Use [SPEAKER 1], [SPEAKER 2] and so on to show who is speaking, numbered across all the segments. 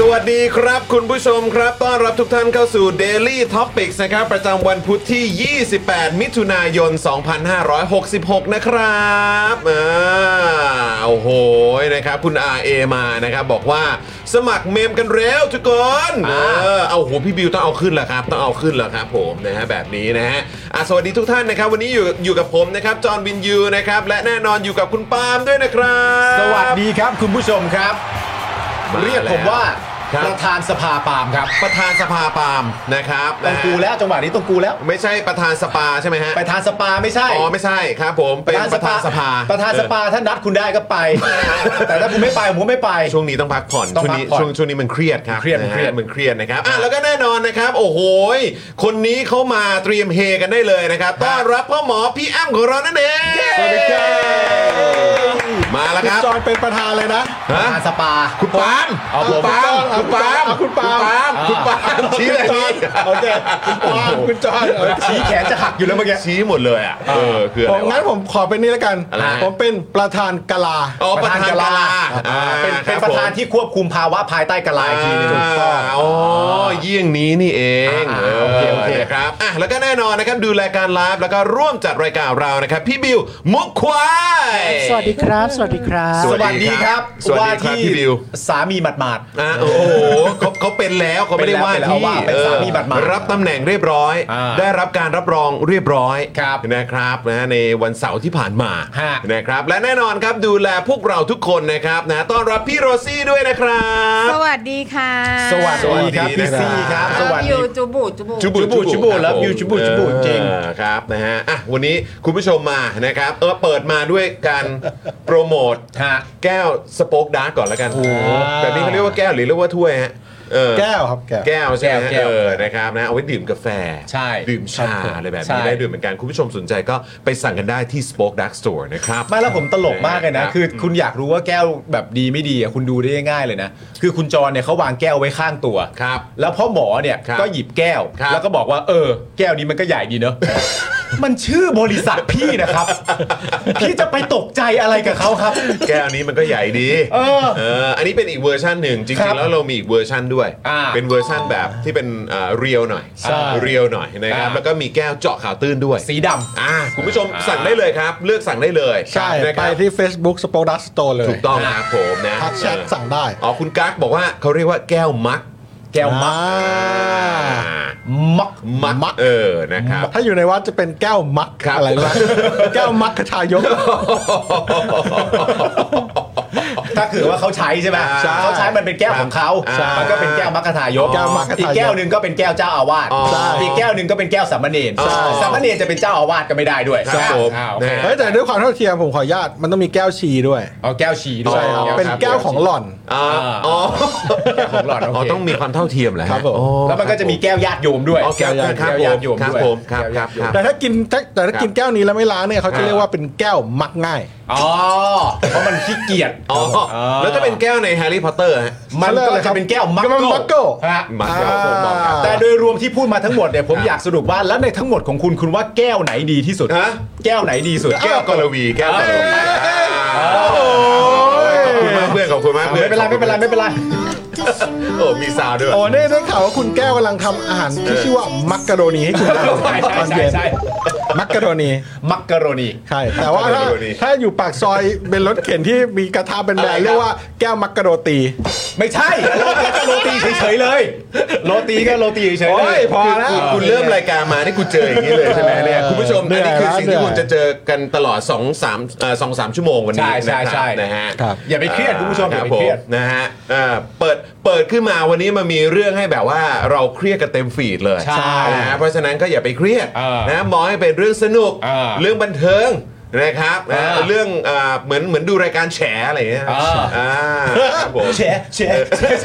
[SPEAKER 1] สวัสดีครับคุณผู้ชมครับ ต้อนรับทุกท่านเข้าสู่ Daily Topics นะครับ ประจำวันพุธที่ 28 มิถุนายน 2566 นะครับอ่าโอ้โหนะครับ คุณ RA มานะครับบอกว่าสมัครเมมกันเร็วทุกคนเออเอาโหพี่บิวต้องเอาขึ้นแล้วครับ ต้องเอาขึ้นแล้วครับผมนะฮะแบบนี้นะฮะอ่ะสวัสดีทุกท่านนะครับ วันนี้อยู่อยู่กับผมนะครับจอห์นวินยูนะครับและแน่นอนอยู่กับคุณปาล์มด้วยนะครับ
[SPEAKER 2] สวัสดีครับคุณผู้ชมครับ
[SPEAKER 1] มา
[SPEAKER 2] เรียกผมว่า
[SPEAKER 1] ครับ
[SPEAKER 2] ประธานสภาปาล์มครับ
[SPEAKER 1] ประธานสภาปาล์มนะครับ
[SPEAKER 2] ต้องกูแล้วจังหวะนี้ต้องกูแล้ว
[SPEAKER 1] ไม่ใช่ประธานสภาใช่ไหมฮะ
[SPEAKER 2] ประธานสภาไม่ใช่
[SPEAKER 1] อ๋อ ไม่ใช่ครับผม เป็นประธานสภา
[SPEAKER 2] ประธานสภาถ้านัดคุณได้ก็ไป แต่ถ้าคุณไม่ไปผมก็ไม่ไป
[SPEAKER 1] เออช่วงนี้ต้องพักผ่อน
[SPEAKER 2] ต้อง
[SPEAKER 1] ช่วง
[SPEAKER 2] พัก
[SPEAKER 1] นี้
[SPEAKER 2] ผ่อน
[SPEAKER 1] ช่วงช่วงนี้มันเครียดครับ
[SPEAKER 2] เครียด
[SPEAKER 1] ะฮะ
[SPEAKER 2] เครียด
[SPEAKER 1] มันเครียดนะครับ อ่ะแล้วก็แน่นอนนะครับ โอ้โหยคนนี้เขามาเตรียมเฮกันได้เลยนะครับ ต้อนรับพ่อหมอพี่อ้ำของเรานั่นเอง
[SPEAKER 3] สวัสดีครับ
[SPEAKER 1] มาแล้วครับ
[SPEAKER 3] จอนเป็นประธานเลยนะ
[SPEAKER 2] ป
[SPEAKER 1] ฮะ
[SPEAKER 2] ระธานสภา
[SPEAKER 1] คุณปาล์ม
[SPEAKER 2] เอาผม
[SPEAKER 1] คุณปาล์มคุณปาล์ม
[SPEAKER 3] เอาคุณปาล์ม
[SPEAKER 1] คุณปาล์มชี้เลย
[SPEAKER 3] จอห์นโอเคคุณจอห์นคุณจอห์นเอา
[SPEAKER 2] ชี้แขนจะหักอยู่แล้วเมื่อกี้
[SPEAKER 1] ชี้หมดเลยอ่ะ เออ คืออะ
[SPEAKER 3] ผ
[SPEAKER 1] ไร
[SPEAKER 3] มงั้น
[SPEAKER 1] วะ
[SPEAKER 3] ผมขอเป็นนี่แล้วกัน
[SPEAKER 1] อะไรฮะ
[SPEAKER 3] ผมเป็นประธานกลา
[SPEAKER 1] อ๋อประธานกลาอ่า
[SPEAKER 2] เป็นเป็น
[SPEAKER 1] ค
[SPEAKER 2] ป
[SPEAKER 1] บผ
[SPEAKER 2] ระ
[SPEAKER 1] ม
[SPEAKER 2] ธานที่ควบคุมภาวะภายใต้กลาอีกทีหนึง
[SPEAKER 1] าอ๋อเยี่ยงนี้นี่เอง
[SPEAKER 2] อ่าโอเคโอเค
[SPEAKER 1] นะครับอ่ะแล้วก็แน่นอนนะครับดูรายการไลฟ์แล้วก็ร่วมจัดรายการเรานะครับ พี่บิว มุกควาย
[SPEAKER 4] สวัสดีครับ สวัสดีครับ
[SPEAKER 1] สวัสดี
[SPEAKER 2] สวัสดีครับ
[SPEAKER 1] สวัสดีครับพี่บิว
[SPEAKER 2] สามีหมาด
[SPEAKER 1] อ่ะโอ้โหเขาเขาเป็นแล้วเขาไม่ได้ว่า
[SPEAKER 2] เป็นแล้ว
[SPEAKER 1] ที่
[SPEAKER 2] เป็นแล้วว่าเป็นสามีบัตรหมาง
[SPEAKER 1] เออรับตำแหน่งเรียบร้อย
[SPEAKER 2] อ่า
[SPEAKER 1] ได้รับการรับรองเรียบร้อย
[SPEAKER 2] ครับ
[SPEAKER 1] นะครับนะในวันเสาร์ที่ผ่านมา
[SPEAKER 2] ฮะ
[SPEAKER 1] นะครับและแน่นอนครับดูแลพวกเราทุกคนนะครับนะต้อนรับพี่โรซี่ด้วยนะครับ
[SPEAKER 5] สวัสดีค่ะ
[SPEAKER 2] ๆสวัสดีครับ
[SPEAKER 1] สวัสดีนะครั
[SPEAKER 2] พี่
[SPEAKER 1] บ
[SPEAKER 2] ซี่ครับ ส
[SPEAKER 5] เลิ
[SPEAKER 2] วัส
[SPEAKER 5] ฟ
[SPEAKER 2] ดี
[SPEAKER 5] ยูจูบูจูบู
[SPEAKER 2] จุบุจุบุจุบุ
[SPEAKER 1] ค
[SPEAKER 2] แล้ว
[SPEAKER 1] ผม
[SPEAKER 2] อยู่จุบุจุบุจริง
[SPEAKER 1] เออครับนะฮะอ่ะวันนี้คุณผู้ชมมานะครับเออเปิดมาด้วย การโปรโมท
[SPEAKER 2] ฮะ
[SPEAKER 1] แก้วสป็อกดาร์กก่อนแล้วกัน
[SPEAKER 2] โอ้โห
[SPEAKER 1] แบบนี้เขาเรียกว่าแก้วหรือเรียกว่าถ้วยฮะเออ
[SPEAKER 3] แก้วครับแก้ว
[SPEAKER 1] แก้วใช่ไหมฮะ
[SPEAKER 2] แก้วแก้
[SPEAKER 1] เอ
[SPEAKER 2] ว
[SPEAKER 1] อนะครับนะเอาไว้ดื่มกาแฟ
[SPEAKER 2] ใช่
[SPEAKER 1] ดื่มชา
[SPEAKER 2] ครับผม
[SPEAKER 1] อะไรแบบ
[SPEAKER 2] ใช่
[SPEAKER 1] นี้ได้ดื่มเหมือนกัน คุณผู้ชมสนใจก็ไปสั่งกันได้ที่ Spoke Dark Store นะครับ
[SPEAKER 2] ไม่แล้วผมตลกมากเลยนะ คือคุณอยากรู้ว่าแก้วแบบดีไม่ดีอ่ะคุณดูได้ง่ายๆเลยนะ คือคุณจรเนี่ยเขาวางแก้วไว้ข้างตัว
[SPEAKER 1] ครับ
[SPEAKER 2] แล้วพ่อหมอเนี่ย
[SPEAKER 1] ครับ
[SPEAKER 2] ก็หยิบแก้ว
[SPEAKER 1] ครับ
[SPEAKER 2] แล้วก็บอกว่า เออ แก้วนี้มันก็ใหญ่ดี เนอะ มันชื่อบริษัทพี่นะครับ พี่จะไปตกใจอะไรกับเขาครับ
[SPEAKER 1] แก้วนี้มันก็ใหญ่ดี
[SPEAKER 2] เออ
[SPEAKER 1] เออ อันนี้เป็นอีกเวอร์ชันหนึ่งจริ
[SPEAKER 2] ครั
[SPEAKER 1] งๆ
[SPEAKER 2] บ
[SPEAKER 1] แล้วเรามีอีกเวอร์ชันด้วย
[SPEAKER 2] อ่า
[SPEAKER 1] เป็นเวอร์ชันแบบที่เป็นเอ่อเรียวหน่อย
[SPEAKER 2] ใช่
[SPEAKER 1] เรียวหน่อยนะครับ
[SPEAKER 2] อ่า
[SPEAKER 1] แล้วก็มีแก้วเจาะข่าวตื้นด้วย
[SPEAKER 2] สีดำ
[SPEAKER 1] อ่าคุณผู้ชมสั่งได้เลยครับ เลือกสั่งได้เลย
[SPEAKER 3] ใช่
[SPEAKER 1] นะค
[SPEAKER 3] ไป
[SPEAKER 1] รับ
[SPEAKER 3] ที่ Facebook s p o r t s t o r e เลย
[SPEAKER 1] ถูกต้องครับผมนะ
[SPEAKER 3] ทักแชท
[SPEAKER 1] เออ
[SPEAKER 3] สั่งได้
[SPEAKER 1] อ๋อคุณกั๊กบอกว่าเขาเรียกว่าแก้วมัก
[SPEAKER 2] แก้วมัก
[SPEAKER 3] อ่า
[SPEAKER 2] มัก
[SPEAKER 1] มัก
[SPEAKER 3] มัก
[SPEAKER 1] เออนะครับ
[SPEAKER 3] ถ้าอยู่ในวัดจะเป็นแก้วมัก
[SPEAKER 1] ครับ
[SPEAKER 3] อะไรละแก้วมักคชายก
[SPEAKER 2] ถ้าคือว่าเขาใช้ใช่ไหม
[SPEAKER 1] ใช่
[SPEAKER 2] เขาใช้มันเป็นแก้วของเขา
[SPEAKER 1] ใช่
[SPEAKER 2] มันก็เป็นแก้วมัคคทายก
[SPEAKER 3] แก้วมัคคทายก
[SPEAKER 2] อีกแก้วหนึ่งก็เป็นแก้วเจ้าอาวาส
[SPEAKER 1] อ๋ออี
[SPEAKER 2] อีกแก้วหนึ่งก็เป็นแก้วสามเณร
[SPEAKER 1] ใช่
[SPEAKER 2] สามเณรจะเป็นเจ้าอาวาสก็ไม่ได้ด้วย
[SPEAKER 1] ครับผม
[SPEAKER 2] อ่าโอเค
[SPEAKER 1] นะ
[SPEAKER 3] เฮ้ยแต่ด้วยความเท่าเทียมผมขออนุญาตมันต้องมีแก้วชีด้วย
[SPEAKER 2] เอาแก้วชีด้วย
[SPEAKER 3] ใช่ครับ
[SPEAKER 1] อ๋อ
[SPEAKER 3] เป็นแก้วของหล่อน
[SPEAKER 1] อ่าอ๋อ
[SPEAKER 2] แก้วของหลอดโอ
[SPEAKER 1] อ๋อ
[SPEAKER 2] เค
[SPEAKER 1] ต้องมีความเท่าเทียมแหละ
[SPEAKER 3] ครับผม
[SPEAKER 2] แล้วมันก็จะมีแก้วญาติโยมด้วย
[SPEAKER 1] อ๋อแก้ว
[SPEAKER 2] ญาติ
[SPEAKER 1] ครับ
[SPEAKER 2] ญาติโย
[SPEAKER 1] ผม
[SPEAKER 2] ม
[SPEAKER 1] ครับ
[SPEAKER 2] ด้วย
[SPEAKER 1] ผมครับครับครับ
[SPEAKER 3] แต่ถ้ากินแต่ถ้า
[SPEAKER 1] ครับ
[SPEAKER 3] กินแก้วนี้แล้วไม่ล้างเนี่ยเขาจะเรียกว่าเป็นแก้วมักง่าย
[SPEAKER 2] อ อ๋อเพราะมันขี้เกียจ
[SPEAKER 1] อ๋อแล้วถ้าเป็นแก้วในแฮร์รี่พอตเตอร์ฮะ
[SPEAKER 2] มันก็จะเป็นแก้วมัก
[SPEAKER 3] ก็เป็น
[SPEAKER 2] โก้
[SPEAKER 3] มักโก้
[SPEAKER 2] ฮะ
[SPEAKER 1] มาเดี๋ยวผมบอกกัน
[SPEAKER 2] แต่โดยรวมที่พูดมาทั้งหมดเนี่ยผมอยากสรุปว่าแล้วในทั้งหมดของคุณคุณว่าแก้วไหนดีที่สุด
[SPEAKER 1] ฮะ
[SPEAKER 2] แก้วไหนดีสุด
[SPEAKER 1] แก้วกอลวีแก้วกอลวีขอบคุณมากเพื่อนขอบคุณมากเพื่อน
[SPEAKER 2] ไม่เป็นไรไม่เป็นไรไม่เป็นไร
[SPEAKER 1] โอ้มีซาวด้วย
[SPEAKER 3] โอ้ได้ได้ข่าวว่าคุณแก้วกำลังทำอาหารที่ชื่อว่ามักกะโรนีให้คุณทาน
[SPEAKER 2] ใช่
[SPEAKER 3] ตอน
[SPEAKER 2] ใช่
[SPEAKER 3] เย็น
[SPEAKER 2] ใช่
[SPEAKER 3] มักกะโรนี
[SPEAKER 2] มักกะโรนี
[SPEAKER 3] ใช่แต่ว่า
[SPEAKER 1] มั
[SPEAKER 3] ถ้า
[SPEAKER 1] กกะโรนี
[SPEAKER 3] ถ้าอยู่ปากซอยเป็นรถเข็นที่มีกระทะเป็นแบรนด์เรียกว่าแก้วมักกะโรตี
[SPEAKER 2] ไม่ใช่โรตีเฉยๆเลย โรตีก็โรตีเฉยๆเล
[SPEAKER 3] โอ้
[SPEAKER 2] ย
[SPEAKER 3] ยพอแล้ว
[SPEAKER 1] คุณคุณเริ่มรายการมานี่กูเจออย่างนี้เลยใช่ไหมเนี่ยคุณผู้ชมอันนี้คือสิ่งที่คุณจะเจอกันตลอด2 3เอ่อสองสามชั่วโมงวันนี้
[SPEAKER 2] ใช่ใช่
[SPEAKER 1] นะครับนะ
[SPEAKER 2] ใช่
[SPEAKER 1] ฮะ
[SPEAKER 2] ครับ อย่าไปเครียดคุณผู้ชมอย่าไปเครียด
[SPEAKER 1] บผมนะฮะเอ่อเปิดเปิดขึ้นมาวันนี้มันมีเรื่องให้แบบว่าเราเครียดกันเต็มฟีดเลย
[SPEAKER 2] ใช่
[SPEAKER 1] นะฮะเพราะฉะนั้นก็อย่าไปเครียด
[SPEAKER 2] เออ
[SPEAKER 1] นะมองให้เป็นเรื่องสนุก
[SPEAKER 2] เออ
[SPEAKER 1] เรื่องบันเทิงนะครับ
[SPEAKER 2] เออ
[SPEAKER 1] นะเรื่องเอ่อเหมือนเหมือนดูรายการแฉอะไรอย่างเงี้ย
[SPEAKER 2] เออ
[SPEAKER 1] อ่าครับผม
[SPEAKER 2] เฉะ เฉะเพ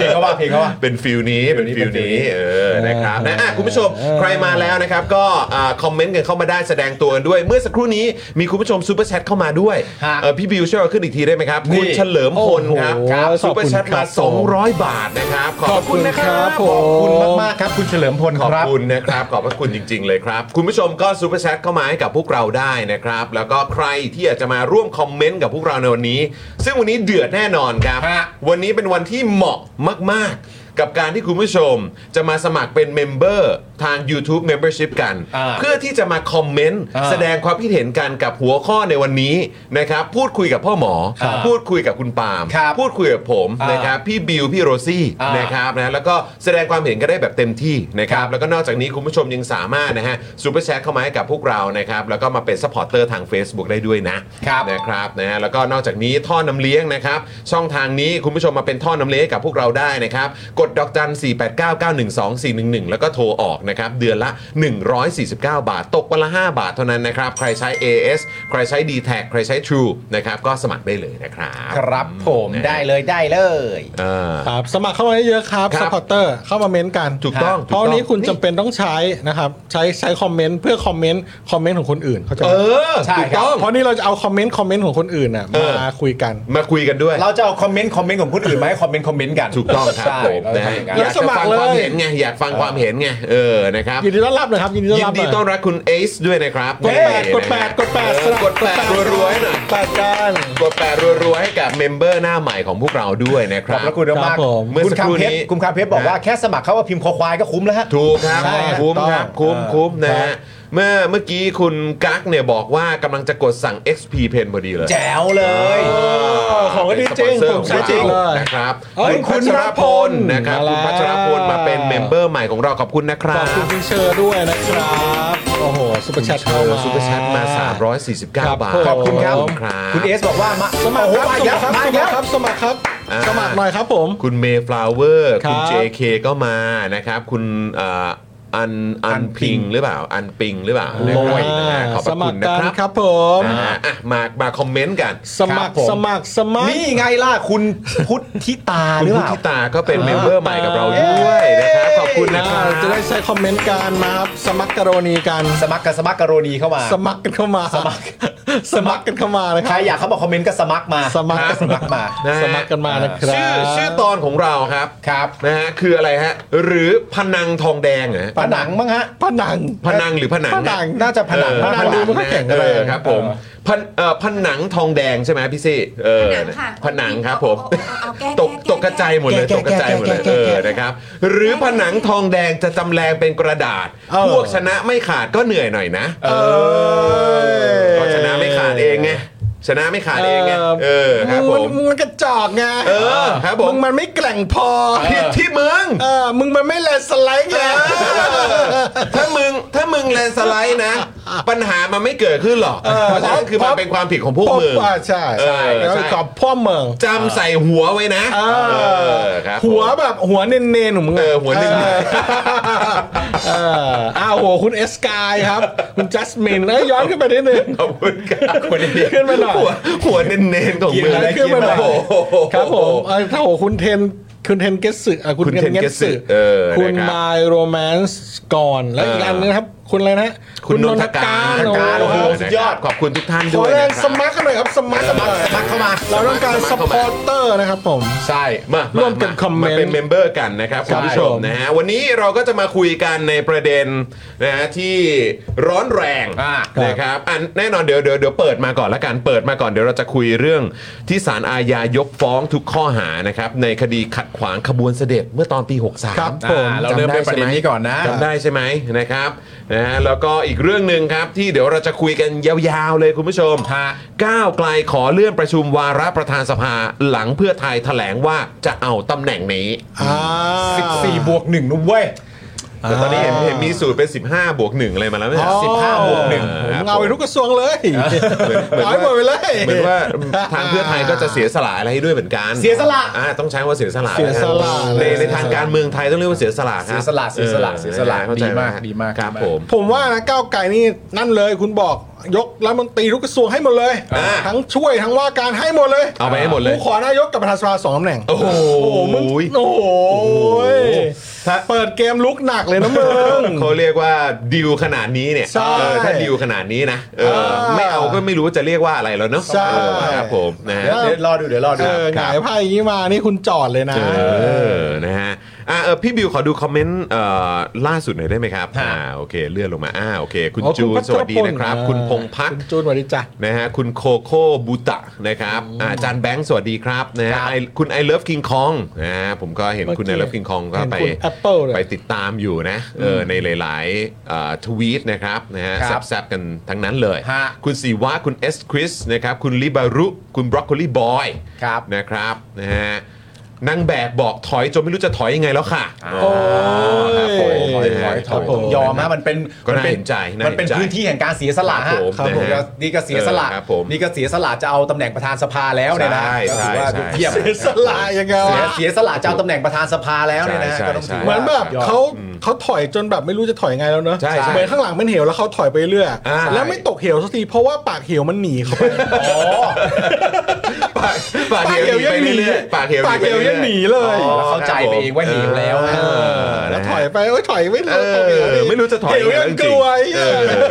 [SPEAKER 2] ลงเขาว่าเพลงเขาว่า
[SPEAKER 1] เป็นฟิลนี้เป็นฟิล
[SPEAKER 2] เป็นฟิลนี้
[SPEAKER 1] นี้เออนะครับนะอ่ะคุณผู้ชมใครมาแล้วนะครับก็อ่าคอมเมนต์กันเข้ามาได้แสดงตัวกันด้วย เมื่อสักครู่นี้มีคุณผู้ชมซูเปอร์แชทเข้ามาด้วย
[SPEAKER 2] ฮะ
[SPEAKER 1] เอ่อพี่บิวช่วยเอาขึ้นอีกทีได้ไหมครับ
[SPEAKER 2] นี่
[SPEAKER 1] คุณเฉลิมพลครับ
[SPEAKER 3] โอ้โห
[SPEAKER 1] ครับ
[SPEAKER 3] ข
[SPEAKER 1] ซู
[SPEAKER 3] อบ
[SPEAKER 1] เปอร์
[SPEAKER 3] คุณ
[SPEAKER 1] แชท
[SPEAKER 3] ครั
[SPEAKER 1] มา
[SPEAKER 3] บ
[SPEAKER 1] 200 บาทนะครับ ขอบคุณนะครับ
[SPEAKER 3] ผ
[SPEAKER 2] ขอบ
[SPEAKER 3] ม
[SPEAKER 2] คุณมากๆครับ คุณเฉลิมพล
[SPEAKER 1] ขอบ
[SPEAKER 2] ครับ
[SPEAKER 1] คุณนะครับ ขอบพระคุณจริง ๆ เลยครับ คุณผู้ชมก็ซูเปอร์แชทเข้ามาให้กับพวกเราได้นะครับ แล้วก็ใครที่อยากจะมาร่วมคอมเมนต์กับพวกเราในวันนี้ ซึ่งวันนี้เดือดแน่นอนครับ
[SPEAKER 2] ฮะ
[SPEAKER 1] วันนี้เป็นวันที่เหมาะมาก ๆ กับการที่คุณผู้ชมจะมาสมัครเป็นเมมเบอร์ทาง YouTube Membership กัน
[SPEAKER 2] อ่า
[SPEAKER 1] เพื่อที่จะมาคอมเมนต์
[SPEAKER 2] อ่า
[SPEAKER 1] แสดงความคิดเห็นกันกับหัวข้อในวันนี้นะครับ พูดคุยกับพ่อหมอ
[SPEAKER 2] ครับ
[SPEAKER 1] พูดคุยกับคุณปาล์ม
[SPEAKER 2] ครับ
[SPEAKER 1] พูดคุยกับผม
[SPEAKER 2] อ่าน
[SPEAKER 1] นะครับพี่บิวพี่โรซี่
[SPEAKER 2] อ่าน
[SPEAKER 1] นะครับ นะครับนะแล้วก็แสดงความเห็นก็ได้แบบเต็มที่นะครับแล้วก็นอกจากนี้คุณผู้ชมยังสามารถนะฮะซูเปอร์แชทเข้ามาให้กับพวกเรานะครับแล้วก็มาเป็นซัพพอร์ตเตอร์ทาง Facebook ได้ด้วยนะครับนะครับนะฮะแล้วก็นอกจากนี้ท่อน้ำเลี้ยงนะครับช่องทางนี้คุณผู้ชมมาเป็นท่อน้ำเลี้ยงให้กับพวกเราได้นะครับกดดอกจัน 4 8 9 9 1 2 4 1 1 แล้วก็โทรออกนะครับเดือนละ 149 บาท ตกวันละ 5 บาทเท่านั้นนะครับใครใช้ AS ใครใช้ d t แทใครใช้ True นะครับก็สมัครได้เลยนะครับ
[SPEAKER 2] ครับผมได้เลยได้เลย
[SPEAKER 1] เออ
[SPEAKER 3] ครับสมัครเข้ามาเยอะๆครับ
[SPEAKER 1] ครั
[SPEAKER 3] ส
[SPEAKER 1] บ
[SPEAKER 3] ปอร์เตอร์เข้ามาเม้นต์กัน
[SPEAKER 1] ถูกต้อง
[SPEAKER 3] เพ
[SPEAKER 1] ถูกต้อง
[SPEAKER 3] ราะวันนี้คุณจำเป็นต้องใช้นะครับ ใช้ใช้คอมเมนต์เพื่อคอมเมนต์คอมเมนต์ของคนอื่นเขาใจไห
[SPEAKER 1] เอ
[SPEAKER 3] ม
[SPEAKER 1] อ
[SPEAKER 2] ใช่
[SPEAKER 1] ถูก
[SPEAKER 2] ครับ
[SPEAKER 1] ต้อง
[SPEAKER 3] เพราะนี่เราจะเอาคอมเมนต์คอมเมนต์ของคนอื่นน่ะ
[SPEAKER 1] เออ
[SPEAKER 3] มาคุยกัน
[SPEAKER 1] มาคุยกันด้วย
[SPEAKER 2] เราจะเอาคอมเมนต์คอมเมนต์ของคนอื่นมาให้คอมเมนต์คอมเมนต์กัน
[SPEAKER 1] ถูกต้องครับ
[SPEAKER 2] ใช่
[SPEAKER 1] ผม
[SPEAKER 2] เราจะ
[SPEAKER 1] นะอ
[SPEAKER 2] ทำอย่างนั้น
[SPEAKER 1] ยาว กจะฟั
[SPEAKER 3] แล้สมัครง เลย
[SPEAKER 1] ความเห็นไงอยากฟังความเห็นไงเออนะครับ
[SPEAKER 3] ยินดีต้อนรับนะครับยินดีต้อน
[SPEAKER 1] ยิ
[SPEAKER 3] รั
[SPEAKER 1] น
[SPEAKER 3] บ
[SPEAKER 1] ดี
[SPEAKER 3] หน่อย
[SPEAKER 1] ต้อนรับคุณเอซด้วยนะครับ
[SPEAKER 3] กดแปด
[SPEAKER 1] นี่
[SPEAKER 3] กดแปด
[SPEAKER 1] นะ
[SPEAKER 3] กดแปด
[SPEAKER 1] เออกดแปดรัวๆให้หน่อย
[SPEAKER 3] แปดกัน
[SPEAKER 1] กดแปดรัวๆให้กับเมมเบอร์หน้าใหม่ของพวกเราด้วยนะค
[SPEAKER 2] ข
[SPEAKER 1] รั
[SPEAKER 2] อ
[SPEAKER 1] บบ
[SPEAKER 2] พระคุณมาก
[SPEAKER 3] ครับผม
[SPEAKER 2] เมื่อสักครู่นี้คุณคาเพชรบอกว่าแค่สมัครเข้าว่าพิมพ์คอควายก็คุ้มแล้วฮะ
[SPEAKER 1] ถูกครับ
[SPEAKER 3] ใช่ครับ
[SPEAKER 1] คุ้ม
[SPEAKER 3] ต้อง
[SPEAKER 1] ครับคุ้ม
[SPEAKER 3] เออ
[SPEAKER 1] คุ้มนะ
[SPEAKER 3] ครั
[SPEAKER 1] ฮะ
[SPEAKER 3] บ
[SPEAKER 1] เมื่อเมื่อกี้คุณกั๊กเนี่ยบอกว่ากำลังจะกดสั่ง XP Pen พอดีเลย
[SPEAKER 2] แจ๋วเลย
[SPEAKER 3] ของก็ดีจริง
[SPEAKER 1] เป็นสปอนเซอของ
[SPEAKER 3] ผมใช้จริง
[SPEAKER 1] เรา
[SPEAKER 3] เลย
[SPEAKER 1] นะครับ
[SPEAKER 3] เอ้ย
[SPEAKER 1] คุณพัชรพลนะครับ
[SPEAKER 3] มาแล้ว
[SPEAKER 1] คุณพัชรพลมาเป็นเมมเบอร์ใหม่ของเราขอบคุณนะค
[SPEAKER 3] ข
[SPEAKER 1] รั
[SPEAKER 3] อบคุณ
[SPEAKER 1] บ
[SPEAKER 3] คุณเชอร์ด้วยนะครับ โอ้โหซุปเปอร์แชทเข้ามา
[SPEAKER 1] ซูเปอร์แชทมา 349 บ
[SPEAKER 3] ครับ
[SPEAKER 1] าท
[SPEAKER 3] ผม
[SPEAKER 2] ขอบคุณครับ
[SPEAKER 1] ครับ
[SPEAKER 2] คุณเอสบอกว่ามา
[SPEAKER 3] สมัครค
[SPEAKER 2] โอ้
[SPEAKER 3] รับ
[SPEAKER 2] โหมาอีกแล้วมา
[SPEAKER 3] ส
[SPEAKER 2] อีก
[SPEAKER 3] มั
[SPEAKER 2] แล้
[SPEAKER 3] คร
[SPEAKER 2] ว
[SPEAKER 3] ครับสมัครครับ
[SPEAKER 1] อ่า
[SPEAKER 3] สมัครหน่อยครับผม
[SPEAKER 1] คุณเมย์ฟลาวเวอร์
[SPEAKER 3] ครับ
[SPEAKER 1] คุณ JK ก็มานะครับ คุณเอ่ออันอันพิงหรือเปล่า อันปิงหรือเปล่านะค
[SPEAKER 3] โอ้
[SPEAKER 1] รับ
[SPEAKER 3] ย
[SPEAKER 1] นะฮะขอบพ
[SPEAKER 3] ส
[SPEAKER 1] ระ
[SPEAKER 3] มั
[SPEAKER 1] คุ
[SPEAKER 3] ค
[SPEAKER 1] ณ
[SPEAKER 3] ร
[SPEAKER 1] นะ
[SPEAKER 3] กัน
[SPEAKER 1] ครับ
[SPEAKER 3] ครับผม
[SPEAKER 1] นะฮะอ่ะมามาคอมเมนต์กัน
[SPEAKER 3] สมัคร
[SPEAKER 2] ครับผม
[SPEAKER 3] สมัครสมัคร
[SPEAKER 2] นี่ไงล่ะ คุณพุทธิตา
[SPEAKER 1] คุณ
[SPEAKER 2] หรือ
[SPEAKER 1] พุท
[SPEAKER 2] เปล่า
[SPEAKER 1] ธิตาก็เป็น
[SPEAKER 3] อ่า
[SPEAKER 1] เมมเบอร์ใหม่กับเราด้วยนะครับ ขอบคุณนะ
[SPEAKER 3] อ่า
[SPEAKER 1] ครับ
[SPEAKER 3] จะได้ใช้คอมเมนต์การมาครับสมัครกรณีกัน
[SPEAKER 2] สมัครกับสมัครกบโรนีเข้ามา
[SPEAKER 3] สมัครกันเข้ามา
[SPEAKER 2] สมัคร
[SPEAKER 3] สมัครกันเข้ามานะค
[SPEAKER 2] ใคร
[SPEAKER 3] รับ
[SPEAKER 2] อยากเข้ามาคอมเมนต์ก็สมัครมา
[SPEAKER 3] สมัคร
[SPEAKER 2] นะสมัครมา
[SPEAKER 1] นะฮะ
[SPEAKER 3] สมัครกันมานะครับ
[SPEAKER 1] ชื่อชื่อตอนของเราครับ
[SPEAKER 2] ครับ
[SPEAKER 1] นะฮะคืออะไรฮะ หรือพนังทองแดงเหรอ
[SPEAKER 2] ผนังมั้งฮะ
[SPEAKER 3] ผนัง
[SPEAKER 1] พนังหรือผนัง
[SPEAKER 3] ผ
[SPEAKER 1] เนี่ย
[SPEAKER 3] นัง
[SPEAKER 2] น่าจะผนัง
[SPEAKER 1] เออ
[SPEAKER 2] มาก
[SPEAKER 3] ผนังดู มันก็แข็ง
[SPEAKER 1] เอ
[SPEAKER 3] แรง
[SPEAKER 1] อครับผมผนเอ่อผนังทองแดงใช่ไหมพี่ซี่เออ
[SPEAKER 6] ผนังค่ะ
[SPEAKER 1] ผนังครับผม
[SPEAKER 6] เอาเอาเอาแก้
[SPEAKER 1] ตก
[SPEAKER 6] แก้
[SPEAKER 1] ตกกระจายหมดเลย
[SPEAKER 6] แก้
[SPEAKER 1] ตกกระจายหมดเลย
[SPEAKER 6] แก้แก้
[SPEAKER 1] เออ
[SPEAKER 6] แก้
[SPEAKER 1] นะครับ หรือผนังทองแดงจะจำแรงเป็นกระดาษ พวกชนะไม่ขาดก็เหนื่อยหน่อยนะ
[SPEAKER 2] เออ
[SPEAKER 1] ก็ชนะไม่ขาดเองไงชนะไม่ขาดเองไงเออครับผม
[SPEAKER 3] มึงมันกระจอกไง
[SPEAKER 1] เออครับผม
[SPEAKER 3] งมันไม่แกร่งพอ
[SPEAKER 1] ผิดที่มึง
[SPEAKER 3] เออ มึงมันไม่แลนด์สไลด์ไง
[SPEAKER 1] ถ้ามึงถ้ามึงแลนด์สไลด์นะ ปัญหามันไม่เกิดขึ้นหรอกเพราะฉะนั้นคือมันเป็นความผิดของพวก
[SPEAKER 3] พบ
[SPEAKER 1] มึง
[SPEAKER 3] ว่าใช่
[SPEAKER 1] เออ
[SPEAKER 3] ใช่แล้ว
[SPEAKER 1] ใช่
[SPEAKER 3] กอบพ่อเมือง
[SPEAKER 1] จำใส่หัวไว้นะ
[SPEAKER 3] เออ
[SPEAKER 1] เออครับ
[SPEAKER 3] หัวแบบหัวเนนๆของมึง
[SPEAKER 1] เอ
[SPEAKER 3] อะ
[SPEAKER 1] อหัวหนึ่ง
[SPEAKER 3] เออเอออ้าวโหคุณเอสกายครับ คุณจัสมินเอ้ยย้อนขึ้นไปนิดนึง
[SPEAKER 1] ขอบคุณครับ
[SPEAKER 3] หัวเน้นๆขึ้นมาหน่อย
[SPEAKER 1] หัวหัวเน้นๆของ
[SPEAKER 2] กิน
[SPEAKER 1] มือ
[SPEAKER 2] อะไร
[SPEAKER 3] ขึ้นมาหน่อย
[SPEAKER 1] โโห
[SPEAKER 3] ครับผมเออถ้าโหคุณเทนคุณเทนเกสึอ่ะคุณ
[SPEAKER 1] คุณเทนเกสึ
[SPEAKER 3] เทน
[SPEAKER 1] เออ
[SPEAKER 3] คุณ
[SPEAKER 1] นะครับ
[SPEAKER 3] มายโรแมนส์ก่อน แล้วอีก
[SPEAKER 1] เอออั
[SPEAKER 3] อันนึงนะครับ คุณอะไรนะฮะ
[SPEAKER 1] คุณนนทการ
[SPEAKER 3] นนทการ
[SPEAKER 1] โอ้
[SPEAKER 3] โอ้
[SPEAKER 1] โห
[SPEAKER 3] โห
[SPEAKER 1] สุดยอดขอบคุณทุกท่าน
[SPEAKER 3] ข
[SPEAKER 1] ด้
[SPEAKER 3] อ
[SPEAKER 1] วย
[SPEAKER 3] แรง
[SPEAKER 1] นะค
[SPEAKER 3] ส
[SPEAKER 1] รับ
[SPEAKER 3] มัครกันหน่อยครับสมัครกันหน่อย
[SPEAKER 1] สมัครเข้ามา
[SPEAKER 3] เราต้องการ
[SPEAKER 1] ส
[SPEAKER 3] ส
[SPEAKER 1] มัคเข้ม
[SPEAKER 3] ปอร์เตอร์นะครับผม
[SPEAKER 1] ใช่ มา
[SPEAKER 3] ร่วมกันคอมเมนต์
[SPEAKER 1] าเป็นเมมเบอร์กันนะครับ
[SPEAKER 3] ใช่
[SPEAKER 1] คุณผู้ชมนะฮะวันนี้เราก็จะมาคุยกันในประเด็นนะฮะที่ร้อนแรงนะครับอันแน่นอนเดี๋ยวเดี๋ยวเดี๋ยวเปิดมาก่อนละกันเปิดมาก่อนเดี๋ยวเราจะคุยเรื่องที่ศาลอาญายกฟ้องทุกข้อหานะครับในคดีขัดขวางขบวนเสด็จเมื่อตอนปี 63
[SPEAKER 3] ครับ
[SPEAKER 1] อ่า
[SPEAKER 3] ผม
[SPEAKER 1] เราเริ่มด้วยประเด็นนี้ก่อนนะจำได้ใช่ไหมนะครับนะฮะแล้วก็อีกเรื่องหนึ่งครับที่เดี๋ยวเราจะคุยกันยาวๆเลยคุณผู้ชมก้าวไกลขอเลื่อนประชุมวาระประธานสภาหลังเพื่อไทยแถลงว่าจะเอาตำแหน่งนี้
[SPEAKER 3] อ่า
[SPEAKER 2] 14บวกหนึ่งนะเว้ย
[SPEAKER 1] แต่ตอนนี้เห็นเห็นมีสูตรเป็น 15 บวกหนึ่งอะไรมาแล้วไม่ใช่
[SPEAKER 3] อ๋อ
[SPEAKER 1] สิบห้าบวกหนึ่ง
[SPEAKER 3] ผมเอาไปทุกกระทรวงเลย
[SPEAKER 1] เหมือน
[SPEAKER 3] เอา
[SPEAKER 1] ว่า
[SPEAKER 3] ไปหมดไปเลย
[SPEAKER 1] เหมือนว่าทางเพื่อไทยก็จะเสียสละอะไรให้ด้วยเหมือนกัน
[SPEAKER 2] เสียสละ
[SPEAKER 1] อ่าต้องใช้ว่าเสียสละ
[SPEAKER 3] เสียสละ
[SPEAKER 1] ในในทางการเมืองไทยต้องเรียกว่าเสียสละครับ
[SPEAKER 2] เสียสละเสียสละเสียสละ
[SPEAKER 1] ออเข้าใจ
[SPEAKER 2] ดีมาก
[SPEAKER 1] ไห
[SPEAKER 2] ดีมาก
[SPEAKER 1] ครับ
[SPEAKER 2] ดีมาก
[SPEAKER 1] ผม
[SPEAKER 3] ผมว่านะก้าวไกลนี่นั่นเลยคุณบอกยกรัฐมนตรีทุกกระทรวงให้หมดเลย ทั้งช่วยทั้งว่าการให้หมดเลย
[SPEAKER 1] เอาไปให้หมดเลย
[SPEAKER 3] กูขอนายกกับประธานสภาสองตำแหน่ง
[SPEAKER 1] โอ้โห
[SPEAKER 3] มึงโอ้โหเปิดเกมลุกหนักเลยนะมึง
[SPEAKER 1] เขาเรียกว่าดิวขนาดนี้เนี่ย
[SPEAKER 3] ใช่
[SPEAKER 1] เออถ้าดิวขนาดนี้นะเออไม่เอาก็ไม่รู้ว่าจะเรียกว่าอะไรแล้วเนาะ
[SPEAKER 3] ใช่
[SPEAKER 1] เออครับผมนะฮะ
[SPEAKER 2] เดี๋ยวรอดูเดี๋ยวรอ
[SPEAKER 3] เอ
[SPEAKER 2] ดู
[SPEAKER 3] อหงายไพ่อย่างนี้มานี่คุณจอดเลยนะ
[SPEAKER 1] เออ นะฮะ อ่ะเออพี่บิวขอดูคอมเมนต์เอ่อล่าสุดหน่อยได้ไหมครับ อ่า โอเค เลื่อนลงมา อ่า โอเค คุณ
[SPEAKER 3] อ๋อคุณ
[SPEAKER 1] จูน
[SPEAKER 3] พั
[SPEAKER 1] ส
[SPEAKER 3] ชรพล
[SPEAKER 1] วัสดีนะครับ
[SPEAKER 3] อ่า
[SPEAKER 1] คุณพงพัก
[SPEAKER 3] คุณจูนสวัสดีจ้ะ
[SPEAKER 1] นะฮะ คุณโคโค่บุตะนะครับ อ่าอาจารย์แบงค์ สวัสดีครับ นะฮะไอ้คุณไอเลิฟคิงคองนะฮะ ผมก็เห็น
[SPEAKER 3] เมื่อกี้
[SPEAKER 1] คุณไอเลิฟคิงคองก็
[SPEAKER 3] เห็น
[SPEAKER 1] ไป
[SPEAKER 3] คุณ Apple ด้วย
[SPEAKER 1] ไปติดตามอยู่นะ เออ ในหลายๆอ่าทวีตนะครับ นะฮะ
[SPEAKER 2] ครับ
[SPEAKER 1] แซบๆกันทั้งนั้นเลย
[SPEAKER 2] ฮะ
[SPEAKER 1] คุณสีวะคุณเอสคริสนะครับ คุณลิบารุ คุณบรอกโคลีบอย
[SPEAKER 2] ครับ
[SPEAKER 1] นะครับนะฮะนางแบกบอกถอยจนไม่รู้จะถอยยังไงแล้วค่ะ
[SPEAKER 3] โอ้ย
[SPEAKER 1] ครับผมนะฮะ
[SPEAKER 2] ถอยผมยอมฮะมันเป็น
[SPEAKER 1] ก็น่าเห็นใจน่าเห็นใจ
[SPEAKER 2] มันเป็นพื้นที่แห่งการเสียสละ
[SPEAKER 1] ครับผ
[SPEAKER 2] ฮะ
[SPEAKER 1] ม
[SPEAKER 2] ครับผม
[SPEAKER 1] นะฮะ
[SPEAKER 2] นี่ก็เสียสละ
[SPEAKER 1] เออครับผม
[SPEAKER 2] นี่ก็เสียสละจะเอาตำแหน่งประธานสภาแล้วเนี่ยนะ
[SPEAKER 1] ใช่
[SPEAKER 2] ก็ถือว่า
[SPEAKER 1] ใช่ใช่
[SPEAKER 2] เยี่ยม
[SPEAKER 3] เสียสละยังไง
[SPEAKER 2] เสียว
[SPEAKER 3] ะ
[SPEAKER 2] เสียสละจะเอาตำแหน่งประธานสภาแล้วเนี่ยนะ
[SPEAKER 1] ใช่ใช่
[SPEAKER 2] ก็ต้องถือ
[SPEAKER 1] ใช่
[SPEAKER 2] ว่า
[SPEAKER 3] เหมือนแบบเขาเขาถอยจนแบบไม่รู้จะถอยยังไงแล้วเนอะ
[SPEAKER 1] ใช่ใช่
[SPEAKER 3] เหมือนข้างหลังเป็นเหวแล้วเขาถอยไปเรื่อย
[SPEAKER 1] อ่า
[SPEAKER 3] แล้วไม่ตกเหวสักทีเพราะว่าปากเหวมันหนีเขาไป
[SPEAKER 1] ปากปากเหี่ยวหนีไปเรื่อยๆปากเหี่ยว
[SPEAKER 3] ปากเหี่ยวยังหนีเลย
[SPEAKER 1] อ๋อ
[SPEAKER 2] เข้าใจไปเองว่าหนีแล้ว
[SPEAKER 1] เออ
[SPEAKER 3] แล้ว
[SPEAKER 1] นะฮะ
[SPEAKER 3] ถอยไปโอ้ยถอยไม่
[SPEAKER 1] เอ
[SPEAKER 3] รู้ตกเหว
[SPEAKER 1] อ
[SPEAKER 3] ดิ
[SPEAKER 1] ไม่รู้จะถอย
[SPEAKER 3] เหวยังกลัวไอ้เหี้ย
[SPEAKER 1] เออ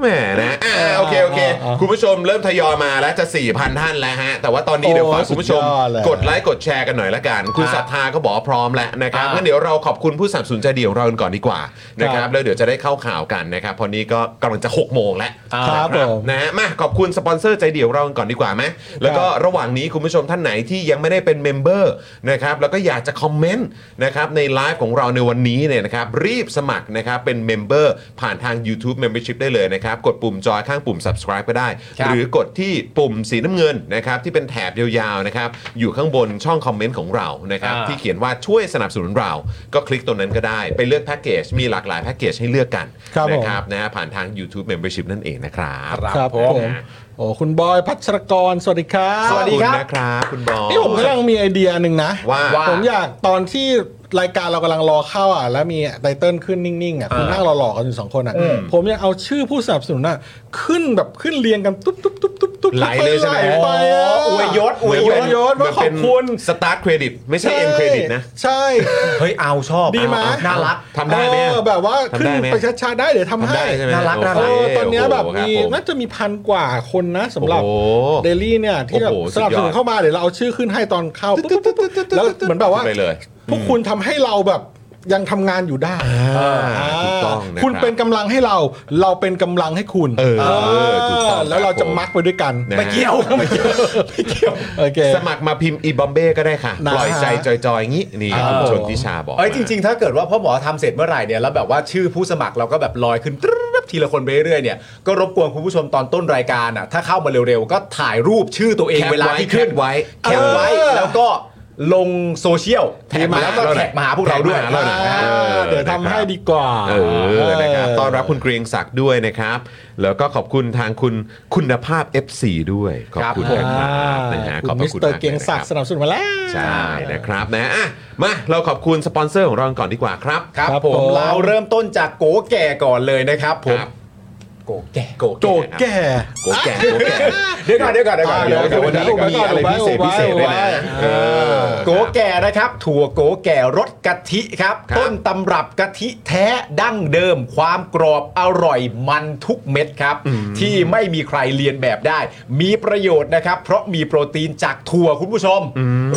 [SPEAKER 1] แหมนะอ่าโอเคโอเค คุณผู้ชมเริ่มทยอยมาแล้วจะ 4,000 ท่านแล้วฮะ แต่ว่าตอนนี้
[SPEAKER 3] โอ้
[SPEAKER 1] เดี๋ยวฝากคุณผู้ชม
[SPEAKER 3] สุดยอดเลย
[SPEAKER 1] กดไลค์กดแชร์กันหน่อยละกัน คุณศรัทธาก็บอกว่าพร้อมแล้วนะครับงั้นเดี๋ยวเราขอบคุณผู้สนับสนุนใจดีของเรากันก่อนดีกว่านะครับแล้วเดี๋ยวจะได้เข้าข่าวกันนะครับเพอนี้ก็กำลังจะ 6 โมงแล้ว
[SPEAKER 3] ครับผม
[SPEAKER 1] นะฮะมาขอบคุณสปอนเซอร์ใจเดียวเรากันก่อนดีกว่าไหมแล้วก็ระหว่างนี้คุณผู้ชมท่านไหนที่ยังไม่ได้เป็นเมมเบอร์นะครับแล้วก็อยากจะคอมเมนต์นะครับในไลฟ์ของเราในวันนี้เนี่ยนะครับรีบสมัครนะครับเป็นเมมเบอร์ผ่านทาง YouTube Membership ได้เลยนะครับ กดปุ่มจอยข้างปุ่ม subscribe ก็ได้
[SPEAKER 2] ครับ
[SPEAKER 1] หรือกดที่ปุ่มสีน้ำเงินนะครับที่เป็นแถบยาวๆนะครับอยู่ข้างบนช่องคอมเมนต์ของเรานะครับ
[SPEAKER 2] อ่า
[SPEAKER 1] ที่เขียนว่าช่วยสนับสนุนเรา ก็คลิกตรงนั้นก็ได้ ไปเลือกแพ็กเกจมีหลากหลายแพ็กเกจให้เลือกกัน
[SPEAKER 3] ครับผม
[SPEAKER 1] นะครับนะฮะผ่านทาง YouTube Membership นั่นเองนะครับ
[SPEAKER 3] ครับผมโอ้คุณบอยพัชรกรสวัสดีครับ
[SPEAKER 2] สวัสดี ครั
[SPEAKER 1] ข
[SPEAKER 2] บ
[SPEAKER 1] อณนะครับคุณบอล
[SPEAKER 3] นี่ผมกำลังมีไอเดียหนึ่งนะ
[SPEAKER 1] ว่า
[SPEAKER 3] ผมอยากตอนที่รายการเรากำลังรอเข้าอ่ะแล้วมีไตเติ้ลขึ้นนิ่งๆอ่ะคุณนั่งรอหลอๆกันอยู่สองคนอ่ะผมอยากเอาชื่อผู้สนับสนุนอ่ะขึ้นแบบขึ้นเรียงกันตุ๊บตุ๊บตุ๊บตุ๊บตุ๊บ
[SPEAKER 1] ไหลเลยใช่ไหม
[SPEAKER 3] ไปอ่ะ
[SPEAKER 2] อ๋ออวยยศอวยยศ
[SPEAKER 3] ยศว่าขอบคุณ
[SPEAKER 1] สตาร์ทเครดิตไม่ใช่เอ็นเครดิตนะ
[SPEAKER 3] ใช่
[SPEAKER 2] เฮ้ยเอาชอบ
[SPEAKER 3] ดีไหม
[SPEAKER 2] เอาน่ารัก
[SPEAKER 1] ทำได้ไหม
[SPEAKER 3] เออแบบว่า
[SPEAKER 1] ทำ
[SPEAKER 3] ขึ้น
[SPEAKER 1] ได้ไหม
[SPEAKER 3] ไปช้าๆได้เดี๋ยวทำ
[SPEAKER 1] ทำ
[SPEAKER 3] ให้
[SPEAKER 1] ได้ใช่ไหม
[SPEAKER 2] น่ารัก
[SPEAKER 1] โเค
[SPEAKER 2] น่ารัก
[SPEAKER 3] เออตอนเนี้ยแบบ
[SPEAKER 1] โอ้โหครั
[SPEAKER 3] มี
[SPEAKER 1] ผม
[SPEAKER 3] น่าจะมีพันกว่าคนนะสำหรับ
[SPEAKER 1] โอ้โห
[SPEAKER 3] เดลี่เนี่ยที่แบบ
[SPEAKER 1] โอ้โหสุ
[SPEAKER 3] ส
[SPEAKER 1] ดยอด
[SPEAKER 3] นับสนุนเข้ามาเดี๋ยวเราเอาชื่อขึ้นให้ตอนเข้าปุ๊บปุ๊บปุ๊บปุ๊บแล้วเหมือนแบบว่า
[SPEAKER 1] ไปเลย
[SPEAKER 3] พวกคุณทำให้เราแบบยังทำงานอยู่ได้
[SPEAKER 1] อ่าถูกต้องนะรับ
[SPEAKER 3] คุณเป็นกำลังให้เรา เราเป็นกำลังให้คุณ
[SPEAKER 1] เออถูกต้อง
[SPEAKER 3] แล้วเราจะมักไปด้วยกัน
[SPEAKER 1] นะ
[SPEAKER 2] ไม่เกี่ยวไม่เกี่ยวไม่เกี่ยว
[SPEAKER 3] โอเค
[SPEAKER 1] สมัครมาพิมพ์อีบอมเบ้ก็ได้ค่ะ
[SPEAKER 3] นะ
[SPEAKER 1] ปล่อยใจจอยๆอย่างนี้นี่คุณชนทิชาบอก
[SPEAKER 2] เอ้ยจริง ๆ ถ้าเกิดว่าพ่อหมอทำเสร็จเมื่อไหร่เนี่ยแล้วแบบว่าชื่อผู้สมัครเราก็แบบลอยขึ้นตรึ๊บทีละคนไปเรื่อยๆเนี่ยก็รบกวนคุณผู้ชมตอนต้นรายการอ่ะถ้าเข้ามาเร็วๆ ก็ถ่ายรูปชื่อตัวเอง
[SPEAKER 1] แคป
[SPEAKER 2] เวลาที่ขึ้น
[SPEAKER 1] ไว้
[SPEAKER 2] แคปไว้
[SPEAKER 3] เออ
[SPEAKER 2] แล้วก็ลงโซเชียล
[SPEAKER 1] แท็กมา
[SPEAKER 2] แล้วก็
[SPEAKER 1] เราหน่อย
[SPEAKER 2] แท็กมาหาพวกเราด้วย
[SPEAKER 1] แท็กมาเราหน่อย
[SPEAKER 3] อ่า
[SPEAKER 1] เออ
[SPEAKER 3] เดี๋ยวทำให้ดีกว่า
[SPEAKER 1] เออนะครับต้อนรับคุณเกรียงศักดิ์ด้วยนะครับ แล้วก็ขอบคุณทางคุณคุณภาพ FC ด้วยขอบคุณ
[SPEAKER 2] ครับ
[SPEAKER 1] นะครับนะฮะขอบพ
[SPEAKER 3] มิ
[SPEAKER 1] ระ
[SPEAKER 3] ส
[SPEAKER 1] คุณ
[SPEAKER 3] เตอ
[SPEAKER 1] มา
[SPEAKER 3] ร์
[SPEAKER 1] ก
[SPEAKER 3] เกียงศัก
[SPEAKER 1] นะคบ
[SPEAKER 3] ดิ์สนับสนุนมาแล้ว
[SPEAKER 1] ใช่นะครับนะอ่ะมาเราขอบคุณสปอนเซอร์ของเราก่อนดีกว่าครับ
[SPEAKER 2] ครับ
[SPEAKER 3] ครับ
[SPEAKER 2] ผ
[SPEAKER 3] ผม ม
[SPEAKER 2] เราเริ่มต้นจากโกแก่ก่อนเลยนะครับผม
[SPEAKER 1] ครับ
[SPEAKER 2] โก กแก่
[SPEAKER 1] โก
[SPEAKER 3] โจ
[SPEAKER 1] ะ
[SPEAKER 3] แก่
[SPEAKER 1] โกะแก่โกะแก่
[SPEAKER 2] เดี๋ยวก่อนเดี๋ยวก่อนเดี๋ยวก่อน
[SPEAKER 1] อ่า
[SPEAKER 2] เดี๋ยว
[SPEAKER 1] เดี๋ยววันนี้มีอะไรพิเศษพิเศษด้วยนะเออ
[SPEAKER 2] โกแก่นะครับ ถั่วโกแก่รสกะทิครับ
[SPEAKER 1] ครับ
[SPEAKER 2] ต้นตำรับกะทิแท้ดั้งเดิม ความกรอบอร่อยมันทุกเม็ดครับ ที่ไม่มีใครเรียนแบบได้ มีประโยชน์นะครับ เพราะมีโปรตีนจากถั่วคุณผู้ชม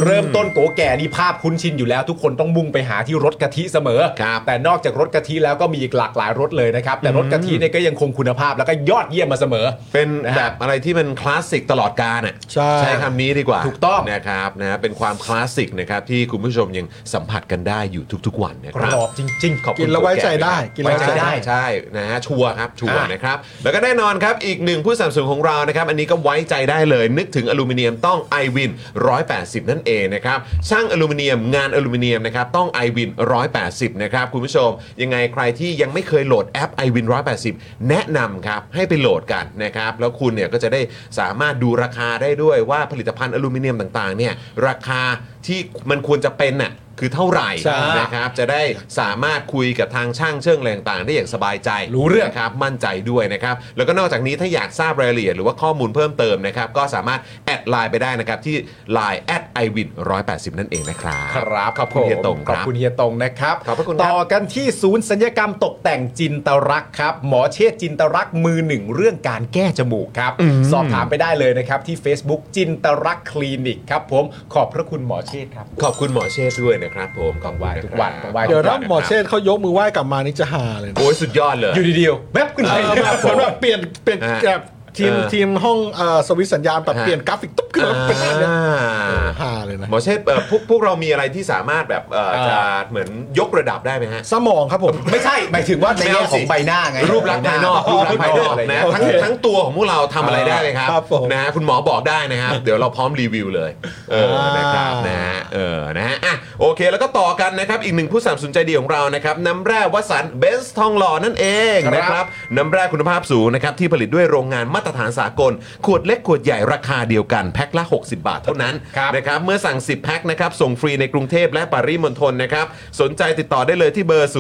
[SPEAKER 2] เริ่มต้นโกแก่นี่ภาพคุ้นชินอยู่แล้ว ทุกคนต้องมุ่งไปหาที่รสกะทิเสมอ
[SPEAKER 1] ครับ
[SPEAKER 2] แต่นอกจากรสกะทิแล้วก็มีอีกหลากหลายรสเลยนะครับ แต่รสกะทิเนี่ยก็ยังคงคุณภาพแล้วก็ยอดเยี่ยมมาเสมอ
[SPEAKER 1] เป็นแบบอะไรที่มันคลาสสิกตลอดกาลอ่ะ
[SPEAKER 3] ใช่
[SPEAKER 1] ใช้คำนี้ดีกว่า
[SPEAKER 2] ถูกต้อง
[SPEAKER 1] นะครับนะเป็นความคลาสสิกนะครับที่คุณผู้ชมยังสัมผัสกันได้อยู่ทุกๆวันนะ
[SPEAKER 2] ก
[SPEAKER 1] ค
[SPEAKER 2] ร
[SPEAKER 1] รับ
[SPEAKER 2] อบจริง ๆ
[SPEAKER 1] ขอบคุณ
[SPEAKER 3] กินแล้วไว้ใจได้
[SPEAKER 1] โป
[SPEAKER 3] กิ
[SPEAKER 1] ร
[SPEAKER 3] น
[SPEAKER 1] แกรม
[SPEAKER 3] แล้วไว้ใจได้
[SPEAKER 1] ไว้ใช่นะฮะชัวร์ครับชัวร์
[SPEAKER 2] อ่าน
[SPEAKER 1] นะครับแล้วก็แน่นอนครับอีกหนึ่งผู้สนับสนุนของเรานะครับ อันนี้ก็ไว้ใจได้เลย นึกถึงอลูมิเนียมต้อง i w วิน180 นั่นเองนะครับช่างอลูมิเนียมงานอลูมิเนียมนะครับต้อง i w วิน180 นะครับ คุณผู้ชม ยังไงใครที่ยังไม่เคยโหลดแอป i w วิน180 แนะนำครับ ให้ไปโหลดกันนะครับ แล้วคุณเนี่ยก็จะได้สามารถดูราคาได้ด้วยว่าผลิตภัณฑ์อลูมิเนียมต่างๆเนี่ยราคาที่มันควรจะเป็นน่ะคือเท่าไหร่
[SPEAKER 2] ใช่
[SPEAKER 1] นะครับ นะครับจะได้สามารถคุยกับทางช่างเชื่องอะไรต่างๆ ได้อย่างสบายใจ
[SPEAKER 2] รู้เรื่อง
[SPEAKER 1] นะครับมั่นใจด้วยนะครับแล้วก็นอกจากนี้ถ้าอยากทราบรายละเอียดหรือว่าข้อมูลเพิ่มเติมนะครับก็สามารถแอดไลน์ไปได้นะครับที่ Line แอดไอวินร้อยแปดสิบนั่นเองนะครับ
[SPEAKER 2] ครับ
[SPEAKER 1] ขอบคุณ
[SPEAKER 2] ผม
[SPEAKER 1] เฮียตงค
[SPEAKER 2] ขอบ
[SPEAKER 1] รับ
[SPEAKER 2] คุณเฮียตงนะครับ
[SPEAKER 1] ขอบพระคุณ
[SPEAKER 2] ต่อ
[SPEAKER 1] ครับ
[SPEAKER 2] กันที่ศูนย์สัญญกรรมตกแต่งจินตรักษ์ครับ หมอเชษฐ์จินตรักษ์มือหนึ่งเรื่องการแก้จมูกครับ สอบถามไปได้เลยนะครับ ที่ Facebook จินตรักษ์คลินิกครับผมขอบพระคุณหมอเชษฐ์ครับ
[SPEAKER 1] ขอบคุณหมอเชษฐ์ด้วยนะครับผมขอบคุณ
[SPEAKER 2] ทุกวันทุกวัน
[SPEAKER 1] ะคบ
[SPEAKER 3] เดี๋ยวรับหมอเชษฐ์เขายกมือไหว้กลับมานี่จะหาเลยนะ
[SPEAKER 1] โอ้ยสุดยอดเลย
[SPEAKER 2] อยู่ดีๆแวบขึ้น
[SPEAKER 3] เอ
[SPEAKER 2] ไป
[SPEAKER 3] อแบบเหมือนแบบเปลี่ยนเปลี่ยน
[SPEAKER 1] อ่า
[SPEAKER 3] แบบทีม
[SPEAKER 1] เออ
[SPEAKER 3] ทีมห้องเอ่อสวิตช์สัญญาณแบบ
[SPEAKER 1] ฮะ
[SPEAKER 3] เปลี่ยนกราฟิกตุ๊บขึ้นมาเป็นแบบเนี้ย
[SPEAKER 1] อ่า
[SPEAKER 3] หาเลยนะ
[SPEAKER 1] หมอเชษฐ์เอ่อพวกพวกเรามีอะไรที่สามารถแบบเอ่อจะเหมือนยกระดับได้ไหมฮะ
[SPEAKER 3] สมองครับผม
[SPEAKER 2] ไม่ใช่หมายถึงว่าในแง่ของใบหน้าไง
[SPEAKER 1] รูปลักษณ์ภายนอกรูปลักษณ์ภายนอก
[SPEAKER 2] อะไร
[SPEAKER 1] นะ
[SPEAKER 2] เงี้ย
[SPEAKER 1] ทั้งทั้งตัวของพวกเราทำอะไรได้เลยครับ
[SPEAKER 3] ครับผม
[SPEAKER 1] นะฮะคุณหมอบอกได้นะครับ เดี๋ยวเราพร้อมรีวิวเลย เออ
[SPEAKER 3] อ่าน
[SPEAKER 1] นะครับนะฮะเออนะฮะอ่ะโอเคแล้วก็ต่อกันนะครับ อีกหนึ่งผู้สนับสนุนใจดีของเรานะครับน้ำแร่วัสันเบนซ์ทองหล่อนั่นเอง
[SPEAKER 2] ครับ
[SPEAKER 1] นะครับน้ำแร่คุณภาพสูงนะครับที่ผลิตด้วยโรงงานมาตรฐานสากล ขวดเล็กขวดใหญ่ราคาเดียวกันแพ็คละ 60 บาทเท่านั้น
[SPEAKER 2] ครับ
[SPEAKER 1] นะครับเมื่อสั่ง 10 แพ็คนะครับ ส่งฟรีในกรุงเทพและปริมณฑลนะครับ สนใจติดต่อได้เลยที่เบอร์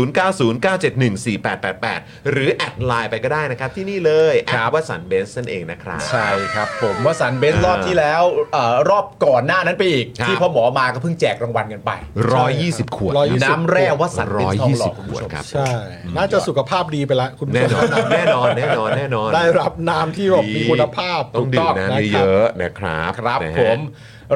[SPEAKER 1] 0909714888 หรือ แอดไลน์ไปก็ได้นะครับ ที่นี่เลยแอดวสันเบนซ์นั่นเองนะครับ
[SPEAKER 2] ใช่ครับผมว่าสันเบนซ์รอบที่แล้วเอ่อรอบก่อนหน้านั้นไปอีก
[SPEAKER 1] ครับ
[SPEAKER 2] ที่พ่อหมอมาก็เพิ่งแจกรางวัลกันไป
[SPEAKER 1] 120 ขวด
[SPEAKER 3] ร้อยยี่สิบ
[SPEAKER 2] น้ำแร่วัดสันเป็นทองหล่อ
[SPEAKER 1] 120
[SPEAKER 2] คุณ
[SPEAKER 1] ข
[SPEAKER 2] ผู้
[SPEAKER 1] วด
[SPEAKER 2] ชม
[SPEAKER 1] ครับ
[SPEAKER 3] ใช่ น่าจะสุขภาพดีไปละคุณผู้
[SPEAKER 1] แน่
[SPEAKER 3] ชม
[SPEAKER 1] นอนแน่นอนแน่นอนแน่นอน
[SPEAKER 3] ได้รับน้ำที่แบบมีคุณภาพ
[SPEAKER 1] ต้อง
[SPEAKER 3] ถูก
[SPEAKER 1] ดื่มน้ำ
[SPEAKER 3] ค
[SPEAKER 1] เย
[SPEAKER 3] รับ
[SPEAKER 1] อะๆนะครับ
[SPEAKER 2] ครับ
[SPEAKER 1] นะฮะ
[SPEAKER 2] ผม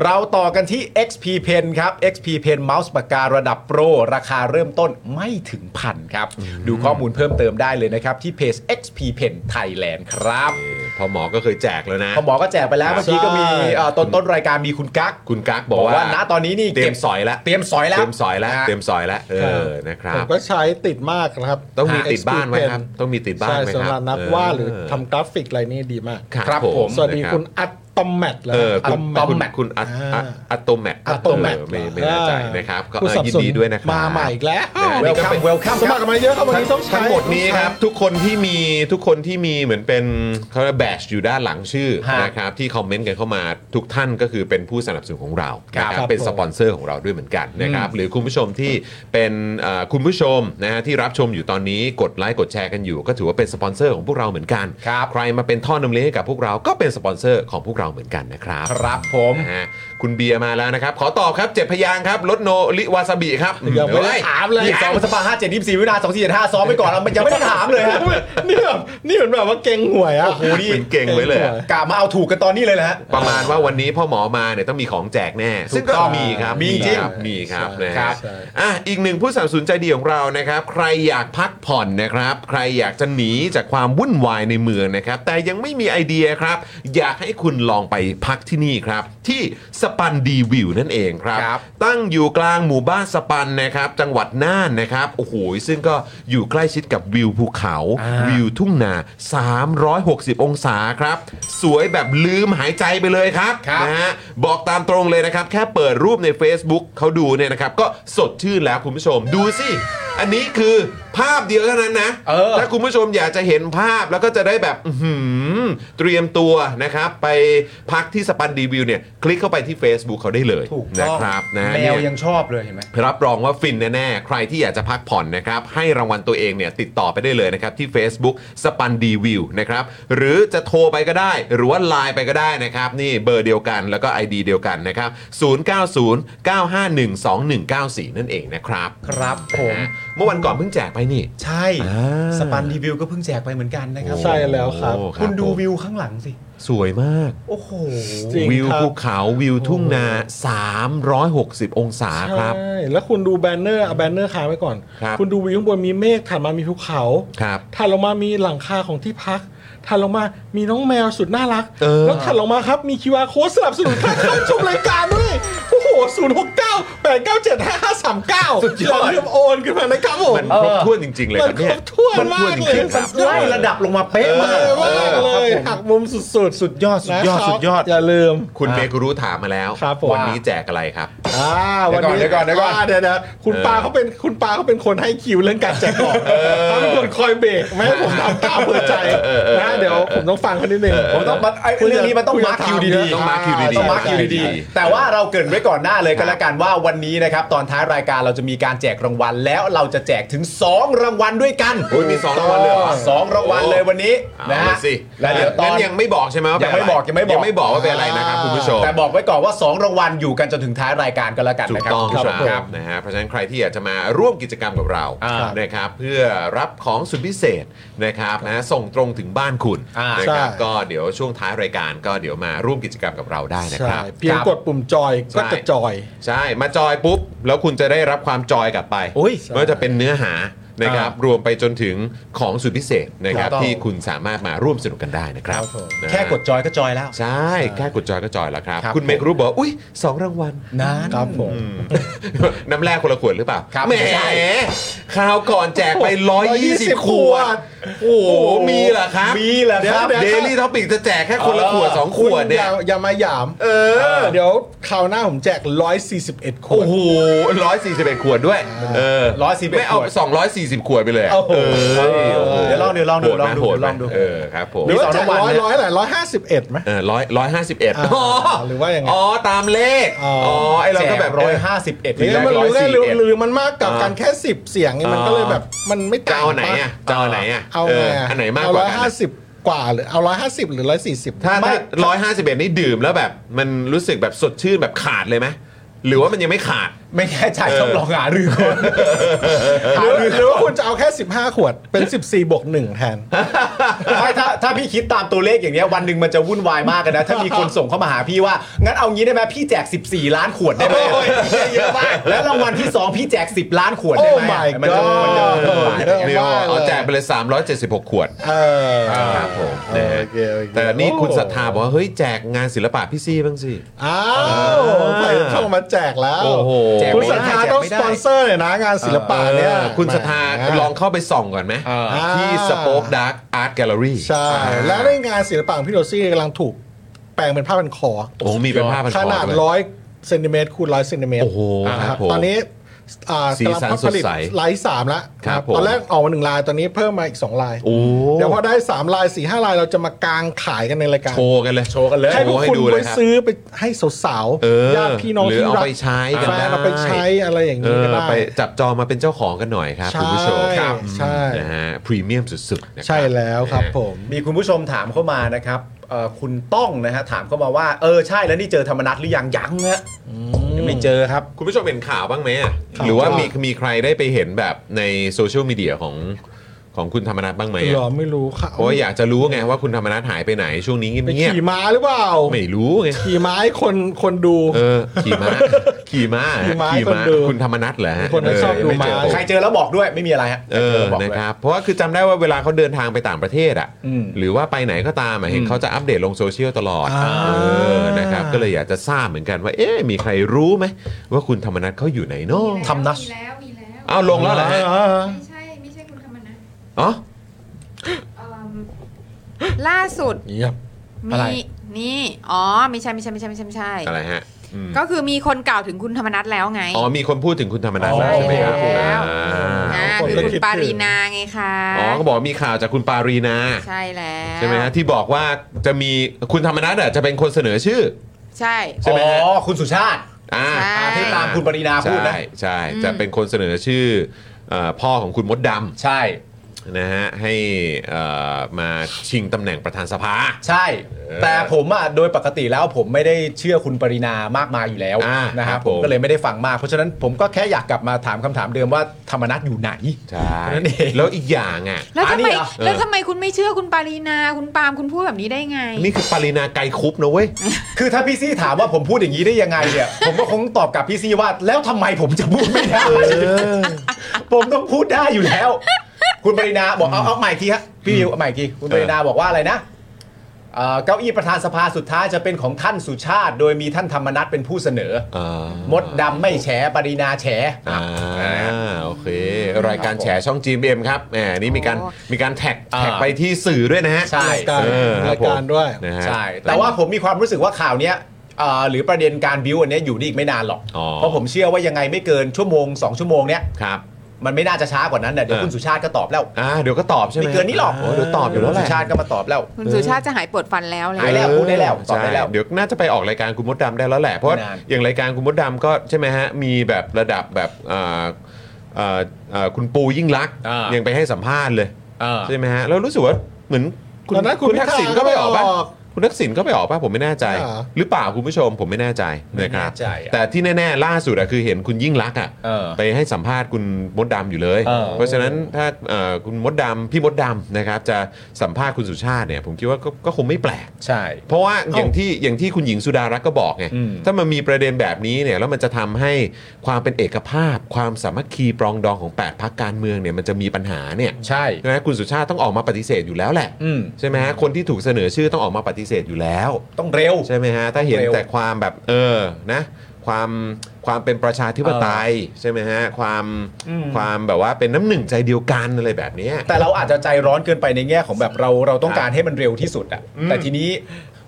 [SPEAKER 2] เราต่อกันที่ XP Pen ครับ XP Pen เมาส์ปากการะดับโปร ราคาเริ่มต้นไม่ถึงพันครับ ดูข้อมูลเพิ่มเติมได้เลยนะครับ ที่เพจ XP Pen Thailand ครับ
[SPEAKER 1] พอหมอก็เคยแจกแล้วนะ
[SPEAKER 2] พอหมอก็แจกไปแล้วเมื่อกี้ก็มีเอ่อต้นต้นรายการมีคุณกั๊ก
[SPEAKER 1] คุณกั๊กบอกว่า
[SPEAKER 2] ณตอนนี้นี่
[SPEAKER 1] เตรียม
[SPEAKER 2] ก็บ
[SPEAKER 1] สอยแล้ว
[SPEAKER 2] เตรียมสอยแล้ว
[SPEAKER 1] เต็มซอยแล้ว
[SPEAKER 2] นะฮะ
[SPEAKER 1] เต็มซอยแล้วเอ
[SPEAKER 3] ครับ
[SPEAKER 1] อนะครับ
[SPEAKER 3] ผมก็ใช้ติดมากนะครับ
[SPEAKER 1] ต้องมี
[SPEAKER 3] ห
[SPEAKER 1] ติดบ้านไว้ครับ
[SPEAKER 3] Xpeed Pen
[SPEAKER 1] ต้องมีติดบ้าน
[SPEAKER 3] ใช่
[SPEAKER 1] ไว้ค
[SPEAKER 3] สำห
[SPEAKER 1] รั
[SPEAKER 3] รั
[SPEAKER 1] บบ
[SPEAKER 3] นักวาดหรือทำกราฟิกอะไรนี่ดีมาก
[SPEAKER 1] ครับผม
[SPEAKER 3] สวัสดี
[SPEAKER 1] นะรับ
[SPEAKER 3] คุณอัตตอมแมทแล้ว
[SPEAKER 1] เออ
[SPEAKER 3] ต
[SPEAKER 1] คุ
[SPEAKER 3] อ
[SPEAKER 1] ณ
[SPEAKER 3] มแม
[SPEAKER 1] คุณ
[SPEAKER 3] ท
[SPEAKER 1] คุณอัต
[SPEAKER 3] อ่า
[SPEAKER 1] อัตโตแมท
[SPEAKER 3] อัตตอมแมท
[SPEAKER 1] ไม่ไม่แน่ใจนะครับ ก็เอ
[SPEAKER 3] ผู้
[SPEAKER 1] อ
[SPEAKER 3] สับ
[SPEAKER 1] ยิน
[SPEAKER 3] ส
[SPEAKER 1] ดีด้วยนะครับ
[SPEAKER 3] มาใหม่อีกแล้ว
[SPEAKER 1] นะ
[SPEAKER 2] Welcome Welcome
[SPEAKER 3] สมัครกันมาเยอะครับวันนี้ต้องใช้
[SPEAKER 1] ทั้งหมดนี้ครับ ทุกคนที่มีทุกคนที่มีเหมือนเป็นเขาเรียกแบชอยู่ด้านหลังชื่อ
[SPEAKER 2] ฮะ
[SPEAKER 1] นะครับที่คอมเมนต์กันเข้ามาทุกท่านก็คือเป็นผู้สนับสนุนของเรา
[SPEAKER 2] ครับ
[SPEAKER 1] นะครับ เป็น
[SPEAKER 3] ผม
[SPEAKER 1] สปอนเซอร์ของเราด้วยเหมือนกันนะครับหรือคุณผู้ชมที่เป็นเอ่อคุณผู้ชมนะฮะที่รับชมอยู่ตอนนี้กดไลค์กดแชร์กันอยู่ ก็ถือว่าเป็นสปอนเซอร์ของพวกเราเหมือนกัน
[SPEAKER 2] ครับ
[SPEAKER 1] ใครมาเป็นท่อนำเลี้ยงให้กับพวกเราก็เป็นสปอนเซอร์ของพวกเราเหมือนกันนะครับ
[SPEAKER 2] ครับผม
[SPEAKER 1] นะฮะคุณเบียร์มาแล้วนะครับ ขอตอบครับเจ็ดพยางค์ครับลดโนลิวาซาบิครับ
[SPEAKER 3] ยังไม่ได้ถามเลย
[SPEAKER 2] ยี่สิบสองพฤษภาห้าเจ็ดยี่สิบสี่วินาสองสี่เจ็ดห้าซ้อมไปก่อนแล้วมันยังไม่ได้ถามเลยฮะ
[SPEAKER 3] นี่แบบนี่เหมือนแบบว่าเก่งหวยอ่ะ
[SPEAKER 1] โอ้นี่เก่งไว้เลยอะ
[SPEAKER 2] กะมาเอาถูกกันตอนนี้เลยนะฮะ
[SPEAKER 1] ประมาณว่าวันนี้พ่อหมอมาเนี่ยต้องมีของแจกแน่ ซึ่งก็มีครับ
[SPEAKER 2] มีจริง
[SPEAKER 1] คบมีครับนะ
[SPEAKER 3] ครั
[SPEAKER 1] ฮะ
[SPEAKER 3] บใช่
[SPEAKER 1] อ่ะอีกหนึ่งผู้สนับสนุนใจดีของเรานะครับ ใครอยากพักผ่อนนะครับ ใครอยากจะหนีจากความวุ่นวายในเมืองนะครับ แต่ยังไม่มีไอเดียครับ อยากให้คุณลองไปพักที่นี่ครับ ที่สปันดีวิวนั่นเองครับ
[SPEAKER 2] ครับ
[SPEAKER 1] ตั้งอยู่กลางหมู่บ้านสปันนะครับจังหวัดน่านนะครับโอ้โหซึ่งก็อยู่ใกล้ชิดกับวิวภูเขา วิวทุ่งนา 360 องศาครับ สวยแบบลืมหายใจไปเลยครับ
[SPEAKER 2] ครับ
[SPEAKER 1] นะฮะบอกตามตรงเลยนะครับ แค่เปิดรูปใน Facebook เขาดูเนี่ยนะครับ ก็สดชื่นแล้วคุณผู้ชมดูสิ อันนี้คือ ภาพเดียวเท่านั้นนะ
[SPEAKER 2] เออ
[SPEAKER 1] ถ้าคุณผู้ชมอยากจะเห็นภาพแล้วก็จะได้แบบอื้อหือเตรียมตัวนะครับ ไปพักที่สปันดีวิวเนี่ย คลิกเข้าไปที่ Facebook เขาได้เลย
[SPEAKER 2] ถูก
[SPEAKER 1] นะ
[SPEAKER 2] ต้อง
[SPEAKER 1] ครับนะ
[SPEAKER 2] แม
[SPEAKER 1] เนี่
[SPEAKER 2] วย ยังชอบเลยเห็นไหม
[SPEAKER 1] รับรองว่าฟินแน่ๆ ใครที่อยากจะพักผ่อนนะครับ ให้รางวัลตัวเองเนี่ยติดต่อไปได้เลยนะครับ ที่ Facebook สปันดีวิวนะครับ หรือจะโทรไปก็ได้ หรือว่าไลน์ไปก็ได้นะครับ นี่เบอร์เดียวกันแล้วก็ ID เดียวกันนะครับ 0909512194 นั่นเองนะครับ
[SPEAKER 2] ครับผม
[SPEAKER 1] นะฮะเมื่อวันก่อนเพิ่งแจกไปนี่
[SPEAKER 2] ใช่
[SPEAKER 1] อ่า
[SPEAKER 2] สปันรีวิวก็เพิ่งแจกไปเหมือนกันนะครับ
[SPEAKER 3] ใช่แล้วครับ
[SPEAKER 1] โอ้
[SPEAKER 2] คุณดู
[SPEAKER 1] ผม
[SPEAKER 2] วิวข้างหลังสิ
[SPEAKER 1] สวยมาก
[SPEAKER 2] โอ้โห
[SPEAKER 3] จริง
[SPEAKER 1] วิว
[SPEAKER 3] ครับ
[SPEAKER 1] ภูเขาวิวทุ่งนา 360 องศาครับ
[SPEAKER 3] ใช่แล้วคุณดูแบนเนอร์เอาแบนเนอร์ค้างไว้ก่อน
[SPEAKER 1] ครับ
[SPEAKER 3] คุณดูวิวข้างบนมีเมฆถัดมามีภูเขา
[SPEAKER 1] ครับ
[SPEAKER 3] ถัดลงมามีหลังคาของที่พักถัดลงมามีน้องแมวสุดน่ารัก
[SPEAKER 1] เออ
[SPEAKER 3] แล้วถัดลงมาครับ มีคิวอาโค้ดสนับสนุนค่าเข้าชมรายการด้วย โอ้โหศูนย์หกเก้าแปดเก้าเจ็ดห้าห้าสามเก้า
[SPEAKER 2] สุดยอด
[SPEAKER 3] เริ่มโอนขึ้นมานะครับผม
[SPEAKER 1] มันครบถ้วนจริง ๆ เลยครับเนี่
[SPEAKER 3] มันคร
[SPEAKER 1] ย
[SPEAKER 3] บถ้วน
[SPEAKER 1] มันครบถ้
[SPEAKER 3] มา
[SPEAKER 1] วน
[SPEAKER 3] ก
[SPEAKER 1] จ
[SPEAKER 3] เลย
[SPEAKER 1] ริงๆครับ
[SPEAKER 2] ไล่ระดับลงมาเป๊ะมาก
[SPEAKER 3] มากเลยหักมุมสุดๆ
[SPEAKER 2] สุดยอด สุดยอด
[SPEAKER 3] นะครับ
[SPEAKER 2] สุดยอด
[SPEAKER 3] อย่าลืม
[SPEAKER 1] คุณเมกุรู้ถามมาแล้ว
[SPEAKER 3] ครับผม
[SPEAKER 1] วันนี้แจกอะไรครับ
[SPEAKER 3] อ่าวันนี้
[SPEAKER 2] เดี๋ยวก่อนเดี๋ยวก่อน
[SPEAKER 3] าเดี๋ยวนะคุณ
[SPEAKER 1] เออ
[SPEAKER 3] ปาเขาเป็นคุณปาเขาเป็นคนให้คิวเรื่องการแจกของเขาเป็นคนคอยเบรกไม่ให้ผมทำตามเปิดใจ
[SPEAKER 1] เออเออ
[SPEAKER 3] นะเดี๋ยวผมต้องฟังเขานิดนึง
[SPEAKER 2] ผมต้องมาไอ้
[SPEAKER 3] คุณจะ
[SPEAKER 2] เรื่องนี้มันต้อง
[SPEAKER 3] คุณจะ
[SPEAKER 2] มาร์คคิวดีๆ
[SPEAKER 1] ต้องมาร์คคิวดีๆ
[SPEAKER 2] ต้องมาร์คคิวดี
[SPEAKER 1] ใช่
[SPEAKER 2] ๆ แต่ว่าเราเกรินไว้ก่อนหน้าเลยก็แล้วกันว่าวันนี้นะครับ ตอนท้ายรายการเราจะมีการแจกรางวัล แล้วเราจะแจกถึง 2 รางวัลด้วยกัน
[SPEAKER 1] โอ้ยมีสองรางวัลเลยเหรอ
[SPEAKER 2] สองรางวัลเลยวันนี้นะ
[SPEAKER 1] นะ
[SPEAKER 2] ฮะ
[SPEAKER 1] สิ
[SPEAKER 2] แล้วเดี๋ยวตอน
[SPEAKER 1] งั้ยังไม่บอกใช่ไหมว่าเป็นอะร
[SPEAKER 2] ยังไม่บอกยังไม่บอก
[SPEAKER 1] ยังไม่บอกว่าเป็นอะไรนะครับคุณผู้ชม
[SPEAKER 2] แต่บอกไว้ก่อนว่า 2 รางวัลอยู่กันจนถึงท้ายรายการก็แล้วกัน
[SPEAKER 1] ถู
[SPEAKER 2] นะ
[SPEAKER 1] ก
[SPEAKER 2] ครับ
[SPEAKER 1] ต้อง
[SPEAKER 2] ครั
[SPEAKER 1] ครับ
[SPEAKER 2] ครับ
[SPEAKER 1] นะฮะเพราะฉะนั้นใครที่อยากจะมาร่วมกิจกรรมกับเรา
[SPEAKER 2] อ่า
[SPEAKER 1] นะครับเพื่อรับของสุดพิเศษนะครับนะส่งตรงถึงบ้านคุณ
[SPEAKER 2] อ่าน
[SPEAKER 1] นะครับ
[SPEAKER 3] ใช่
[SPEAKER 1] ก็เดี๋ยวช่วงท้ายรายการก็เดี๋ยวมาร่วมกิจกรรมกับเราได้นะค
[SPEAKER 3] ใช่
[SPEAKER 1] รับ
[SPEAKER 3] เพียงกดปุ่มจอยก็จะจอย
[SPEAKER 1] ใช่ มาจอยปุ๊บ แล้วคุณจะได้รับความจอยกลับไป
[SPEAKER 2] โอ้ย
[SPEAKER 1] ไม่ว่าจะเป็นเนื้อหานะครับ รวมไปจนถึงของสุดพิเศษนะครับ
[SPEAKER 2] ถูกต้อง
[SPEAKER 1] ที่คุณสามารถมาร่วมสนุกกันได้นะครับ
[SPEAKER 3] ครับผม
[SPEAKER 1] นะ
[SPEAKER 2] แค่กดจอยก็จอยแล้ว
[SPEAKER 1] ใช่ แค่กดจอยก็จอยแล้วครับ
[SPEAKER 2] ครับ
[SPEAKER 1] คุณเมกรู้บอกว่าอุ้ยสองรางวัล
[SPEAKER 2] นั้น
[SPEAKER 3] ครับผม
[SPEAKER 1] น้ำแร่คนละขวดหรือเปล่า
[SPEAKER 2] ครับ
[SPEAKER 1] แหม
[SPEAKER 2] ไม่ใช่
[SPEAKER 1] คราวก่อนแจกไป 120 ขวด โอ้โห มีเหรอครับ
[SPEAKER 2] มีแหละครับ
[SPEAKER 3] เดี๋ยว
[SPEAKER 1] เดลี่ท็อปิกจะแจกแค่คนละขวด 2 ข
[SPEAKER 3] คุณ
[SPEAKER 1] วด
[SPEAKER 3] อ
[SPEAKER 1] เนี่ย
[SPEAKER 3] ย่าอย่ามาหยาม เออ เดี๋ยวคราวหน้าผมแจก 141 ขว
[SPEAKER 1] โอ้
[SPEAKER 3] ด
[SPEAKER 1] โหร้อยสี่สิบเอ็ดขวดด้วย เออ
[SPEAKER 2] ร้อยสิบเอ็ด
[SPEAKER 1] ไม่เอา
[SPEAKER 2] ขวด
[SPEAKER 1] 240 ขวดไปเลยอะ
[SPEAKER 2] โอ้โห
[SPEAKER 1] เอ้ยโอ้โห
[SPEAKER 2] เดี๋ยวลองดูลองดู
[SPEAKER 1] โหไหม
[SPEAKER 2] ลองดู
[SPEAKER 1] โหไหม
[SPEAKER 2] ลองดู
[SPEAKER 1] เออครับผม
[SPEAKER 3] หรือว่าแจก
[SPEAKER 2] มีสองรางวั
[SPEAKER 3] ร้อ
[SPEAKER 2] ล
[SPEAKER 3] ย
[SPEAKER 2] นะ
[SPEAKER 3] ร้อยอะไรร้อยห้าสิบเอ็ดไหม
[SPEAKER 1] เออร้อยร้อยห้าสิบเอ็ด
[SPEAKER 3] อ่าหรือว่ายังไง
[SPEAKER 1] อ๋อ ตามเลข
[SPEAKER 3] อ๋
[SPEAKER 1] อ๋
[SPEAKER 3] ออ๋
[SPEAKER 1] อ ไอเราก็แบบ
[SPEAKER 2] ร้อยห้าสิบเอ็ด
[SPEAKER 3] หรือมันรู้ได้หรือหรือมันมากกับ
[SPEAKER 1] อ่า
[SPEAKER 3] การแค่สิบเสียงเนี่ยมัน
[SPEAKER 1] อ่า
[SPEAKER 3] ก็เลยแบบมันไม่
[SPEAKER 1] จะ
[SPEAKER 3] ต่าง
[SPEAKER 1] เอาไหน
[SPEAKER 3] ป
[SPEAKER 1] อะจะเอาไหนอะ
[SPEAKER 3] เอา
[SPEAKER 1] เอ
[SPEAKER 3] ไง
[SPEAKER 1] ออันไหนมากกว่า
[SPEAKER 3] ร้อย
[SPEAKER 1] กัน
[SPEAKER 3] ห้า
[SPEAKER 1] อะ
[SPEAKER 3] สิบกว่าหรือเอาร้อยห้าสิบหรือร้อยสี่สิบ
[SPEAKER 1] ถ้า
[SPEAKER 2] ไม่
[SPEAKER 1] ถ้าร้อยห้าสิบเอ็ดนี่ดื่มแล้วแบบ มันรู้สึกแบบสดชื่นแบบขาดเลยไหมหรือว่ามันยังไม่ขาด
[SPEAKER 2] ไม่แน่ใจต้องลองหารือก่อน
[SPEAKER 3] หรือหรือว่าคุณจะเอาแค่ 15 ขวด เป็น 14 บวก 1 แทน
[SPEAKER 2] ไม่ถ้าถ้าพี่คิดตามตัวเลขอย่างเนี้ยวันหนึ่งมันจะวุ่นวายมากเลยนะ ถ้ามีคนส่งเข้ามาหาพี่ว่า งั้นเอางี้ได้ไหมพี่แจก 14 ล้านขวดได้ไหม
[SPEAKER 1] โอ้ยเยอะมาก
[SPEAKER 2] แล้วรางวัลที่ 2 พี่แจก 10 ล้านขวดได้ไหม
[SPEAKER 3] Oh my
[SPEAKER 2] มันจะมันจะวุ่นวาย
[SPEAKER 3] เยอะ
[SPEAKER 1] เดี๋ยว
[SPEAKER 3] มากเลย
[SPEAKER 1] เอาแจกไปเลย 376 ขวด
[SPEAKER 3] เออ
[SPEAKER 1] ครับผมนะฮะ
[SPEAKER 3] โอเคโอเค
[SPEAKER 1] แต่นี่คุณศรัทธาบอกว่า เฮ้ย แจกงานศิลปะพี่ซี่บ้างสิ
[SPEAKER 3] อ้าวใส่ช่องมาแจกแล้ว
[SPEAKER 1] โอ้โห
[SPEAKER 3] คุณศรัทธาต้องสปอนเซอร์หน่อยนะ งานศิลปะเนี่ย
[SPEAKER 1] ออคุณสทธาลองเข้าไปส่องก่อนไหมที่
[SPEAKER 3] อ่า
[SPEAKER 1] สป o อ e ด a r k กอาร์ตแกลเลอรี่
[SPEAKER 3] ใช่ แล้วในงานศิลปะของพี่โรซี่กำลังถูกแปลงเป็นผ้าพันคอ
[SPEAKER 1] โอ้มีเป็นภาพพันค
[SPEAKER 3] ข
[SPEAKER 1] อ
[SPEAKER 3] นาด
[SPEAKER 1] วย
[SPEAKER 3] ร้อยเซนติเมตรคูณร้อยเซนติเมตร
[SPEAKER 1] โอ้โหครับผม
[SPEAKER 3] ตอนนี้อ่า
[SPEAKER 1] สีสัน
[SPEAKER 3] กำลังผลิต
[SPEAKER 1] สดใส
[SPEAKER 3] ลายสามแล้ว
[SPEAKER 1] ครับผม
[SPEAKER 3] ตอนแรกออกมาหนึ่งลายตอนนี้เพิ่มมาอีกสองลาย
[SPEAKER 1] โอ้
[SPEAKER 3] เดี๋ยวพอได้สามลายสี่ห้าลายเราจะมากางขายกันในรายการ
[SPEAKER 1] โชว์กันเลยโชว์กันเลย
[SPEAKER 3] ให้พวก
[SPEAKER 1] ให้
[SPEAKER 3] คุณ
[SPEAKER 1] ดู
[SPEAKER 3] ไป
[SPEAKER 1] เลยครับ
[SPEAKER 3] ซื้อไปให้สาว
[SPEAKER 1] เออ
[SPEAKER 3] ญาติพี่น้อง
[SPEAKER 1] หรือ
[SPEAKER 3] ที่รั
[SPEAKER 1] เอาไปใช้กัน
[SPEAKER 3] แฟนเอา
[SPEAKER 1] ได้
[SPEAKER 3] ไปใช้อะไรอย่าง
[SPEAKER 1] เอ
[SPEAKER 3] นี้
[SPEAKER 1] อ
[SPEAKER 3] ก็ได้
[SPEAKER 1] ไปจับจองมาเป็นเจ้าของกันหน่อยครับ
[SPEAKER 3] ใช่
[SPEAKER 1] คุณผู้ชม
[SPEAKER 3] ครับใช่
[SPEAKER 1] นะฮะพรีเมียมสุดๆนะครับ
[SPEAKER 3] ใช่แล้วครับผม
[SPEAKER 2] มีคุณผู้ชมถามเข้ามานะครับเอ่อคุณต้องนะฮะถามเข้ามาว่า เออใช่แล้วนี่เจอธรรมนัตหรือยังยังฮะยังไม่เจอครับ
[SPEAKER 1] คุณผู้ชมเห็นข่าวบ้างไหมอะ
[SPEAKER 3] ข่าว
[SPEAKER 1] หรือว่า
[SPEAKER 3] ว่ามี
[SPEAKER 1] มีมีใครได้ไปเห็นแบบในโซเชียลมีเดียของของคุณธรรมนัทบ้างไหมอะ
[SPEAKER 3] หรอไม่รู้ค่ะ
[SPEAKER 1] เพราะว่าอยากจะรู้ไงว่าคุณธรรมนัทหายไปไหนช่วงนี้
[SPEAKER 3] ไป
[SPEAKER 1] เงียบ
[SPEAKER 3] ขี่ม้าหรือเปล่า
[SPEAKER 1] ๆไม่รู้ไง
[SPEAKER 3] ขี่ม้าให้คนคนดู
[SPEAKER 1] เออขี่ม้า ขี่ม้า
[SPEAKER 3] ขี่ม้า
[SPEAKER 1] ขี่ม้า
[SPEAKER 3] คนดู
[SPEAKER 1] คุณธรรมนัทเหรอฮะ
[SPEAKER 3] คนไม่ชอบดู
[SPEAKER 1] เไเจ
[SPEAKER 3] ม้า
[SPEAKER 1] ผม
[SPEAKER 2] ใครเจอแล้วบอกด้วยไม่มีอะไรฮะ
[SPEAKER 1] เออ
[SPEAKER 2] ใครจแล้วบอกด้วย
[SPEAKER 1] นะครับเพราะว่าคือจำได้ว่าเวลาเขาเดินทางไปต่างประเทศอ่ะ
[SPEAKER 2] อืม
[SPEAKER 1] หรือว่าไปไหนก็ตามอะเห็นเขาจะอัปเดตลงโซเชียลตลอด
[SPEAKER 3] อ่า
[SPEAKER 1] เออนะครับก็เลยอยากจะทราบเหมือนกันว่า เอ๊ะมีใครรู้ไหมว่าคุณธรรมนัทเขาอยู่ไหนเนาะ
[SPEAKER 2] ทำนะ
[SPEAKER 7] มีแล้วมีแล้ว
[SPEAKER 1] อ้าวลงแล้วเหรอฮะ
[SPEAKER 3] อ่า
[SPEAKER 7] ไม่ใช่ไม่ใช่คุณธรรมนัส
[SPEAKER 1] อ๋อ
[SPEAKER 7] เอิ่มล่าสุด
[SPEAKER 3] เงียบ
[SPEAKER 2] อะไร
[SPEAKER 7] มีนี่ อ๋อไม่ใช่ไม่ใช่ไม่ใช่ไม่ใช่ไม่ใช่
[SPEAKER 1] อะไรฮะ
[SPEAKER 7] ก็คือมีคนกล่าวถึงคุณธรรมนัทแล้วไง
[SPEAKER 1] อ๋อมีคนพูดถึงคุณธรรมนัสแล้วใช่ไหมครับ
[SPEAKER 7] ใช่แล้ว
[SPEAKER 1] อ่า
[SPEAKER 7] อ่าคือคุณปารีนาไงคะ
[SPEAKER 1] อ๋อก็บอกมีข่าวจากคุณปารีนา
[SPEAKER 7] ใช่แล้ว
[SPEAKER 1] ใช่ไหมฮะที่บอกว่าจะมีคุณธรรมนัสอะจะเป็นคนเสนอชื่อ
[SPEAKER 7] ใช่
[SPEAKER 1] ใช่ไหมฮะ
[SPEAKER 2] อ๋อคุณสุชาติ
[SPEAKER 1] อ่า
[SPEAKER 7] ใช่
[SPEAKER 2] ที่ตามคุณปรินาพูดนะ
[SPEAKER 1] ใช่ใช่จะเป็นคนเสนอชื่อเอ่อพ่อของคุณมดด
[SPEAKER 2] ใช่
[SPEAKER 1] ำนะฮะให้เอ่อมาชิงตำแหน่งประธานสภา
[SPEAKER 2] ใช่ แต่ผมอ่ะโดยปกติแล้วผมไม่ได้เชื่อคุณปรินามากมายอยู่แล้ว
[SPEAKER 1] อ่า
[SPEAKER 2] นะค
[SPEAKER 1] ครั
[SPEAKER 2] รับบ ผม
[SPEAKER 1] ผม
[SPEAKER 2] ก็เลยไม่ได้ฟังมากเพราะฉะนั้นผมก็แค่อยากกลับมาถามคำถามเดิมว่าธรรมนัตอยู่ไหน
[SPEAKER 1] ใช่
[SPEAKER 2] นั่นเอง
[SPEAKER 1] แล้วอีกอย่างอ่ะ
[SPEAKER 7] แล้ว
[SPEAKER 2] อัน
[SPEAKER 7] ทำ
[SPEAKER 2] นี้
[SPEAKER 7] ไม
[SPEAKER 2] เหรอ
[SPEAKER 7] แล้วทำไมคุณไม่เชื่อคุณปารีนาคุณปาล์มคุณพูดแบบนี้ได้ไง
[SPEAKER 1] นี่คือปรินาไกรคุปนะเว้ย
[SPEAKER 2] คือถ้าพี่ซี่ถามว่าผมพูดอย่างนี้ได้ยังไงเนี่ย ผมก็คงตอบกลับพี่ซี่ว่า แล้วทำไมผมจะพูดไม่ได้ผมต้องพูดได้อยู่แล้ว คุณปรินาบอกเอาเอาใหม่อีกทีฮะพี่วิวเอาใหม่อีกทีคุณปรินาบอกว่าอะไรนะเอ่อเก้าอี้ประธานสภาสุดท้ายจะเป็นของท่านสุชาติ โดยมีท่านธรรมนัฐเป็นผู้เสนอ
[SPEAKER 1] อ่าม
[SPEAKER 2] ดดำไม่แฉปรินาแฉ
[SPEAKER 1] อ่าโอเค รายการแฉช่อง GMM ครับแหมนี่มีการ
[SPEAKER 7] โอ้
[SPEAKER 1] มีการแท็กแท็ก
[SPEAKER 2] อ่า
[SPEAKER 1] ไปที่สื่อด้วยนะฮะ
[SPEAKER 2] ใช่
[SPEAKER 3] รายการ
[SPEAKER 1] เออค
[SPEAKER 3] รา
[SPEAKER 1] บ
[SPEAKER 3] ย
[SPEAKER 1] ผม
[SPEAKER 3] การด้วย
[SPEAKER 1] นะฮะ
[SPEAKER 2] ใช่ แต่ว่าผมมีความรู้สึกว่าข่าวเนี้ยเอ่อหรือประเด็นการบิวอันเนี้ยอยู่ได้อีกไม่นานหรอก
[SPEAKER 1] อ๋อ
[SPEAKER 2] เพราะผมเชื่อว่ายังไงไม่เกินชั่วโมง 2 ชั่วโมงเนี้ย
[SPEAKER 1] ครับ
[SPEAKER 2] มันไม่น่าจะช้ากว่านั้นน่ะเดี๋ยว
[SPEAKER 1] เออ
[SPEAKER 2] คุณสุชาติก็ตอบแล้ว
[SPEAKER 1] อ่าเดี๋ยวก็ตอบใช่ไหม
[SPEAKER 2] ไม่เกินนี้หรอก
[SPEAKER 1] โเดี๋ยวตอบอยู่แล้วแหละ
[SPEAKER 2] คุณสุชาติก็มาตอบแล้ว
[SPEAKER 7] คุณสุชาติจะหายปวดฟันแล้วล่ะ
[SPEAKER 2] หายแล้วพูดได้แล้วตอบได้แล้ว
[SPEAKER 1] ใช่เดี๋ยวน่าจะไปออกรายการคุณมดดำได้แล้วแหละเพราะ
[SPEAKER 2] นาน
[SPEAKER 1] อย่างรายการคุณมดดำก็ใช่ไหมฮะมีแบบระดับแบบอ่าอ่าอ่าคุณปูยิ่งรักษณ์
[SPEAKER 2] อ่ายั
[SPEAKER 1] ยังไปให้สัมภาษณ์เลย
[SPEAKER 2] อ่า
[SPEAKER 1] ใช่ไหมฮะแล้วรู้สึกว่าเหมือนคุณ
[SPEAKER 3] ตอนนั้นคุณ
[SPEAKER 1] คุณทักษิณก็ไปออกป่ะ
[SPEAKER 3] พิธาก็ออก
[SPEAKER 1] คุณทักษิณก็ไปออกป่ะผมไม่แน่ใจ
[SPEAKER 3] ใช่เหรอ
[SPEAKER 1] หรือเปล่าคุณผู้ชมผมไม่แน่ใจนะครับ
[SPEAKER 2] ไม่แน่ใจอะ
[SPEAKER 1] แต่ที่แน่ๆล่าสุดอะคือเห็นคุณยิ่งรักษณ์อะ
[SPEAKER 2] เออ
[SPEAKER 1] ไปให้สัมภาษณ์คุณมดดำอยู่เลย
[SPEAKER 2] เออ
[SPEAKER 1] เพราะฉะนั้นถ้าเอ่อคุณมดดำพี่มดดำนะครับจะสัมภาษณ์คุณสุชาติเนี่ยผมคิดว่าก็ก็คงไม่แปลก
[SPEAKER 2] ใช่
[SPEAKER 1] เพราะว่าอย่างที่อย่างที่คุณหญิงสุดารักษ์ก็บอกไง
[SPEAKER 2] อืม
[SPEAKER 1] ถ้ามันมีประเด็นแบบนี้เนี่ยแล้วมันจะทำให้ความเป็นเอกภาพ ความสามัคคีปรองดองของแปดพรรคการเมืองเนี่ยมันจะมีปัญหาเนี่ย
[SPEAKER 2] ใช่
[SPEAKER 1] ใช่ไหมคุณสุชาติต้องออกมาปฏิเสธอยู่แล้วแหละ
[SPEAKER 2] อืม
[SPEAKER 1] ใช่ไหมฮะคนที่ถูกเสนอชื่อต้องออกมาปฏิเสธอยู่แล้ว
[SPEAKER 2] ต้องเร็ว
[SPEAKER 1] ใช่ไหมฮะถ้าเห็น
[SPEAKER 2] เร็ว
[SPEAKER 1] แต่ความแบบเออนะความความเป็นประชาธิปไตยใช่ไหมฮะความ
[SPEAKER 2] อืม
[SPEAKER 1] ความแบบว่าเป็นน้ำหนึ่งใจเดียวกันอะไรแบบเนี้ย
[SPEAKER 2] แต่เราอาจจะใจร้อนเกินไปในแง่ของแบบเราเราต้องการให้มันเร็วที่สุดอะแต่ทีนี้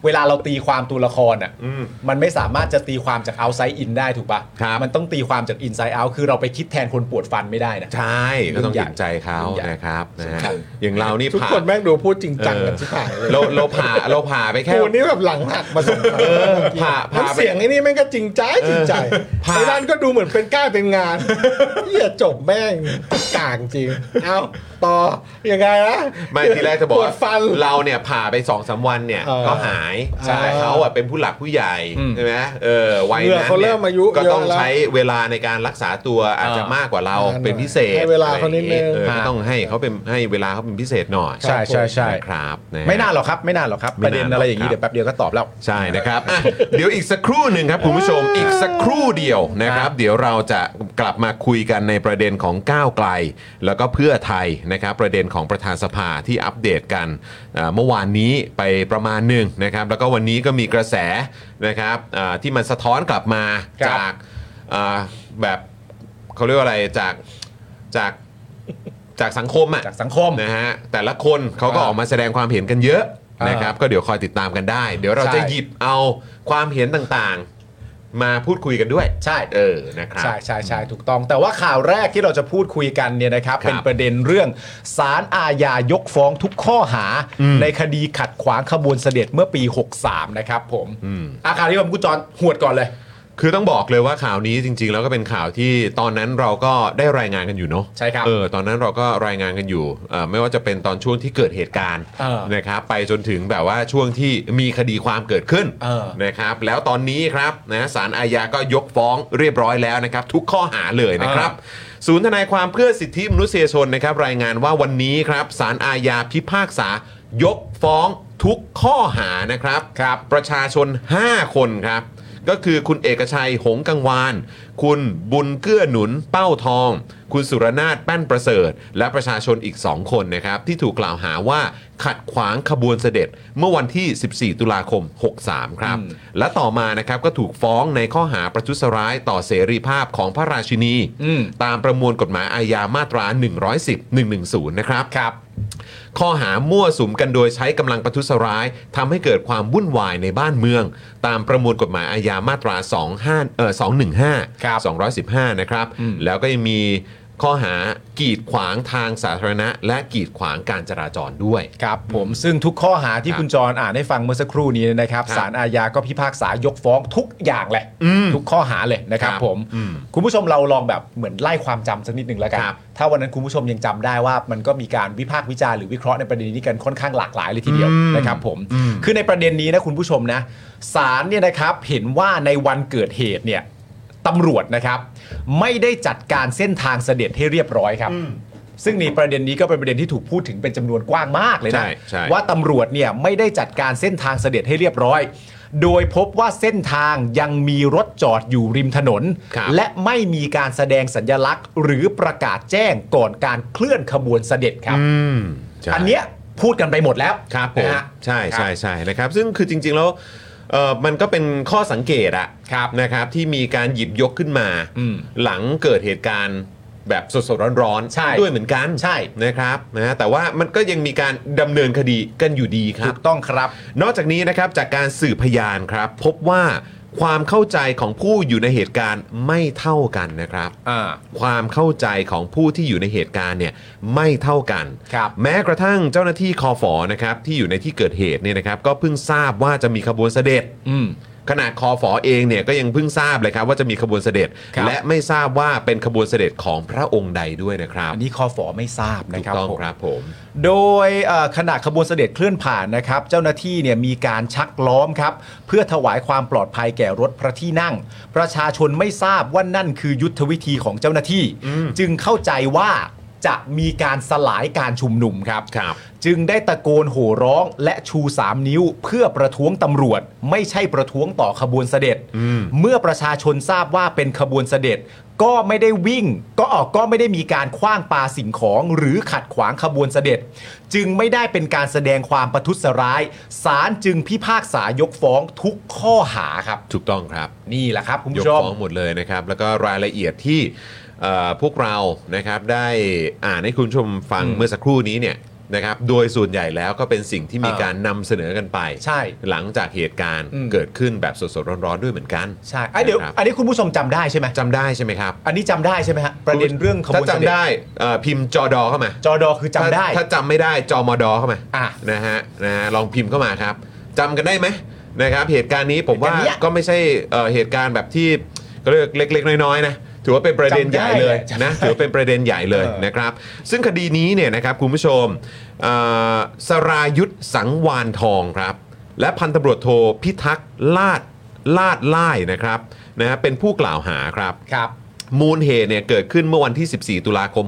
[SPEAKER 2] เวลาเราตีความตัวละครอะ
[SPEAKER 1] อืม
[SPEAKER 2] มันไม่สามารถจะตีความจาก outside in ได้ถูกปะ
[SPEAKER 1] ครับ
[SPEAKER 2] มันต้องตีความจาก inside out คือเราไปคิดแทนคนปวดฟันไม่ได้นะ
[SPEAKER 1] ใช่ก็ต้อง
[SPEAKER 2] เรื่
[SPEAKER 1] เห็
[SPEAKER 2] อง
[SPEAKER 1] น
[SPEAKER 2] ใหญ่
[SPEAKER 1] ใจเขา
[SPEAKER 2] เรื่องใหญ่
[SPEAKER 1] นะครับนะฮะอย่างเรานี่
[SPEAKER 3] ทุก
[SPEAKER 1] ผ่า
[SPEAKER 3] คนแม่งดูพูดจริงจังกันที่ผ่านเลย
[SPEAKER 1] เราเราผ่าเราผ่าไปแค่
[SPEAKER 3] กูนี่แบบหลังหักมาสองครั้ง
[SPEAKER 1] ผ่าผ่าไป
[SPEAKER 3] น้ำเสียงไอ้นี่แม่งก็จริงใจจริงใจ
[SPEAKER 1] ผ่า
[SPEAKER 3] ไอ้นั่นก็ดูเหมือนเป็นก้าเป็นงานเหี้ยจบแม่งกากจริง เอาต่อยังไงนะ
[SPEAKER 1] ไม่ทีแรกจะบอก
[SPEAKER 3] ปวดฟัน
[SPEAKER 1] เราเนี่ยผ่าไปสองสามวันเนี่ย
[SPEAKER 3] เออ
[SPEAKER 1] ก็หาย
[SPEAKER 3] ใช่
[SPEAKER 1] แต่เขาอ่ะเป็นผู้หลักผู้ใหญ่
[SPEAKER 2] อืม
[SPEAKER 1] ใช่ไหมเออวัย
[SPEAKER 3] เหงื่อ
[SPEAKER 1] นั้น
[SPEAKER 3] เขา
[SPEAKER 1] นี่
[SPEAKER 3] เริ่มอายุ
[SPEAKER 1] ก็ต้อง
[SPEAKER 3] เยอะแล้ว
[SPEAKER 1] ใช้เวลาในการรักษาตัวอาจจะ
[SPEAKER 2] เออ
[SPEAKER 1] มากกว่าเรา
[SPEAKER 3] นานหน่อย
[SPEAKER 1] เป็นพิเศษ
[SPEAKER 3] ให้เวลาเขานิดนึง
[SPEAKER 1] เออก็ต้องให้เขาเป็นให้เวลาเขาเป็นพิเศษหน่อย
[SPEAKER 2] ใช่ใช่ใช่
[SPEAKER 1] นะครับะ
[SPEAKER 2] ไม่นานหรอกครับ ไม่นานหรอกครับ
[SPEAKER 1] ไม่
[SPEAKER 2] ป
[SPEAKER 1] นาน
[SPEAKER 2] ระเด็นอะไรอย่างนี้
[SPEAKER 1] หรอกครับ
[SPEAKER 2] เดี๋ยวแป๊บเดียวก็ตอบแล้ว
[SPEAKER 1] ใช่นะครับอ่ะเดี๋ยวอีกสักครู่หนึ่งครับคุณผู้ชมอีกสักครู่เดียวนะครับ เดี๋ยวเราจะกลับมาคุยกันในประเด็นของก้าวไกล แล้วก็เพื่อไทยนะครับ ประเด็นของประธานสภาที่อัปเดตกันอ่าเมื่อวานนี้ไปประมาณหนึ่งนะครับ แล้วก็วันนี้ก็มีกระแสนะครับอ่าที่มันสะท้อนกลับมา
[SPEAKER 2] ครับ
[SPEAKER 1] จากอ่าแบบเขาเรียกว่าอะไรจากจากจากสังคมอ่ะ
[SPEAKER 2] จากสังคม
[SPEAKER 1] นะฮะแต่ละคนเขาก็
[SPEAKER 2] อ่า
[SPEAKER 1] ออกมาแสดงความเห็นกันเยอะ
[SPEAKER 2] อ่าน
[SPEAKER 1] นะครับก็เดี๋ยวคอยติดตามกันได้ เดี๋ยวเรา
[SPEAKER 2] ใช่
[SPEAKER 1] จะหยิบเอาความเห็นต่างๆ มาพูดคุยกันด้วย
[SPEAKER 2] ใช่
[SPEAKER 1] เออนะครับ
[SPEAKER 2] ใช่ใช่ใช่ถูกต้อง แต่ว่าข่าวแรกที่เราจะพูดคุยกันเนี่ยนะครับ
[SPEAKER 1] ครับ
[SPEAKER 2] เป็นประเด็นเรื่องสารอาญายกฟ้องทุกข้อหา ในคดีขัดขวางขบวนเสด็จเมื่อปี 63 นะครับผม
[SPEAKER 1] อืม
[SPEAKER 2] อาคราวนี้ผมกูจอนหวดก่อนเลย
[SPEAKER 1] คือต้องบอกเลยว่าข่าวนี้จริง ๆ แล้วก็เป็นข่าวที่ตอนนั้นเราก็ได้รายงานกันอยู่เนาะ
[SPEAKER 2] ใช่ครับ
[SPEAKER 1] เออตอนนั้นเราก็รายงานกันอยู่เอ่อไม่ว่าจะเป็นตอนช่วงที่เกิดเหตุการณ์
[SPEAKER 2] เออ
[SPEAKER 1] นะครับไปจนถึงแบบว่าช่วงที่มีคดีความเกิดขึ้น
[SPEAKER 2] เออ
[SPEAKER 1] นะครับ แล้วตอนนี้ครับนะศาลอาญาก็ยกฟ้องเรียบร้อยแล้วนะครับ ทุกข้อหาเลยนะครับ ศูนย์ทนายความเพื่อสิทธิมนุษยชนนะครับ รายงานว่าวันนี้ครับศาลอาญาพิพากษายกฟ้องทุกข้อหานะครับครับ ประชาชน 5 คนครับ ก็คือคุณเอกชัยหงส์กังวาน คุณบุญเกื้อหนุนเป้าทอง คุณสุรนาถแป้นประเสริฐ และประชาชนอีก 2 คนนะครับ ที่ถูกกล่าวหาว่าขัดขวางขบวนเสด็จเมื่อวันที่ 14 ตุลาคม 63 ครับ และต่อมานะครับก็ถูกฟ้องในข้อหาประทุษร้ายต่อเสรีภาพของพระราชินี
[SPEAKER 2] อืม
[SPEAKER 1] ตามประมวลกฎหมายอาญามาตรา 110 110 นะครับ
[SPEAKER 2] ครับ
[SPEAKER 1] ข้อหามั่วสุมกันโดยใช้กำลังประทุษร้ายทำให้เกิดความวุ่นวายในบ้านเมือง ตามประมวลกฎหมายอาญามาตรา25เอ่อ215
[SPEAKER 2] ครับ
[SPEAKER 1] 215 นะครับ แล้วก็ยังมีข้อหากีดขวางทางสาธารณะ และกีดขวางการจราจรด้วย
[SPEAKER 2] ครับผมซึ่งทุกข้อหาที่
[SPEAKER 1] ครับ
[SPEAKER 2] คุณจรอ่านให้ฟังเมื่อสักครู่นี้นะครับ
[SPEAKER 1] ครับ
[SPEAKER 2] สารอาญาก็พิพากษายกฟ้องทุกอย่างแหละ ทุกข้อหาเลยนะครับ
[SPEAKER 1] ครับ
[SPEAKER 2] ผม
[SPEAKER 1] อืม
[SPEAKER 2] คุณผู้ชมเราลองแบบเหมือนไล่ความจำสักนิดหนึ่งแล้วกัน
[SPEAKER 1] ครับ
[SPEAKER 2] ถ้าวันนั้นคุณผู้ชมยังจำได้ว่ามันก็มีการวิพากษ์วิจารณ์หรือวิเคราะห์ในประเด็นนี้กันค่อนข้างหลากหลายเลยทีเดียว
[SPEAKER 1] อืม
[SPEAKER 2] นะครับผม
[SPEAKER 1] อืม
[SPEAKER 2] คือในประเด็นนี้นะคุณผู้ชมนะศาลเนี่ยนะครับเห็นว่าในวันเกิดเหตุเนี่ยตำรวจนะครับไม่ได้จัดการเส้นทางเสด็จให้เรียบร้อยครับ ซึ่งในประเด็นนี้ก็เป็นประเด็นที่ถูกพูดถึงเป็นจำนวนกว้างมากเลย เลยนะ
[SPEAKER 1] ใช่ใช่
[SPEAKER 2] ว่าตำรวจเนี่ยไม่ได้จัดการเส้นทางเสด็จให้เรียบร้อย โดยพบว่าเส้นทางยังมีรถจอดอยู่ริมถนน
[SPEAKER 1] ครับ
[SPEAKER 2] และไม่มีการแสดงสัญลักษณ์ หรือประกาศแจ้งก่อนการเคลื่อนขบวนเสด็จครับ
[SPEAKER 1] อืมใช่
[SPEAKER 2] อันเนี้ยพูดกันไปหมดแล้ว
[SPEAKER 1] ครับผม
[SPEAKER 2] นะฮะ
[SPEAKER 1] ใช่ใช่ใช่นะครับ ซึ่งคือจริง ๆ แล้วเอ่อมันก็เป็นข้อสังเกตอะ
[SPEAKER 2] ครับ
[SPEAKER 1] นะครับ ที่มีการหยิบยกขึ้นมา
[SPEAKER 2] อืม
[SPEAKER 1] หลังเกิดเหตุการณ์แบบสดๆร้อน
[SPEAKER 2] ใช่
[SPEAKER 1] ๆด้วยเหมือนกัน
[SPEAKER 2] ใช่
[SPEAKER 1] นะครับนะฮะแต่ว่ามันก็ยังมีการดำเนินคดีกันอยู่ดีครั
[SPEAKER 2] ถู
[SPEAKER 1] บ
[SPEAKER 2] กต้องครับ
[SPEAKER 1] นอกจากนี้นะครับจากการสืบพยานครับ พบว่าความเข้าใจของผู้อยู่ในเหตุการณ์ไม่เท่ากันนะครับ
[SPEAKER 2] อ่า
[SPEAKER 1] ความเข้าใจของผู้ที่อยู่ในเหตุการณ์เนี่ยไม่เท่ากัน
[SPEAKER 2] ครับ
[SPEAKER 1] แม้กระทั่งเจ้าหน้าที่คอฝอนะครับที่อยู่ในที่เกิดเหตุเนี่ยนะครับก็เพิ่งทราบว่าจะมีขบวนเสด็จ
[SPEAKER 2] อืม
[SPEAKER 1] ขณะคอฝอเองเนี่ยก็ยังเพิ่งทราบเลยครับว่าจะมีขบวนเสด็จ
[SPEAKER 2] ครับ
[SPEAKER 1] และไม่ทราบว่าเป็นขบวนเสด็จของพระองค์ใดด้วยนะครับ
[SPEAKER 2] อันนี้คอฝอไม่ทราบนะ
[SPEAKER 1] ถูก
[SPEAKER 2] ครับ
[SPEAKER 1] ต้อง
[SPEAKER 2] ผม
[SPEAKER 1] ครับผม
[SPEAKER 2] โดยเอ่อขณะขบวนเสด็จเคลื่อนผ่านนะครับ เจ้าหน้าที่เนี่ยมีการชักล้อมครับ เพื่อถวายความปลอดภัยแก่รถพระที่นั่ง ประชาชนไม่ทราบว่านั่นคือยุทธวิธีของเจ้าหน้าที่ จึงเข้าใจว่าจะมีการสลายการชุมนุมครับ
[SPEAKER 1] ครับ
[SPEAKER 2] จึงได้ตะโกนโห่ร้องและชู 3 นิ้ว เพื่อประท้วงตำรวจ ไม่ใช่ประท้วงต่อขบวนเสด็จ เมื่อประชาชนทราบว่าเป็นขบวนเสด็จ ก็ไม่ได้วิ่ง ก็ออกก็ไม่ได้มีการคว้างปาสิ่งของ หรือขัดขวางขบวนเสด็จ จึงไม่ได้เป็นการแสดงความประทุษร้ายศาลจึงพิพากษายกฟ้องทุกข้อหาครับ
[SPEAKER 1] ถูกต้องครับ
[SPEAKER 2] นี่แหละครับคุณ
[SPEAKER 1] ยก
[SPEAKER 2] ผู้ชม
[SPEAKER 1] ฟ้องหมดเลยนะครับ แล้วก็รายละเอียดที่เอ่อพวกเรานะครับได้อ่านให้คุณผู้ชมฟังเมื่อสักครู่นี้เนี่ยนะครับโดยส่วนใหญ่แล้วก็เป็นสิ่งที่มี
[SPEAKER 2] อ่า
[SPEAKER 1] การนำเสนอกันไป
[SPEAKER 2] ใช่
[SPEAKER 1] หลังจากเหตุการณ์
[SPEAKER 2] อืม
[SPEAKER 1] เกิดขึ้นแบบสดๆร้อนๆด้วยเหมือนกัน
[SPEAKER 2] ใช่ไอะเดี๋ยว
[SPEAKER 1] นะครับ
[SPEAKER 2] อันนี้คุณผู้ชมจำได้ใช่ไหม
[SPEAKER 1] จำได้ใช่ไหมครับ
[SPEAKER 2] อันนี้จำได้ใช่ไหมฮะประเด็นเรื่องขบ
[SPEAKER 1] ถ้า
[SPEAKER 2] วนเสด็จ
[SPEAKER 1] จำได้เอ่อพิมพ์จอดอเข้ามา
[SPEAKER 2] จอดอคือจำได้
[SPEAKER 1] ถ้าถ้าจำไม่ได้จอมอดอเข้ามา
[SPEAKER 2] อ่ะ
[SPEAKER 1] นะฮะนะฮะลองพิมพ์เข้ามาครับจำกันได้ไหมนะครับ เหตุการณ์นี้ผมว่า
[SPEAKER 2] เหตุการณ์เนี้ย
[SPEAKER 1] ก็ไม่ใช่เอ่อเหตุการณ์แบบที่ก็เรียกเล็ก ๆ น้อยๆนะถือว่าเป็นประเด็นใหญ่เลย
[SPEAKER 2] จำได้
[SPEAKER 1] นะถือเป็นประเด็นใหญ่เลย
[SPEAKER 2] เออ
[SPEAKER 1] นะครับ ซึ่งคดีนี้เนี่ยนะครับคุณผู้ชมเอ่อสรายุทธสังวานทองครับ และพันตำรวจโทพิทักษ์ลาดลาดล่ายนะครับนะฮะเป็นผู้กล่าวหาครับ
[SPEAKER 2] ครับ
[SPEAKER 1] มูลเหตุเนี่ยเกิดขึ้นเมื่อวันที่ 14 ตุลาคม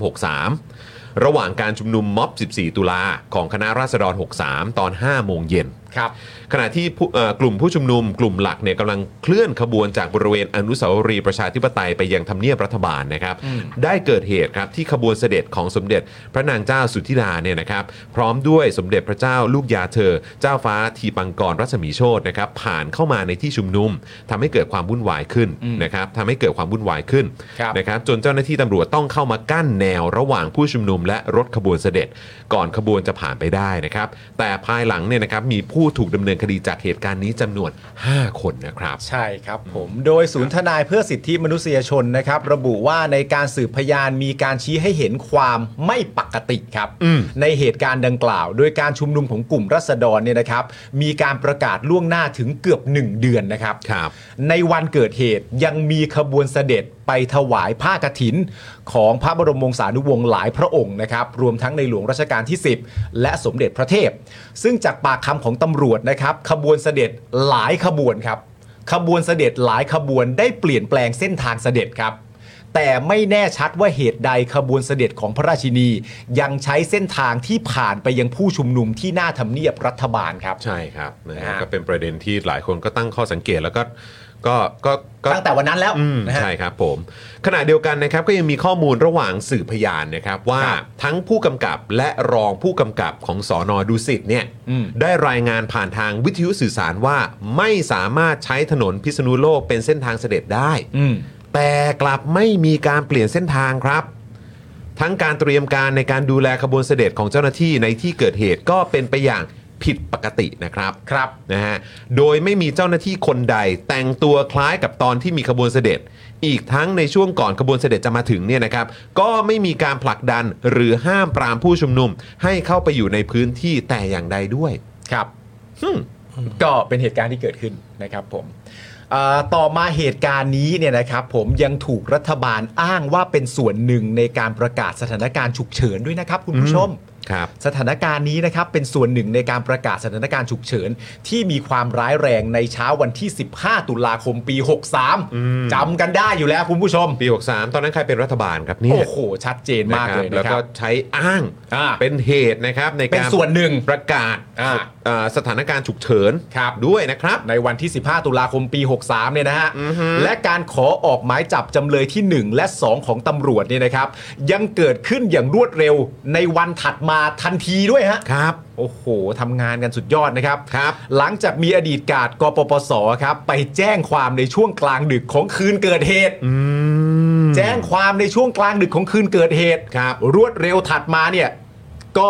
[SPEAKER 1] 63 ระหว่างการชุมนุมม็อบ 14 ตุลาของคณะราษฎร 63 ตอน 5 โมงเย็น
[SPEAKER 2] ครับ
[SPEAKER 1] ขณะที่ผู้เอ่อกลุ่มผู้ชุมนุมกลุ่มหลักเนี่ยกำลังเคลื่อนขบวนจากบริเวณอนุสาวรีย์ประชาธิปไตยไปยังทำเนียบรัฐบาลนะครับ ได้เกิดเหตุครับที่ขบวนเสด็จของสมเด็จพระนางเจ้าสุธิดาเนี่ยนะครับ พร้อมด้วยสมเด็จพระเจ้าลูกยาเธอ เจ้าฟ้าทีปังกรรัศมีโชตนะครับ ผ่านเข้ามาในที่ชุมนุมทำให้เกิดความวุ่นวายขึ้นนะครับทำให้เกิดความวุ่นวายขึ้น
[SPEAKER 2] ครับ
[SPEAKER 1] นะครับจนเจ้าหน้าที่ตำรวจต้องเข้ามากั้นแนวระหว่างผู้ชุมนุมและรถขบวนเสด็จ ก่อนขบวนจะผ่านไปได้นะครับ แต่ภายหลังเนี่ยนะครับมีผู้ถูกดำเนินคดีจากเหตุการณ์นี้จำนวน 5 คนนะครับ
[SPEAKER 2] ใช่ครับผม โดยศูนย์ทนายเพื่อสิทธิมนุษยชนนะครับ ระบุว่าในการสืบพยานมีการชี้ให้เห็นความไม่ปกติครับ ในเหตุการณ์ดังกล่าว โดยการชุมนุมของกลุ่มรัษฎรเนี่ยนะครับ มีการประกาศล่วงหน้าถึงเกือบ 1 เดือนนะครับ
[SPEAKER 1] ครับ
[SPEAKER 2] ในวันเกิดเหตุยังมีขบวนเสด็จไปถวายผ้ากฐิน ของพระบรมวงศานุวงศ์หลายพระองค์นะครับ รวมทั้งในหลวงรัชกาลที่ 10 และสมเด็จพระเทพ ซึ่งจากปากคำของตำรวจนะครับ ขบวนเสด็จหลายขบวนครับ ขบวนเสด็จหลายขบวนได้เปลี่ยนแปลงเส้นทางเสด็จครับ แต่ไม่แน่ชัดว่าเหตุใดขบวนเสด็จของพระราชินี ยังใช้เส้นทางที่ผ่านไปยังผู้ชุมนุมที่หน้าทำเนียบรัฐบาลครับ
[SPEAKER 1] ใช่ครับนะฮะ
[SPEAKER 2] นะฮะ
[SPEAKER 1] ก็เป็นประเด็นที่หลายคนก็ตั้งข้อสังเกตแล้วก็ก็ก็ก็
[SPEAKER 2] ตั้งแต่วันนั้นแล้ว
[SPEAKER 1] อืม
[SPEAKER 2] นะฮะ
[SPEAKER 1] ใช่ครับผมขณะเดียวกันนะครับก็ยังมีข้อมูลระหว่างสื่อพยานนะครับว่า
[SPEAKER 2] ครับ
[SPEAKER 1] ทั้งผู้กำกับและรองผู้กำกับของสอนอดุสิตเนี่ย
[SPEAKER 2] อืม
[SPEAKER 1] ได้รายงานผ่านทางวิทยุสื่อสารว่าไม่สามารถใช้ถนนพิษณุโลกเป็นเส้นทางเสด็จได้
[SPEAKER 2] อืม
[SPEAKER 1] แต่กลับไม่มีการเปลี่ยนเส้นทางครับ ทั้งการเตรียมการในการดูแลขบวนเสด็จของเจ้าหน้าที่ในที่เกิดเหตุก็เป็นไปอย่างผิดปกตินะครับ
[SPEAKER 2] ครับ
[SPEAKER 1] นะฮะโดยไม่มีเจ้าหน้าที่คนใดแต่งตัวคล้ายกับตอนที่มีขบวนเสด็จ อีกทั้งในช่วงก่อนขบวนเสด็จจะมาถึงเนี่ยนะครับ ก็ไม่มีการผลักดันหรือห้ามปรามผู้ชุมนุม ให้เข้าไปอยู่ในพื้นที่แต่อย่างใดด้วย
[SPEAKER 2] ครับ
[SPEAKER 1] อืม
[SPEAKER 2] ก็เป็นเหตุการณ์ที่เกิดขึ้นนะครับผมเอ่อต่อมาเหตุการณ์นี้เนี่ยนะครับผมยังถูกรัฐบาลอ้างว่าเป็นส่วนหนึ่งในการประกาศสถานการณ์ฉุกเฉินด้วยนะครับคุณผู้ชม
[SPEAKER 1] ครับ
[SPEAKER 2] สถานการณ์นี้นะครับเป็นส่วนหนึ่งในการประกาศสถานการณ์ฉุกเฉิน ที่มีความร้ายแรงในเช้าวันที่ 15 ตุลาคมปี 63จำกันได้อยู่แล้วคุณผู้ชม
[SPEAKER 1] ปี 63 ตอนนั้นใครเป็นรัฐบาลครับเนี่ย
[SPEAKER 2] โอ้โห ชัดเจนมากเลย
[SPEAKER 1] แล้
[SPEAKER 2] นะ
[SPEAKER 1] ว
[SPEAKER 2] ค
[SPEAKER 1] ก็
[SPEAKER 2] รับ
[SPEAKER 1] ใช้อ้าง
[SPEAKER 2] อ่า
[SPEAKER 1] เป็นเหตุนะครับ ใน
[SPEAKER 2] เป็น
[SPEAKER 1] การ
[SPEAKER 2] ส่วนหนึ่ง
[SPEAKER 1] ประกาศ
[SPEAKER 2] อ่า
[SPEAKER 1] เอ่อสถานการณ์ฉุกเฉิน
[SPEAKER 2] ครับ
[SPEAKER 1] ด้วยนะครับ
[SPEAKER 2] ในวันที่ 15 ตุลาคมปี 63 เนี่ยนะฮะ และการขอออกหมายจับจำเลยที่ 1 และ 2 ของตำรวจเนี่ยนะครับ ยังเกิดขึ้นอย่างรวดเร็วในวันถัดมาทันทีด้วยฮะ
[SPEAKER 1] ครับ
[SPEAKER 2] โอ้โห ทำงานกันสุดยอดนะครับ
[SPEAKER 1] ครับ
[SPEAKER 2] หลังจากมีอดีตกาดกปปส ครับ ไปแจ้งความในช่วงกลางดึกของคืนเกิดเหตุ แจ้งความในช่วงกลางดึกของคืนเกิดเหตุ
[SPEAKER 1] ครับ
[SPEAKER 2] รวดเร็วถัดมาเนี่ย ก็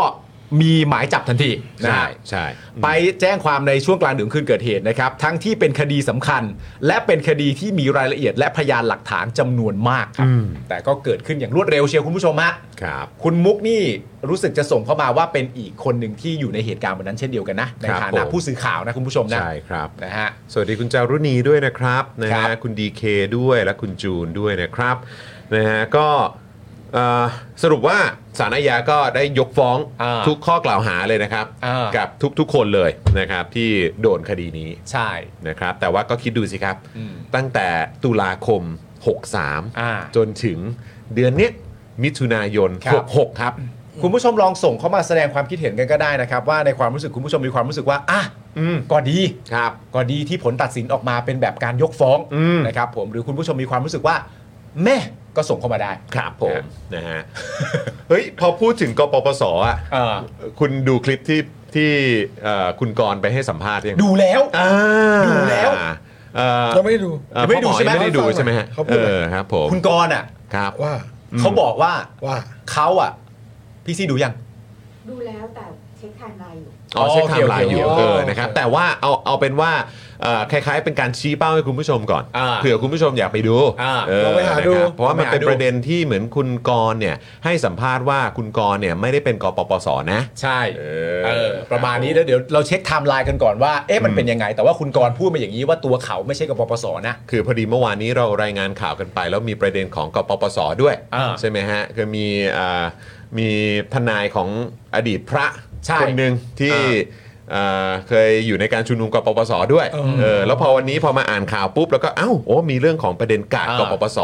[SPEAKER 2] มีหมายจับทันทีนะ
[SPEAKER 1] ใช่
[SPEAKER 2] ฮะ
[SPEAKER 1] ใช่
[SPEAKER 2] ไปแจ้งความในช่วงกลางดึกคืนเกิดเหตุนะครับ ทั้งที่เป็นคดีสำคัญ และเป็นคดีที่มีรายละเอียดและพยานหลักฐานจำนวนมากครับ แต่ก็เกิดขึ้นอย่างรวดเร็วเชียวคุณผู้ชมฮะ
[SPEAKER 1] ครับ
[SPEAKER 2] คุณมุกนี่รู้สึกจะส่งเข้ามาว่าเป็นอีกคนหนึ่งที่อยู่ในเหตุการณ์วันนั้นเช่นเดียวกันนะ ใน
[SPEAKER 1] ครับ
[SPEAKER 2] ฐานะ
[SPEAKER 1] ผม
[SPEAKER 2] ผู้สื่อข่าวนะคุณผู้ชมนะ
[SPEAKER 1] ใช่ครับ
[SPEAKER 2] นะฮะ
[SPEAKER 1] สวัสดีคุณจารุณีด้วยนะครับนะ
[SPEAKER 2] ครั
[SPEAKER 1] ฮะ
[SPEAKER 2] บ
[SPEAKER 1] คุณดีเคด้วยและคุณจูนด้วยนะครับนะฮะก็เอ่อสรุปว่าสารอาญาก็ได้ยกฟ้อง
[SPEAKER 2] อ่า
[SPEAKER 1] ทุกข้อกล่าวหาเลยนะครับ
[SPEAKER 2] อ่ากั
[SPEAKER 1] กับทุกๆคนเลยนะครับ ที่โดนคดีนี้
[SPEAKER 2] ใช่
[SPEAKER 1] นะครับแต่ว่าก็คิดดูสิครับ
[SPEAKER 2] อืม
[SPEAKER 1] ตั้งแต่ตุลาคม
[SPEAKER 2] อ่า
[SPEAKER 1] 63 จนถึงเดือนเนี้ยมิถุนายน
[SPEAKER 2] ครับ
[SPEAKER 1] 66 ครับ
[SPEAKER 2] คุณผู้ชมลองส่งเข้ามาแสดงความคิดเห็นกันก็ได้นะครับ ว่าในความรู้สึกคุณผู้ชมมีความรู้สึกว่าอ่ะ
[SPEAKER 1] อืม
[SPEAKER 2] ก็ดี
[SPEAKER 1] ครับ
[SPEAKER 2] ก็ดีที่ผลตัดสินออกมาเป็นแบบการยกฟ้อง
[SPEAKER 1] อืม
[SPEAKER 2] นะครับผมหรือคุณผู้ชมมีความรู้สึกว่า แม่ก็ส่งเข้ามาได้
[SPEAKER 1] ครับผมนะ ฮะ เฮ้ย พอพูดถึงกปปสอ่ะ
[SPEAKER 2] เออ
[SPEAKER 1] คุณดูคลิปที่ที่เอ่อคุณกรณ์ไปให้สัมภาษณ์ยัง
[SPEAKER 2] ดูแล้ว
[SPEAKER 1] อ่า
[SPEAKER 2] ดูแล้ว
[SPEAKER 1] เอ่อ
[SPEAKER 3] เราไม่ได้ดู
[SPEAKER 1] เอ่อ
[SPEAKER 2] ยังไม่ได้ดู
[SPEAKER 1] พ่อหอ
[SPEAKER 2] ใช่ไหม
[SPEAKER 1] ยังไม่ได้ดูใช่ไหมฮะ
[SPEAKER 3] เขาพู
[SPEAKER 1] เอ
[SPEAKER 3] ดอะไร
[SPEAKER 1] อครับผม
[SPEAKER 2] คุณกรณ์อ่ะ
[SPEAKER 1] ครับ
[SPEAKER 3] ว่า
[SPEAKER 2] เขาบอกว่า
[SPEAKER 3] ว่า
[SPEAKER 2] เขาอ่ะ พี่ซี่ดูยัง
[SPEAKER 8] ดูแล้วแต่เช็คไทม์ไลน์อยู่
[SPEAKER 1] อ๋อเช็ค
[SPEAKER 2] โอ
[SPEAKER 1] ไท
[SPEAKER 2] เค
[SPEAKER 1] ม์ไลน์
[SPEAKER 2] โอเค
[SPEAKER 1] อยู่
[SPEAKER 2] โอเค
[SPEAKER 1] เออนะครับแต่ว่าเอาเอาเป็นว่าเอ่อคล้ายๆ เป็นการชี้เป้าให้คุณผู้ชมก่อน
[SPEAKER 2] อ่า
[SPEAKER 1] เผื่อคุณผู้ชมอยากไปดู
[SPEAKER 2] อ่า
[SPEAKER 1] เออ
[SPEAKER 3] ลองไปหาดู
[SPEAKER 1] นะครับเพราะว่ามัน
[SPEAKER 2] ลองไปหา
[SPEAKER 1] เป็น
[SPEAKER 2] ดู
[SPEAKER 1] ประเด็นที่เหมือนคุณกรณ์เนี่ยให้สัมภาษณ์ว่าคุณกรณ์เนี่ยไม่ได้เป็นกปปสนะ
[SPEAKER 2] ใช่
[SPEAKER 1] เออ
[SPEAKER 2] ประมาณนี้แล้วเดี๋ยวเราเช็คไทม์ไลน์กันก่อนว่าเอ๊ะมันเป็นยังไง แต่ว่าคุณกรณ์พูดมาอย่างนี้ว่าตัวเขาไม่ใช่กปปสนะ
[SPEAKER 1] คือพอดีเมื่อวานนี้เรารายงานข่าวกันไป แล้วมีประเด็นของกปปสด้วย
[SPEAKER 2] อ่า
[SPEAKER 1] ใช่ไหมฮะคือมีอ่ามีทนายของอดีตพระ
[SPEAKER 2] ใช่
[SPEAKER 1] คนหนึ่งที่
[SPEAKER 2] อ่า
[SPEAKER 1] อ่าเคยอยู่ในการชุมนุมกปปสด้วยเออแล้วพอวันนี้พอมาอ่านข่าวปุ๊บแล้วก็เอ้าโอ้มีเรื่องของประเด็นกาดกปปส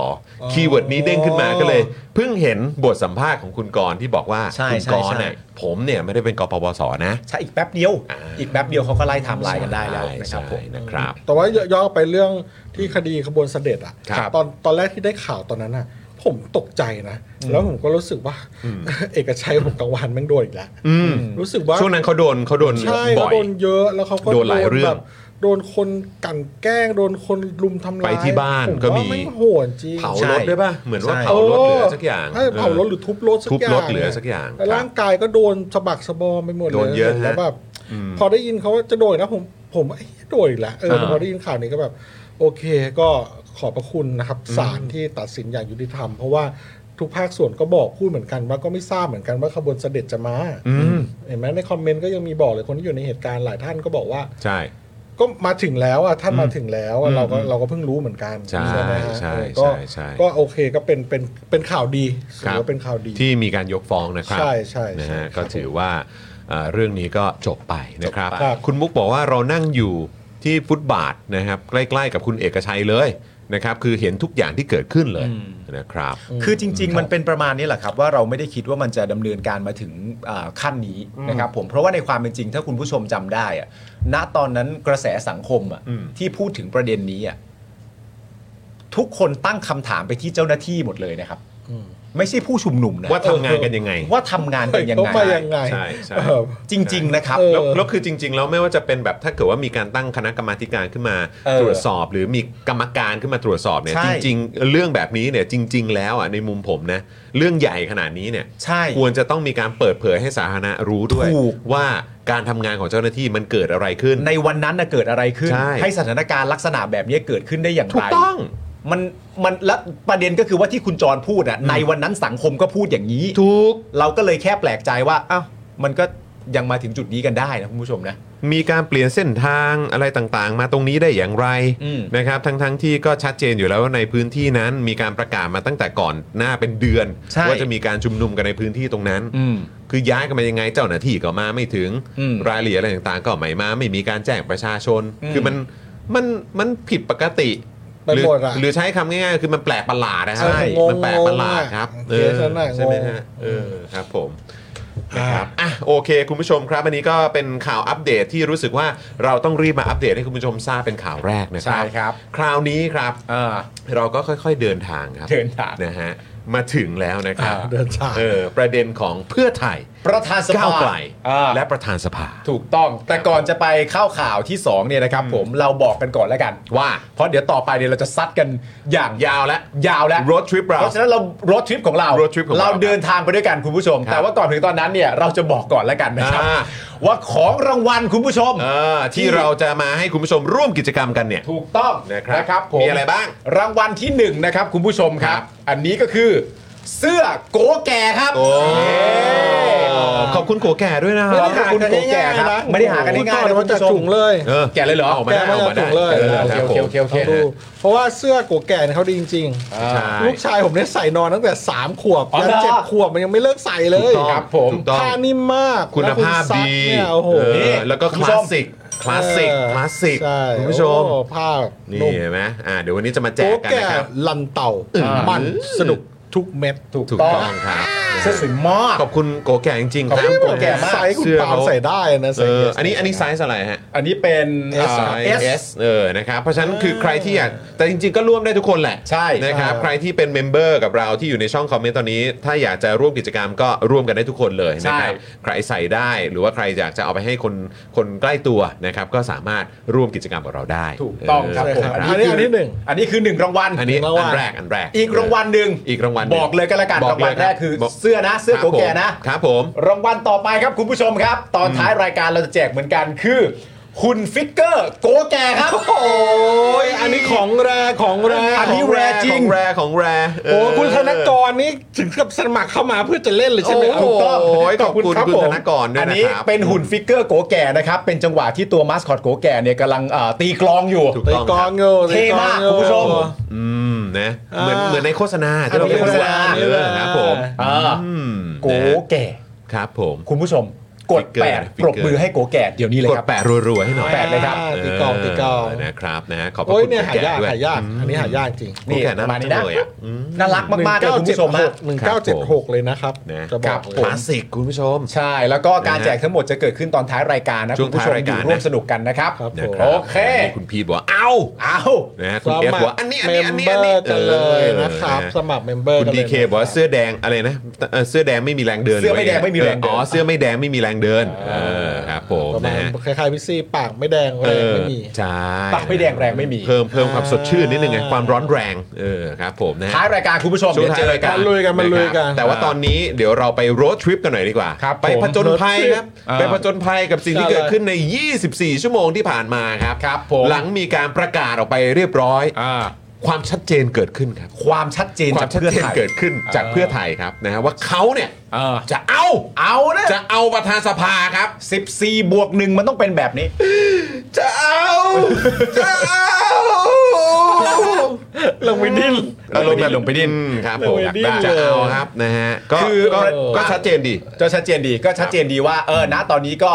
[SPEAKER 1] คีย์เวิร์ดนี้เด้งขึ้นมาก็เลย เพิ่งเห็นบทสัมภาษณ์ของคุณกรณ์ที่บอกว่า
[SPEAKER 2] ใช่
[SPEAKER 1] คุณ
[SPEAKER 2] ใช่
[SPEAKER 1] กรณ์
[SPEAKER 2] ใช่
[SPEAKER 1] เนี่ยผมเนี่ยไม่ได้เป็นกปปสนะ
[SPEAKER 2] ใช่อีกแป๊บเดียว อีกแป๊บเดียวเขาก็ไล่ไทม์ไลน์กันได้แล้วนะค
[SPEAKER 1] ใช่
[SPEAKER 2] รับผม
[SPEAKER 1] ใช่นะครับ
[SPEAKER 3] แต่ว่าย้อนไปเรื่องที่คดีขบวนเสด็จอะ
[SPEAKER 1] ครับ
[SPEAKER 3] ตอนตอนแรกที่ได้ข่าวตอนนั้นอะผมตกใจนะ แล้วผมก็รู้สึกว่า เอกชัยผมกังวานแม่งโดนอีกแล้ว
[SPEAKER 1] อืม
[SPEAKER 3] รู้สึกว่า
[SPEAKER 1] ช่วงนั้นเขาโดนเขาโดน
[SPEAKER 3] ใช่
[SPEAKER 1] บ่
[SPEAKER 3] เขา
[SPEAKER 1] อย
[SPEAKER 3] โดนเยอะแล้วเขาก็
[SPEAKER 1] โดนหลายเรื่อง
[SPEAKER 3] แบบโดนคนกลันแกล้ง โดนคนรุมทำร้าย
[SPEAKER 1] ไปที่บ้าน
[SPEAKER 3] ผม
[SPEAKER 1] ก็มี
[SPEAKER 3] ว่าไม่โหดจริง
[SPEAKER 1] เผา
[SPEAKER 2] ใช่
[SPEAKER 1] รถด้วยป่ะ เหมือนว่า
[SPEAKER 2] ใช่
[SPEAKER 1] เผารถเหลือสักอย่าง
[SPEAKER 3] ใช่เผารถหรือทุบรถสัก
[SPEAKER 1] ทุบ
[SPEAKER 3] อย่าง
[SPEAKER 1] รถเหลือสักอย่าง
[SPEAKER 3] แล้ว
[SPEAKER 1] ครับ
[SPEAKER 3] ร่างกายก็โดนสะบักสะบอมไปหมด
[SPEAKER 1] โดนเยอะ
[SPEAKER 3] แล้วแบบ
[SPEAKER 1] อืม
[SPEAKER 3] พอได้ยินเขาว่าจะโดนนะผมผมเอ้ยโดนอีกแล้วเออแต่พอได้ยินข่าวนี้ก็แบบ โอเคก็ขอบพระคุณนะครับศาลที่ตัดสินอย่างยุติธรรม เพราะว่าทุกภาคส่วนก็บอกพูดเหมือนกันว่าก็ไม่ทราบเหมือนกันว่าขบวนเสด็จจะมา
[SPEAKER 1] อืม
[SPEAKER 3] เห็นไหมในคอมเมนต์ก็ยังมีบอกเลยคนที่อยู่ในเหตุการณ์หลายท่านก็บอกว่า
[SPEAKER 1] ใช่
[SPEAKER 3] ก็มาถึงแล้วอ่ะท่าน
[SPEAKER 1] อืม
[SPEAKER 3] มาถึงแล้วอ่ะเราก็เราก็เพิ่งรู้เหมือนกัน
[SPEAKER 1] ใช่
[SPEAKER 3] ไหมฮะ
[SPEAKER 1] ใช่
[SPEAKER 3] เออก็
[SPEAKER 1] ใช่ใช่
[SPEAKER 3] ก็โอเคก็เป็นเป็นเป็นข่าวดี
[SPEAKER 1] ค
[SPEAKER 3] ถื
[SPEAKER 1] รับ
[SPEAKER 3] อว่าเป็นข่าวดี
[SPEAKER 1] ที่มีการยกฟ้องนะครับ
[SPEAKER 3] ใช่ใช่
[SPEAKER 1] นะ
[SPEAKER 3] ใช่
[SPEAKER 1] ฮะ
[SPEAKER 3] ครับ
[SPEAKER 1] ก็ถือว่าเอ่อเรื่องนี้ก็จบไปนะครับ
[SPEAKER 3] จบไปครับ
[SPEAKER 1] คุณมุกบอกว่าเรานั่งอยู่ที่ฟุตบาทนะครับใกล้ๆกับคุณเอกชัยเลยนะครับ คือเห็นทุกอย่างที่เกิดขึ้นเลย
[SPEAKER 2] อืม
[SPEAKER 1] นะครับ
[SPEAKER 2] คือจริง ๆ มันเป็นประมาณนี้แหละครับ ว่าเราไม่ได้คิดว่ามันจะดำเนินการมาถึงอ่าขั้นนี้นะครับผมเพราะว่าในความเป็นจริง ถ้าคุณผู้ชมจำได้อะณตอนนั้นกระแสสังคมอะ
[SPEAKER 1] อืม
[SPEAKER 2] ที่พูดถึงประเด็นนี้อะทุกคนตั้งคำถามไปที่เจ้าหน้าที่หมดเลยนะครับ ไม่ใช่ผู้ชุมนุมนะ
[SPEAKER 1] ว่าทำงานกันยังไง
[SPEAKER 2] ว่าทำงานกันยัง
[SPEAKER 3] เขา
[SPEAKER 2] ไง
[SPEAKER 3] มายังไง
[SPEAKER 1] ใช่ใช่
[SPEAKER 3] เออ
[SPEAKER 2] จริง ๆ นะครับ
[SPEAKER 3] เออ
[SPEAKER 1] แล้วแล้วคือจริง ๆ แล้วไม่ว่าจะเป็นแบบถ้าเกิดว่ามีการตั้งคณะกรรมาธิการขึ้นมา
[SPEAKER 2] เออ
[SPEAKER 1] ตรวจสอบ หรือมีกรรมการขึ้นมาตรวจสอบเนี่ย
[SPEAKER 2] ใช่
[SPEAKER 1] จริง ๆ เรื่องแบบนี้เนี่ยจริง ๆ แล้วอ่ะในมุมผมนะเรื่องใหญ่ขนาดนี้เนี่ย
[SPEAKER 2] ใช่
[SPEAKER 1] ควรจะต้องมีการเปิดเผยให้สาธารณะรู้ด้วย
[SPEAKER 2] ถูก
[SPEAKER 1] ว่าการทำงานของเจ้าหน้าที่มันเกิดอะไรขึ้น
[SPEAKER 2] ในวันนั้นนะเกิดอะไรขึ้น
[SPEAKER 1] ใช่
[SPEAKER 2] สถานการณ์ลักษณะแบบนี้เกิดขึ้นได้อย่างไร
[SPEAKER 1] ถูกต้อง
[SPEAKER 2] มันมันและประเด็นก็คือว่าที่คุณจรพูดอ่ะในวันนั้นสังคมก็พูดอย่างนี้
[SPEAKER 1] ถูก
[SPEAKER 2] เราก็เลยแค่แปลกใจว่าอ้าวมันก็ยังมาถึงจุดนี้กันได้นะคุณผู้ชมนะ
[SPEAKER 1] มีการเปลี่ยนเส้นทางอะไรต่างๆ มาตรงนี้ได้อย่างไร
[SPEAKER 2] อืม
[SPEAKER 1] นะครับทั้งๆที่ก็ชัดเจนอยู่แล้วว่าในพื้นที่นั้น มีการประกาศมาตั้งแต่ก่อนหน้าเป็นเดือน
[SPEAKER 2] ใช่
[SPEAKER 1] ว่าจะมีการชุมนุมกันในพื้นที่ตรงนั้น
[SPEAKER 2] อืม
[SPEAKER 1] คือย้ายกันมายังไงเจ้าหน้าที่ก็มาไม่ถึง
[SPEAKER 2] อืม
[SPEAKER 1] รายละเอียดอะไรต่างๆ ก็ไม่มา ไม่มีการแจ้งประชาชน
[SPEAKER 2] อืม
[SPEAKER 1] คือมันมันมันผิดปกติ
[SPEAKER 3] ไปหมดอะ
[SPEAKER 1] หรือใช้คำง่ายๆ คือมันแปลกประหลาดนะครั
[SPEAKER 2] ใช่
[SPEAKER 1] มันแปลกประหลาดครับ
[SPEAKER 3] งงอะเคสนั้นน่ะ
[SPEAKER 1] ใช่ไหมฮะ
[SPEAKER 3] งง
[SPEAKER 1] เออครับผม นะครับอ่ะโอเค คุณผู้ชมครับ อันนี้ก็เป็นข่าวอัปเดตที่รู้สึกว่าเราต้องรีบมาอัปเดตให้คุณผู้ชมทราบเป็นข่าวแรกนะค
[SPEAKER 2] ใช่
[SPEAKER 1] รับ
[SPEAKER 2] ครับ
[SPEAKER 1] คราวนี้ครับ
[SPEAKER 2] เออ
[SPEAKER 1] เราก็ค่อยๆเดินทางครับ
[SPEAKER 2] เดินทาง
[SPEAKER 1] นะฮะมาถึงแล้วนะครับ
[SPEAKER 2] อ่า
[SPEAKER 3] เดินช้าง
[SPEAKER 1] เออประเด็นของเพื่อไทย
[SPEAKER 2] ประธานสภา
[SPEAKER 1] ก้าวไกล
[SPEAKER 2] อ่า
[SPEAKER 1] และประธานสภา
[SPEAKER 2] ถูกต้องแต่ก่อนจะไปเข้าข่าวที่2เนี่ยนะครับผมเราบอกกันก่อนแล้วกันว่าเพราะเดี๋ยวต่อไปเนี่ยเราจะซัดกันอย่างยาวและยาวและ
[SPEAKER 1] road trip เรา
[SPEAKER 2] เพราะฉะนั้นเรารถทริปของเรา
[SPEAKER 1] road trip ของเรา
[SPEAKER 2] เราเดินทางไปด้วยกันคุณผู้ชม
[SPEAKER 1] ครับ
[SPEAKER 2] แต่ว่าก่อนถึงตอนนั้นเนี่ยเราจะบอกก่อนแล้วกันนะครับ
[SPEAKER 1] อ่า
[SPEAKER 2] ว่าของรางวัลคุณผู้ชม
[SPEAKER 1] เออที่เราจะมาให้คุณผู้ชมร่วมกิจกรรมกันเนี่ย
[SPEAKER 2] ถูกต้อง
[SPEAKER 1] นะครับ
[SPEAKER 2] ผม
[SPEAKER 1] มีอะไรบ้าง
[SPEAKER 2] รางวัลที่หนึ่งนะครับคุณผู้ชมครับ
[SPEAKER 1] ครับ
[SPEAKER 2] อันนี้ก็คือ เสื้อโกแก่ครับ
[SPEAKER 1] โอ้
[SPEAKER 2] เย้
[SPEAKER 1] ขอบคุณโกแก่ด้วยนะ
[SPEAKER 2] ขอบคุณโกแก่ครับ
[SPEAKER 3] นะ
[SPEAKER 2] ไม่ได้หากัน
[SPEAKER 3] โอ้
[SPEAKER 2] ง่า
[SPEAKER 3] โต่
[SPEAKER 2] ยๆ
[SPEAKER 3] อ
[SPEAKER 2] นะ
[SPEAKER 3] ม
[SPEAKER 2] คุณ
[SPEAKER 3] จาก
[SPEAKER 2] ผู้ช
[SPEAKER 3] ถุ
[SPEAKER 2] ม
[SPEAKER 3] งเลย
[SPEAKER 1] เออ
[SPEAKER 2] แกะเลยเหรอ
[SPEAKER 1] ออกมาได้
[SPEAKER 3] แกะมา
[SPEAKER 1] ออกมาได้
[SPEAKER 3] จากถุงเลย
[SPEAKER 1] เอ
[SPEAKER 2] เอ
[SPEAKER 1] อ
[SPEAKER 2] อ
[SPEAKER 1] ค
[SPEAKER 2] โอเครับ โอเค
[SPEAKER 1] ผม
[SPEAKER 2] โอเคโอเค
[SPEAKER 3] เขาดูเพราะว่าเสื้อกัวแก่เนี่ยเขาดีจริง
[SPEAKER 2] อ่า
[SPEAKER 1] ใช่
[SPEAKER 3] ๆลูกชายผมเนี่ยใส่นอนตั้งแต่ 3 ขวบ
[SPEAKER 2] อ๋อ
[SPEAKER 3] ยัน
[SPEAKER 2] เหรอ
[SPEAKER 3] เจ็ดขวบมันยังไม่เลิกใส่เล
[SPEAKER 1] ถู
[SPEAKER 3] ย
[SPEAKER 1] กต้อง
[SPEAKER 2] ครับผม
[SPEAKER 1] ถูกต้อง
[SPEAKER 3] ผ้านิ่มมาก
[SPEAKER 1] คุณภาพ
[SPEAKER 3] แล้วซัก
[SPEAKER 1] ดี
[SPEAKER 3] เนี่ยโอ้โห
[SPEAKER 1] เอ
[SPEAKER 2] นี่
[SPEAKER 1] อแล้วก็ค
[SPEAKER 2] คุณผู้
[SPEAKER 1] ลา
[SPEAKER 2] ช
[SPEAKER 1] ส
[SPEAKER 2] ม
[SPEAKER 1] สิก คลาสสิก คลาสสิก
[SPEAKER 3] ใช่
[SPEAKER 1] คุณผู้ชม
[SPEAKER 3] โอ้ผ้า
[SPEAKER 1] นี่
[SPEAKER 3] นุ่ม
[SPEAKER 1] เห็นไหมอ่าเดี๋ยววันนี้จะมาแจ
[SPEAKER 3] กัว
[SPEAKER 1] กกัน
[SPEAKER 3] แก่
[SPEAKER 1] นะครับ
[SPEAKER 3] ลันเต่ามันสนุกทุกเม็ด
[SPEAKER 2] ถูก
[SPEAKER 1] ถูก
[SPEAKER 2] ต้อง
[SPEAKER 1] ต้องครับ
[SPEAKER 2] เสื้อสวยมาก
[SPEAKER 1] ขอบคุณโกแก่จริงๆค
[SPEAKER 2] ขอบ
[SPEAKER 1] รับ
[SPEAKER 2] คุณ
[SPEAKER 1] โกแก่
[SPEAKER 3] ไซส์คุณ
[SPEAKER 1] เสื้อ
[SPEAKER 3] ปาล์ม
[SPEAKER 1] เขา
[SPEAKER 3] ใส่ได้นะใส่
[SPEAKER 1] เออ
[SPEAKER 3] เ
[SPEAKER 1] อันนี้อันนี้ไซส์อะไรฮะ
[SPEAKER 2] อันนี้เป็นเอ
[SPEAKER 1] ไซ
[SPEAKER 2] อ
[SPEAKER 1] ส์
[SPEAKER 2] S
[SPEAKER 1] S เออนะครับเพราะฉะนั้นคือใครที่อยากแต่จริงๆก็ร่วมได้ทุกคนแหละ
[SPEAKER 2] ใช่
[SPEAKER 1] นะครับ
[SPEAKER 3] ใช่
[SPEAKER 1] ใครที่เป็นเมมเบอร์กับเราที่อยู่ในช่องคอมเมนต์ตอนนี้ ถ้าอยากจะร่วมกิจกรรมก็ร่วมกันได้ทุกคนเลยนะครับ
[SPEAKER 2] ใช่
[SPEAKER 1] ใครใส่ได้หรือว่าใครอยากจะเอาไปให้คนคนใกล้ตัวนะครับก็สามารถร่วมกิจกรรมกับเราได้
[SPEAKER 2] ถูกต้องครับ
[SPEAKER 1] เ
[SPEAKER 2] ผม
[SPEAKER 3] ใช่ครับอันนี้อันที่หนึ่ง
[SPEAKER 2] อันนี้คือหนึ่งรางวัล
[SPEAKER 1] อันนี้
[SPEAKER 3] รางวั
[SPEAKER 1] อั
[SPEAKER 3] ล
[SPEAKER 1] นแรกอันแรก
[SPEAKER 2] อีกรางวัลหนึ่ง
[SPEAKER 1] อีกรางวัลหนึ่
[SPEAKER 2] บอกเลยก็แล้วกัน
[SPEAKER 1] บ
[SPEAKER 2] รางวัล
[SPEAKER 1] เย
[SPEAKER 2] แรกคือบ เสื้อนะเสื้อโกแก่นะ
[SPEAKER 1] ครับผม
[SPEAKER 2] รางวัลต่อไปครับคุณผู้ชมครับ ตอนท้ายรายการเราจะแจกเหมือนกันคือหุ่นฟิกเกอร์โกแก่ครับ
[SPEAKER 3] โอ้ยอันนี้ของแรของแร
[SPEAKER 2] อันนี้ แรจริ
[SPEAKER 1] ข
[SPEAKER 2] ง
[SPEAKER 1] องแรของแร
[SPEAKER 3] โอ้คุณธนกรนี่ถึงกับสมัครเข้ามาเพื่อจะเล่นเลยใช่ไหมครับ
[SPEAKER 1] โอ้โหขอบคุณ
[SPEAKER 3] ขอบคุณครับ
[SPEAKER 1] คุณ
[SPEAKER 3] ผม
[SPEAKER 1] ธนกรด้วย
[SPEAKER 2] อัน
[SPEAKER 1] นะ
[SPEAKER 2] นี้
[SPEAKER 1] ครับ
[SPEAKER 2] เป็นหุ่นฟิกเกอร์โกแก่นะครับ เป็นจังหวะที่ตัวมาสคอตโกแก่เนี่ยกำลังเอ่อตีกลองอยู่
[SPEAKER 1] ถู
[SPEAKER 3] ตีกลองอยู่
[SPEAKER 2] เท่มาก
[SPEAKER 3] ตีลองอยู่
[SPEAKER 2] คุณผู้ชม
[SPEAKER 1] อืมนะเหมือน
[SPEAKER 3] อ่า
[SPEAKER 1] เหมือนในโฆษณาที่
[SPEAKER 2] อั
[SPEAKER 1] เรา
[SPEAKER 2] นนี้
[SPEAKER 1] เคยดู
[SPEAKER 2] โฆษณา
[SPEAKER 1] เออครับผม
[SPEAKER 2] เอออ
[SPEAKER 1] อืม
[SPEAKER 2] โก
[SPEAKER 1] นะ
[SPEAKER 2] แก่
[SPEAKER 1] ครับผม
[SPEAKER 2] คุณผู้ชมกด
[SPEAKER 1] ฟิกเกอร์
[SPEAKER 2] แปด
[SPEAKER 1] ฟิก
[SPEAKER 2] ป
[SPEAKER 1] เกอ
[SPEAKER 2] ร
[SPEAKER 1] ร์
[SPEAKER 2] บมือให้โกแก่เดี๋ยวนี้เลย
[SPEAKER 1] ก
[SPEAKER 2] ค
[SPEAKER 1] ด
[SPEAKER 2] รับ
[SPEAKER 1] แปะรัวๆให้หน่อย
[SPEAKER 2] แปะเลยครับ
[SPEAKER 3] อ่าตีกลองตีกลอง
[SPEAKER 1] เนะครับนะขอบพระ
[SPEAKER 3] โอ้ย
[SPEAKER 1] คุณ
[SPEAKER 3] เนี่ย
[SPEAKER 1] คุณ
[SPEAKER 3] หา
[SPEAKER 1] แก่
[SPEAKER 3] ยาก
[SPEAKER 1] ด้วย
[SPEAKER 3] หายากอันนี้หายากจริง
[SPEAKER 1] คุ
[SPEAKER 2] นี่
[SPEAKER 1] ณแก่น่า
[SPEAKER 2] ประ
[SPEAKER 1] รั
[SPEAKER 2] มาก ณ
[SPEAKER 1] จัง
[SPEAKER 2] นี้นะ
[SPEAKER 1] เลยอ่ะอืม
[SPEAKER 2] น่ารักมากๆเลยคุณผู้ชมฮะ
[SPEAKER 3] หนึ่งเก้าเจ็ดหกเลยนะครับ
[SPEAKER 1] นะ
[SPEAKER 3] จะบอก
[SPEAKER 2] ครับ
[SPEAKER 3] เลย
[SPEAKER 2] ผม
[SPEAKER 1] คลาสสิกคุณผู้ชม
[SPEAKER 2] ใช่ แล้วก็การ
[SPEAKER 1] นะฮะ
[SPEAKER 2] แจกทั้งหมดจะเกิดขึ้นตอนท้ายรายการนะ
[SPEAKER 1] ช่
[SPEAKER 2] คุ
[SPEAKER 1] วง
[SPEAKER 2] ณผู้ชม
[SPEAKER 1] ท้ายราย
[SPEAKER 2] อ
[SPEAKER 1] การ
[SPEAKER 2] ยู่ร่วม
[SPEAKER 1] นะ
[SPEAKER 2] สนุกกันนะครับ
[SPEAKER 3] ครับ
[SPEAKER 1] นะ
[SPEAKER 2] โอเค
[SPEAKER 1] นี่คุณพีทบอกว่าเอา
[SPEAKER 2] เอา
[SPEAKER 1] นะฮะคุณ
[SPEAKER 3] ส
[SPEAKER 1] เอฟบอ
[SPEAKER 3] มั
[SPEAKER 1] ก
[SPEAKER 3] คร
[SPEAKER 1] ว่าอันนี้อัน
[SPEAKER 3] เม
[SPEAKER 1] นี้
[SPEAKER 3] ม
[SPEAKER 1] อันนี้อันี้
[SPEAKER 3] เบอนร์กันเลยนะครับ
[SPEAKER 1] เออ
[SPEAKER 3] สมัครเมมเบอร์
[SPEAKER 1] คุณ
[SPEAKER 3] กัน
[SPEAKER 1] ดี
[SPEAKER 3] เลย
[SPEAKER 1] เคบอกว่าเสื้อแดงอะไรนะเอ่อเสื้อแดงไม่มีแรงเดิน
[SPEAKER 2] เสื้อไม่แดง
[SPEAKER 1] ห
[SPEAKER 2] ไม่มีแรงเดิน
[SPEAKER 1] อ๋อเสื้อไม่แดงไม่มีแรงเดินเออครับผม
[SPEAKER 3] ประมา
[SPEAKER 1] นะ
[SPEAKER 3] ณ
[SPEAKER 1] ฮะ
[SPEAKER 3] คล้ายๆพี่ซี่ปากไม่แดง
[SPEAKER 1] เอ
[SPEAKER 3] แรง
[SPEAKER 1] อ
[SPEAKER 3] ไม่มี
[SPEAKER 1] ใช่
[SPEAKER 2] ปักไม่แดงแรงไม่มี
[SPEAKER 1] เพิ่มเพิ่มความสดชื่นนิดนึงไง
[SPEAKER 3] อ่า
[SPEAKER 1] ความร้อนแรงเออครับผมนะฮะ
[SPEAKER 2] ท้ายรายการคุณผู้ชม
[SPEAKER 1] ช่ว
[SPEAKER 2] เดี๋
[SPEAKER 1] ง
[SPEAKER 2] ยวเจ
[SPEAKER 1] ท้าย
[SPEAKER 2] อ
[SPEAKER 1] ราย
[SPEAKER 2] กั
[SPEAKER 1] การ
[SPEAKER 2] น
[SPEAKER 3] มาลุยกันมาลุยกันะครับ
[SPEAKER 1] แต่ว่าตอนนี้เดี๋ยวเราไปโรดทริปกันหน่อยดีกว่า
[SPEAKER 2] ครับ
[SPEAKER 1] ไป
[SPEAKER 2] ผม
[SPEAKER 1] ผจญภัยครับ
[SPEAKER 2] อ่า
[SPEAKER 1] ไปผจญภัยกับสิ่งที่
[SPEAKER 3] ใช่
[SPEAKER 1] เกิดขึ้นใน 24 ชั่วโมงที่ผ่านมาครับ
[SPEAKER 2] ครับผม
[SPEAKER 1] หลังมีการประกาศออกไปเรียบร้อย ความชัดเจนเกิดขึ้นครับ
[SPEAKER 2] ความชัดเจน
[SPEAKER 1] ควา
[SPEAKER 2] จาก
[SPEAKER 1] มชัด
[SPEAKER 2] เพื่อ
[SPEAKER 1] เจน
[SPEAKER 2] ไทย
[SPEAKER 1] เกิดขึ้นจากเพื่อไทยครับนะฮะว่าเขาเนี่ย
[SPEAKER 2] เออ
[SPEAKER 1] จะเอา
[SPEAKER 2] เอานะ
[SPEAKER 1] จะเอาประธานสภาครับ
[SPEAKER 2] 14 บวกหนึ่งมันต้องเป็นแบบนี้
[SPEAKER 1] จะเอาจะเอา
[SPEAKER 3] ลงไปดิ้น
[SPEAKER 2] ลงไปดิ้นลงไปดิ้น
[SPEAKER 1] อืมครับผม
[SPEAKER 3] ลงไปดิ้น
[SPEAKER 1] จะเอา
[SPEAKER 3] เลย
[SPEAKER 1] ครับนะฮะก็
[SPEAKER 2] คือ
[SPEAKER 1] ก็ก็ชัดเจนดี
[SPEAKER 2] ก็ชัดเจนดีก็ชัดเจนดีว่าเออนะตอนนี้ก็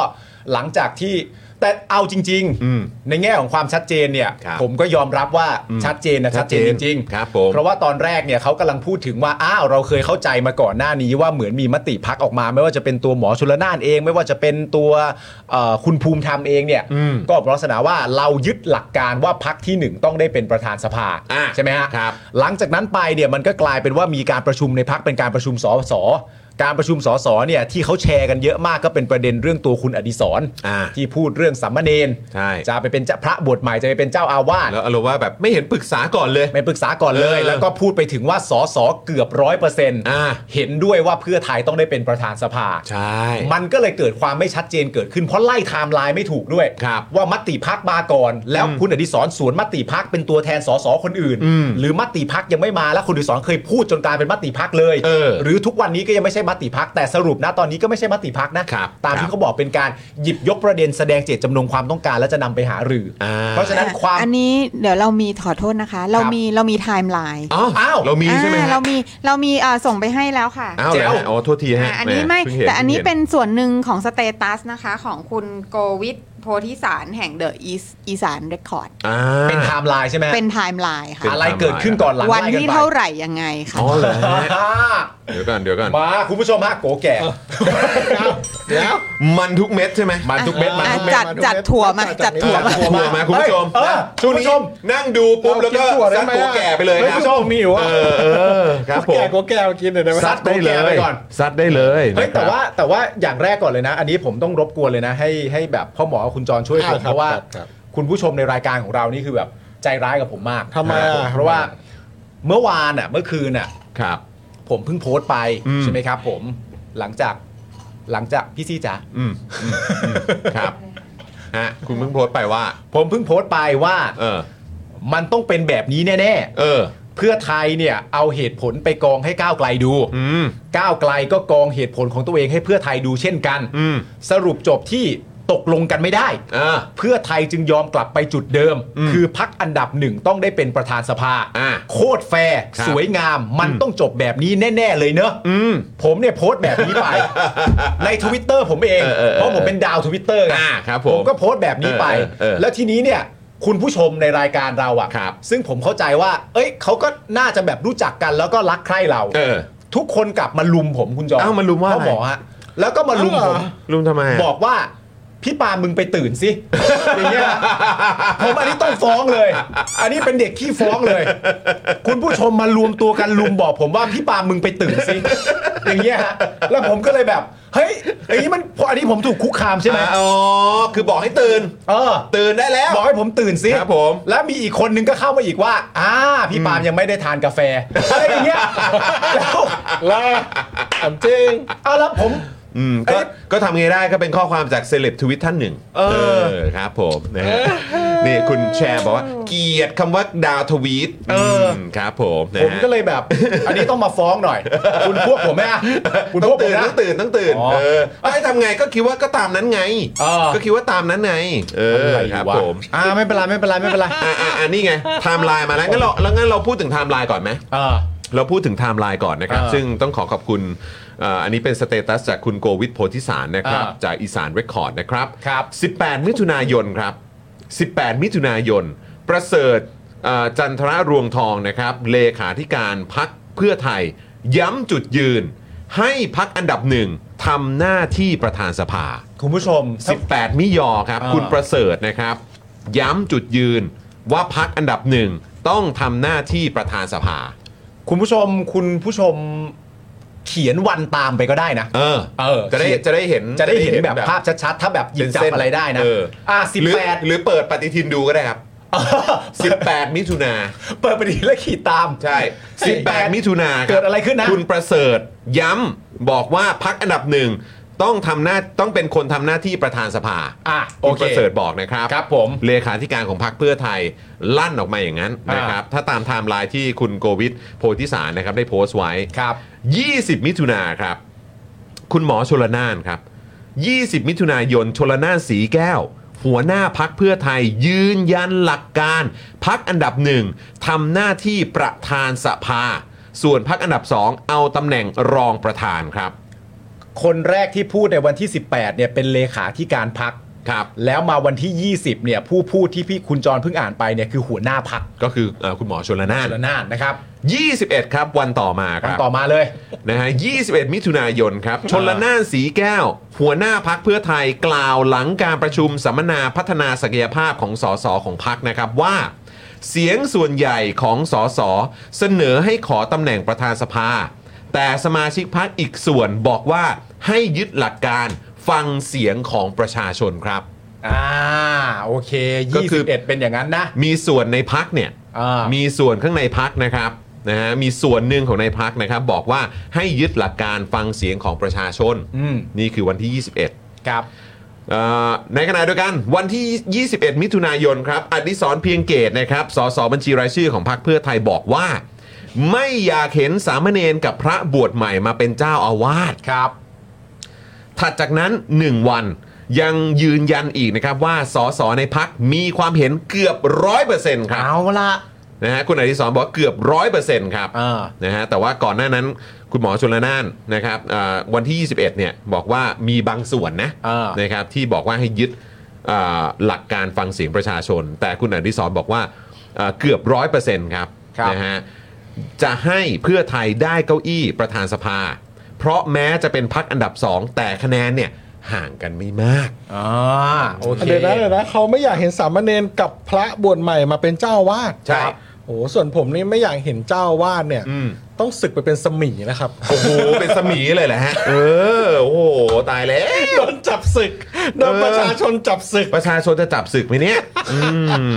[SPEAKER 2] หลังจากที่ แต่เอาจริง
[SPEAKER 1] อืม
[SPEAKER 2] ๆ ในแง่ของความชัดเจนเนี่ย
[SPEAKER 1] ครับ
[SPEAKER 2] ผมก็ยอมรับว่า
[SPEAKER 1] อืม
[SPEAKER 2] ชัดเจนนะชัดเจนจริงๆ
[SPEAKER 1] ครับผม
[SPEAKER 2] เพราะว่าตอนแรกเนี่ยเขากำลังพูดถึงว่าอ้าวเราเคยเข้าใจมาก่อนหน้านี้ว่าเหมือนมีมติพักออกมา ไม่ว่าจะเป็นตัวหมอชลนานเอง ไม่ว่าจะเป็นตัวเอ่อคุณภูมิธรรมเองเนี่ย
[SPEAKER 1] อืม
[SPEAKER 2] ก็ลักษณะว่าเรายึดหลักการว่าพักที่หนึ่งต้องได้เป็นประธานสภา
[SPEAKER 1] อ่ะ
[SPEAKER 2] ใช่ไหมฮะ
[SPEAKER 1] ครับ
[SPEAKER 2] หลังจากนั้นไปเนี่ยมันก็กลายเป็นว่ามีการประชุมในพักเป็นการประชุมสสการประชุมสสเนี่ยที่เขาแชร์กันเยอะมากก็เป็นประเด็นเรื่องตัวคุณอดิศร
[SPEAKER 1] อ่า
[SPEAKER 2] ที่พูดเรื่องสัมมเนร
[SPEAKER 1] ใช่
[SPEAKER 2] จะไปเป็นเจ้าพระบวชใหม่จะไปเป็นเจ้าอาวาส
[SPEAKER 1] แล้วอารมณ์ว่าแบบไม่เห็นปรึกษาก่อนเลย
[SPEAKER 2] ไม่ปรึกษาก่อนเลย
[SPEAKER 1] เออ
[SPEAKER 2] แล้วก็พูดไปถึงว่าสสเกือบร้อยเปอร์เซ็นต์
[SPEAKER 1] อ่า
[SPEAKER 2] เห็นด้วยว่าเพื่อไทยต้องได้เป็นประธานสภา
[SPEAKER 1] ใช่
[SPEAKER 2] มันก็เลยเกิดความไม่ชัดเจนเกิดขึ้นเพราะไล่ไทม์ไลน์ไม่ถูกด้วย
[SPEAKER 1] ครับ
[SPEAKER 2] ว่ามติพักมาก่อน แล้วคุณอดิศรสวนมติพักเป็นตัวแทนสสคนอื่น
[SPEAKER 1] อืม
[SPEAKER 2] หรือมติพักยังไม่มาแล้วคุณอดิศรเคยพูดจนกลายเป็นมติพักเลย
[SPEAKER 1] เออ
[SPEAKER 2] หรือทุกวันนี้ก็ยังไม่ใช่มติพักแต่สรุปนะตอนนี้ก็ไม่ใช่มติพักนะครับตาม
[SPEAKER 1] ครั
[SPEAKER 2] ที่
[SPEAKER 1] บ
[SPEAKER 2] เขาบอกเป็นการหยิบยกประเด็นแสดงเจตจำนงความต้องการและจะนำไปหารืออา เพราะฉะนั้นความ
[SPEAKER 4] อันนี้เดี๋ยวเรามีขอโทษนะคะ เรามีเรามีไทม์ไลน์
[SPEAKER 1] อ้าว
[SPEAKER 2] อ้าว
[SPEAKER 1] เรามีใช่ไหม
[SPEAKER 4] อ่า
[SPEAKER 1] ฮะ
[SPEAKER 4] เรามีเรามีอ่าส่งไปให้แล้วค่ะ
[SPEAKER 1] อ้าวแล้วอ๋อโทษทีฮะ
[SPEAKER 4] อ่าอันนี้ไม่
[SPEAKER 1] หเพิ่งเห็
[SPEAKER 4] แต่อันนี้
[SPEAKER 1] พิ่ง
[SPEAKER 4] เป็
[SPEAKER 1] ห็
[SPEAKER 4] นส่วนหนึ่งของสเตตัสนะคะของคุณโกวิทโพธิสารแห่งเดอะอีสานเรคคอร์ด
[SPEAKER 1] อ่า
[SPEAKER 2] เป็นไทม์ไลน์ใช่ไหม
[SPEAKER 4] เป็นไทม์ไลน์ค่ะ
[SPEAKER 1] ป็น
[SPEAKER 2] อะไรเกิดขึ้นก่อนหลัง
[SPEAKER 4] วัน
[SPEAKER 2] ไล่กั
[SPEAKER 4] ที่
[SPEAKER 2] ไป
[SPEAKER 4] เท่าไหร่ยังไงค่ะ
[SPEAKER 1] อ๋อเหรอฮะ
[SPEAKER 2] อ่า
[SPEAKER 1] เดี๋ยวก่อนเดี๋ยวก่อน
[SPEAKER 2] มาคุณผู้ชมฮะโกแก่
[SPEAKER 3] เดี๋ยว
[SPEAKER 1] มันทุกเม็ดใช่ไหม
[SPEAKER 2] มันทุกเม็ดมันทุกเม็ด
[SPEAKER 4] จัดจัดถั่วมาจัดถั่วมา
[SPEAKER 1] ถั่วมามาคุณผู้ชม
[SPEAKER 2] เฮ้ยเออ
[SPEAKER 1] ช่วงนี้
[SPEAKER 2] คุณผู้ชม
[SPEAKER 1] นั่งดูปุ๊บแล้วก็ซัดตัวแก่ไปเลย
[SPEAKER 3] ไม่
[SPEAKER 1] ครับ
[SPEAKER 3] ชอบมีวะ
[SPEAKER 1] เออเออครับผ
[SPEAKER 3] แก่
[SPEAKER 1] ม
[SPEAKER 3] กว่าแก้วกินเลยนะ
[SPEAKER 1] ซัดได้เล
[SPEAKER 2] ซัดตัวแก่ไป
[SPEAKER 1] ย
[SPEAKER 2] ก่อน
[SPEAKER 1] ซัดได้เลย
[SPEAKER 2] เฮ้ย
[SPEAKER 1] นะครับ
[SPEAKER 2] แต่ว่าแต่ว่าอย่างแรกก่อนเลยนะ อันนี้ผมต้องรบกวนเลยนะ ให้ให้แบบพ่อหมอคุณจรช่วยผม
[SPEAKER 3] อ่าครับ
[SPEAKER 2] เพราะว่า
[SPEAKER 3] ครับครับ
[SPEAKER 2] คุณผู้ชมในรายการของเรานี่คือแบบใจร้ายกับผมมาก
[SPEAKER 3] ทำไมอ่ะ
[SPEAKER 2] ครับ
[SPEAKER 3] ทำไม
[SPEAKER 2] ผ
[SPEAKER 3] อ่ะ
[SPEAKER 2] เพราะว่าเมื่อวานอ่ะเมื่อคืนอ่ะ
[SPEAKER 1] ครับ
[SPEAKER 2] ผมเพิ่งโพสต์ไป
[SPEAKER 1] อืม
[SPEAKER 2] ใช่ไหมครับ ผมหลังจากหลังจากพี่ซี่จ๋า
[SPEAKER 1] อืมอืมอืมครับฮะคุณเพิ่งโพสต์ไปว่า
[SPEAKER 2] ผมเพิ่งโพสต์ไปว่า
[SPEAKER 1] เออ
[SPEAKER 2] มันต้องเป็นแบบนี้แน่
[SPEAKER 1] เออ
[SPEAKER 2] ๆ เพื่อไทยเนี่ยเอาเหตุผลไปกองให้ก้าวไกลดู
[SPEAKER 1] อืม
[SPEAKER 2] ก้าวไกลก็กองเหตุผลของตัวเองให้เพื่อไทยดูเช่นกัน
[SPEAKER 1] อืม
[SPEAKER 2] สรุปจบที่ตกลงกันไม่ได้
[SPEAKER 1] อ่า
[SPEAKER 2] เพื่อไทยจึงยอมกลับไปจุดเดิม
[SPEAKER 1] อืม
[SPEAKER 2] คือพักอันดับหนึ่งต้องได้เป็นประธานสภา
[SPEAKER 1] อ่า
[SPEAKER 2] โคตรแฟร์
[SPEAKER 1] ครับ
[SPEAKER 2] สวยงาม มัน
[SPEAKER 1] อืม
[SPEAKER 2] ต้องจบแบบนี้แน่ ๆ เลยเนอะ
[SPEAKER 1] อืม
[SPEAKER 2] ผมเนี่ยโพสต์แบบนี้ ไป ในทวิตเตอร์ผมเอง
[SPEAKER 1] เออเออเออ
[SPEAKER 2] ราะผมเป็นดาวทวิตเตอร์
[SPEAKER 1] อ่าครับผม
[SPEAKER 2] ก็โพสต์แบบนี้ไป
[SPEAKER 1] เออเออเออ
[SPEAKER 2] แล้วทีนี้เนี่ยคุณผู้ชมในรายการเราอะ
[SPEAKER 1] ครับ
[SPEAKER 2] ซึ่งผมเข้าใจว่า เอ้ยเขาก็น่าจะแบบรู้จักกันแล้วก็รักใคร่เรา
[SPEAKER 1] เออ
[SPEAKER 2] ทุกคนกลับมาลุมผมคุณจอ
[SPEAKER 1] อ้าวมาลุมว่า
[SPEAKER 2] พ่อหมอ
[SPEAKER 1] อะไร
[SPEAKER 2] ฮะแล้วก็มาลุม
[SPEAKER 3] อ้าว
[SPEAKER 2] ผ
[SPEAKER 3] เหรอ
[SPEAKER 2] ม
[SPEAKER 1] ลุมทำไมะ
[SPEAKER 2] บอกว่าพี่ปามึงไปตื่น สิ อย่างเงี้ยผมอันนี้ต้องฟ้องเลย อันนี้เป็นเด็กขี้ฟ้องเลย คุณผู้ชมมารวมตัวกันลุมบอกผมว่าพี่ปามึงไปตื่นสิอย่างเงี้ยฮะแล้วผมก็เลยแบบ เฮ้ยไอ้นี่มันพออันนี้ผมถูกคุกคามใช่ไหม
[SPEAKER 1] อ่าอ๋อ คือบอกให้ตื่น
[SPEAKER 2] เออ
[SPEAKER 1] ตื่นได้แล้ว
[SPEAKER 2] บอกให้ผมตื่นสิ
[SPEAKER 1] ครับผม
[SPEAKER 2] แล้วมีอีกคนนึงก็เข้ามาอีกว่าอ่าพี่ปามยังไม่ได้ทานกาแฟอะไรอย่างเงี้ย แล้ว
[SPEAKER 3] ลาถามจริง
[SPEAKER 2] เอาแล้วผม
[SPEAKER 1] อืมก็ก็ทำไงได้ก็เป็นข้อความจากเซเลบทวิตท่านหนึ่ง เออครับผมนะฮะนี่คุณแชร์บอกว่า เกลียดคำว่าดาวทวีต
[SPEAKER 2] เอออื
[SPEAKER 1] มครับผมนะ
[SPEAKER 2] ผม
[SPEAKER 1] ฮะ
[SPEAKER 2] ก็เลยแบบ อันนี้ต้องมาฟ้องหน่อย คุณพวกผมไหมอะคุณ
[SPEAKER 1] ต้อ
[SPEAKER 2] พว
[SPEAKER 1] ง
[SPEAKER 2] กผม
[SPEAKER 1] ตื่นต้
[SPEAKER 2] นะ
[SPEAKER 1] องตื่นต้องตื่น
[SPEAKER 2] อ๋อ
[SPEAKER 1] เออให้ทำไงก็คิดว่าก็ตามนั้นไง
[SPEAKER 2] เออ
[SPEAKER 1] ก็คิดว่าตามนั้นไง เออครับผม
[SPEAKER 2] อ่าไม่เป็นไรไม่เป็นไรไม่เป็นไร
[SPEAKER 1] อ่าอ่านี่ไงไทม์ไลน์มาแล้วงั้นเราแล้วงั้นเราพูดถึงไทม์ไลน์ก่อนไหม
[SPEAKER 2] เออ
[SPEAKER 1] เราพูดถึงไทม์ไลน์ก่อนนะครับ
[SPEAKER 2] อ่า
[SPEAKER 1] ซึ่งต้องขอขอบคุณเอ่ออันนี้เป็นสเตตัสจากคุณโกวิทโพธิสารนะครับ
[SPEAKER 2] อ่า
[SPEAKER 1] จากอีสานเรคคอร์ดนะครับ
[SPEAKER 2] ครับ
[SPEAKER 1] 18 มิถุนายนครับ 18 มิถุนายน ประเสริฐเอ่อจันทระรวงทองนะครับ เลขาธิการพักเพื่อไทย ย้ำจุดยืน ให้พักอันดับหนึ่งทำหน้าที่ประธานสภา
[SPEAKER 2] คุณผู้ชม
[SPEAKER 1] 18 มิยอครับ
[SPEAKER 2] อ่า
[SPEAKER 1] คุณประเสริฐนะครับ ย้ำจุดยืนว่าพักอันดับหนึ่งต้องทำหน้าที่ประธานสภา
[SPEAKER 2] คุณผู้ชมคุณผู้ชมเขียนวันตามไปก็ได้นะ
[SPEAKER 1] เออ
[SPEAKER 2] เออ
[SPEAKER 1] จะได้
[SPEAKER 2] เขียน
[SPEAKER 1] จะได้เห็น
[SPEAKER 2] จะได้เห็นแบบภาพชัดๆ ถ้าแบบหยิบจับอะไรได้นะ
[SPEAKER 1] เออ
[SPEAKER 2] อ่ะ
[SPEAKER 1] หรือหรือเปิดปฏิทินดูก็ได้ครับ
[SPEAKER 2] 18
[SPEAKER 1] 18 มิถุนา
[SPEAKER 2] เปิดไปดีแล้วขีดตาม
[SPEAKER 1] ใช่ 18 มิถุนาคบ
[SPEAKER 2] เกิดอะไรขึ้นนะ
[SPEAKER 1] คุณประเสริฐย้ำบอกว่าพักอันดับหนึ่งต้องทำหน้าต้องเป็นคนทำหน้าที่ประธานสภา
[SPEAKER 2] อ่ะโอ
[SPEAKER 1] คุณ
[SPEAKER 2] เค
[SPEAKER 1] ประเสริฐบอกนะครับ
[SPEAKER 2] ครับผม
[SPEAKER 1] เลขาธิการของพักเพื่อไทยลั่นออกมาอย่างนั้นนะครับ ถ้าตามไทม์ไลน์ที่คุณโกวิทโพธิสารนะครับได้โพสต์ไว้
[SPEAKER 2] ครับ
[SPEAKER 1] 20 มิถุนาครับ คุณหมอชลนานครับ 20 มิถุนายนชลนานสีแก้ว หัวหน้าพักเพื่อไทยยืนยันหลักการ พักอันดับหนึ่งทำหน้าที่ประธานสภา ส่วนพักอันดับสองเอาตำแหน่งรองประธานครับ
[SPEAKER 2] คนแรกที่พูดในวันที่ 18เนี่ยเป็นเลขาธิการพัก
[SPEAKER 1] ครับ
[SPEAKER 2] แล้วมาวันที่ 20เนี่ยผู้พูดที่พี่คุณจรเพิ่งอ่านไปเนี่ยคือหัวหน้าพัก
[SPEAKER 1] ก็คือเอ่อคุณหมอชนละนาน
[SPEAKER 2] ละนานนะครับ
[SPEAKER 1] 21 ครับ วันต่อมาค
[SPEAKER 2] วัน
[SPEAKER 1] รับ
[SPEAKER 2] ต่อมาเลย
[SPEAKER 1] นะฮะ21 มิถุนายนครับ ชนละนานสีแก้ว หัวหน้าพักเพื่อไทยกล่าวหลังการประชุมสัมมนาพัฒนาศักยภาพของสสของพักนะครับว่า เสียงส่วนใหญ่ของสสเสนอให้ขอตำแหน่งประธานสภา แต่สมาชิกพักอีกส่วนบอกว่าให้ยึดหลักการฟังเสียงของประชาชนครับ
[SPEAKER 2] อ่าโอเค
[SPEAKER 1] ก็คือ
[SPEAKER 2] 21 เป็นอย่างนั้นนะ
[SPEAKER 1] มีส่วนในพักเนี่ย
[SPEAKER 2] อ่า
[SPEAKER 1] มีส่วนข้างในพักนะครับนะฮะมีส่วนหนึ่งของในพักนะครับ บอกว่าให้ยึดหลักการฟังเสียงของประชาชน
[SPEAKER 2] อืม
[SPEAKER 1] นี่คือวันที่ 21
[SPEAKER 2] ครับ
[SPEAKER 1] เอ่อในขณะเดียวกันวันที่ 21 มิถุนายนครับอดิศรเพียงเกตนะครับสสบัญชีรายชื่อของพักเพื่อไทยบอกว่า ไม่อยากเห็นสามเณรกับพระบวชใหม่มาเป็นเจ้าอาวาส
[SPEAKER 2] ครับ
[SPEAKER 1] ถัดจากนั้น 1 วันยังยืนยันอีกนะครับว่าสสในพักมีความเห็นเกือบร้อยเปอร์เซ็นต์ครับ
[SPEAKER 2] เอาละ
[SPEAKER 1] นะฮะคุณอดิศรบอกว่าเกือบร้อยเปอร์เซ็นต์ครับ
[SPEAKER 2] อ่า
[SPEAKER 1] นะฮะแต่ว่าก่อนหน้านั้นคุณหมอชนละนานนะครับอ่าวันที่ 21เนี่ยบอกว่ามีบางส่วนนะ
[SPEAKER 2] อ่า
[SPEAKER 1] นะครับที่บอกว่าให้ยึดอ่าหลักการฟังเสียงประชาชน แต่คุณอดิศรบอกว่าอ่าเกือบร้อยเปอร์เซ็นต์ครับ
[SPEAKER 2] ครับ
[SPEAKER 1] นะฮะ จะให้เพื่อไทยได้เก้าอี้ประธานสภา เพราะแม้จะเป็นพักอันดับ 2 แต่คะแนนเนี่ยห่างกันไม่มาก
[SPEAKER 2] อ่าโอเค
[SPEAKER 3] เดี๋ยวนะเดี๋ยวนะเขาไม่อยากเห็นสามเณรกับพระบวชใหม่มาเป็นเจ้าอาวาด
[SPEAKER 1] ใช่
[SPEAKER 3] โอ้โหส่วนผมนี่ไม่อยากเห็นเจ้าอาวาดเนี่ย
[SPEAKER 1] อืม
[SPEAKER 3] ต้องศึกไปเป็นสมีนะครับ
[SPEAKER 1] โอ้โห เป็นสมีเลยแหละฮะ เออ โอ้โห ตายแล้ว
[SPEAKER 3] โดนจับศึก โดน
[SPEAKER 1] เออ
[SPEAKER 3] ประชาชนจับศึก
[SPEAKER 1] ประชาชนจะจับศึกไหมเนี่ย อื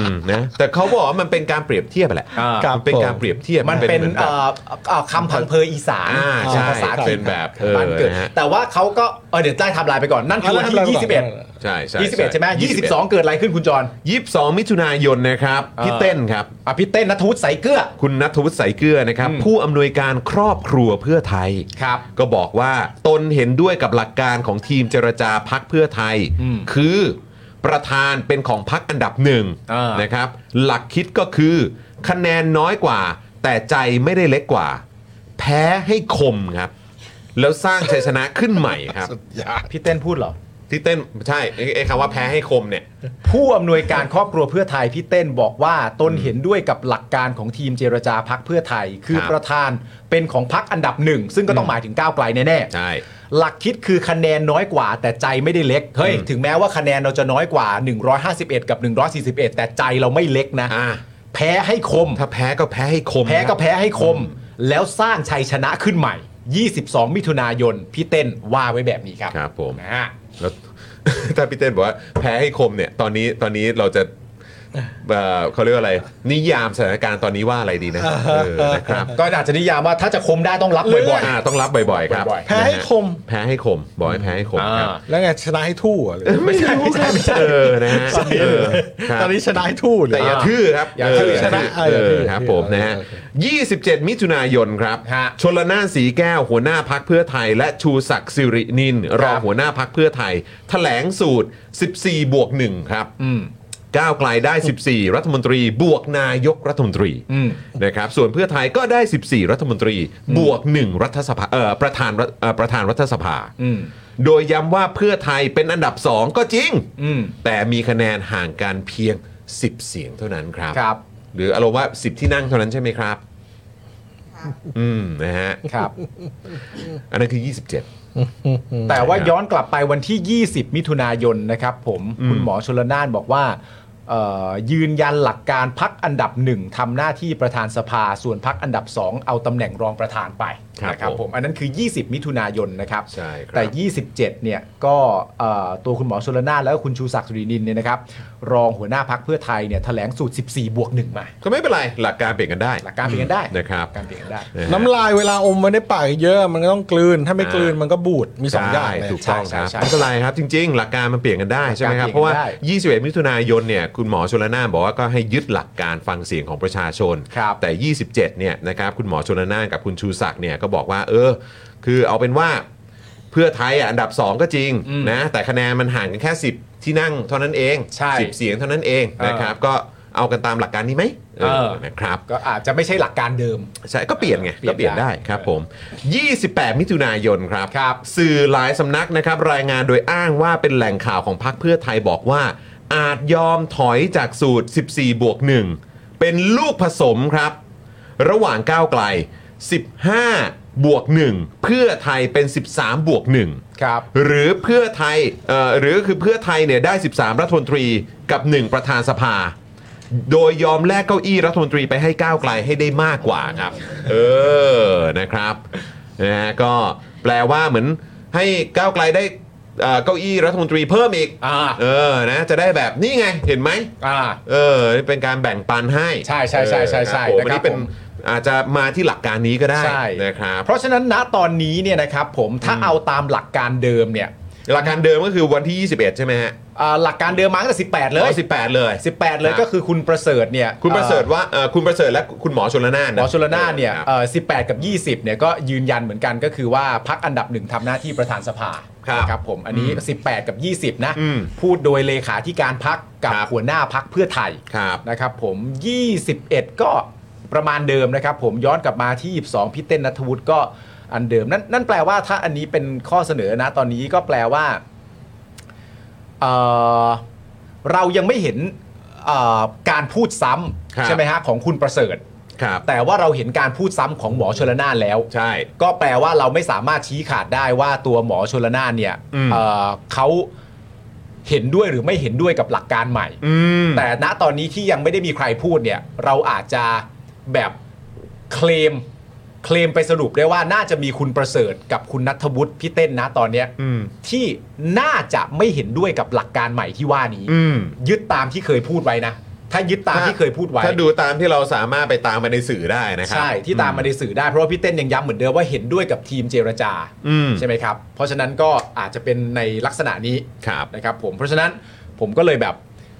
[SPEAKER 1] มนะแต่เขาบอกว่ามันเป็นการเปรียบเทียบแหละ
[SPEAKER 2] อ่า
[SPEAKER 1] มันเป็นการเปรียบเทียบ
[SPEAKER 2] มันเป็น
[SPEAKER 1] หอแบบ
[SPEAKER 2] เอ่อเอ่อคำพังเพยอีสาน
[SPEAKER 1] อ่าใช่
[SPEAKER 2] ภาษา
[SPEAKER 1] เป็นแบบเออ
[SPEAKER 2] บ้านเกิด
[SPEAKER 1] นะฮะ
[SPEAKER 2] แต่ว่าเขาก็เออเดี๋ยวได้ไทำลายไปก่อน นั่นคือวันที่ 21
[SPEAKER 1] ใช่ใช่
[SPEAKER 2] 21 ใช่ไหม22 เกิดอะไรขึ้นคุณจร
[SPEAKER 1] ยี่สิบสองมิถุนายนนะครับพี่
[SPEAKER 2] อ่า
[SPEAKER 1] เต้นครับ
[SPEAKER 2] อ่ะพี่เต้นนัทวุฒิใสายเกลือ
[SPEAKER 1] คุณนัทวุฒิสายเกลือนะครับ
[SPEAKER 2] อืม
[SPEAKER 1] ผู้อำนวยการครอบครัวเพื่อไทย
[SPEAKER 2] ครับ
[SPEAKER 1] ก็บอกว่าตนเห็นด้วยกับหลักการของทีมเจรจาพักเพื่อไทย
[SPEAKER 2] อืม
[SPEAKER 1] คือประธานเป็นของพักอันดับหนึ่ง
[SPEAKER 2] อ่าน
[SPEAKER 1] นะครับ หลักคิดก็คือ คะแนนน้อยกว่า แต่ใจไม่ได้เล็กกว่า แพ้ให้คมครับ แล้วสร้างชัยชนะขึ้นใหม่ครับ
[SPEAKER 2] พี่เต้นพูดเหรอ
[SPEAKER 1] ที่เต้นใช่ไอ้ไอ้คำว่าแพ้ให้คมเนี่ย
[SPEAKER 2] ผู้อำนวยการครอบครัวเพื่อไทยพี่เต้นบอกว่าตนเห็นด้วยกับหลักการของทีมเจรจาพักเพื่อไทย คือ
[SPEAKER 1] ครับ
[SPEAKER 2] ประธานเป็นของพักอันดับหนึ่ง ซึ่งก็ต้องหมายถึงก้าวไกลแน่ๆ
[SPEAKER 1] ใช่
[SPEAKER 2] หลักคิดคือคะแนนน้อยกว่า แต่ใจไม่ได้เล็ก เฮ้ย
[SPEAKER 1] อืม
[SPEAKER 2] ถึงแม้ว่าคะแนนเราจะน้อยกว่า 151 กับ 141 แต่ใจเราไม่เล็กนะ
[SPEAKER 1] อ่า
[SPEAKER 2] แพ้ให้คม
[SPEAKER 1] ถ้าแพ้ก็แพ้ให้คม
[SPEAKER 2] แพ้
[SPEAKER 1] ค
[SPEAKER 2] ก็
[SPEAKER 1] รับ
[SPEAKER 2] แพ้ให้คม แล้วสร้างชัยชนะขึ้นใหม่ 22 มิถุนายน พี่เต้นว่าไว้แบบนี้ครับ
[SPEAKER 1] ครับผม
[SPEAKER 2] นะฮะ
[SPEAKER 1] แล้ว ถ้าพี่เต้นบอกว่าแพ้ให้คมเนี่ย ตอนนี้ตอนนี้เราจะเอ่อเขาเรียกว่าอะไร นิยามสถานการณ์ตอนนี้ว่าอะไรดีนะเออนะครับ
[SPEAKER 2] ก็อาจจะนิยามว่าถ้าจะคมได้ต้องรับ
[SPEAKER 1] บ่
[SPEAKER 2] บ่
[SPEAKER 1] อ
[SPEAKER 2] อย ย
[SPEAKER 1] ๆอ่าต้องรับบ่อยๆครับ
[SPEAKER 2] บ่อยๆ
[SPEAKER 3] แพ้ให้คม
[SPEAKER 1] แพ้ให้คมบ่อยแพ้ให้คมครับ
[SPEAKER 2] อ่า
[SPEAKER 3] แล้วไงชนะให้ทู่เหรอหรือ
[SPEAKER 1] ไม่ใช่ไม่ใช่ไม่ใช่เออนะฮะเออครับ
[SPEAKER 3] ตอนนี้ชนะให้ทู่เหรื
[SPEAKER 1] แต่
[SPEAKER 3] อ
[SPEAKER 1] อย่าทื่อครับ
[SPEAKER 2] อย่าทื่อ
[SPEAKER 1] เ
[SPEAKER 2] ชนะ
[SPEAKER 1] เอ
[SPEAKER 3] เอออย่าทื่
[SPEAKER 1] อ
[SPEAKER 3] อ
[SPEAKER 1] ครับผมนะฮะ
[SPEAKER 3] โอเ
[SPEAKER 1] 27 มิถุนายนครับ
[SPEAKER 2] ฮะ
[SPEAKER 1] ชนละนานสีแก้วหัวหน้าพักเพื่อไทย และชูศักดิ์สิรินิน รองหัวหน้าพักเพื่อไทย แถลงสูตร 14 บวก 1 ครับ
[SPEAKER 2] อืม
[SPEAKER 1] ก้าวไกลได้ 14 รัฐมนตรี บวกนายกรัฐมนตรี
[SPEAKER 2] อืม
[SPEAKER 1] นะครับ ส่วนเพื่อไทยก็ได้ 14 รัฐมนตรี บวก 1 รัฐสภาเอ่อประธานรัฐเอ่อประธานรัฐสภา
[SPEAKER 2] อืม
[SPEAKER 1] โดยย้ำว่าเพื่อไทยเป็นอันดับ 2 ก็จริง
[SPEAKER 2] อืม
[SPEAKER 1] แต่มีคะแนนห่างกันเพียง 10 เสียงเท่านั้นครับ
[SPEAKER 2] ครับ
[SPEAKER 1] หรืออารมณ์ว่า 10 ที่นั่งเท่านั้นใช่ไหมครับ อืมนะฮะ
[SPEAKER 2] ครับ
[SPEAKER 1] อันนั้นคือ
[SPEAKER 2] แต่ว่าย้อนกลับไปวันที่ 20 มิถุนายนนะครับผม คุณหมอชลนานบอกว่าเอ่อยืนยันหลักการพักอันดับหนึ่งทำหน้าที่ประธานสภา ส่วนพักอันดับ 2 เอาตำแหน่งรองประธานไป
[SPEAKER 1] ครับ
[SPEAKER 2] นะครับ
[SPEAKER 1] ผ
[SPEAKER 2] ผม มอันนั้นคือ 20 มิถุนายนนะครับ
[SPEAKER 1] ใช่ครับ
[SPEAKER 2] แต่ 27 เนี่ยก็เอ่อตัวคุณหมอชลนานแล้วก็คุณชูศักดิ์สุรินินเนี่ยนะครับ รองหัวหน้าพักเพื่อไทยเนี่ยแถลงสูตร 14 บวก 1 มา
[SPEAKER 1] 27 ก็ไม่เป็นไร หลักการเปลี่ยนกันได้
[SPEAKER 2] หลักการเปลี่ยนกันได้
[SPEAKER 1] นะครับ
[SPEAKER 2] หลักการเปลี่ยนกันได้
[SPEAKER 1] ะฮะ
[SPEAKER 3] น้ำลายเวลาอมไว้ในปากเยอะมันก็ต้องกลืน ถ้าไม่
[SPEAKER 1] อ่า
[SPEAKER 3] กลืนมันก็บูด มีสองอย่างเลย
[SPEAKER 1] ใช่ถูกต้องครับ
[SPEAKER 2] ใช่ใช่
[SPEAKER 1] ไม่เป็นไรครับจริง ๆ หลักการมันเปลี่ยนกันได้ใช่ไหมครับ
[SPEAKER 2] หลักการ
[SPEAKER 1] เพราะว่า
[SPEAKER 2] เปลี่ยนกันได้
[SPEAKER 1] 21 มิถุนายนเนี่ยคุณหมอชลนานบอกว่าก็ให้ยึดหลักการฟังเสียงของประชาชน
[SPEAKER 2] ครับ
[SPEAKER 1] แต่ 27 เนี่ยนะครับคุณหมอชลนานกับคุณชูศักดิ์เนี่ยก็บอกว่า เออ คือเอาเป็นว่าเพื่อไทยอ่ะอันดับ 2 ก็จริง
[SPEAKER 2] อืม
[SPEAKER 1] นะแต่คะแนนมันห่างกันแค่ 10 ที่นั่งเท่านั้นเอง
[SPEAKER 2] ใช่
[SPEAKER 1] 10 เสียงเท่านั้นเอง
[SPEAKER 2] เออ
[SPEAKER 1] นะครับก็ เอากันตามหลักการนี้ไหมเอ
[SPEAKER 2] เอ
[SPEAKER 1] อ
[SPEAKER 2] อ
[SPEAKER 1] นะครับ
[SPEAKER 2] ก็อาจจะไม่ใช่หลักการเดิม
[SPEAKER 1] ใช่ก็เปลี่ยนไง
[SPEAKER 2] เปลี่ยน
[SPEAKER 1] ก็เปลี่ยนได้
[SPEAKER 2] ได้
[SPEAKER 1] ครับผม 28 มิถุนายนครับ
[SPEAKER 2] ครับ
[SPEAKER 1] สื่อหลายสำนักนะครับรายงานโดยอ้างว่าเป็นแหล่งข่าวของพรรคเพื่อไทยบอกว่า อาจยอมถอยจากสูตร 14 บวก 1 เป็นลูกผสมครับ ระหว่างก้าวไกล 15 บวก 1 เพื่อไทยเป็น 13 บวก 1
[SPEAKER 2] ครับ
[SPEAKER 1] หรือเพื่อไทยเอ่อหรือคือเพื่อไทยเนี่ยได้ 13 รัฐมนตรีกับ 1 ประธานสภา โดยยอมแลกเก้าอี้รัฐมนตรีไปให้ก้าวไกลให้ได้มากกว่าครับ เออนะครับนะฮะก็แปลว่าเหมือนให้ก้าวไกลได้เอ่อเก้าอี้รัฐมนตรีเพิ่มอีก
[SPEAKER 2] อ่า
[SPEAKER 1] เออนะจะได้แบบนี่ไงเห็นไหม
[SPEAKER 2] อ่า
[SPEAKER 1] เออเป็นการแบ่งปันให้
[SPEAKER 2] ใช่ใช่ใช่ใช่ใช่
[SPEAKER 1] เออครับผมอันนี้
[SPEAKER 2] นะครับ
[SPEAKER 1] เป็น
[SPEAKER 2] ผม
[SPEAKER 1] อาจจะมาที่หลักการนี้ก็ได้
[SPEAKER 2] ใช่
[SPEAKER 1] นะครับ
[SPEAKER 2] เพราะฉะนั้นณตอนนี้เนี่ยนะครับผมถ้าเอาตามหลักการเดิมเนี่ย
[SPEAKER 1] หลักการเดิมก็คือวันที่ 21 ใช่ไหมฮะ
[SPEAKER 2] อ่าหลักการเดิมมาตั้งแต่18 เล
[SPEAKER 1] เลย ย18 เลย
[SPEAKER 2] 18 เลย
[SPEAKER 1] ครับ
[SPEAKER 2] ก็คือคุณประเสริฐเนี่ย
[SPEAKER 1] คุณประเสริฐว่าเอ่อคุณประเสริฐและคุณหมอชนละนาน
[SPEAKER 2] หมอชลนานเนี่ย
[SPEAKER 1] ครับ
[SPEAKER 2] เอ่อ18 กับ 20เนี่ยก็ยืนยันเหมือนกันก็คือว่าพักอันดับหนึ่งทำหน้าที่ประธานสภา
[SPEAKER 1] ครับ
[SPEAKER 2] นะครับผมอันนี้ 18 กับ 20 นะ
[SPEAKER 1] อืม
[SPEAKER 2] พูดโดยเลขาธิการพักกับ
[SPEAKER 1] ครับ
[SPEAKER 2] หัวหน้าพักเพื่อไทย
[SPEAKER 1] ครับ
[SPEAKER 2] นะครับผม 21 ก็ประมาณเดิมนะครับผมย้อนกลับมาที่ 22 พี่เต้นนัทวุฒิก็อันเดิมนั่นนั่นแปลว่าถ้าอันนี้เป็นข้อเสนอนะตอนนี้ก็แปลว่าเอ่อเรายังไม่เห็นเอ่อการพูดซ้
[SPEAKER 1] ครับ
[SPEAKER 2] ำใช่ไหมฮะของคุณประเสริฐ
[SPEAKER 1] ครับ
[SPEAKER 2] แต่ว่าเราเห็นการพูดซ้ำของหมอชลนานแล้ว
[SPEAKER 1] ใช่
[SPEAKER 2] ก็แปลว่าเราไม่สามารถชี้ขาดได้ว่าตัวหมอชลนานเนี่ย
[SPEAKER 1] อืม
[SPEAKER 2] เอ่อเขาเห็นด้วยหรือไม่เห็นด้วยกับหลักการใหม่
[SPEAKER 1] อืม
[SPEAKER 2] แต่ณตอนนี้ที่ยังไม่ได้มีใครพูดเนี่ย เราอาจจะแบบเคลมเคลมไปสรุปได้ว่าน่าจะมีคุณประเสริฐกับคุณนัทวุฒิพี่เต้นนะตอนเนี้ย
[SPEAKER 1] อืม
[SPEAKER 2] ที่น่าจะไม่เห็นด้วยกับหลักการใหม่ที่ว่านี้
[SPEAKER 1] อืม
[SPEAKER 2] ยึดตามที่เคยพูดไว้นะ ถ้ายึดตามที่เคยพูดไว้
[SPEAKER 1] ถ้าดูตามที่เราสามารถไปตามมาในสื่อได้นะครั
[SPEAKER 2] ใช่ที่ตามมาในสื่อได้เพราะว่าพี่เต้นยังย้ำเหมือนเดิมว่าเห็นด้วยกับทีมเจรจา
[SPEAKER 1] อืม
[SPEAKER 2] ใช่ไหม ครับ เพราะฉะนั้นก็อาจจะเป็นในลักษณะนี้
[SPEAKER 1] ครับ
[SPEAKER 2] นะครับผมเพราะฉะนั้นผมก็เลยแบบ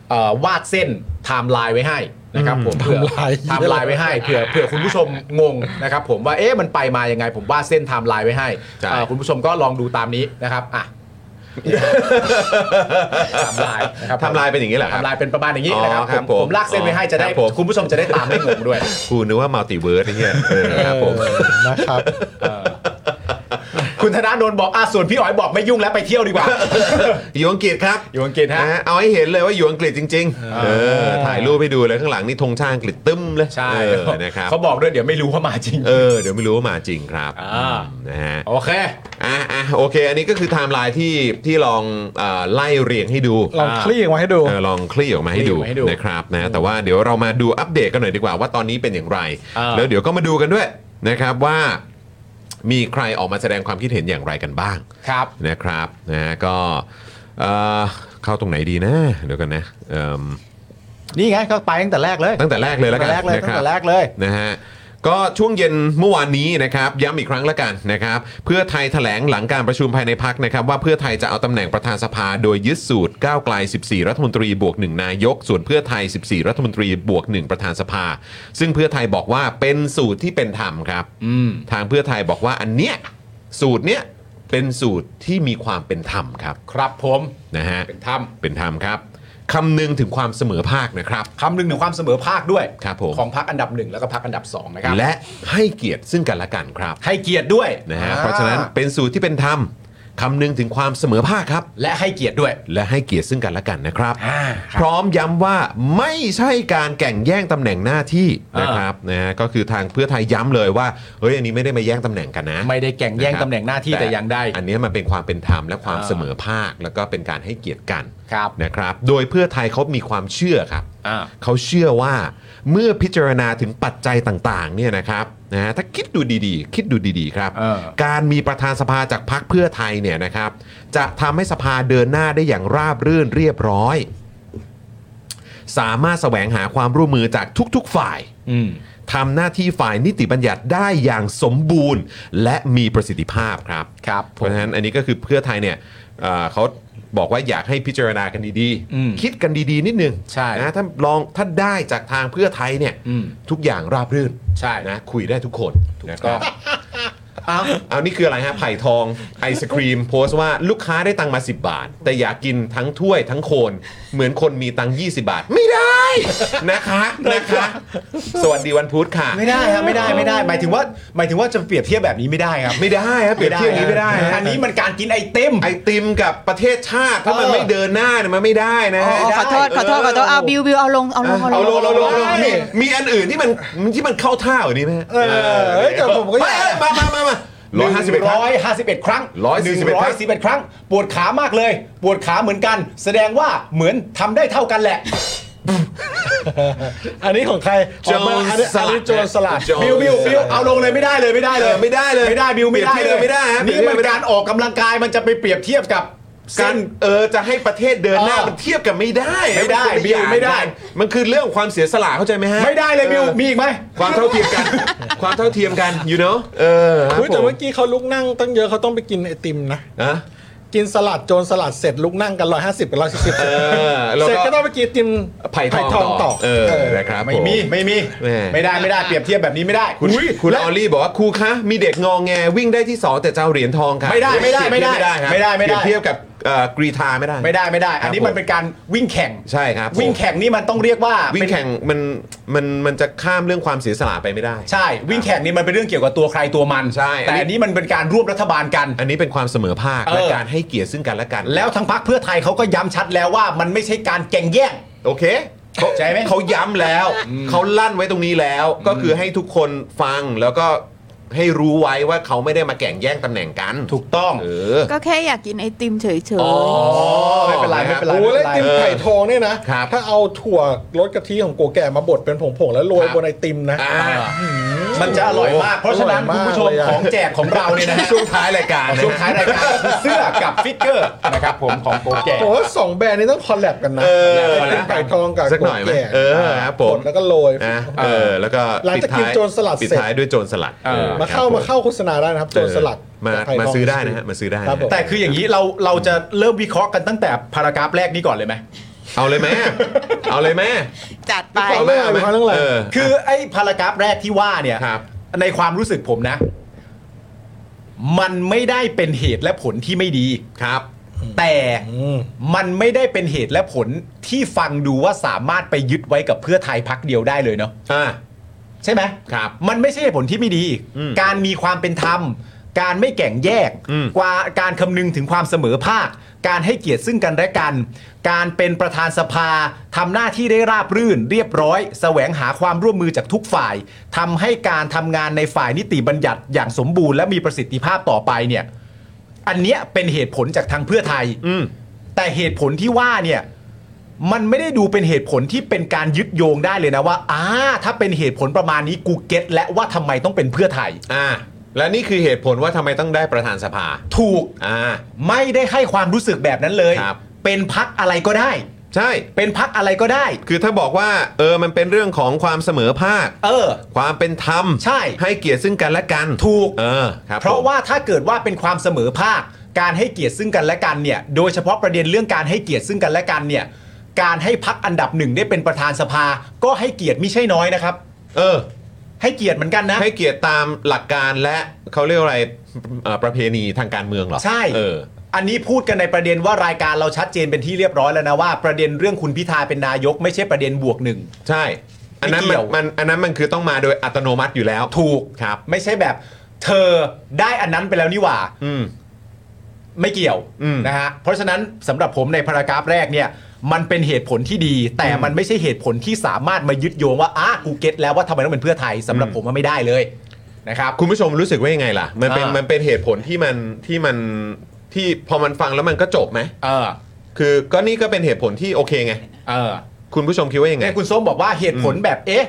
[SPEAKER 2] เอ่อวาดเส้นไทม์ไลน์ไว้ให้นะครับผมเผื่อ
[SPEAKER 3] ไทม์ไลน์
[SPEAKER 2] ไทม์ไลน์ไว้ให้ เผื่อเผื่อคุณผู้ชมงงนะครับผมว่าเอ๊ะมันไปมายังไง ผมวาดเส้นไทม์ไลน์ไว้ให้
[SPEAKER 1] ใช่
[SPEAKER 2] เอ่อคุณผู้ชมก็ลองดูตามนี้นะครับอ่ะไทม์ไลน์นะครับ
[SPEAKER 1] ไทำลายเป็นอย่างนี้เหรอค
[SPEAKER 2] ไท
[SPEAKER 1] รับ
[SPEAKER 2] ม์ไลน์เป็นประมาณอย่างนี้นะครับ
[SPEAKER 1] อ๋อครับ
[SPEAKER 2] ผ
[SPEAKER 1] ผมม
[SPEAKER 2] ผมลากเส้นไว้ให้จะได้
[SPEAKER 1] ครับผม
[SPEAKER 2] คุณผู้ชมจะได้ตามไม่งง ด้วย
[SPEAKER 1] กูนึกว่ามัลติเวิร์สไอ้เหี้ยเออครับผม
[SPEAKER 3] เออนะครับ
[SPEAKER 2] คุณธนาโดนบอกอ่ะส่วนพี่อ๋อยบอกไม่ยุ่งแล้วไปเที่ยวดีกว่า
[SPEAKER 1] อยู่อังกฤษครับ
[SPEAKER 2] อยู่อังกฤษฮะ
[SPEAKER 1] นะฮะเอาให้เห็นเลยว่าอยู่อังกฤษจริง ๆ เออ ถ่ายรูปให้ดูเลยข้างหลังนี่ธงชาติอังกฤษตึ้มเลย
[SPEAKER 2] ใช่
[SPEAKER 1] เออนะครับ
[SPEAKER 2] เขาบอกด้วยเดี๋ยวไม่รู้ว่ามาจริง
[SPEAKER 1] เออเดี๋ยวไม่รู้ว่ามาจริงครับ
[SPEAKER 2] อ่า
[SPEAKER 1] นะฮะ
[SPEAKER 2] โอเค
[SPEAKER 1] อ่ะอ่ะโอเค อันนี้ก็คือไทม์ไลน์ที่ที่ลองเออไล่เรียงให้ดู
[SPEAKER 3] ลองคลี่ออกมาให้ดู
[SPEAKER 1] เออลองคลี่ออกมาให้ดู
[SPEAKER 2] คลี่ออกมาให้ดู
[SPEAKER 1] นะครับนะแต่ว่าเดี๋ยวเรามาดูอัปเดตกันหน่อยดีกว่าว่าตอนนี้เป็นอย่างไร
[SPEAKER 2] อ่า
[SPEAKER 1] แล้วเดี๋ยวก็มาดูกันด้วยนะครับว่ามีใครออกมาแสดงความคิดเห็นอย่างไรกันบ้าง
[SPEAKER 2] ครับ
[SPEAKER 1] นะครับนะก็เอ่อเข้าตรงไหนดีนะ เดี๋ยวกันนะเอิ่ม
[SPEAKER 2] นี่ไงก็ไปตั้งแต่แรกเลย
[SPEAKER 1] ตั้งแต่แรกเลยแล้วกันนะคบ นะฮะก็ช่วงเย็นเมื่อวานนี้นะครับย้ำอีกครั้งละกันนะครับเพื่อไทยแถลงหลังการประชุมภายในพักนะครับว่าเพื่อไทยจะเอาตำแหน่งประธานสภาโดยยึดสูตรก้าวไกล 14 รัฐมนตรีบวก 1 นายก ส่วนเพื่อไทย 14 รัฐมนตรีบวก 1 ประธานสภา ซึ่งเพื่อไทยบอกว่าเป็นสูตรที่เป็นธรรมครับ
[SPEAKER 2] อืม
[SPEAKER 1] ทางเพื่อไทยบอกว่าอันเนี้ยสูตรเนี้ยเป็นสูตรที่มีความเป็นธรรมครับ
[SPEAKER 2] ครับผม
[SPEAKER 1] นะฮะ
[SPEAKER 2] เป็นถ้
[SPEAKER 1] เป็นธรรมครับคำนึงถึงความเสมอภาคนะครับ
[SPEAKER 2] ำคำหนึ่งถึงความเสมอภาคด้วย
[SPEAKER 1] ครับผม
[SPEAKER 2] ของพักอันดับหนึ่งแล้วก็พักอันดับสองนะครับ
[SPEAKER 1] และให้เกียรติซึ่งกันและกันครับ
[SPEAKER 2] ให้เกียรติด้วย
[SPEAKER 1] นะฮะ
[SPEAKER 2] อ่
[SPEAKER 1] เพราะฉะนั้นเป็นสูตรที่เป็นธรรมคำนึงถึงความเสมอภาคครับ
[SPEAKER 2] และให้เกียรติด้วย
[SPEAKER 1] และให้เกียรติซึ่งกันและกันนะครับ
[SPEAKER 2] อ่าครับ
[SPEAKER 1] พร้อมย้ำว่าไม่ใช่การแก่งแย่งตำแหน่งหน้าที่
[SPEAKER 2] อ่าน
[SPEAKER 1] นะครับนะฮะก็คือทางเพื่อไทยย้ำเลยว่าเฮ้ยอันนี้ไม่ได้มาแย่งตำแหน่งกันนะ
[SPEAKER 2] ไม่ได้แก่งแย่
[SPEAKER 1] ะ
[SPEAKER 2] ง
[SPEAKER 1] ครับ
[SPEAKER 2] ตำแหน่งหน้าที่แต่อย่างใด
[SPEAKER 1] อันเนี้ยมันเป็นความเป็นธรรมและความ
[SPEAKER 2] อ่า
[SPEAKER 1] เสมอภาคแล้วก็เป็นการให้เกียรติกัน
[SPEAKER 2] ครับ
[SPEAKER 1] นะครับ โดยเพื่อไทยเขามีความเชื่อครับ
[SPEAKER 2] อ่า
[SPEAKER 1] เขาเชื่อว่าเมื่อพิจารณาถึงปัจจัยต่างๆเนี่ยนะครับนะฮะถ้าคิดดูดีๆ คิดดูดีๆครับ
[SPEAKER 2] เออ
[SPEAKER 1] การมีประธานสภาจากพรรคเพื่อไทยเนี่ยนะครับ จะทำให้สภาเดินหน้าได้อย่างราบรื่นเรียบร้อย สามารถแสวงหาความร่วมมือจากทุกๆฝ่าย
[SPEAKER 2] อืม
[SPEAKER 1] ทำหน้าที่ฝ่ายนิติบัญญัติได้อย่างสมบูรณ์ และมีประสิทธิภาพครับ
[SPEAKER 2] ครับ
[SPEAKER 1] เพ
[SPEAKER 2] ผม
[SPEAKER 1] ราะฉะนั้นอันนี้ก็คือเพื่อไทยเนี่ยเอ่อเขาบอกว่าอยากให้พิจารณากันดี
[SPEAKER 2] อืม
[SPEAKER 1] คิดกันดีๆ นิดนึง
[SPEAKER 2] ใช่
[SPEAKER 1] นะถ้าลองถ้าได้จากทางเพื่อไทยเนี่ย
[SPEAKER 2] อืม
[SPEAKER 1] ทุกอย่างราบรื่น
[SPEAKER 2] ใช่
[SPEAKER 1] นะคุยได้ทุกคนนะครับ
[SPEAKER 2] อ้าว
[SPEAKER 1] เอานี่คืออะไรฮะไผ่ทองไอศครีม โพสต์ว่าลูกค้าได้ตังค์มา 10 บาท แต่อยากกินทั้งถ้วยทั้งโคน เหมือนคนมีตังค์20 บาท ไม่ได้ นะคะนะคะ สวัสดีวันพุธค่ะ
[SPEAKER 2] ไม่ได้ครับไม่ได้ไม่ได้หมายถึงว่าหมายถึงว่าจะเปรียบเทียบแบบนี้ไม่ได้ครับ
[SPEAKER 1] ไม่ได้ฮะเปรียบเทียบอย่างนี้ไม่ได้ฮะ
[SPEAKER 2] อันนี้มันการกินไอเต็ม
[SPEAKER 1] ไอติมกับประเทศชาติถ้ามัน
[SPEAKER 2] เออ
[SPEAKER 1] ไม่เดินหน้าเนี่ยมันไม่ได้นะฮะ
[SPEAKER 4] ขอโทษขอโทษขอโทษเอาบิวบิวเอาลงเอาลง
[SPEAKER 1] เอาลงเอาลงเอาลง
[SPEAKER 2] เอาลง
[SPEAKER 1] มีมีอันอื่นที่มันที่มันเข้าท่าแบบนี้ไหม
[SPEAKER 2] เออเฮ้ยแต่ผมก็อยาก
[SPEAKER 1] เอ้มามามามาร้อยห้าสิบเอ็ดครั้ง
[SPEAKER 2] ร้อยห้าสิบเอ็ดค
[SPEAKER 1] 141
[SPEAKER 2] รั้งร้อยสิบเอ็ดครั้ง ปวดขามากเลย ปวดขาเหมือนกัน แสดงว่าเหมือนทำได้เท่ากันแหละ
[SPEAKER 3] อันนี้ของใคร
[SPEAKER 1] โจร
[SPEAKER 3] อ๋อมาอันนี้อันนี้โจรสลัด
[SPEAKER 1] โจร
[SPEAKER 2] บิวบิวบิวเอาลงเลยไม่ได้เลยไม่ได้เลย
[SPEAKER 1] เออไม่ได้เลย
[SPEAKER 2] ไม่ได้บิวไม่ได้
[SPEAKER 1] เปรียบเที
[SPEAKER 2] เลย ย
[SPEAKER 1] บไม่ได้ฮะ
[SPEAKER 2] นี่
[SPEAKER 1] เปรียบเทียบ
[SPEAKER 2] มัน
[SPEAKER 1] ไม่ได้
[SPEAKER 2] การออกกำลังกายมันจะไปเปรียบเทียบกับ
[SPEAKER 1] การ
[SPEAKER 2] เส้น
[SPEAKER 1] เออจะให้ประเทศเดินหน้า
[SPEAKER 2] เออ
[SPEAKER 1] มันเทียบกันไม่ได้นะ
[SPEAKER 2] ไม่ได้
[SPEAKER 1] นเป็น
[SPEAKER 2] บิวไม่ได้
[SPEAKER 1] อย่างนั้นมันคือเรื่องความเสียสละเข้าใจไหมฮะ
[SPEAKER 2] ไม่ได้เลยบิว
[SPEAKER 1] ออ
[SPEAKER 2] มีอีกไหม
[SPEAKER 1] ความเท่าเทียมกัน ความเท่าเทียมกัน you know เออครับ
[SPEAKER 3] เฮ้ยแต่
[SPEAKER 1] ผม
[SPEAKER 3] เมื่อกี้เขาลุกนั่งตั้งเยอะเขาต้องไปกินไอติมนะ
[SPEAKER 1] นะ
[SPEAKER 3] กินสลัดโจรสลัดเสร็จลุกนั่งกันร้อยห้าสิบกับร้อยสิบ
[SPEAKER 1] เออแล้ว
[SPEAKER 3] เสร็จ
[SPEAKER 1] ก็
[SPEAKER 3] ก็ต้องไปกินไอติม
[SPEAKER 1] ไผ่ทองต่อเออนะครับ
[SPEAKER 2] ไม่
[SPEAKER 1] ผ
[SPEAKER 2] มีไม่มี
[SPEAKER 1] แม่
[SPEAKER 2] ไม่ได้ไม่ได้เปรียบเทียบแบบนี้ไม่ได้
[SPEAKER 1] คุณคุณ
[SPEAKER 2] และ
[SPEAKER 1] ออลลี่บอกว่าครูคะมีเด็กงองแงวิ่งได้ที่สองแต่จะเอาเหรียญทองค่ะ
[SPEAKER 2] ไม่ได้ไม่ได้ไม่ได้ไม่ได้ไม่
[SPEAKER 1] เป
[SPEAKER 2] ได้
[SPEAKER 1] รียบเทียบกับเอ่อกรีธาไม่ได้
[SPEAKER 2] ไม่ได้ไม่ได้ อันนี้
[SPEAKER 1] ครับผม
[SPEAKER 2] มันเป็นการวิ่งแข่ง
[SPEAKER 1] ใช่ครับ
[SPEAKER 2] วิ่งแข่งนี่มันต้องเรียกว่า
[SPEAKER 1] วิ่งแข่งมันมันมันจะข้ามเรื่องความเสียสละไปไม่ได้
[SPEAKER 2] ใช่ วิ่งแข่งนี่มันเป็นเรื่องเกี่ยวกับตัวใครตัวมัน
[SPEAKER 1] ใช่อัน
[SPEAKER 2] แต่
[SPEAKER 1] นี้
[SPEAKER 2] อันนี้มันเป็นการร่วมรัฐบาลกัน
[SPEAKER 1] อันนี้เป็นความเสมอภาค
[SPEAKER 2] เออ
[SPEAKER 1] และการให้เกียรติซึ่งกันและกัน
[SPEAKER 2] แล้วทางพรรคเพื่อไทยเขาก็ย้ำชัดแล้วว่ามันไม่ใช่การแก่งแย่ง
[SPEAKER 1] โอเคเขา
[SPEAKER 2] ใช่ไหม
[SPEAKER 1] เขาย้ำแล้วเขาลั่นไว้ตรงนี้แล้วก็คือให้ทุกคนฟังแล้วก็ให้รู้ไว้ว่าเขาไม่ได้มาแก่งแย่งตำแหน่งกัน
[SPEAKER 2] ถูกต้อง
[SPEAKER 1] เออ
[SPEAKER 4] ก็แค่อยากกินไอติมเฉยๆ
[SPEAKER 2] ไม่เป็นไรไม่เป็นไร
[SPEAKER 3] โอ้
[SPEAKER 2] ไม่
[SPEAKER 3] แล้วน ไอ
[SPEAKER 2] เป็ไร
[SPEAKER 3] ติมไผ่ทองเนี่ยนะ
[SPEAKER 1] ครับ
[SPEAKER 3] ถ้าเอาถั่วรสกะทิของโกแก่มาบดเป็นผงๆแล้วโรยบนไอติมนะ
[SPEAKER 1] อ่า
[SPEAKER 2] มันจะอร่อยมาก เพราะฉะนั้น
[SPEAKER 3] อร่อยมาก
[SPEAKER 2] คุณผู้ชม
[SPEAKER 3] เลยอะ
[SPEAKER 2] ของแจกของเราเนี่ยนะฮะ
[SPEAKER 1] ช่วงท้ายรายการนะ
[SPEAKER 2] ช่วงท้ายรายการคือเสื้อกับฟิกเกอร์นะครับผมของโปรแจก
[SPEAKER 3] โอ้สองแบรนด์นี้ต้องคอลแลบกันนะ
[SPEAKER 1] เออ
[SPEAKER 3] ไอติมไผ่ทองกับ
[SPEAKER 1] สัก
[SPEAKER 3] โก
[SPEAKER 1] หน่อยไหม
[SPEAKER 3] แก่
[SPEAKER 1] เออครับผม
[SPEAKER 3] บดแล้วก็โรย
[SPEAKER 1] นะเออแล้วก็
[SPEAKER 3] หลัง
[SPEAKER 1] ปิด
[SPEAKER 3] จาก
[SPEAKER 1] ท้า
[SPEAKER 3] กิน
[SPEAKER 1] ย
[SPEAKER 3] โจรสลัด
[SPEAKER 1] ปิด
[SPEAKER 3] เสร็จ
[SPEAKER 1] ท้ายด้วยโจรสลัด
[SPEAKER 2] เออ
[SPEAKER 1] ออ
[SPEAKER 3] มาเข้า
[SPEAKER 1] ครับ
[SPEAKER 3] มาเข้าโฆษณาได้นะครับโจรสลัด
[SPEAKER 1] มา
[SPEAKER 3] กับไผ่ทง
[SPEAKER 1] มาซื้อได้นะฮะมาซื้อได้นะครับ
[SPEAKER 3] ผม
[SPEAKER 2] แต่คืออย่างนี้เราเราจะเริ่มวิเคราะห์กันตั้งแต่พารากราฟแรกนี้ก่อนเลยไหม
[SPEAKER 1] เอาเลยไหมเอาเลยไหม
[SPEAKER 4] จัดไป
[SPEAKER 3] เอาเรื่องอะไรเอาเรื่องอะไร
[SPEAKER 1] เออ
[SPEAKER 2] คือไอ้พารากราฟแรกที่ว่าเนี่ย
[SPEAKER 1] ครับ
[SPEAKER 2] ในความรู้สึกผมนะ มันไม่ได้เป็นเหตุและผลที่ไม่ดี
[SPEAKER 1] ครับ
[SPEAKER 2] แต่
[SPEAKER 3] อืม
[SPEAKER 2] มันไม่ได้เป็นเหตุและผลที่ฟังดูว่าสามารถไปยึดไว้กับเพื่อไทยพักเดียวได้เลยเนาะ
[SPEAKER 1] อ่า
[SPEAKER 2] ใช่ไหม
[SPEAKER 1] ครับ
[SPEAKER 2] มันไม่ใช่เหตุผลที่ไม่ดี
[SPEAKER 1] อืม
[SPEAKER 2] การมีความเป็นธรรม การไม่แก่งแยก
[SPEAKER 1] อืม
[SPEAKER 2] กว่าการคำนึงถึงความเสมอภาค การให้เกียรติซึ่งกันและกัน การเป็นประธานสภาทำหน้าที่ได้ราบรื่น เรียบร้อย แสวงหาความร่วมมือจากทุกฝ่ายทำให้การทำงานในฝ่ายนิติบัญญัติอย่างสมบูรณ์และมีประสิทธิภาพต่อไปเนี่ย อันเนี้ยเป็นเหตุผลจากทางเพื่อไทย
[SPEAKER 1] อืม
[SPEAKER 2] แต่เหตุผลที่ว่าเนี่ยมันไม่ได้ดูเป็นเหตุผลที่เป็นการยึดโยงได้เลยนะว่าอ่าถ้าเป็นเหตุผลประมาณนี้กูเก็ตและว่าทำไมต้องเป็นเพื่อไทย
[SPEAKER 1] อ่า และนี่คือเหตุผลว่าทำไมต้องได้ประธานสภา
[SPEAKER 2] ถูก
[SPEAKER 1] อ่า
[SPEAKER 2] ไม่ได้ให้ความรู้สึกแบบนั้นเลย
[SPEAKER 1] ครับ
[SPEAKER 2] เป็นพักอะไรก็ได้
[SPEAKER 1] ใช่
[SPEAKER 2] เป็นพักอะไรก็ได้
[SPEAKER 1] คือถ้าบอกว่า เออ มันเป็นเรื่องของความเสมอภาค
[SPEAKER 2] เออ
[SPEAKER 1] ความเป็นธรรม
[SPEAKER 2] ใช่
[SPEAKER 1] ให้เกียรติซึ่งกันและกัน
[SPEAKER 2] ถูก
[SPEAKER 1] เออ ครับ
[SPEAKER 2] เพราะ
[SPEAKER 1] ผม
[SPEAKER 2] ว่าถ้าเกิดว่าเป็นความเสมอภาค การให้เกียรติซึ่งกันและกันเนี่ยโดยเฉพาะประเด็นเรื่องการให้เกียรติซึ่งกันและกันเนี่ยการให้พักอันดับหนึ่งได้เป็นประธานสภา ก็ให้เกียรติไม่ใช่น้อยนะครับ
[SPEAKER 1] เออ
[SPEAKER 2] ให้เกียรติเหมือนกันนะ
[SPEAKER 1] ให้เกียรติตามหลักการและเขาเรียกว่าอะไรเอ่อประเพณีทางการเมืองเหรอ
[SPEAKER 2] ใช่
[SPEAKER 1] เออ
[SPEAKER 2] อันนี้พูดกันในประเด็นว่ารายการเราชัดเจนเป็นที่เรียบร้อยแล้วนะว่าประเด็นเรื่องคุณพิธาเป็นนายกไม่ใช่ประเด็นบวกหนึ่ง
[SPEAKER 1] ใช่ อันนั้น
[SPEAKER 2] ไม่เกี่
[SPEAKER 1] มัน
[SPEAKER 2] ยว
[SPEAKER 1] มันอันนั้นมันคือต้องมาโดยอัตโนมัติอยู่แล้ว
[SPEAKER 2] ถูก
[SPEAKER 1] ครับ
[SPEAKER 2] ไม่ใช่แบบ เธอได้อันนั้นไปแล้วนี่หว่า
[SPEAKER 1] อืม
[SPEAKER 2] ไม่เกี่ยว
[SPEAKER 1] อืม
[SPEAKER 2] นะฮะเพราะฉะนั้นสำหรับผมในพารากราฟแรกเนี่ย มันเป็นเหตุผลที่ดี แต่มันไม่ใช่เหตุผลที่สามารถมายึดโยงว่าอ่ะกูเก็ตแล้วว่าทำไมต้องเป็นเพื่อไทยสำหรับ
[SPEAKER 1] อืม
[SPEAKER 2] ผมว่าไม่ได้เลยนะครับ
[SPEAKER 1] คุณผู้ชมรู้สึกว่ายังไงล่ะ มันเป็น
[SPEAKER 2] อ่ามั
[SPEAKER 1] มันเป็นเหตุผลที่มันที่มันที่พอมันฟังแล้วมันก็จบไหม
[SPEAKER 2] เออ
[SPEAKER 1] คือก็นี่ก็เป็นเหตุผลที่โอเคไง
[SPEAKER 2] เออ
[SPEAKER 1] คุณผู้ชมคิดว่ายังไง
[SPEAKER 2] เนี่ยคุณส้มบอกว่าเหตุผลแบบเอ๊ะ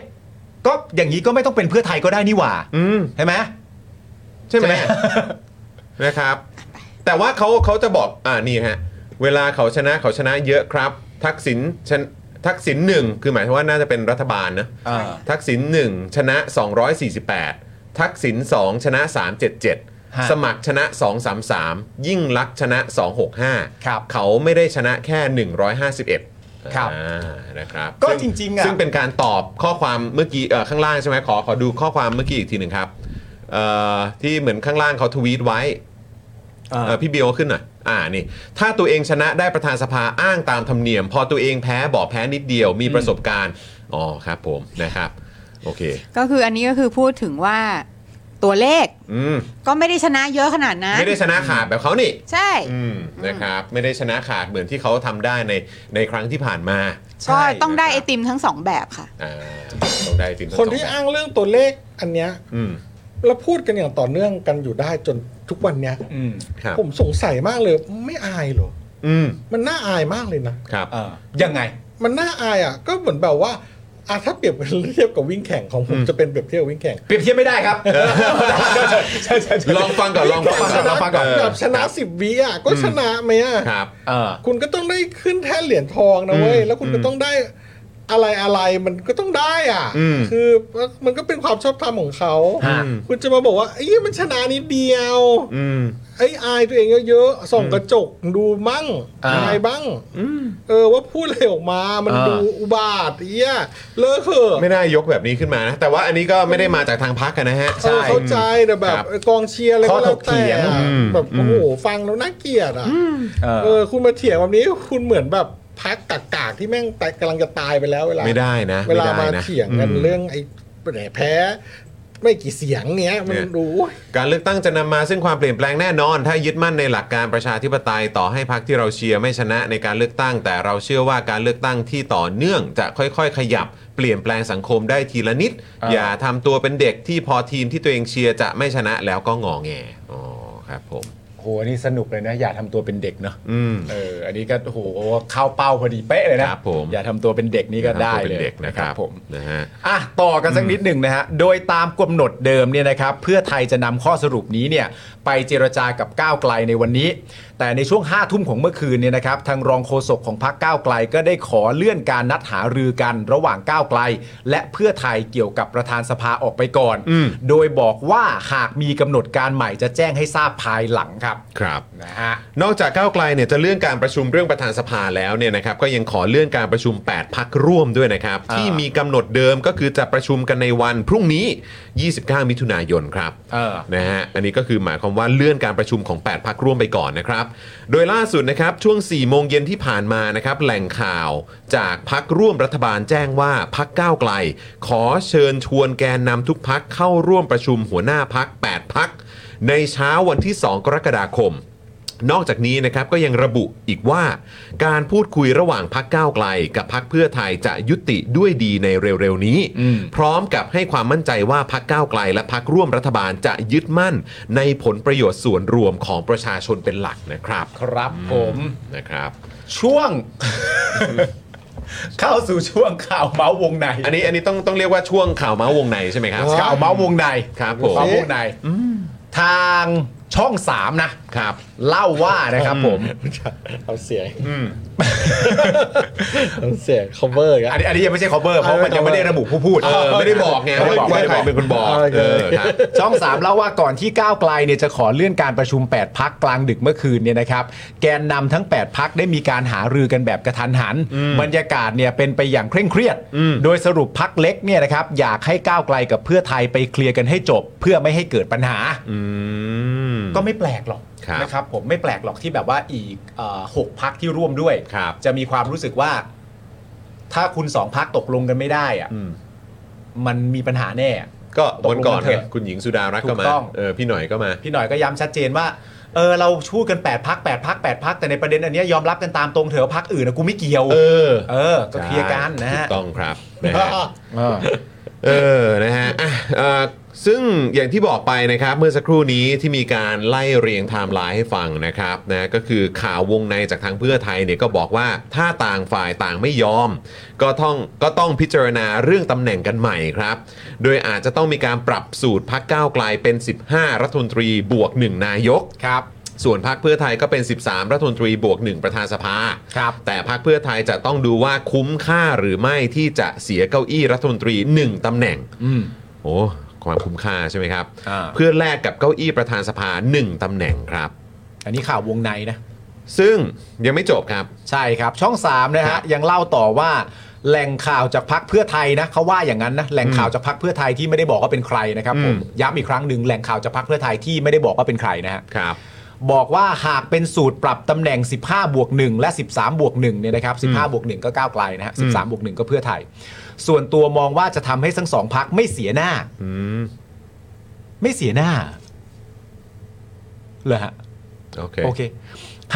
[SPEAKER 2] ก็อย่างนี้ก็ไม่ต้องเป็นเพื่อไทยก็ได้นี่หว่า
[SPEAKER 1] อืม
[SPEAKER 2] ใช่ไหม
[SPEAKER 1] ใช่ไหม
[SPEAKER 2] ใช่ไหม
[SPEAKER 1] นะครับ แต่ว่าเขาเขาจะบอกอ่านี่ฮะ เวลาเขาชนะเขาชนะเยอะครับ ทักษิณชนทักษิณหนึ่งคือหมายถึงว่าน่าจะเป็นรัฐบาลนะ
[SPEAKER 2] เออ
[SPEAKER 1] ทักษิณ1ชนะ 248 ทักษิณ2ชนะ
[SPEAKER 2] ฮะ
[SPEAKER 1] 377 สมัครชนะ 233 ยิ่งลักษณ์ชนะ 265
[SPEAKER 2] ครับ
[SPEAKER 1] เขาไม่ได้ชนะแค่ 151
[SPEAKER 2] ครับ
[SPEAKER 1] อ่านะครับ
[SPEAKER 2] ก็
[SPEAKER 1] ซึ่
[SPEAKER 2] จริงๆอะ
[SPEAKER 1] ซึ่งเป็นการตอบข้อความเมื่อกี้เอ่อข้างล่างใช่ไหมขอขอดูข้อความเมื่อกี้อีกทีหนึ่งครับ เอ่อที่เหมือนข้างล่างเขาทวีตไว้เอ่อพี่เบียวขึ้นหน่อยอ่านี่ ถ้าตัวเองชนะได้ประธานสภาอ้างตามธรรมเนียม พอตัวเองแพ้บอกแพ้นิดเดียวมีประสบการณ์อ๋อครับผมนะครับ โอเค
[SPEAKER 4] ก็คืออันนี้ก็คือพูดถึงว่าตัวเลข
[SPEAKER 1] อืม
[SPEAKER 4] ก็ไม่ได้ชนะเยอะขนาดนั้น
[SPEAKER 1] ไม่ได้ชนะขาดแบบเขานี่
[SPEAKER 4] ใช่
[SPEAKER 1] อืมนะครับ ไม่ได้ชนะขาดเหมือนที่เขาทำได้ในในครั้งที่ผ่านมา
[SPEAKER 4] ก็
[SPEAKER 1] ใช่
[SPEAKER 4] ต้องได้ไอ
[SPEAKER 1] นะครับ
[SPEAKER 4] ติมทั้งสองแบบค่ะ
[SPEAKER 1] อ่าต้องได้ไอติม
[SPEAKER 3] คนที่อ้างเรื่องตัวเลขอันเนี้ย
[SPEAKER 1] อืม
[SPEAKER 3] แล้วพูดกันอย่างต่อเนื่องกันอยู่ได้จนทุกวันเนี้ย
[SPEAKER 2] อืม
[SPEAKER 1] ครับ
[SPEAKER 3] ผมสงสัยมากเลยไม่อายเหรอ
[SPEAKER 1] อืม
[SPEAKER 3] มันน่าอายมากเลยนะ
[SPEAKER 1] ครับ
[SPEAKER 2] เออยังไง
[SPEAKER 3] มันน่าอายอ่ะ ก็เหมือนแบบว่าอ่ะถ้าเปรียบเทียบกับวิ่งแข่งของผม
[SPEAKER 1] อืม
[SPEAKER 3] จะเป็นเปรียบเทียบกับวิ่งแข่ง
[SPEAKER 2] เปรียบเทียบไม่ได้ครับ ใช่ใช่ใช่
[SPEAKER 1] ลองฟังก่อนลองฟังก่อน
[SPEAKER 3] ชนะ
[SPEAKER 2] ฟังก่อน
[SPEAKER 1] เ
[SPEAKER 3] แบบชนะสิบวิอ่ะก็ชนะไหมอ่ะ
[SPEAKER 1] ครับ
[SPEAKER 2] เออ
[SPEAKER 3] คุณก็ต้องได้ขึ้นแท่นเหรียญทองนะเว้ย
[SPEAKER 1] อืม
[SPEAKER 3] แล้วคุณก็ต้องได้อะไรอะไรมันก็ต้องได้อ่ะ
[SPEAKER 1] อืม
[SPEAKER 3] คือมันก็เป็นความชอบธรรมของเขา
[SPEAKER 2] ฮะ
[SPEAKER 3] คุณจะมาบอกว่าไอ้ยมันชนะนิดเดียว
[SPEAKER 1] อืม
[SPEAKER 3] ไอ้อายตัวเองเยอะๆส่องกระจกดูมั่ง
[SPEAKER 2] อ่า
[SPEAKER 3] อายบ้างเออว่าพูดอะไรออกมา มัน
[SPEAKER 2] อ่า
[SPEAKER 3] ดูอุบาทเอี้ยเลิกเถอะ
[SPEAKER 1] ไม่น่ายกแบบนี้ขึ้นมานะ แต่ว่าอันนี้ก็ไม่ได้มาจากทางพักนะฮะ
[SPEAKER 3] เออเข้าใจแต่แบ
[SPEAKER 1] ครับ
[SPEAKER 3] บกองเชียร์อะไรก็
[SPEAKER 2] ข้อถ
[SPEAKER 3] แล้
[SPEAKER 2] ก
[SPEAKER 3] ว
[SPEAKER 2] เถี
[SPEAKER 3] แต่
[SPEAKER 2] ยง
[SPEAKER 3] อะ
[SPEAKER 1] อืม
[SPEAKER 3] แบบ
[SPEAKER 1] อืม
[SPEAKER 3] โอ้โหฟังแล้วน่าเกลียดอ่ะ
[SPEAKER 2] เออ
[SPEAKER 3] เออคุณมาเถียงแบบนี้คุณเหมือนแบบพักกากๆที่แม่งตายกำลังจะตายไปแล้วเวลา
[SPEAKER 1] ไม่ได้นะ
[SPEAKER 3] เว
[SPEAKER 1] ไได้
[SPEAKER 3] ลา
[SPEAKER 1] นะ
[SPEAKER 3] มาเถียงกัน
[SPEAKER 1] อืม
[SPEAKER 3] เรื่องไอ้แหนแพ้ ไม่กี่เสียงเนี้ยมัน
[SPEAKER 1] เนี่ย
[SPEAKER 3] ดูโอ้ย
[SPEAKER 1] การเลือกตั้งจะนำมาซึ่งความเปลี่ยนแปลงแน่นอน ถ้ายึดมั่นในหลักการประชาธิปไตยต่อให้พรรคที่เราเชียร์ไม่ชนะในการเลือกตั้ง แต่เราเชื่อว่าการเลือกตั้งที่ต่อเนื่องจะค่อยๆ ขยับ เปลี่ยนแปลงสังคมได้ทีละนิด
[SPEAKER 2] อ่า
[SPEAKER 1] อย่าทำตัวเป็นเด็กที่พอทีมที่ตัวเองเชียร์จะไม่ชนะแล้วก็งอแงอ๋อครับผม
[SPEAKER 2] โหอันนี่สนุกเลยนะ อย่าทำตัวเป็นเด็กเนาะ
[SPEAKER 1] อืม
[SPEAKER 2] เออ อันนี้ก็โหเข้าเป้าพอดีเป๊ะเลยนะครับ
[SPEAKER 1] ผม
[SPEAKER 2] อย่าทำตัวเป็นเด็กนี่ก็ได้
[SPEAKER 1] ป็
[SPEAKER 2] เลย
[SPEAKER 1] นเด็กนะครับ
[SPEAKER 2] ผม
[SPEAKER 1] นะฮะ
[SPEAKER 2] อ่ะต่อกันสักนิดหนึ่งนะฮะ โดยตามกำหนดเดิมเนี่ยนะครับ เพื่อไทยจะนำข้อสรุปนี้เนี่ยไปเจรจากับก้าวไกลในวันนี้ แต่ในช่วง5้าทุ่มของเมื่อคืนเนี่ยนะครับ ทางรองโฆษกของพรรคก้าวไกลก็ได้ขอเลื่อนการนัดหารือกันระหว่างก้าวไกล และเพื่อไทยเกี่ยวกับประธานสภาออกไปก่อน
[SPEAKER 1] อืม
[SPEAKER 2] โดยบอกว่าหากมีกำหนดการใหม่จะแจ้งให้ทราบภายหลังครับ
[SPEAKER 1] ครับ
[SPEAKER 2] นะฮะ
[SPEAKER 1] นอกจากก้าวไกลเนี่ยจะเลื่อนการประชุมเรื่องประธานสภาแล้วเนี่ยนะครับก็ยังขอเลื่อนการประชุม 8 พักร่วมด้วยนะครับ
[SPEAKER 2] อ่า
[SPEAKER 1] ที่มีกำหนดเดิมก็คือจะประชุมกันในวันพรุ่งนี้ 29 มิถุนายนครับ
[SPEAKER 2] เออ
[SPEAKER 1] นะฮะ อันนี้ก็คือหมายความว่าเลื่อนการประชุมของ 8 พักร่วมไปก่อนนะครับ โดยล่าสุดนะครับ ช่วง 4 โมงเย็นที่ผ่านมานะครับ แหล่งข่าวจากพักร่วมรัฐบาลแจ้งว่าพักก้าวไกล ขอเชิญชวนแกนนำทุกพักเข้าร่วมประชุมหัวหน้าพัก 8 พัก ในเช้าวันที่ 2 กรกฎาคม นอกจากนี้นะครับก็ยังระบุอีกว่า การพูดคุยระหว่างพักก้าวไกล กับพักเพื่อไทยจะยุติด้วยดีในเร็วๆนี้
[SPEAKER 2] อืม
[SPEAKER 1] พร้อมกับให้ความมั่นใจว่าพักก้าวไกล และพักร่วมรัฐบาลจะยึดมั่น ในผลประโยชน์ส่วนรวมของประชาชนเป็นหลักนะครับ
[SPEAKER 2] ครับผม
[SPEAKER 1] นะครับ
[SPEAKER 2] ช่วง เข้าสู่ช่วงข่าวเมาส์วงใน
[SPEAKER 1] อันนี้อันนี้ต้องต้องเรียกว่าช่วงข่าวเมาส์วงในใช่ไหมครับ
[SPEAKER 2] ข่าวเมาส์วงใน
[SPEAKER 1] ครับผม
[SPEAKER 2] ความวงในทางช่องสามนะครับ เล่าว่านะครับผม
[SPEAKER 3] เอาเสียง
[SPEAKER 1] อืม
[SPEAKER 3] เอาเสียง cover อีก
[SPEAKER 2] อั
[SPEAKER 3] อ่ะ
[SPEAKER 2] นนี้อันนี้ยังไม่ใช่ cover เพราะมันยังไม่ได้ระบุผู้พูด
[SPEAKER 1] เออไม่ได้บอกไง
[SPEAKER 2] ไม่
[SPEAKER 1] ว่า
[SPEAKER 2] ได้บอก
[SPEAKER 1] ไม่ได้บอกเป็นคนบอก
[SPEAKER 3] โอเค
[SPEAKER 1] เออครับ
[SPEAKER 2] ช่อง 3 เล่าว่าก่อนที่ก้าวไกลเนี่ยจะขอเลื่อนการประชุม 8 พักกลางดึกเมื่อคืนเนี่ยนะครับ แกนนำทั้ง 8 พักได้มีการหารือกันแบบกระทันหัน บรรยากาศเนี่ยเป็นไปอย่างเคร่งเครียด โดยสรุปพักเล็กเนี่ยนะครับอยากให้ก้าวไกลกับเพื่อไทยไปเคลียร์กันให้จบ เพื่อไม่ให้เกิดปัญหา
[SPEAKER 1] อืม
[SPEAKER 2] ก็ไม่แปลกหรอก
[SPEAKER 1] ครับ
[SPEAKER 2] นะครับผมไม่แปลกหรอกที่แบบว่าอีกเอ่อหกพักที่ร่วมด้วย
[SPEAKER 1] ครับ
[SPEAKER 2] จะมีความรู้สึกว่า ถ้าคุณสองพักตกลงกันไม่ได้อะ
[SPEAKER 1] อืม
[SPEAKER 2] มันมีปัญหาแน่
[SPEAKER 1] ก็วันก่อน
[SPEAKER 2] ตกลงกันเถอะ
[SPEAKER 1] คุณหญิงสุดารัตน์ก็มา
[SPEAKER 2] ถูกต้อง
[SPEAKER 1] เออพี่หน่อยก็มา
[SPEAKER 2] พี่หน่อยก็ย้ำชัดเจนว่าเออเราชู้กัน8พัก8พัก8พักแต่ในประเด็นอันเนี้ยยอมรับกันตามตรงเถอะพักอื่นนะกูไม่เกี่ยว
[SPEAKER 1] เออ
[SPEAKER 2] เออก็เคลียร์กันนะ
[SPEAKER 1] ถู
[SPEAKER 2] ฮะ
[SPEAKER 1] กต้อง ครับนะฮะ
[SPEAKER 2] เออ
[SPEAKER 1] เออ นะฮะอ่ะเอ่อซึ่งอย่างที่บอกไปนะครับ เมื่อสักครู่นี้ที่มีการไล่เรียงไทม์ไลน์ให้ฟังนะครับนะก็คือข่าววงในจากทางเพื่อไทยเนี่ยก็บอกว่าถ้าต่างฝ่ายต่างไม่ยอม ก็ต้องก็ต้องพิจารณาเรื่องตำแหน่งกันใหม่ครับ โดยอาจจะต้องมีการปรับสูตรพักก้าวไกลเป็น 15 รัฐมนตรีบวก 1 นายก
[SPEAKER 2] ครับ
[SPEAKER 1] ส่วนพรรคเพื่อไทยก็เป็น 13 รัฐมนตรีบวก 1 ประธานสภา
[SPEAKER 2] ครับ
[SPEAKER 1] แต่พรรคเพื่อไทยจะต้องดูว่าคุ้มค่าหรือไม่ที่จะเสียเก้าอี้รัฐมนตรี 1ตำแหน่ง
[SPEAKER 2] อืม
[SPEAKER 1] โอ้ความคุ้มค่าใช่ไหมครับ
[SPEAKER 2] อ่า
[SPEAKER 1] เพื่อแลกกับเก้าอี้ประธานสภา 1ตำแหน่งครับ
[SPEAKER 2] อันนี้ข่าววงในนะ
[SPEAKER 1] ซึ่งยังไม่จบครับ
[SPEAKER 2] ใช่ครับ ช่อง 3 นะ
[SPEAKER 1] ครั
[SPEAKER 2] ฮะ
[SPEAKER 1] บ
[SPEAKER 2] ยังเล่าต่อว่า แหล่งข่าวจากพักเพื่อไทยนะเขาว่าอย่างนั้นนะแหล่งข่าวจากพักเพื่อไทยที่ไม่ได้บอกว่าเป็นใครนะครับผมย้ำอีกครั้งหนึ่งแหล่งข่าวจากพักเพื่อไทยที่ไม่ได้บอกว่าเป็นใครนะฮะ
[SPEAKER 1] ครับ
[SPEAKER 2] บอกว่าหากเป็นสูตรปรับตำแหน่ง 15 บวก 1 และ 13 บวก1เนี่ยนะครับ 15 บวก 1 ก็ก้าวไกลนะฮะ 13 บวก 1 ก็เพื่อไทย ส่วนตัวมองว่าจะทำให้ทั้งสองพักไม่เสียหน้า
[SPEAKER 1] อืม
[SPEAKER 2] ไม่เสียหน้าเหรอฮะ
[SPEAKER 1] โอเค
[SPEAKER 2] โอเค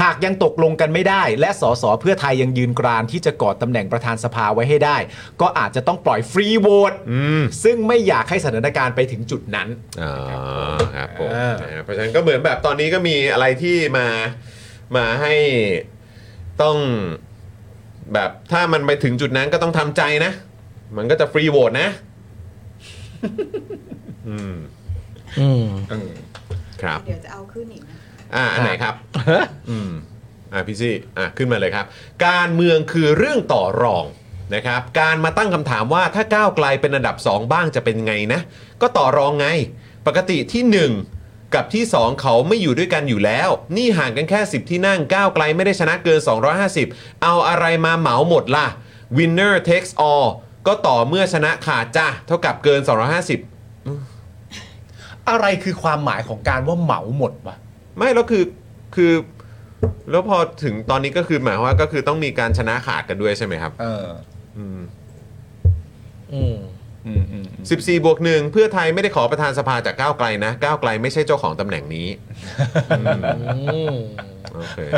[SPEAKER 2] หากยังตกลงกันไม่ได้ และสสเพื่อไทยยังยืนกรานที่จะกอดตำแหน่งประธานสภาไว้ให้ได้ ก็อาจจะต้องปล่อยฟรีโหวต
[SPEAKER 1] อืม
[SPEAKER 2] ซึ่งไม่อยากให้สถานการณ์ไปถึงจุดนั้น
[SPEAKER 1] อ๋อครับผม
[SPEAKER 2] เออ
[SPEAKER 1] นะเพราะฉะนั้นก็เหมือนแบบตอนนี้ก็มีอะไรที่มามาให้ต้องแบบถ้ามันไปถึงจุดนั้นก็ต้องทำใจนะ มันก็จะฟรีโหวตนะ อืม
[SPEAKER 9] อืม
[SPEAKER 1] ครับ
[SPEAKER 4] เดี๋ยวจะเอาขึ้นอีกนะ
[SPEAKER 1] อ่าอันไหนครับอืมอ่าพี่ซี่อ่ะขึ้นมาเลยครับ การเมืองคือเรื่องต่อรองนะครับ การมาตั้งคำถามว่าถ้าก้าวไกลเป็นอันดับ 2 บ้างจะเป็นไงนะ ก็ต่อรองไง ปกติที่ 1 กับที่ 2 เขาไม่อยู่ด้วยกันอยู่แล้ว นี่ห่างกันแค่ 10 ที่นั่งก้าวไกลไม่ได้ชนะเกิน 250 เอาอะไรมาเหมาหมดล่ะ winner takes all ก็ต่อเมื่อชนะขาดจ้ะเท่ากับเกิน 250
[SPEAKER 2] อะไรคือความหมายของการว่าเหมาหมดวะ
[SPEAKER 1] ไม่แล้วคือคือแล้วพอถึงตอนนี้ก็คือหมายความว่าก็คือต้องมีการชนะขาดกันด้วยใช่ไหมครับ
[SPEAKER 2] เออ
[SPEAKER 1] อืม
[SPEAKER 9] อืม
[SPEAKER 2] อืมอืมอืม
[SPEAKER 1] 14บวกหนึ่งเพื่อไทยไม่ได้ขอประธานสภาจากก้าวไกลนะก้าวไกลไม่ใช่เจ้าของตำแหน่งนี้อืม
[SPEAKER 9] อืม
[SPEAKER 1] โอเค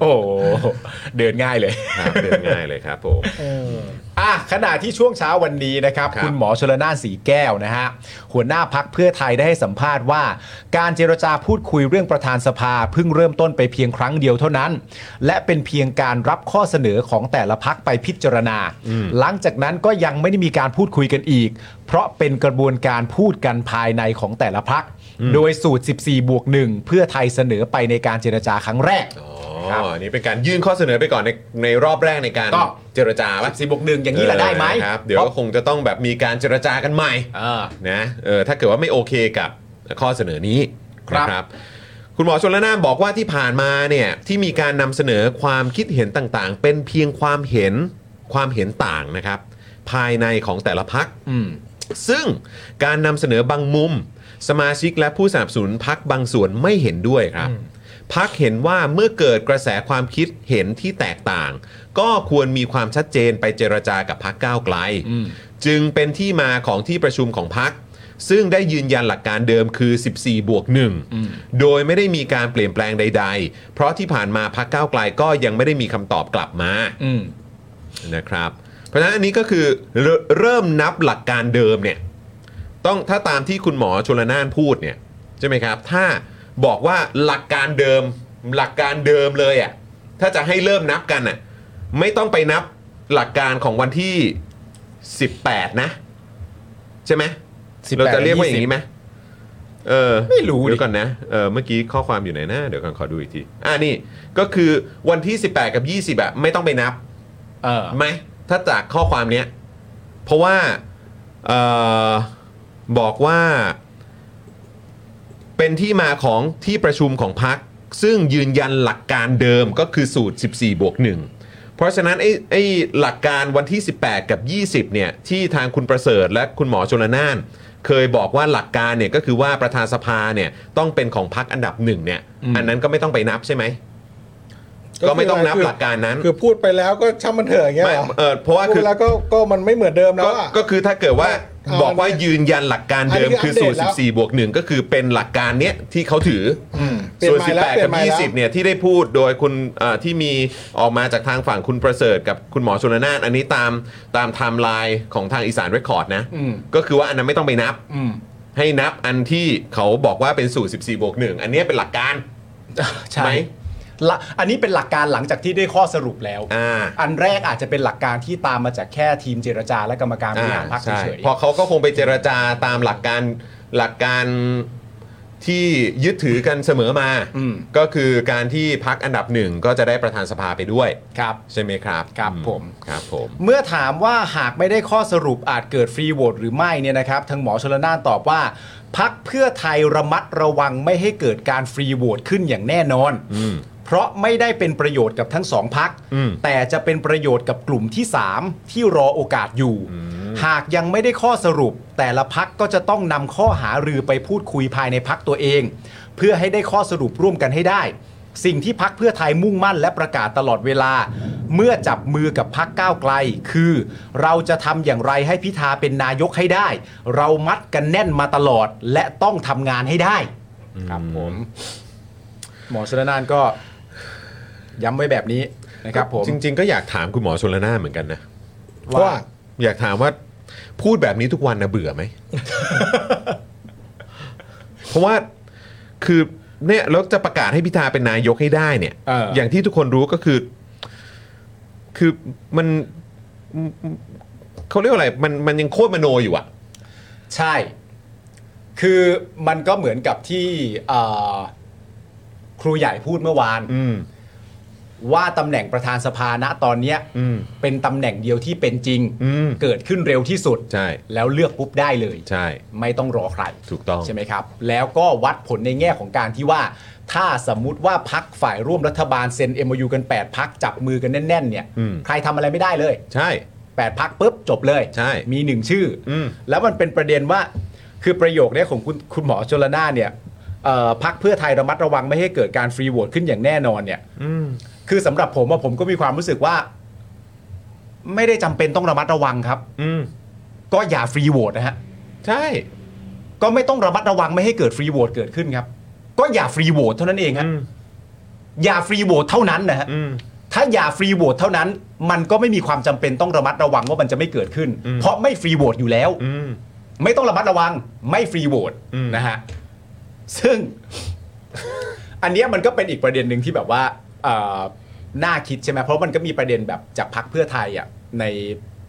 [SPEAKER 2] โอ้โหเดินง่ายเลย
[SPEAKER 1] ครับเรียนง่ายเลยครับผม
[SPEAKER 2] อ่ะขณะที่ช่วงเช้าวันนี้นะครับ
[SPEAKER 1] ครับ
[SPEAKER 2] คุณหมอชลนานสีแก้วนะฮะหัวหน้าพักเพื่อไทยได้ให้สัมภาษณ์ว่า การเจรจาพูดคุยเรื่องประธานสภาเพิ่งเริ่มต้นไปเพียงครั้งเดียวเท่านั้น และเป็นเพียงการรับข้อเสนอของแต่ละพักไปพิจารณา หลังจากนั้นก็ยังไม่ได้มีการพูดคุยกันอีก เพราะเป็นกระบวนการพูดกันภายในของแต่ละพัก โดยสูตร 14 บวก 1 เพื่อไทยเสนอไปในการเจรจาครั้งแรก
[SPEAKER 1] อ๋อ
[SPEAKER 2] ครับ
[SPEAKER 1] อันนี้เป็นการยื่นข้อเสนอไปก่อนในในรอบแรกในการ
[SPEAKER 2] ก็
[SPEAKER 1] เจรจาปะ
[SPEAKER 2] 14บวก1อย่างนี้แหละได้ไหม
[SPEAKER 1] เออครับเดี๋ยวก็คงจะต้องแบบมีการเจรจากันใหม่
[SPEAKER 2] อ่า
[SPEAKER 1] นะเออถ้าเกิดว่าไม่โอเคกับข้อเสนอนี้
[SPEAKER 2] ครับ
[SPEAKER 1] นะคุณหมอชนละนานบอกว่าที่ผ่านมาเนี่ยที่มีการนำเสนอความคิดเห็นต่างๆ เป็นเพียงความเห็นความเห็นต่างนะครับ ภายในของแต่ละพัก
[SPEAKER 2] อืม
[SPEAKER 1] ซึ่งการนำเสนอบางมุม สมาชิกและผู้สนับสนุนพักบางส่วนไม่เห็นด้วยครับพักเห็นว่าเมื่อเกิดกระแสความคิดเห็นที่แตกต่าง ก็ควรมีความชัดเจนไปเจรจากับพักก้าวไกล
[SPEAKER 2] อืม
[SPEAKER 1] จึงเป็นที่มาของที่ประชุมของพัก ซึ่งได้ยืนยันหลักการเดิมคือ 14 บวก 1 โดยไม่ได้มีการเปลี่ยนแปลงใด ๆ เพราะที่ผ่านมาพักก้าวไกลก็ยังไม่ได้มีคำตอบกลับมา
[SPEAKER 2] อืม
[SPEAKER 1] นะครับเพราะฉะนั้นอันนี้ก็คือเรเริ่มนับหลักการเดิมเนี่ยต้องถ้าตามที่คุณหมอชลนานพูดเนี่ยใช่ไหมครับ ถ้าบอกว่าหลักการเดิมหลักการเดิมเลยอะ่ะถ้าจะให้เริ่มนับกันอ่ะไม่ต้องไปนับหลักการของวันที่ 18 นะ ใช่ไหม
[SPEAKER 9] 18
[SPEAKER 1] เราจะเรียกว่าอย่างนี้ไหมเออ
[SPEAKER 2] ไม่รู้ดิ
[SPEAKER 1] เดี๋ยวก่อนนะเออเมื่อกี้ข้อความอยู่ไหนนะเดี๋ยวก่อนขอดูอีกทีอ่านี่ก็คือวันที่ 18 กับ 20อะไม่ต้องไปนับ
[SPEAKER 2] เออ
[SPEAKER 1] ไหมถ้าจากข้อความเนี้ยเพราะว่าเออบอกว่า เป็นที่มาของที่ประชุมของพัก ซึ่งยืนยันหลักการเดิมก็คือสูตร 14 บวก 1 เพราะฉะนั้นไอ้ไอ้หลักการวันที่ 18 กับ 20 เนี่ย ที่ทางคุณประเสริฐและคุณหมอชลนาน เคยบอกว่าหลักการเนี่ยก็คือว่าประธานสภาเนี่ยต้องเป็นของพักอันดับหนึ่งเนี่ย อันนั้นก็ไม่ต้องไปนับใช่ไหม ก็ไม่ต้องนับ
[SPEAKER 3] คื
[SPEAKER 1] หลักการนั้น
[SPEAKER 3] คือพูดไปแล้วก็ช่างมันเถอะอย่างเงี้ย
[SPEAKER 1] ไม่
[SPEAKER 3] เหรอ
[SPEAKER 1] เออเพราะว่า
[SPEAKER 3] พู
[SPEAKER 1] คื
[SPEAKER 3] ด
[SPEAKER 1] อ
[SPEAKER 3] แล้วก็ก็มันไม่เหมือนเดิมแล้ว
[SPEAKER 1] ก็
[SPEAKER 3] อะ
[SPEAKER 1] ก็คือถ้าเกิดว่า
[SPEAKER 3] เอา
[SPEAKER 1] บอกว่า
[SPEAKER 3] อันเนี้ย
[SPEAKER 1] ยืนยันหลักการเดิม
[SPEAKER 3] อันนี้
[SPEAKER 1] คือ
[SPEAKER 3] คือ
[SPEAKER 1] สูต
[SPEAKER 3] อัป
[SPEAKER 1] ร
[SPEAKER 3] เดตแล้ว
[SPEAKER 1] 14บวก1ก็คือเป็นหลักการเนี้ยที่เขาถืออ
[SPEAKER 3] เปลี่ยน
[SPEAKER 1] ส่วน
[SPEAKER 3] ใหม่แล้ว
[SPEAKER 1] 18 กับ
[SPEAKER 3] เปลี่ยนใหม่แล้ว
[SPEAKER 1] 20เนี่ยที่ได้พูดโดยคุณเอ่อที่มีออกมาจากทางฝั่งคุณประเสริฐกับคุณหมอชนละนานอันนี้ตามตามไทม์ไลน์ของทางอีสานเรคคอร์ดนะ
[SPEAKER 2] อืม
[SPEAKER 1] ก็คือว่าอันนั้นไม่ต้องไปนับ
[SPEAKER 2] อืม
[SPEAKER 1] ให้นับอันที่เขาบอกว่าเป็นสูตร 14บวก1อันเนี้ยเป็นหลักการ
[SPEAKER 2] ใช่
[SPEAKER 1] ไหม
[SPEAKER 2] ละอันนี้เป็นหลักการหลังจากที่ได้ข้อสรุปแล้ว
[SPEAKER 1] อ่า
[SPEAKER 2] อันแรกอาจจะเป็นหลักการที่ตามมาจากแค่ทีมเจรจาและกรรมการบริหารพรรค
[SPEAKER 1] ใช่
[SPEAKER 2] เฉย
[SPEAKER 1] เพอเขาก็คงไปเจรจาตามหลักการหลักการที่ยึดถือกันเสมอมา
[SPEAKER 2] ๆอืม
[SPEAKER 1] ก็คือการที่พักอันดับหนึ่งก็จะได้ประธานสภาไปด้วย
[SPEAKER 2] ครับ
[SPEAKER 1] ใช่ไหมครับ
[SPEAKER 2] ครับ
[SPEAKER 1] อื
[SPEAKER 2] ผม
[SPEAKER 1] ครับผม
[SPEAKER 2] เมื่อถามว่าหากไม่ได้ข้อสรุปอาจเกิดฟรีโหวตหรือไม่เนี่ยนะครับทางหมอชลนานตอบว่า พักเพื่อไทยระมัดระวังไม่ให้เกิดการฟรีโหวตขึ้นอย่างแน่นอน
[SPEAKER 1] อืม
[SPEAKER 2] เพราะไม่ได้เป็นประโยชน์กับทั้งสองพัก แต่จะเป็นประโยชน์กับกลุ่มที่ 3 ที่รอโอกาสอยู่ หากยังไม่ได้ข้อสรุป แต่ละพักก็จะต้องนำข้อหารือไปพูดคุยภายในพักตัวเอง เพื่อให้ได้ข้อสรุปร่วมกันให้ได้ สิ่งที่พักเพื่อไทยมุ่งมั่นและประกาศตลอดเวลา เมื่อจับมือกับพักก้าวไกล คือ เราจะทำอย่างไรให้พิธาเป็นนายกให้ได้ เรามัดกันแน่นมาตลอดและต้องทำงานให้ได้ ครับผม หมอชนละนานก็ ย้ำไว้แบบนี้นะครับผม
[SPEAKER 1] จริง ๆ ก็อยากถามคุณหมอชนละนานเหมือนกันนะ
[SPEAKER 2] ว่า
[SPEAKER 1] ว่าอยากถามว่าพูดแบบนี้ทุกวันนะเบื่อ ไหม เพราะว่าคือเนี่ยแล้วจะประกาศให้พิธาเป็นนายกให้ได้เนี่ย
[SPEAKER 2] เอออ
[SPEAKER 1] ย่างที่ทุกคนรู้ก็คือ คือมันเขาเรียกว่าอะไร มันมันยังโคตรมโนอยู่อะ
[SPEAKER 2] ใช่ คือมันก็เหมือนกับที่เอ่อครูใหญ่พูดเมื่อวาน
[SPEAKER 1] อืม
[SPEAKER 2] ว่าตำแหน่งประธานสภาณตอนเนี้ย
[SPEAKER 1] อืม
[SPEAKER 2] เป็นตำแหน่งเดียวที่เป็นจริง
[SPEAKER 1] อืม
[SPEAKER 2] เกิดขึ้นเร็วที่สุด
[SPEAKER 1] ใช่
[SPEAKER 2] แล้วเลือกปุ๊บได้เลย
[SPEAKER 1] ใช่
[SPEAKER 2] ไม่ต้องรอใคร
[SPEAKER 1] ถูกต้อง
[SPEAKER 2] ใช่ไหมครับ แล้วก็วัดผลในแง่ของการที่ว่า ถ้าสมมุติว่าพักฝ่ายร่วมรัฐบาลเซ็น MOU กัน 8 พักจับมือกันแน่น ๆ เนี่ย
[SPEAKER 1] อืม
[SPEAKER 2] ใครทำอะไรไม่ได้เลย
[SPEAKER 1] ใช่
[SPEAKER 2] 8 พักปุ๊บ จบเลย
[SPEAKER 1] ใช่
[SPEAKER 2] มีหนึ่งชื่ออ
[SPEAKER 1] ม
[SPEAKER 2] แล้วมันเป็นประเด็นว่า คือประโยคเนี้ยของคุณคุณหมอชลนานเนี่ยเอ่อพักเพื่อไทยระมัดระวังไม่ให้เกิดการฟรีโหวตขึ้นอย่างแน่นอนเนี่ย
[SPEAKER 1] อืม
[SPEAKER 2] คือสำหรับผมว่าผมก็มีความรู้สึกว่า ไม่ได้จำเป็นต้องระมัดระวังครับ
[SPEAKER 1] อืม
[SPEAKER 2] ก็อย่าฟรีโหวตนะฮะ
[SPEAKER 1] ใช่
[SPEAKER 2] ก็ไม่ต้องระมัดระวังไม่ให้เกิดฟรีโหวตเกิดขึ้นครับ ก็อย่าฟรีโหวตเท่านั้นเองฮะ
[SPEAKER 1] อืม
[SPEAKER 2] อย่าฟรีโหวตเท่านั้นนะฮะ
[SPEAKER 1] อืม
[SPEAKER 2] ถ้าอย่าฟรีโหวตเท่านั้น มันก็ไม่มีความจำเป็นต้องระมัดระวังว่ามันจะไม่เกิดขึ้น
[SPEAKER 1] อืม
[SPEAKER 2] เพราะไม่ฟรีโหวตอยู่แล้ว
[SPEAKER 1] อืม
[SPEAKER 2] ไม่ต้องระมัดระวัง ไม่ฟรีโหวต
[SPEAKER 1] อืม
[SPEAKER 2] นะฮะซึ่ง อันเนี้ยมันก็เป็นอีกประเด็นหนึ่งที่แบบว่าเอ่อน่าคิดใช่ไหมเพราะมันก็มีประเด็นแบบจากพักเพื่อไทยอ่ะใน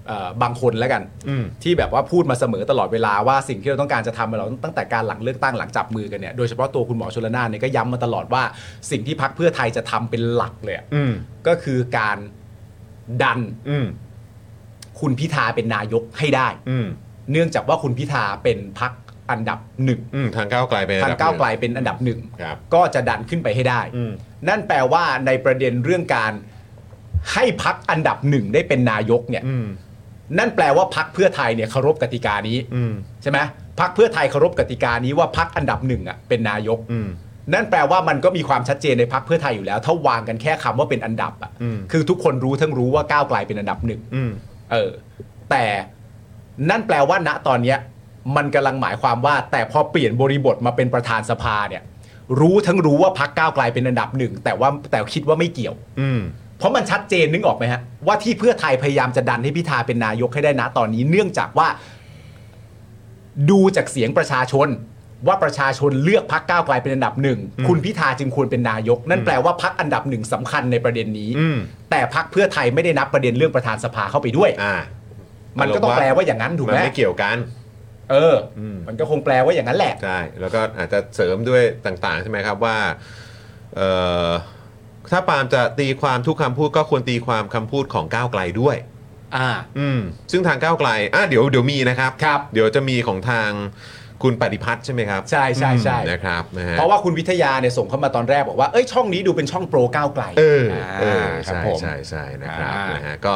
[SPEAKER 2] เอ่อบางคนแล้วกัน
[SPEAKER 1] อืม
[SPEAKER 2] ที่แบบว่าพูดมาเสมอตลอดเวลาว่าสิ่งที่เราต้องการจะทำมาเราตั้งแต่การหลังเลือกตั้งหลังจับมือกันเนี่ยโดยเฉพาะตัวคุณหมอชลนานเนี่ยก็ย้ำมาตลอดว่าสิ่งที่พักเพื่อไทยจะทำเป็นหลักเลยอะ
[SPEAKER 1] อืม
[SPEAKER 2] ก็คือการดัน
[SPEAKER 1] อืม
[SPEAKER 2] คุณพิธาเป็นนายกให้ได้
[SPEAKER 1] อืม
[SPEAKER 2] เนื่องจากว่าคุณพิธาเป็นพักอันดับหนึ่ง
[SPEAKER 1] อืม ทางก้าวไกลเป็นอัน
[SPEAKER 2] ทาง
[SPEAKER 1] ดับ
[SPEAKER 2] ก้าว
[SPEAKER 1] หนึ่
[SPEAKER 2] ไกลเป็นอันดับหนึ่ง
[SPEAKER 1] ครับ
[SPEAKER 2] ก็จะดันขึ้นไปให้ได้
[SPEAKER 1] อืม
[SPEAKER 2] นั่นแปลว่าในประเด็นเรื่องการให้พักอันดับหนึ่งได้เป็นนายกเนี่ย
[SPEAKER 1] อืม
[SPEAKER 2] นั่นแปลว่าพักเพื่อไทยเนี่ยเคารพกติกานี้
[SPEAKER 1] อืม
[SPEAKER 2] ใช่ไหมพักเพื่อไทยเคารพกติกานี้ว่าพักอันดับหนึ่งอ่ะเป็นนายก
[SPEAKER 1] อืม
[SPEAKER 2] นั่นแปลว่ามันก็มีความชัดเจนในพักเพื่อไทยอยู่แล้ว ถ้าวางกันแค่คำว่าเป็นอันดับอ่ะ
[SPEAKER 1] อืม
[SPEAKER 2] คือทุกคนรู้ทั้งรู้ว่าก้าวไกลเป็นอันดับหนึ่ง
[SPEAKER 1] อืม
[SPEAKER 2] เออ แต่นั่นแปลว่าณตอนเนี้ย มันกำลังหมายความว่า แต่พอเปลี่ยนบริบทมาเป็นประธานสภาเนี่ย รู้ทั้งรู้ว่าพักก้าวไกลเป็นอันดับหนึ่งแต่ว่าแต่คิดว่าไม่เกี่ยว
[SPEAKER 1] อืม
[SPEAKER 2] เพราะมันชัดเจนนึกออกไหมฮะว่าที่เพื่อไทยพยายามจะดันให้พิธาเป็นนายกให้ได้นะตอนนี้ เนื่องจากว่า ดูจากเสียงประชาชน ว่าประชาชนเลือกพักก้าวไกลเป็นอันดับหนึ่งคุณพิธาจึงควรเป็นนายก นั่นแปลว่าพักอันดับหนึ่งสำคัญในประเด็นนี้
[SPEAKER 1] อืม
[SPEAKER 2] แต่พักเพื่อไทยไม่ได้นับประเด็นเรื่องประธานสภาเข้าไปด้วย
[SPEAKER 1] อ่า
[SPEAKER 2] มันก็ต้องแปลว่าอย่างนั้นถูก
[SPEAKER 1] มัน
[SPEAKER 2] ไหม
[SPEAKER 1] ไม่เกี่ยวกัน
[SPEAKER 2] เอออ
[SPEAKER 1] ม
[SPEAKER 2] มันก็คงแปลว่าอย่างนั้นแหละ
[SPEAKER 1] ใช่ แล้วก็อาจจะเสริมด้วยต่าง ๆ ใช่ไหมครับว่าเอ่อถ้าปาล์มจะตีความทุกคำพูดก็ควรตีความคำพูดของก้าวไกลด้วย
[SPEAKER 2] อ่า
[SPEAKER 1] อืม ซึ่งทางก้าวไกล อ่ะเดี๋ยวเดี๋ยวมีนะครับ
[SPEAKER 2] ครับ
[SPEAKER 1] เดี๋ยวจะมีของทางคุณปฏิพัฒน์ใช่ไหมครับ
[SPEAKER 2] ใช่ใช่ใช่
[SPEAKER 1] นะครับนะฮะ
[SPEAKER 2] เพราะว่าคุณวิทยาเนี่ยส่งเข้ามาตอนแรกบอกว่าเอ้ยช่องนี้ดูเป็นช่องโปรก้าวไกล
[SPEAKER 1] เออเออ
[SPEAKER 2] อ่าครั
[SPEAKER 1] ใช่
[SPEAKER 2] บผม
[SPEAKER 1] ใช่ใช่นะครับ
[SPEAKER 2] อ่าน
[SPEAKER 1] นะฮะก็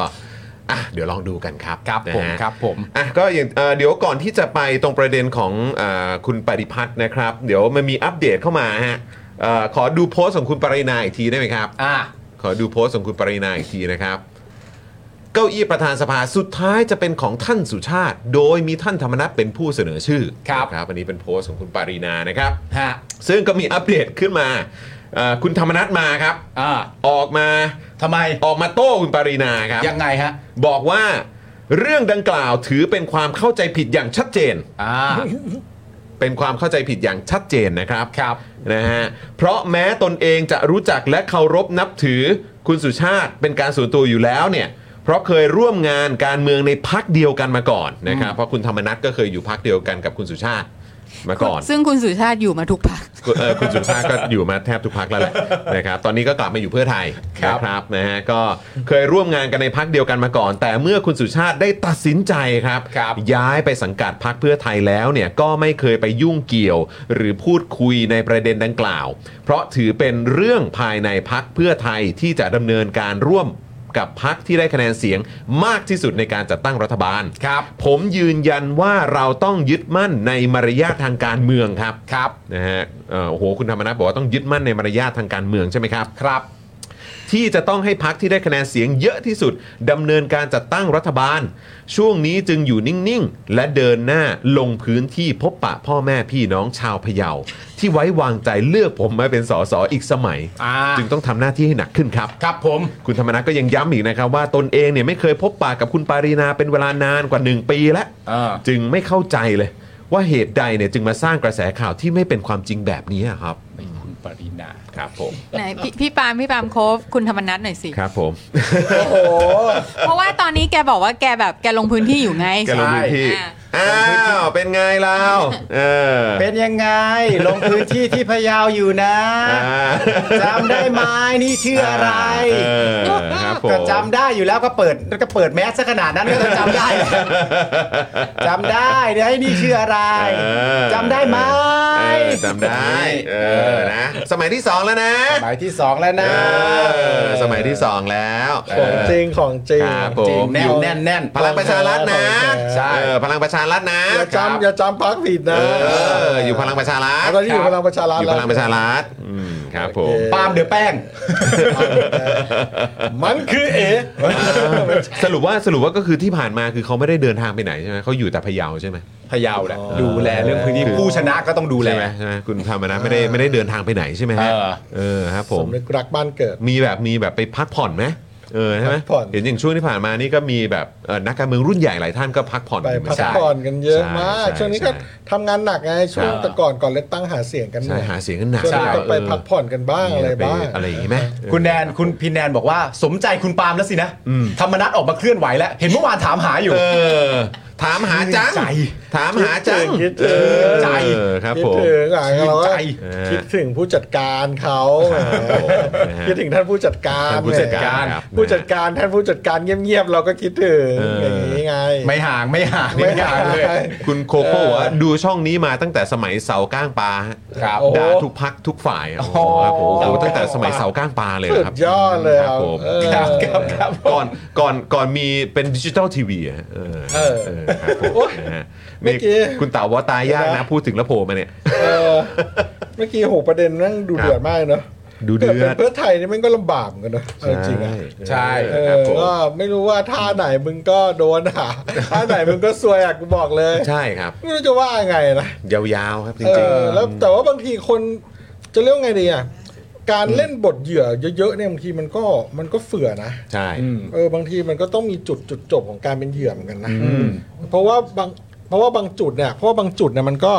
[SPEAKER 1] อ่ะเดี๋ยวลองดูกันครับ
[SPEAKER 2] ครับผ
[SPEAKER 1] นะ
[SPEAKER 2] ม
[SPEAKER 1] ฮะ
[SPEAKER 2] ครับผม
[SPEAKER 1] อ่ะก็อย่างเอ่อเดี๋ยวก่อนที่จะไปตรงประเด็นของเออคุณปฏิพัฒน์นะครับ เดี๋ยวมันมีอัปเดตเข้ามาฮะเอ่อขอดูโพสต์ของคุณปรินาอีกทีได้ไหมครับ
[SPEAKER 2] อ่า
[SPEAKER 1] ขอดูโพสต์ของคุณปรินาอีกทีนะครับ เก้าอี้ประธานสภาสุดท้ายจะเป็นของท่านสุชาติ โดยมีท่านธรรมนัฐเป็นผู้เสนอชื่อ
[SPEAKER 2] ครับ
[SPEAKER 1] นะครับอันนี้เป็นโพสต์ของคุณปรินานะครับ
[SPEAKER 2] ฮะ
[SPEAKER 1] ซึ่งก็มีอัปเดตขึ้นมาเอ่อคุณธรรมนัฐมาครับ
[SPEAKER 2] อ่า
[SPEAKER 1] ออกมา
[SPEAKER 2] ทำไม
[SPEAKER 1] ออกมาโต้คุณปรินาครับ
[SPEAKER 2] ยังไงฮะ
[SPEAKER 1] บอกว่าเรื่องดังกล่าวถือเป็นความเข้าใจผิดอย่างชัดเจน
[SPEAKER 2] อ่า
[SPEAKER 1] เป็นความเข้าใจผิดอย่างชัดเจนนะครับ
[SPEAKER 2] ครับ
[SPEAKER 1] นะฮะเพราะแม้ตนเองจะรู้จักและเคารพนับถือคุณสุชาติเป็นการส่วนตัวอยู่แล้วเนี่ย เพราะเคยร่วมงานการเมืองในพักเดียวกันมาก่อนนะครับ เพราะคุณธรรมนัฐก็เคยอยู่พักเดียวกันกับคุณสุชาติ มาก่อน
[SPEAKER 4] ซึ่งคุณสุชาติอยู่มาทุกพัก
[SPEAKER 1] คุณเออคุณสุชาติก็อยู่มาแทบทุกพักแล้วแหละนะครับตอนนี้ก็กลับมาอยู่เพื่อไทย
[SPEAKER 2] ครับ
[SPEAKER 1] นะครับนะฮะก็เคยร่วมงานกันในพักเดียวกันมาก่อน แต่เมื่อคุณสุชาติได้ตัดสินใจครับ
[SPEAKER 2] ครับ
[SPEAKER 1] ย้ายไปสังกัดพักเพื่อไทยแล้วเนี่ยก็ไม่เคยไปยุ่งเกี่ยว หรือพูดคุยในประเด็นดังกล่าว เพราะถือเป็นเรื่องภายในพักเพื่อไทยที่จะดำเนินการร่วมกับพักที่ได้คะแนนเสียงมากที่สุดในการจัดตั้งรัฐบาล
[SPEAKER 2] ครับ
[SPEAKER 1] ผมยืนยันว่าเราต้องยึดมั่นในมารยาททางการเมืองครับ
[SPEAKER 2] ครับ
[SPEAKER 1] นะฮะเอ่อโอ้โหคุณธรรมนัฐบอกว่าต้องยึดมั่นในมารยาททางการเมืองใช่ไหมครับ
[SPEAKER 2] ครับ
[SPEAKER 1] ที่จะต้องให้พักที่ได้คะแนนเสียงเยอะที่สุดดำเนินการจัดตั้งรัฐบาล ช่วงนี้จึงอยู่นิ่ง ๆ และเดินหน้าลงพื้นที่พบปะพ่อแม่พี่น้องชาวพะเยา ที่ไว้วางใจเลือกผมมาเป็นสสอีกสมัย
[SPEAKER 2] อ่า
[SPEAKER 1] จึงต้องทำหน้าที่ให้หนักขึ้นครับ
[SPEAKER 2] ครับผม
[SPEAKER 1] คุณธรรมนัสก็ยังย้ำอีกนะครับว่าตนเองเนี่ยไม่เคยพบปะกับคุณปารีนาเป็นเวลานานกว่า 1 ปีแล้ว
[SPEAKER 2] เออ
[SPEAKER 1] จึงไม่เข้าใจเลย ว่าเหตุใดเนี่ยจึงมาสร้างกระแสข่าวที่ไม่เป็นความจริงแบบนี้อะครับ
[SPEAKER 2] คุณปรินา
[SPEAKER 1] ครับผม
[SPEAKER 4] ไหนพี่พี่ปาล์มพี่ปาล์มโคฟคุณธรรมนัทหน่อยสิ
[SPEAKER 1] ครับผม
[SPEAKER 4] เพราะว่าตอนนี้แกบอกว่าแกแบบแกลงพื้นที่อยู่ไง
[SPEAKER 1] แกลงพื้นที่
[SPEAKER 4] อ่ะ
[SPEAKER 1] อ้าวเป็นไงเราเออ
[SPEAKER 2] เป็นยังไง ลงพื้นที่ที่พะเยาอยู่นะ
[SPEAKER 1] อ่า
[SPEAKER 2] จำได้ไหมนี่ชื่ออะไร
[SPEAKER 1] เออครับผม
[SPEAKER 2] ก็จำได้อยู่แล้วก็เปิดก็เปิดแมสซะขนาดนั้นก็ต้องจำได้ จำได้เนี่ยไอ้นี่ชื่ออะไร
[SPEAKER 1] เออ
[SPEAKER 2] จำได้ไหม
[SPEAKER 1] เออจำได้เออนะสมัยที่สองแล้วนะ
[SPEAKER 2] สมัยที่สองแล้ว
[SPEAKER 1] เอ
[SPEAKER 2] นะ
[SPEAKER 1] อสมัยที่สองแล้ว
[SPEAKER 3] ของจริงของจริง
[SPEAKER 1] ครับผ
[SPEAKER 2] จริง
[SPEAKER 1] ม
[SPEAKER 2] แน่นแน่นแน่น
[SPEAKER 1] พลังประชารัฐนะ
[SPEAKER 2] ใช่
[SPEAKER 1] เออพลังประชารัฐนะ
[SPEAKER 3] อย่าจำอย่าจำพักผิด
[SPEAKER 1] เอ
[SPEAKER 3] นะ
[SPEAKER 1] ออยู่พลังประชารัฐ
[SPEAKER 3] ตอนนี้อยู่พลังประชารัฐ
[SPEAKER 1] อยู่พลังประชา
[SPEAKER 3] แ
[SPEAKER 1] รัฐอืมครับผม
[SPEAKER 2] ปาล์มเดือะแป้ง
[SPEAKER 3] มันคือเอ๋
[SPEAKER 1] สรุปว่าสรุปว่าก็คือที่ผ่านมาคือเขาไม่ได้เดินทางไปไหนใช่ไหมเขาอยู่แต่พะเยาใช่ไหม
[SPEAKER 2] พะเยาแหละดูแลเรื่องพื้นที่ผู้ชนะก็ต้องดูแล
[SPEAKER 1] ใช่ไหมใช่ไหมคุณธรรมนัสไม่ได้ไม่ได้เดินทางไปไหนใช่ไหมฮะ
[SPEAKER 2] เออ
[SPEAKER 1] เออครับผม
[SPEAKER 3] สำนึกรักบ้านเกิด
[SPEAKER 1] มีแบบมีแบบไปพักผ่อนไหมเออใช่ไหม
[SPEAKER 3] พักผ่อน
[SPEAKER 1] เห็นอย่างช่วงที่ผ่านมานี่ก็มีแบบเอ่อนักการเมืองรุ่นใหญ่หลายท่านก็พักผ่อน
[SPEAKER 3] ไป
[SPEAKER 1] อยู่เหมื
[SPEAKER 3] พั
[SPEAKER 1] อกนกัน
[SPEAKER 3] ผ่อนกันเยอะมาก
[SPEAKER 1] ใช่
[SPEAKER 3] ช่วงนี้ก็
[SPEAKER 1] ใช่
[SPEAKER 3] ทำงานหนักไงช่วงแต่ก่อนก่อนเลือกตั้งหาเสียงกัน
[SPEAKER 1] ใช่หาเสียงกันหนัก
[SPEAKER 3] ช่วงนี้ก็ไป
[SPEAKER 1] เออ
[SPEAKER 3] พักผ่อนกันบ้างอะไรบ้าง
[SPEAKER 1] มีปอะไรอย่างงี้ไหม
[SPEAKER 2] คุณแนนคุณพินแนนบอกว่าสมใจคุณปาล์มแล้วสินะธรรมนัตออกมาเคลื่อนไหวแล้ว เห็นเมื่อวานถามหาอยู่
[SPEAKER 1] เออถามหาจัง
[SPEAKER 2] ใจ
[SPEAKER 1] ถามหาจัง
[SPEAKER 3] คิดถึ
[SPEAKER 1] เอง อใจครับ
[SPEAKER 3] คิด
[SPEAKER 1] ผม
[SPEAKER 3] ถึงอ่ะเราก็
[SPEAKER 2] ใจ
[SPEAKER 3] คิดถึงผู้จัดการเขา
[SPEAKER 1] ครับผมนะฮะ
[SPEAKER 3] คิดถึงท่านผู้จัดการ
[SPEAKER 1] ท่านผู้จัดการครับ
[SPEAKER 3] ผู้จัดการท่านผู้จัดการเงียบๆเราก็คิดถึงอย่างนี้ไง
[SPEAKER 2] ไม่ห่างไม่ห่าง
[SPEAKER 3] ไม่
[SPEAKER 2] ไม่ห่า
[SPEAKER 3] ห่าง ง
[SPEAKER 2] เลย
[SPEAKER 1] คุณโคโค่บอกว่าดูช่องนี้มาตั้งแต่สมัยเสาก้างปลาฮะ
[SPEAKER 2] ครับ
[SPEAKER 1] ด่าทุกพักทุกฝ่ายโอ้โห
[SPEAKER 2] โอ้โห
[SPEAKER 1] ครับผมโอ้โหตั้งแต่สมัยเสาก้างปลาเลยเหร
[SPEAKER 3] สุ
[SPEAKER 1] อครั
[SPEAKER 3] ด
[SPEAKER 1] บ
[SPEAKER 3] ยอดเลย
[SPEAKER 1] ครับผม
[SPEAKER 3] เออ
[SPEAKER 2] ครับครับครับ
[SPEAKER 1] ก่อนก่อนก่อนมีเป็นดิจิตอลทีวีอะเออ
[SPEAKER 3] เออ
[SPEAKER 1] เออครับผมนะฮะ
[SPEAKER 3] เมื่
[SPEAKER 1] นี่
[SPEAKER 3] อกี้
[SPEAKER 1] คุณเต่าว่าตายยากนะพูดถึงแล้วโผล่มาเนี่ย
[SPEAKER 3] เออเมื่อกี้โหประเด็นนั่งดูเดือดมากเนอะ
[SPEAKER 1] ดูเดือด
[SPEAKER 3] กิป็นเพื่อไทยนี่มันก็ลำบากเหมือนกันเนอะเอาจริงๆอะ
[SPEAKER 2] ใช่
[SPEAKER 3] เอ
[SPEAKER 1] ค
[SPEAKER 3] อ
[SPEAKER 1] รับผม
[SPEAKER 3] ก็ไม่รู้ว่าท่าไหนมึงก็โดน หาท่าไหนมึงก็ซวยอ่ะกูบอกเลย
[SPEAKER 1] ใช่ครับ
[SPEAKER 3] ไม่รู้จะว่าไงนะ
[SPEAKER 1] ยาวๆครับจ
[SPEAKER 3] เอ
[SPEAKER 1] ริง
[SPEAKER 3] อ
[SPEAKER 1] ๆ
[SPEAKER 3] แล้วแต่ว่าบางทีคนจะเรียกว่าไงดีอ่ะการเล่นบทเหยื่อเยอะๆเนี่ยบางทีมันก็มันก็เฟื่อนะ
[SPEAKER 1] ใช่
[SPEAKER 3] เออบางทีมันก็ต้องมีจุดจุดจบของการเป็นเหยื่อเหมือนกันนะเพราะว่าบางเพราะว่าบางจุดเนี่ยเพราะว่าบางจุดเนี่ยมันก็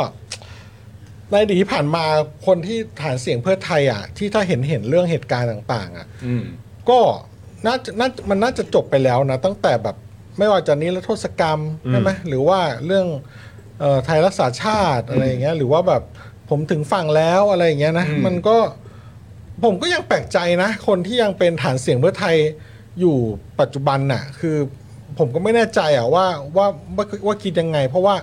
[SPEAKER 3] ในอดีตที่ผ่านมาคนที่ฐานเสียงเพื่อไทยอ่ะที่ถ้าเห็นเห็นเรื่องเหตุการณ์ต่าง ๆ อ่ะก็น่าจะน่ามันน่าจะจบไปแล้วนะตั้งแต่แบบไม่ว่าจะนี้และโทษกรรมใช่ไหมหรือว่าเรื่องเอ่อไทยรักษาชาติอะไรอย่างเงี้ย หรือว่าแบบผมถึงฝั่งแล้วอะไรอย่างเงี้ยนะมันก็ผมก็ยังแปลกใจนะ คนที่ยังเป็นฐานเสียงเพื่อไทยอยู่ปัจจุบันน่ะ คือผมก็ไม่แน่ใจอ่ะว่าว่าว่าว่าคิดยังไง เพราะว่า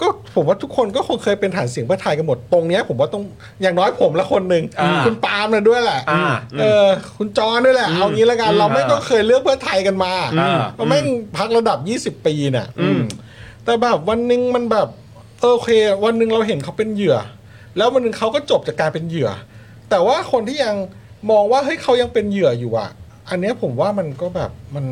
[SPEAKER 3] ก็ผมว่าทุกคนก็คงเคยเป็นฐานเสียงเพื่อไทยกันหมดตรงเนี้ย ผมว่าต้องอย่างน้อยผมละคนหนึ่ง
[SPEAKER 2] อ่า
[SPEAKER 3] คุณปาล์มเลยด้วยแหละ
[SPEAKER 2] อ่า
[SPEAKER 3] เออ คุณจอนด้วยแหละเอางี้ละกันเราไม่ต้องเคยเลือกเพื่อไทยกันมา
[SPEAKER 2] อ่า
[SPEAKER 3] เราไม่งพักระดับ 20 ปีเนี่ยแต่แบบวันหนึ่งมันแบบเออโอเค วันหนึ่งเราเห็นเขาเป็นเหยื่อ แล้ววันหนึ่งเขาก็จบจากการเป็นเหยื่อ แต่ว่าคนที่ยังมองว่าเฮ้ยเขายังเป็นเหยื่ออยู่อ่ะ อันเนี้ยผมว่ามันก็แบบมัน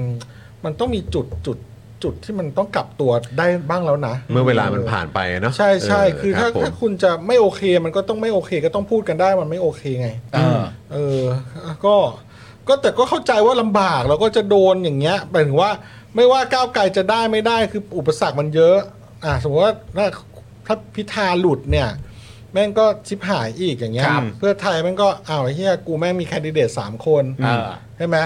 [SPEAKER 3] มันต้องมีจุดจุดจุดที่มันต้องกลับตัวได้บ้างแล้วนะ
[SPEAKER 1] เมื่อเวลามันผ่านไปเนาะ
[SPEAKER 3] ใช่ใช่
[SPEAKER 1] เ
[SPEAKER 3] คือถ้า
[SPEAKER 1] รับผม
[SPEAKER 3] ถ้าคุณจะไม่โอเคมันก็ต้องไม่โอเคก็ต้องพูดกันได้มันไม่โอเคไง
[SPEAKER 2] อ่า
[SPEAKER 3] เออ ก็ก็แต่ก็เข้าใจว่าลำบากแล้วก็จะโดนอย่างเงี้ยหมายถึงว่าไม่ว่าก้าวไกลจะได้ไม่ได้คืออุปสรรคมันเยอะ อ่ะสมมติว่าถ้าถ้าพิธาหลุดเนี่ย แม่งก็ชิบหายอีกอย่างเงี้ย
[SPEAKER 2] ครับ
[SPEAKER 3] เพื่อไทยแม่งก็อ้าวไอ้เฮียกูแม่งมีแคนดิเดตสามคน
[SPEAKER 2] อ่า
[SPEAKER 3] ใช่ไหม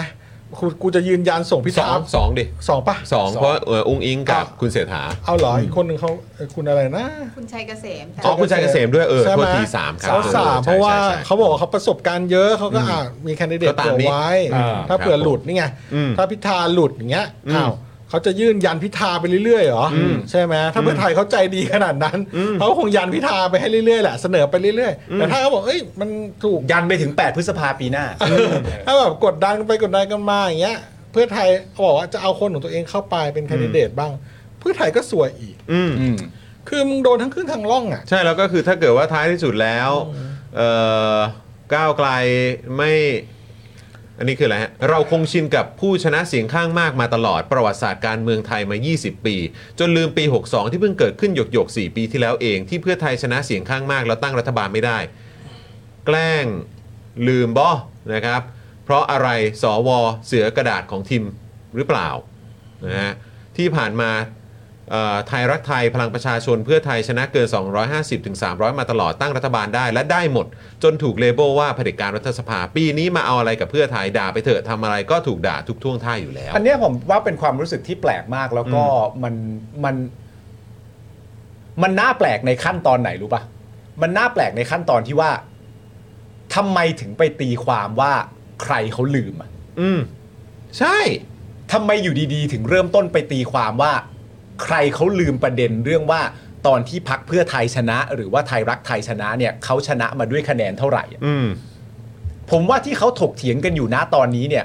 [SPEAKER 3] กูกูจะยืนยันส่งพิ
[SPEAKER 1] ส
[SPEAKER 3] ธา
[SPEAKER 1] องสองดิ
[SPEAKER 3] สองปะ
[SPEAKER 1] สองเพราะเอ่ออุ้งอิงกับคุณเสถา
[SPEAKER 3] เอาเหรออีกคนหนึ่งเขาเอ่อคุณอะไรนะ
[SPEAKER 4] คุณชัยเกษมแต่
[SPEAKER 1] อ๋อคุณชายเกษมด้วยเออ
[SPEAKER 3] ใช่
[SPEAKER 1] โท
[SPEAKER 3] ไห
[SPEAKER 1] ษทีสามครับ
[SPEAKER 3] เขาสาม
[SPEAKER 1] ออ
[SPEAKER 3] เพราะว่า
[SPEAKER 1] ใช่ใช่ใช่
[SPEAKER 3] เขาบอกว่าเขาประสบการณ์เยอะเขาก็อ่ามีแคนดิเด
[SPEAKER 1] ก็
[SPEAKER 3] ต
[SPEAKER 1] ตาม
[SPEAKER 3] เผื่อ
[SPEAKER 1] นี้
[SPEAKER 3] ไว้
[SPEAKER 1] อ่า
[SPEAKER 3] ถ้าเผื่อหลุดนี่ไง
[SPEAKER 1] อืม
[SPEAKER 3] ถ้าพิธาหลุดอย่างเงี้ย
[SPEAKER 1] อืม
[SPEAKER 3] อ้าวเขาจะยื่นยันพิธาไปเรื่อยๆเหรออใช่ไหมถ้าเพื่อไทยเขาใจดี ขนาดนั้นเขาคงยันพิธาไปให้เรื่อยๆแหละเสนอไปเรื่อยๆแต่ถ้าเขาบอกเอ้ยมันถูก
[SPEAKER 2] ยันไปถึง 8 พฤษภาปีหน้า
[SPEAKER 3] ถ้าแบบกดดันกันไปกดดันกันมาอย่างเงี้ย เพื่อไทยบอกว่าจะเอาคนของตัวเองเข้าไปเป็นแคนดิเดตบ้าง เพื่อไทยก็สวยอีก
[SPEAKER 1] อืม
[SPEAKER 3] คือมึงโดนทั้งขึ้นทางล่องอ่ะ
[SPEAKER 1] ใช่แล้วก็คือถ้าเกิดว่าท้ายที่สุดแล้วเอ่อก้าวไกลไม่ อันนี้คืออะไรฮะเราคงชินกับผู้ชนะเสียงข้างมากมาตลอดประวัติศาสตร์การเมืองไทยมา 20 ปี จนลืมปี 62 ที่เพิ่งเกิดขึ้นหยกหยกๆ4 ปีที่แล้วเอง ที่เพื่อไทยชนะเสียงข้างมากแล้วตั้งรัฐบาลไม่ได้ แกล้งลืมบ่นะครับ เพราะอะไรสวเสือกระดาษของทิมหรือเปล่านะฮะที่ผ่านมา เอ่อไทยรักไทยพลังประชาชนเพื่อไทยชนะเกิน 250-300ถึง300 มาตลอดตั้งรัฐบาลได้ และได้หมด จนถูกเลเบลว่าเผด็จการรัฐสภา ปีนี้มาเอาอะไรกับเพื่อไทยด่าไปเถอะทำอะไรก็ถูกด่าทุกท่วงท่าอยู่แล้ว
[SPEAKER 2] อันเนี้ยผมว่าเป็นความรู้สึกที่แปลกมากแล้วก็มันมันมันน่าแปลกในขั้นตอนไหนรู้ปะมันน่าแปลกในขั้นตอนที่ว่าทำไมถึงไปตีความว่าใครเขาลืมอะ
[SPEAKER 1] อืม ใช่
[SPEAKER 2] ทำไมอยู่ดีๆ ถึงเริ่มต้นไปตีความว่า ใครเขาลืมประเด็นเรื่องว่าตอนที่พักเพื่อไทยชนะ หรือว่าไทยรักไทยชนะเนี่ยเขาชนะมาด้วยคะแนนเท่าไหร่อะ
[SPEAKER 1] อืม
[SPEAKER 2] ผมว่าที่เขาถกเถียงกันอยู่นะตอนนี้เนี่ย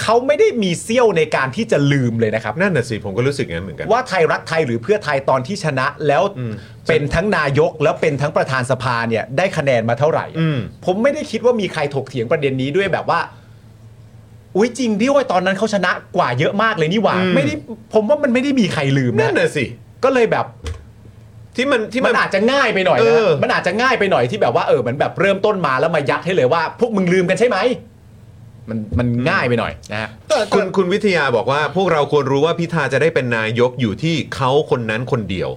[SPEAKER 2] เขาไม่ได้มีเซี่ยวในการที่จะลืมเลยนะครับ
[SPEAKER 1] นั่นน่ะสิผมก็รู้สึกงั้นเหมือนกัน
[SPEAKER 2] ว่าไทยรักไทยหรือเพื่อไทยตอนที่ชนะแล้ว
[SPEAKER 1] อืม
[SPEAKER 2] เป็นทั้งนายกแล้วเป็นทั้งประธานสภาเนี่ยได้คะแนนมาเท่าไหร่
[SPEAKER 1] อืม
[SPEAKER 2] ผมไม่ได้คิดว่ามีใครถกเถียงประเด็นนี้ด้วยแบบว่า อุ้ยจริงดิว่าตอนนั้นเขาชนะกว่าเยอะมากเลยนี่หว่าไม่ได้ผมว่ามันไม่ได้มีใครลืม
[SPEAKER 1] นั่
[SPEAKER 2] นะ
[SPEAKER 1] นน่ะสิ
[SPEAKER 2] ก็เลยแบบ
[SPEAKER 1] ที่มันที่
[SPEAKER 2] มั
[SPEAKER 1] มัน น
[SPEAKER 2] อาจจะง่ายไปหน่อย
[SPEAKER 1] เอ
[SPEAKER 2] นะ
[SPEAKER 1] อ
[SPEAKER 2] มันอาจจะง่ายไปหน่อยที่แบบว่าเออเหมือนแบบเริ่มต้นมาแล้วมายัดให้เลยว่า พวกมึงลืมกันใช่ไหม มันมันง่ายไปหน่อยนะฮะ
[SPEAKER 1] คุณคุณวิทยาบอกว่า พวกเราควรรู้ว่าพิธาจะได้เป็นนายกอยู่ที่เขาคนนั้นคนเดียว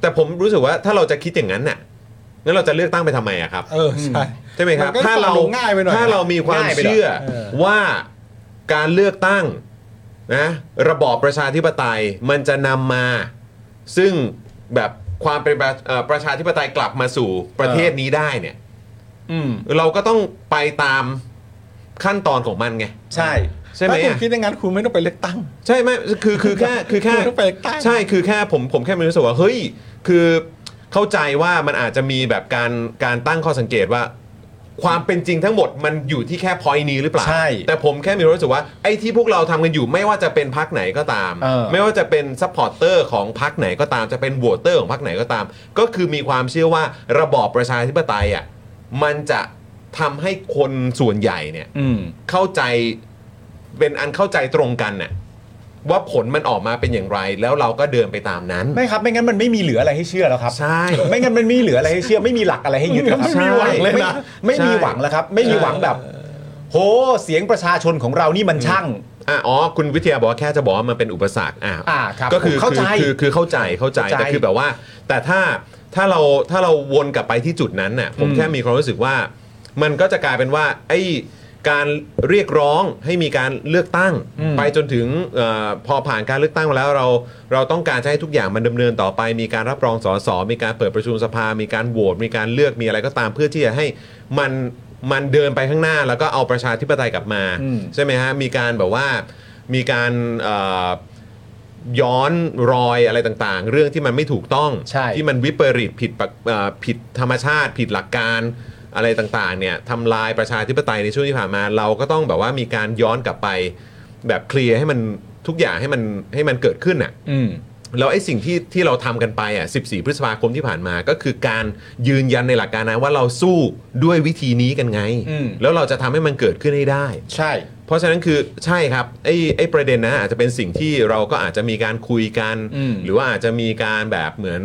[SPEAKER 1] แต่ผมรู้สึกว่าถ้าเราจะคิดอย่างนั้นน่ะงั้นเราจะเลือกตั้งไปทำไมอะครับ
[SPEAKER 3] เออใช่
[SPEAKER 1] ใช่ไหมครับ
[SPEAKER 3] มันก็
[SPEAKER 1] ถ้าเรา
[SPEAKER 3] ฟังดูง่ายไปหน่อย
[SPEAKER 1] ถ้าเรามีความ
[SPEAKER 2] ง่ายไปหน่อย
[SPEAKER 1] เชื่อ
[SPEAKER 3] เออ
[SPEAKER 1] ว่าการเลือกตั้งนะระบอบประชาธิปไตยมันจะนำมา ซึ่งแบบความเป็นประเอ่อประชาธิปไตยกลับมาสู่ประเทศนี้ได้เนี่ย
[SPEAKER 2] อืม
[SPEAKER 1] เราก็ต้องไปตามขั้นตอนของมันไง
[SPEAKER 2] ใช่
[SPEAKER 1] ใช่ไหม
[SPEAKER 3] ถ้าคุณ
[SPEAKER 1] อะ
[SPEAKER 3] คิดอย่างนั้นคุณไม่ต้องไปเลือกตั้ง
[SPEAKER 1] ใช่ไหมคือคือแค่คือแค่
[SPEAKER 3] คุณต้องไปใต้
[SPEAKER 1] ใช่คือแค่ผมผมแค่มีรู้สึกว่าเฮ้ยคือเข้าใจว่ามันอาจจะมีแบบการการตั้งข้อสังเกตว่า ความเป็นจริงทั้งหมดมันอยู่ที่แค่ point นี้หรือเปล่า
[SPEAKER 2] ใช่
[SPEAKER 1] แต่ผมแค่มีรู้สึกว่าไอ้ที่พวกเราทำกันอยู่ไม่ว่าจะเป็นพักไหนก็ตาม
[SPEAKER 2] เออ
[SPEAKER 1] ไม่ว่าจะเป็นซัพพอร์เตอร์ของพักไหนก็ตามจะเป็นโหวตเตอร์ของพักไหนก็ตาม ก็คือมีความเชื่อว่าระบอบประชาธิปไตยอ่ะมันจะทำให้คนส่วนใหญ่เนี่ย
[SPEAKER 2] อืม
[SPEAKER 1] เข้าใจเป็นอันเข้าใจตรงกันน่ะว่าผลมันออกมาเป็นอย่างไร แล้วเราก็เดินไปตามนั้น
[SPEAKER 2] ไม่ครับไม่งั้นมันไม่มีเหลืออะไรให้เชื่อแล้วครับ
[SPEAKER 1] ใช่
[SPEAKER 2] ไม่งั้นมันไม่มีเหลืออะไรให้เชื่อ ไม่มีหลักอะไรให้ยึดแล้วครับ
[SPEAKER 1] ไม่มีหวังเลยนะ
[SPEAKER 2] ไม่ไม่มี
[SPEAKER 1] ใช่
[SPEAKER 2] หวังแล้วครับ ไม่มีหวังแบบ โหเสียงประชาชนของเรานี่มันช่าง
[SPEAKER 1] อ่ะอ๋อ คุณวิทยาบอกว่าแค่จะบอกว่ามันเป็นอุปสรรคอ่ะ
[SPEAKER 2] อ่าครับ
[SPEAKER 1] ก็คือ
[SPEAKER 2] ผมเข้าใจ
[SPEAKER 1] คือคือคือเข้าใจเข้าใจ
[SPEAKER 2] เข้าใจ
[SPEAKER 1] แต่คือแบบว่า แต่ถ้าถ้าเราถ้าเราวนกลับไปที่จุดนั้นน่ะ ผม
[SPEAKER 2] อืม
[SPEAKER 1] แค่มีความรู้สึกว่า มันก็จะกลายเป็นว่า ไอ้การเรียกร้องให้มีการเลือกตั้ง ไปจนถึงเออพอผ่านการเลือกตั้งมาแล้วเราเราต้องการจะให้ทุกอย่างมันดำเนินต่อไป มีการรับรองสสมีการเปิดประชุมสภา มีการโหวตมีการเลือกมีอะไรก็ตามเพื่อที่จะให้มันมันเดินไปข้างหน้า แล้วก็เอาประชาธิปไตยกลับมา
[SPEAKER 2] อืม
[SPEAKER 1] ใช่ไหมฮะ มีการแบบว่ามีการเอ่อย้อนรอยอะไรต่างๆ เรื่องที่มันไม่ถูกต้อง
[SPEAKER 2] ใช่
[SPEAKER 1] ที่มันวิปริตผิดปกเอ่อผิดธรรมชาติผิดหลักการอะไรต่างๆเนี่ยทำลายประชาธิปไตยในช่วงที่ผ่านมา เราก็ต้องแบบว่ามีการย้อนกลับไป แบบเคลียร์ให้มันทุกอย่างให้มันให้มันเกิดขึ้นอ่ะ
[SPEAKER 2] อืม
[SPEAKER 1] แล้วไอ้สิ่งที่ที่เราทำกันไปอ่ะ 14 พฤษภาคมที่ผ่านมา ก็คือการยืนยันในหลักการนะว่าเราสู้ด้วยวิธีนี้กันไง
[SPEAKER 2] อืม
[SPEAKER 1] แล้วเราจะทำให้มันเกิดขึ้นให้ได้
[SPEAKER 2] ใช่
[SPEAKER 1] เพราะฉะนั้นคือใช่ครับไอ้ไอ้ประเด็นนะอาจจะเป็นสิ่งที่เราก็อาจจะมีการคุยกัน
[SPEAKER 2] อืม
[SPEAKER 1] หรือว่าอาจจะมีการแบบเหมือน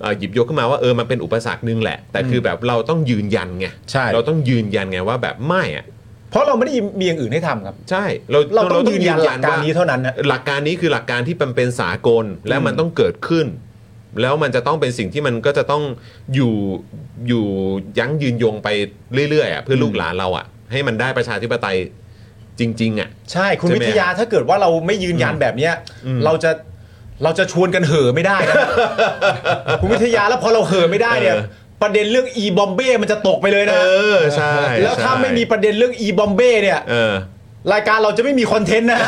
[SPEAKER 1] เอ่อหยิบยกขึ้นมาว่าเออมันเป็นอุปสรรคนึงแหละ แต่คือแบบเราต้องยืนยันไง
[SPEAKER 2] ใช่
[SPEAKER 1] เราต้องยืนยันไงว่าแบบไม่อะ
[SPEAKER 2] เพราะเราไม่ได้มีอย่างอื่นให้ทำครับ
[SPEAKER 1] ใช่เรา
[SPEAKER 2] เราต้องยืนยันหลักการ
[SPEAKER 1] ว่
[SPEAKER 2] นี้เท่านั้นนะ
[SPEAKER 1] หลักการนี้คือหลักการที่เป็นสากลและมัน
[SPEAKER 2] อืม
[SPEAKER 1] ต้องเกิดขึ้น แล้วมันจะต้องเป็นสิ่งที่มันก็จะต้องอยู่อยู่ยั้งยืนยงไปเรื่อยๆอ่ะเพื่ออ
[SPEAKER 2] ม
[SPEAKER 1] ลูกหลานเราอ่ะให้มันได้ประชาธิปไตย จริง ๆ อ่ะ
[SPEAKER 2] ใช่คุณ
[SPEAKER 1] ใช่
[SPEAKER 2] วิ
[SPEAKER 1] ไหม
[SPEAKER 2] ทยาถ้าเกิดว่าเราไม่ยืนยันแบบเนี้ยเราจะเราจะชวนกันเห่อะไม่ได้นะ คุณวิทยาแล้วพอเราเห่อะไม่ได้เนี่ย
[SPEAKER 1] เออ
[SPEAKER 2] ประเด็นเรื่องอีบอมเบ้มันจะตกไปเลย
[SPEAKER 1] เอ
[SPEAKER 2] นะ
[SPEAKER 1] อ ใช่
[SPEAKER 2] แล้วถ้า
[SPEAKER 1] ใช่
[SPEAKER 2] ไม่มีประเด็นเรื่องอีบอมเบ้เนี่ย
[SPEAKER 1] เออ
[SPEAKER 2] รายการเราจะไม่มีคอนเทน ต์นะ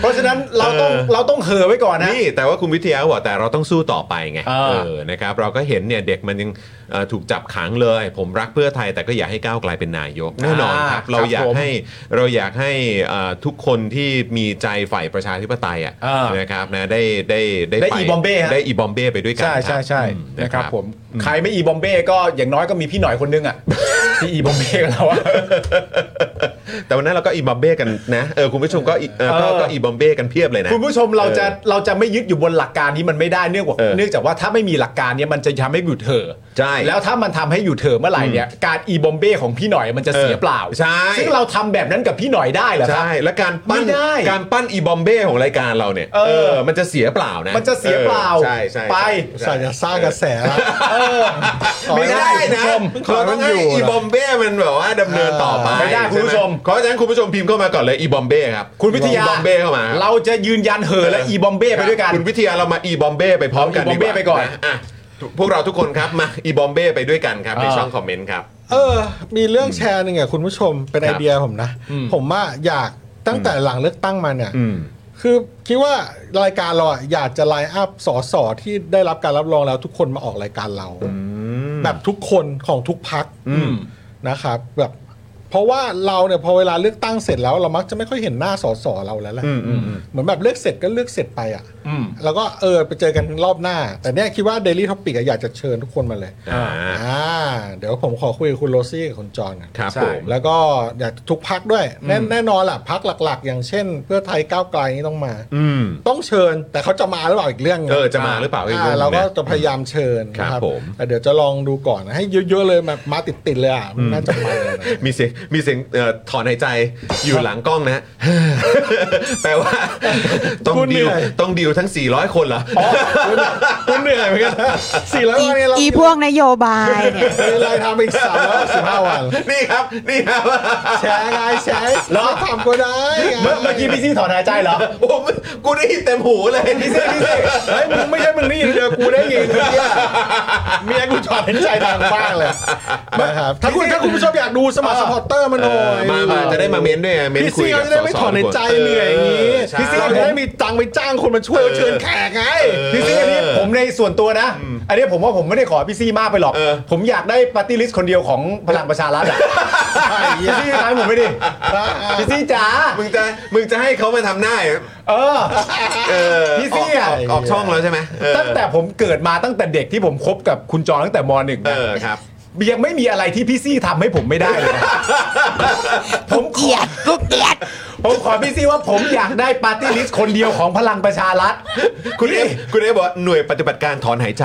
[SPEAKER 2] เพราะฉะนั้นเรา
[SPEAKER 1] เอ
[SPEAKER 2] ต้อง
[SPEAKER 1] อ
[SPEAKER 2] เราต้องเห่อะไว้ก่อนนะ
[SPEAKER 1] นี่แต่ว่าคุณวิทยาบอกแต่เราต้องสู้ต่อไปไง
[SPEAKER 2] เออ
[SPEAKER 1] นะครับ เราก็เห็นเนี่ยเด็กมันยังเอ่อถูกจับขังเลย ผมรักเพื่อไทยแต่ก็อยากให้ก้าวไกลเป็นนายกแน่นอนครับ เราอยากให้เราอยากให้เอ่อทุกคนที่มีใจฝ่ายประชาธิปไตยอ่ะนะครับนะได้ได้ได้
[SPEAKER 2] ได้
[SPEAKER 1] ป
[SPEAKER 2] อีบอมเบ้ฮะ
[SPEAKER 1] ได้อีบอมเบ้ไปด้วยกัน
[SPEAKER 2] ใช่ใช่ใช่
[SPEAKER 1] อืม
[SPEAKER 2] นะครับผมใครไม่อีบอมเบ้ก็อย่างน้อยก็มีพี่หน่อยคน นึงอ่ะ ที่อีบอมเบ้กับเราอะ
[SPEAKER 1] แต่วันนั้นเราก็อีบอมเบ้กันนะเออคุณผู้ชมก็อีเอ่อก็
[SPEAKER 2] เออ
[SPEAKER 1] ก็อีบอมเบ้กันเพียบเลยนะ
[SPEAKER 2] คุณผู้ชมเราจะ
[SPEAKER 1] เออ
[SPEAKER 2] เราจะไม่ยึดอยู่บนหลักการนี้มันไม่ได้เนื่องจาก
[SPEAKER 1] เออ
[SPEAKER 2] เนื่องจากว่าถ้าไม่มีหลักการเนี้ยมันจะทำให้หยุดเถอะ
[SPEAKER 1] ใช่
[SPEAKER 2] แล้วถ้ามันทำให้หยุดเถอะเมื่อไหร่เนี่ยการอีบอมเบ้ของพี่หน่อยมันจะเสีย
[SPEAKER 1] เออ
[SPEAKER 2] เปล่า
[SPEAKER 1] ใช่
[SPEAKER 2] ซึ่งเราทำแบบนั้นกับพี่หน่อยได้เหรอครับ
[SPEAKER 1] ใช่ และการปั้น
[SPEAKER 2] ไม่ได้
[SPEAKER 1] การปั้นอีบอมเบ้ของรายการเราเนี่ย
[SPEAKER 2] เออ
[SPEAKER 1] มันจะเสียเปล่านะ
[SPEAKER 2] มันจะเสียเปล่า
[SPEAKER 1] ออใช่ใช่
[SPEAKER 2] ไป
[SPEAKER 1] ใช่
[SPEAKER 3] สายจะสร้างกระแสละ
[SPEAKER 1] ไม่ได้นะเราต้องให้อีบอมเบ้มันแบบว่าดำเนินต่อไป
[SPEAKER 2] ไม่ได้คุณผู้ชม
[SPEAKER 1] เพราะฉะนั้นคุณผู้ชมพิมพ์เข้ามาก่อนเลยอีบอมเบ้ครับ
[SPEAKER 2] คุณวิทยา
[SPEAKER 1] อีบอมเบ้เข้ามา
[SPEAKER 2] เราจะยืนยันเหอะและอีบอมเบ้ไปด้วยกัน
[SPEAKER 1] คุณวิทยาเรามาอีบอมเบ้ไปพร้อมกัน
[SPEAKER 2] เอาอีบอมเบ้
[SPEAKER 1] ดีว่า
[SPEAKER 2] ไปก่อน
[SPEAKER 1] ะพวกเราทุกคนครับมาอีบอมเบ้ไปด้วยกันครับในช่องคอมเมนต์ครับ
[SPEAKER 3] เออ มีเรื่องแชร์หนึ่งอ่ะคุณผู้ชมเป็
[SPEAKER 1] ค
[SPEAKER 3] นไอ
[SPEAKER 1] รับ
[SPEAKER 3] เดียผมนะ ผมว่าอยากตั้งแต่หลังเลือกตั้งมาเนี่ย
[SPEAKER 1] อืม
[SPEAKER 3] คือคิดว่ารายการเราอ่ะอยากจะไลน์อัพสอสอที่ได้รับการรับรองแล้วทุกคนมาออกรายการเรา แบบทุกคนของทุกพัก
[SPEAKER 1] อืม
[SPEAKER 3] นะครับแบบเพราะว่าเราเนี่ยพอเวลาเลือกตั้งเสร็จแล้วเรามักจะไม่ค่อยเห็นหน้าสอสอเราแล้วแหละ
[SPEAKER 1] อืมอืม
[SPEAKER 3] เหมือนแบบเลือกเสร็จก็เลือกเสร็จไปอ่ะ
[SPEAKER 2] อืม
[SPEAKER 3] แล้วก็เออไปเจอกันรอบหน้า แต่เนี่ยคิดว่า Daily Topic อะอยากจะเชิญทุกคนมาเลย
[SPEAKER 1] อ่า
[SPEAKER 3] อ่าเดี๋ยวผมขอคุยกับคุณโรซี่กับคุณจอนกัน
[SPEAKER 1] ครับ
[SPEAKER 2] ใช่
[SPEAKER 1] ผม
[SPEAKER 3] แล้วก็อยากทุกพักด้วย แน่แน่นอนล่ะพักหลักๆ อย่างเช่น เพื่อไทยก้าวไกลนี่ต้องมา
[SPEAKER 1] อืม
[SPEAKER 3] ต้องเชิญแต่เขาจะมาหรือเปล่าอีกเรื่อง
[SPEAKER 1] เออจะมาหรือเปล่าอีกเรื่องหนึ่งนะ
[SPEAKER 3] เราก็จะพยายามเชิญนะครับ
[SPEAKER 1] ผม
[SPEAKER 3] แต่เดี๋ยวจะลองดูก่อนนะให้เยอะๆเลยมามาติดๆเลยอ่ะมันน่าจะมาเลย นะ
[SPEAKER 1] มีเสียงมีเสียงเอ่อถอนหายใจอยู่หลังกล้องนะ แปลว่า ต้อง
[SPEAKER 3] คุณเห
[SPEAKER 1] ดิ
[SPEAKER 3] นื่
[SPEAKER 1] ว
[SPEAKER 3] อย
[SPEAKER 1] ต้องดิวทั้ง 400 คนเหรอ
[SPEAKER 3] เหนื่อยเหมือนกันสี่ร้อยวันเนี่ยเรา
[SPEAKER 4] อีพวกนโยบายเนี่ย
[SPEAKER 3] เป็นไรทำอีกสามร้อยสิบห้าวัน
[SPEAKER 1] นี่ครับ นี่ครับ
[SPEAKER 3] แชร์ไงแชร์เราทำก็ได้ไง
[SPEAKER 2] เมื่อเมื่อกี้พี่ซี่ถอนหายใจเหรอ
[SPEAKER 1] ผมกูได้ยินเต็มหูเลย
[SPEAKER 2] พี่ซี่พี่ซี่เฮ้ยมึงไม่ใช่มึงนี่เดี๋ยวกูได้ยินเมื่อกี้เมียกูถอนหายใจดังมากเลย
[SPEAKER 3] นะครับถ้าคุณถ้าคุณผู้ชมอยากดูสมัครสปอร์ตเตอร์มาหน่อย
[SPEAKER 1] มามาจะได้มาเม้นด้วยไงเม้น
[SPEAKER 3] พี่
[SPEAKER 1] คุย
[SPEAKER 3] ซี่
[SPEAKER 1] กับ
[SPEAKER 3] เขาจะได้ไม่ถอนในใจเหนื่อยอย่างนี้
[SPEAKER 1] เออใช่
[SPEAKER 3] พี่ซี่เราจะได้มีตังค์ไปจ้างคนมาช่วยเชิญแขกไง
[SPEAKER 2] พี่ซี่อันนี้ผมในส่วนตัวนะ อันนี้ผมว่าผมไม่ได้ขอพี่ซี่มากไปหรอก
[SPEAKER 1] เออ
[SPEAKER 2] ผมอยากได้ปาร์ตี้ลิสต์คนเดียวของพลังประชารัฐอะพี่ซี่ทายผมไม่ดิพี่ซี่จ๋า
[SPEAKER 1] มึงจะมึงจะให้เขามาทำหน้าเหรอ
[SPEAKER 2] เออ
[SPEAKER 1] เออ
[SPEAKER 2] พี่ซี่อะ
[SPEAKER 1] กออกช่องแล้วใช่ไหมเออ
[SPEAKER 2] ตั้งแต่ผมเกิดมาตั้งแต่เด็กที่ผมคบกับคุณจอตั้งแต่มหนึ่ง
[SPEAKER 1] เอ
[SPEAKER 2] นะ
[SPEAKER 1] อครับ
[SPEAKER 2] ยังไม่มีอะไรที่พี่ซี่ทำให้ผมไม่ได้เลยนะ ผมขอ
[SPEAKER 4] เกลียดกูเกลียด
[SPEAKER 2] ผมขอพี่ซี่ว่าผมอยากได้ปาร์ตี้ลิสต์คนเดียวของพลังประชารัฐ
[SPEAKER 1] คุณเอฟคุณเอฟบอกว่าหน่วยปฏิบัติการถอนหายใจ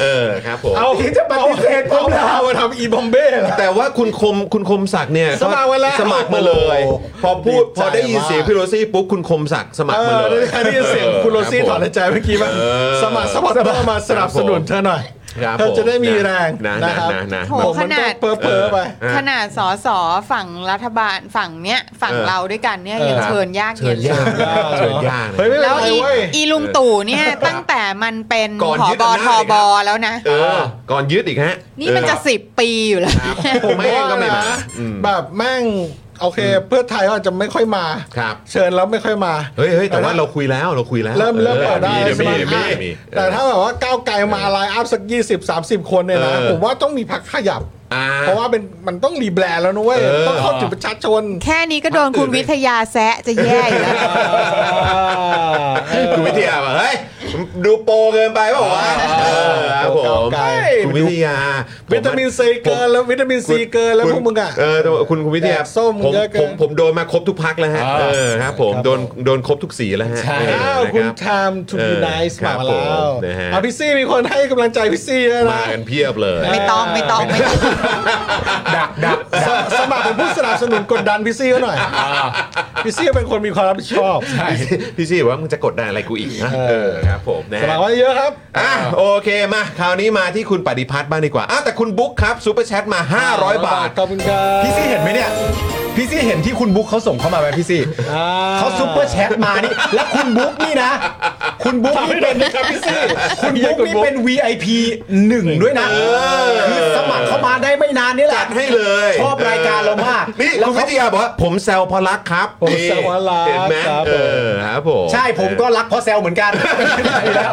[SPEAKER 1] เออครับผม
[SPEAKER 2] เอาที่จะปฏิเสธผมแล้ว
[SPEAKER 3] เอามาทำอีบอมเบ้เหรอ
[SPEAKER 1] แต่ว่าคุณคมคุณคมศักดิ์เนี่ย
[SPEAKER 3] สมัครไว้แล้ว
[SPEAKER 1] สมัครมาเลย
[SPEAKER 3] โอ้โห
[SPEAKER 1] พอพูด
[SPEAKER 3] ดีใจ
[SPEAKER 1] พอได้ยินเสียง
[SPEAKER 3] มาก
[SPEAKER 1] พี่โรซี่ปุ๊บคุณคมศักดิ์สมัคร
[SPEAKER 3] เอ
[SPEAKER 1] มา
[SPEAKER 3] อ
[SPEAKER 1] เลย
[SPEAKER 3] ได้ยินเสียงคุณโรซี่ถอนในใจเมื่อกี้ว่า
[SPEAKER 1] เออ
[SPEAKER 3] สมัครสปอร์ตเตอร์มาสนับสนุนเธอหน่อย
[SPEAKER 1] ครับ
[SPEAKER 3] เธอจะได้มีแรง
[SPEAKER 1] นะนะ
[SPEAKER 3] นะครับ
[SPEAKER 1] นะนะ
[SPEAKER 4] โห
[SPEAKER 3] ผมมัน
[SPEAKER 4] ข
[SPEAKER 3] ต้อ
[SPEAKER 4] นา
[SPEAKER 3] ง
[SPEAKER 4] ด
[SPEAKER 3] เพ้อเพ้อๆไป
[SPEAKER 1] เออ
[SPEAKER 4] ขนาดสอสอฝั่งรัฐบาลฝั่งเนี้ยฝั่ง
[SPEAKER 1] เออ
[SPEAKER 4] เราด้วยกันเนี่ยยังเชิญยาก
[SPEAKER 1] เชิญยาก
[SPEAKER 4] น
[SPEAKER 1] นะเชิญยากนะ
[SPEAKER 3] เฮ้ยไม่เป็น
[SPEAKER 4] แล้ว
[SPEAKER 3] ไร
[SPEAKER 4] อี
[SPEAKER 3] เว้ย
[SPEAKER 4] อีลุงตู่เนี่ยตั้งแต่มันเป็น
[SPEAKER 1] ก่อน
[SPEAKER 4] ผ
[SPEAKER 1] ยึด
[SPEAKER 4] บ
[SPEAKER 1] อำนาจเลยน
[SPEAKER 4] ทบ
[SPEAKER 1] ะ
[SPEAKER 4] แล้วนะ
[SPEAKER 1] เออก่อนยึดอีกฮะ
[SPEAKER 4] นี่มันจะ
[SPEAKER 1] เออ
[SPEAKER 4] สิบปีอยู่แล้ว
[SPEAKER 1] ผมไม่ก็ไม่มา
[SPEAKER 3] ว่านะ
[SPEAKER 1] อืม
[SPEAKER 3] แบบแม่งโอเคเพื่อไทยเขาอาจจะไม่ค่อยมา
[SPEAKER 1] ครับ
[SPEAKER 3] เชิญแล้วไม่ค่อยมา
[SPEAKER 1] เฮ้ยเฮ้ยแต่ว่าเราคุยแล้วเราคุยแล้ว
[SPEAKER 3] เริ่มเริ่ม
[SPEAKER 1] ออ
[SPEAKER 3] เปิดได้
[SPEAKER 1] มีเดี๋ยว
[SPEAKER 3] ใช่ไหม
[SPEAKER 1] มีเดี๋ยวมี
[SPEAKER 3] อ่ะ
[SPEAKER 1] เดี๋ยวมี
[SPEAKER 3] แต่ถ้าแบบว่าก้าวไกลมาไลน์อัพสัก 20 30 คนเนี่ยนะ
[SPEAKER 1] เออ
[SPEAKER 3] ผมว่าต้องมีพักขยับ
[SPEAKER 1] อ่า
[SPEAKER 3] เพราะว่าเป็นมันต้องรีแบรนด์แล้วนะเว้ย
[SPEAKER 1] เออ
[SPEAKER 3] ต้องเข้าถึงประชาชน
[SPEAKER 4] แค่นี้ก็โดนคุณวิทยาแซะจะแย่อยู่แล้ว
[SPEAKER 1] คุณวิทยาบอกเฮ้ยดูโปรเกินไปเปล่าวะเออครับผม
[SPEAKER 3] ก้าวไกล
[SPEAKER 1] คุณวิทยาผม
[SPEAKER 3] วิตามินซีเกินแล้ววิตามินซีเกินแล้วพวกมึงอ่ะ
[SPEAKER 1] เออแต่ว่าคุณคุณวิทยา
[SPEAKER 3] แดกส้ม
[SPEAKER 1] ผม
[SPEAKER 3] เยอะเกิน
[SPEAKER 1] ผมผมโดนมาครบทุกพักแล้วฮะเออครับผมโดนโดนครบทุกสีแล้วฮะ
[SPEAKER 2] ใช่
[SPEAKER 1] เอ
[SPEAKER 3] อ้าว
[SPEAKER 1] นะ
[SPEAKER 3] คุณ
[SPEAKER 1] รับ
[SPEAKER 3] ไทม์ทูบี
[SPEAKER 1] เออ
[SPEAKER 3] ไนซ์
[SPEAKER 1] ครับ
[SPEAKER 3] มาแล้ว
[SPEAKER 1] ผมนะฮะ
[SPEAKER 3] อ่ะพี่ซี่มีคนให้กำลังใจพี่ซี่ด้วย
[SPEAKER 1] มา
[SPEAKER 3] นะ
[SPEAKER 1] กันเพียบเลย
[SPEAKER 4] ไม่ต้องไม่ต้องไม่ต้อง
[SPEAKER 2] ดักดัก
[SPEAKER 3] สมสมัครเป็นผู้สนับสนุนกดดันพี่ซี่เขาหน่อยพี่ซี่เป็นคนมีความรับผิดชอบ
[SPEAKER 1] พี่ซี่พี่ซี่บอกว่ามึงจะกดดันอะไรกูอีกนะเออครับผมนะ
[SPEAKER 3] สมัค
[SPEAKER 1] ฮะ
[SPEAKER 3] รไว้เยอะครับ
[SPEAKER 1] อ่ะโอเคมาคราวนี้มาที่คุณปฏิพัฒน์บ้างดีกว่าอ่ะแต่คุณบุ๊กครับซูเปอร์แชทมา 500 บาท
[SPEAKER 3] ขอบคุณครับ
[SPEAKER 2] พี่ซี่เห็นไหมเนี่ย พี่ พี่ซี่เห็นที่คุณบุ๊กเขาส่งเข้ามาไหมพี่ซี่เขาซุปเปอร์แชทมานี่ แล้วคุณบุ๊กนี่นะ คุณบุ๊กนี่เป็นคุณบุ๊กนี่เป็น VIP หนึ่งด้วยนะคือสมัครเข้ามาได้ไม่นานนี่แห
[SPEAKER 1] จั
[SPEAKER 2] ละ
[SPEAKER 1] ดให้เลย
[SPEAKER 2] ชอบรายการเรามาก
[SPEAKER 1] นี่
[SPEAKER 2] แล้
[SPEAKER 1] คุ
[SPEAKER 2] ว
[SPEAKER 1] ณวิ
[SPEAKER 2] เขา
[SPEAKER 1] ทยาบอกว่าผมแซวเพอรักครับ
[SPEAKER 3] ผมแซวเพราะรัก
[SPEAKER 1] เห็นไหม
[SPEAKER 3] ครับ
[SPEAKER 1] เอ
[SPEAKER 3] ผม
[SPEAKER 1] อครับผม
[SPEAKER 2] ใช่ผมก็รักเพราะแซวเหมือนกันแล้ว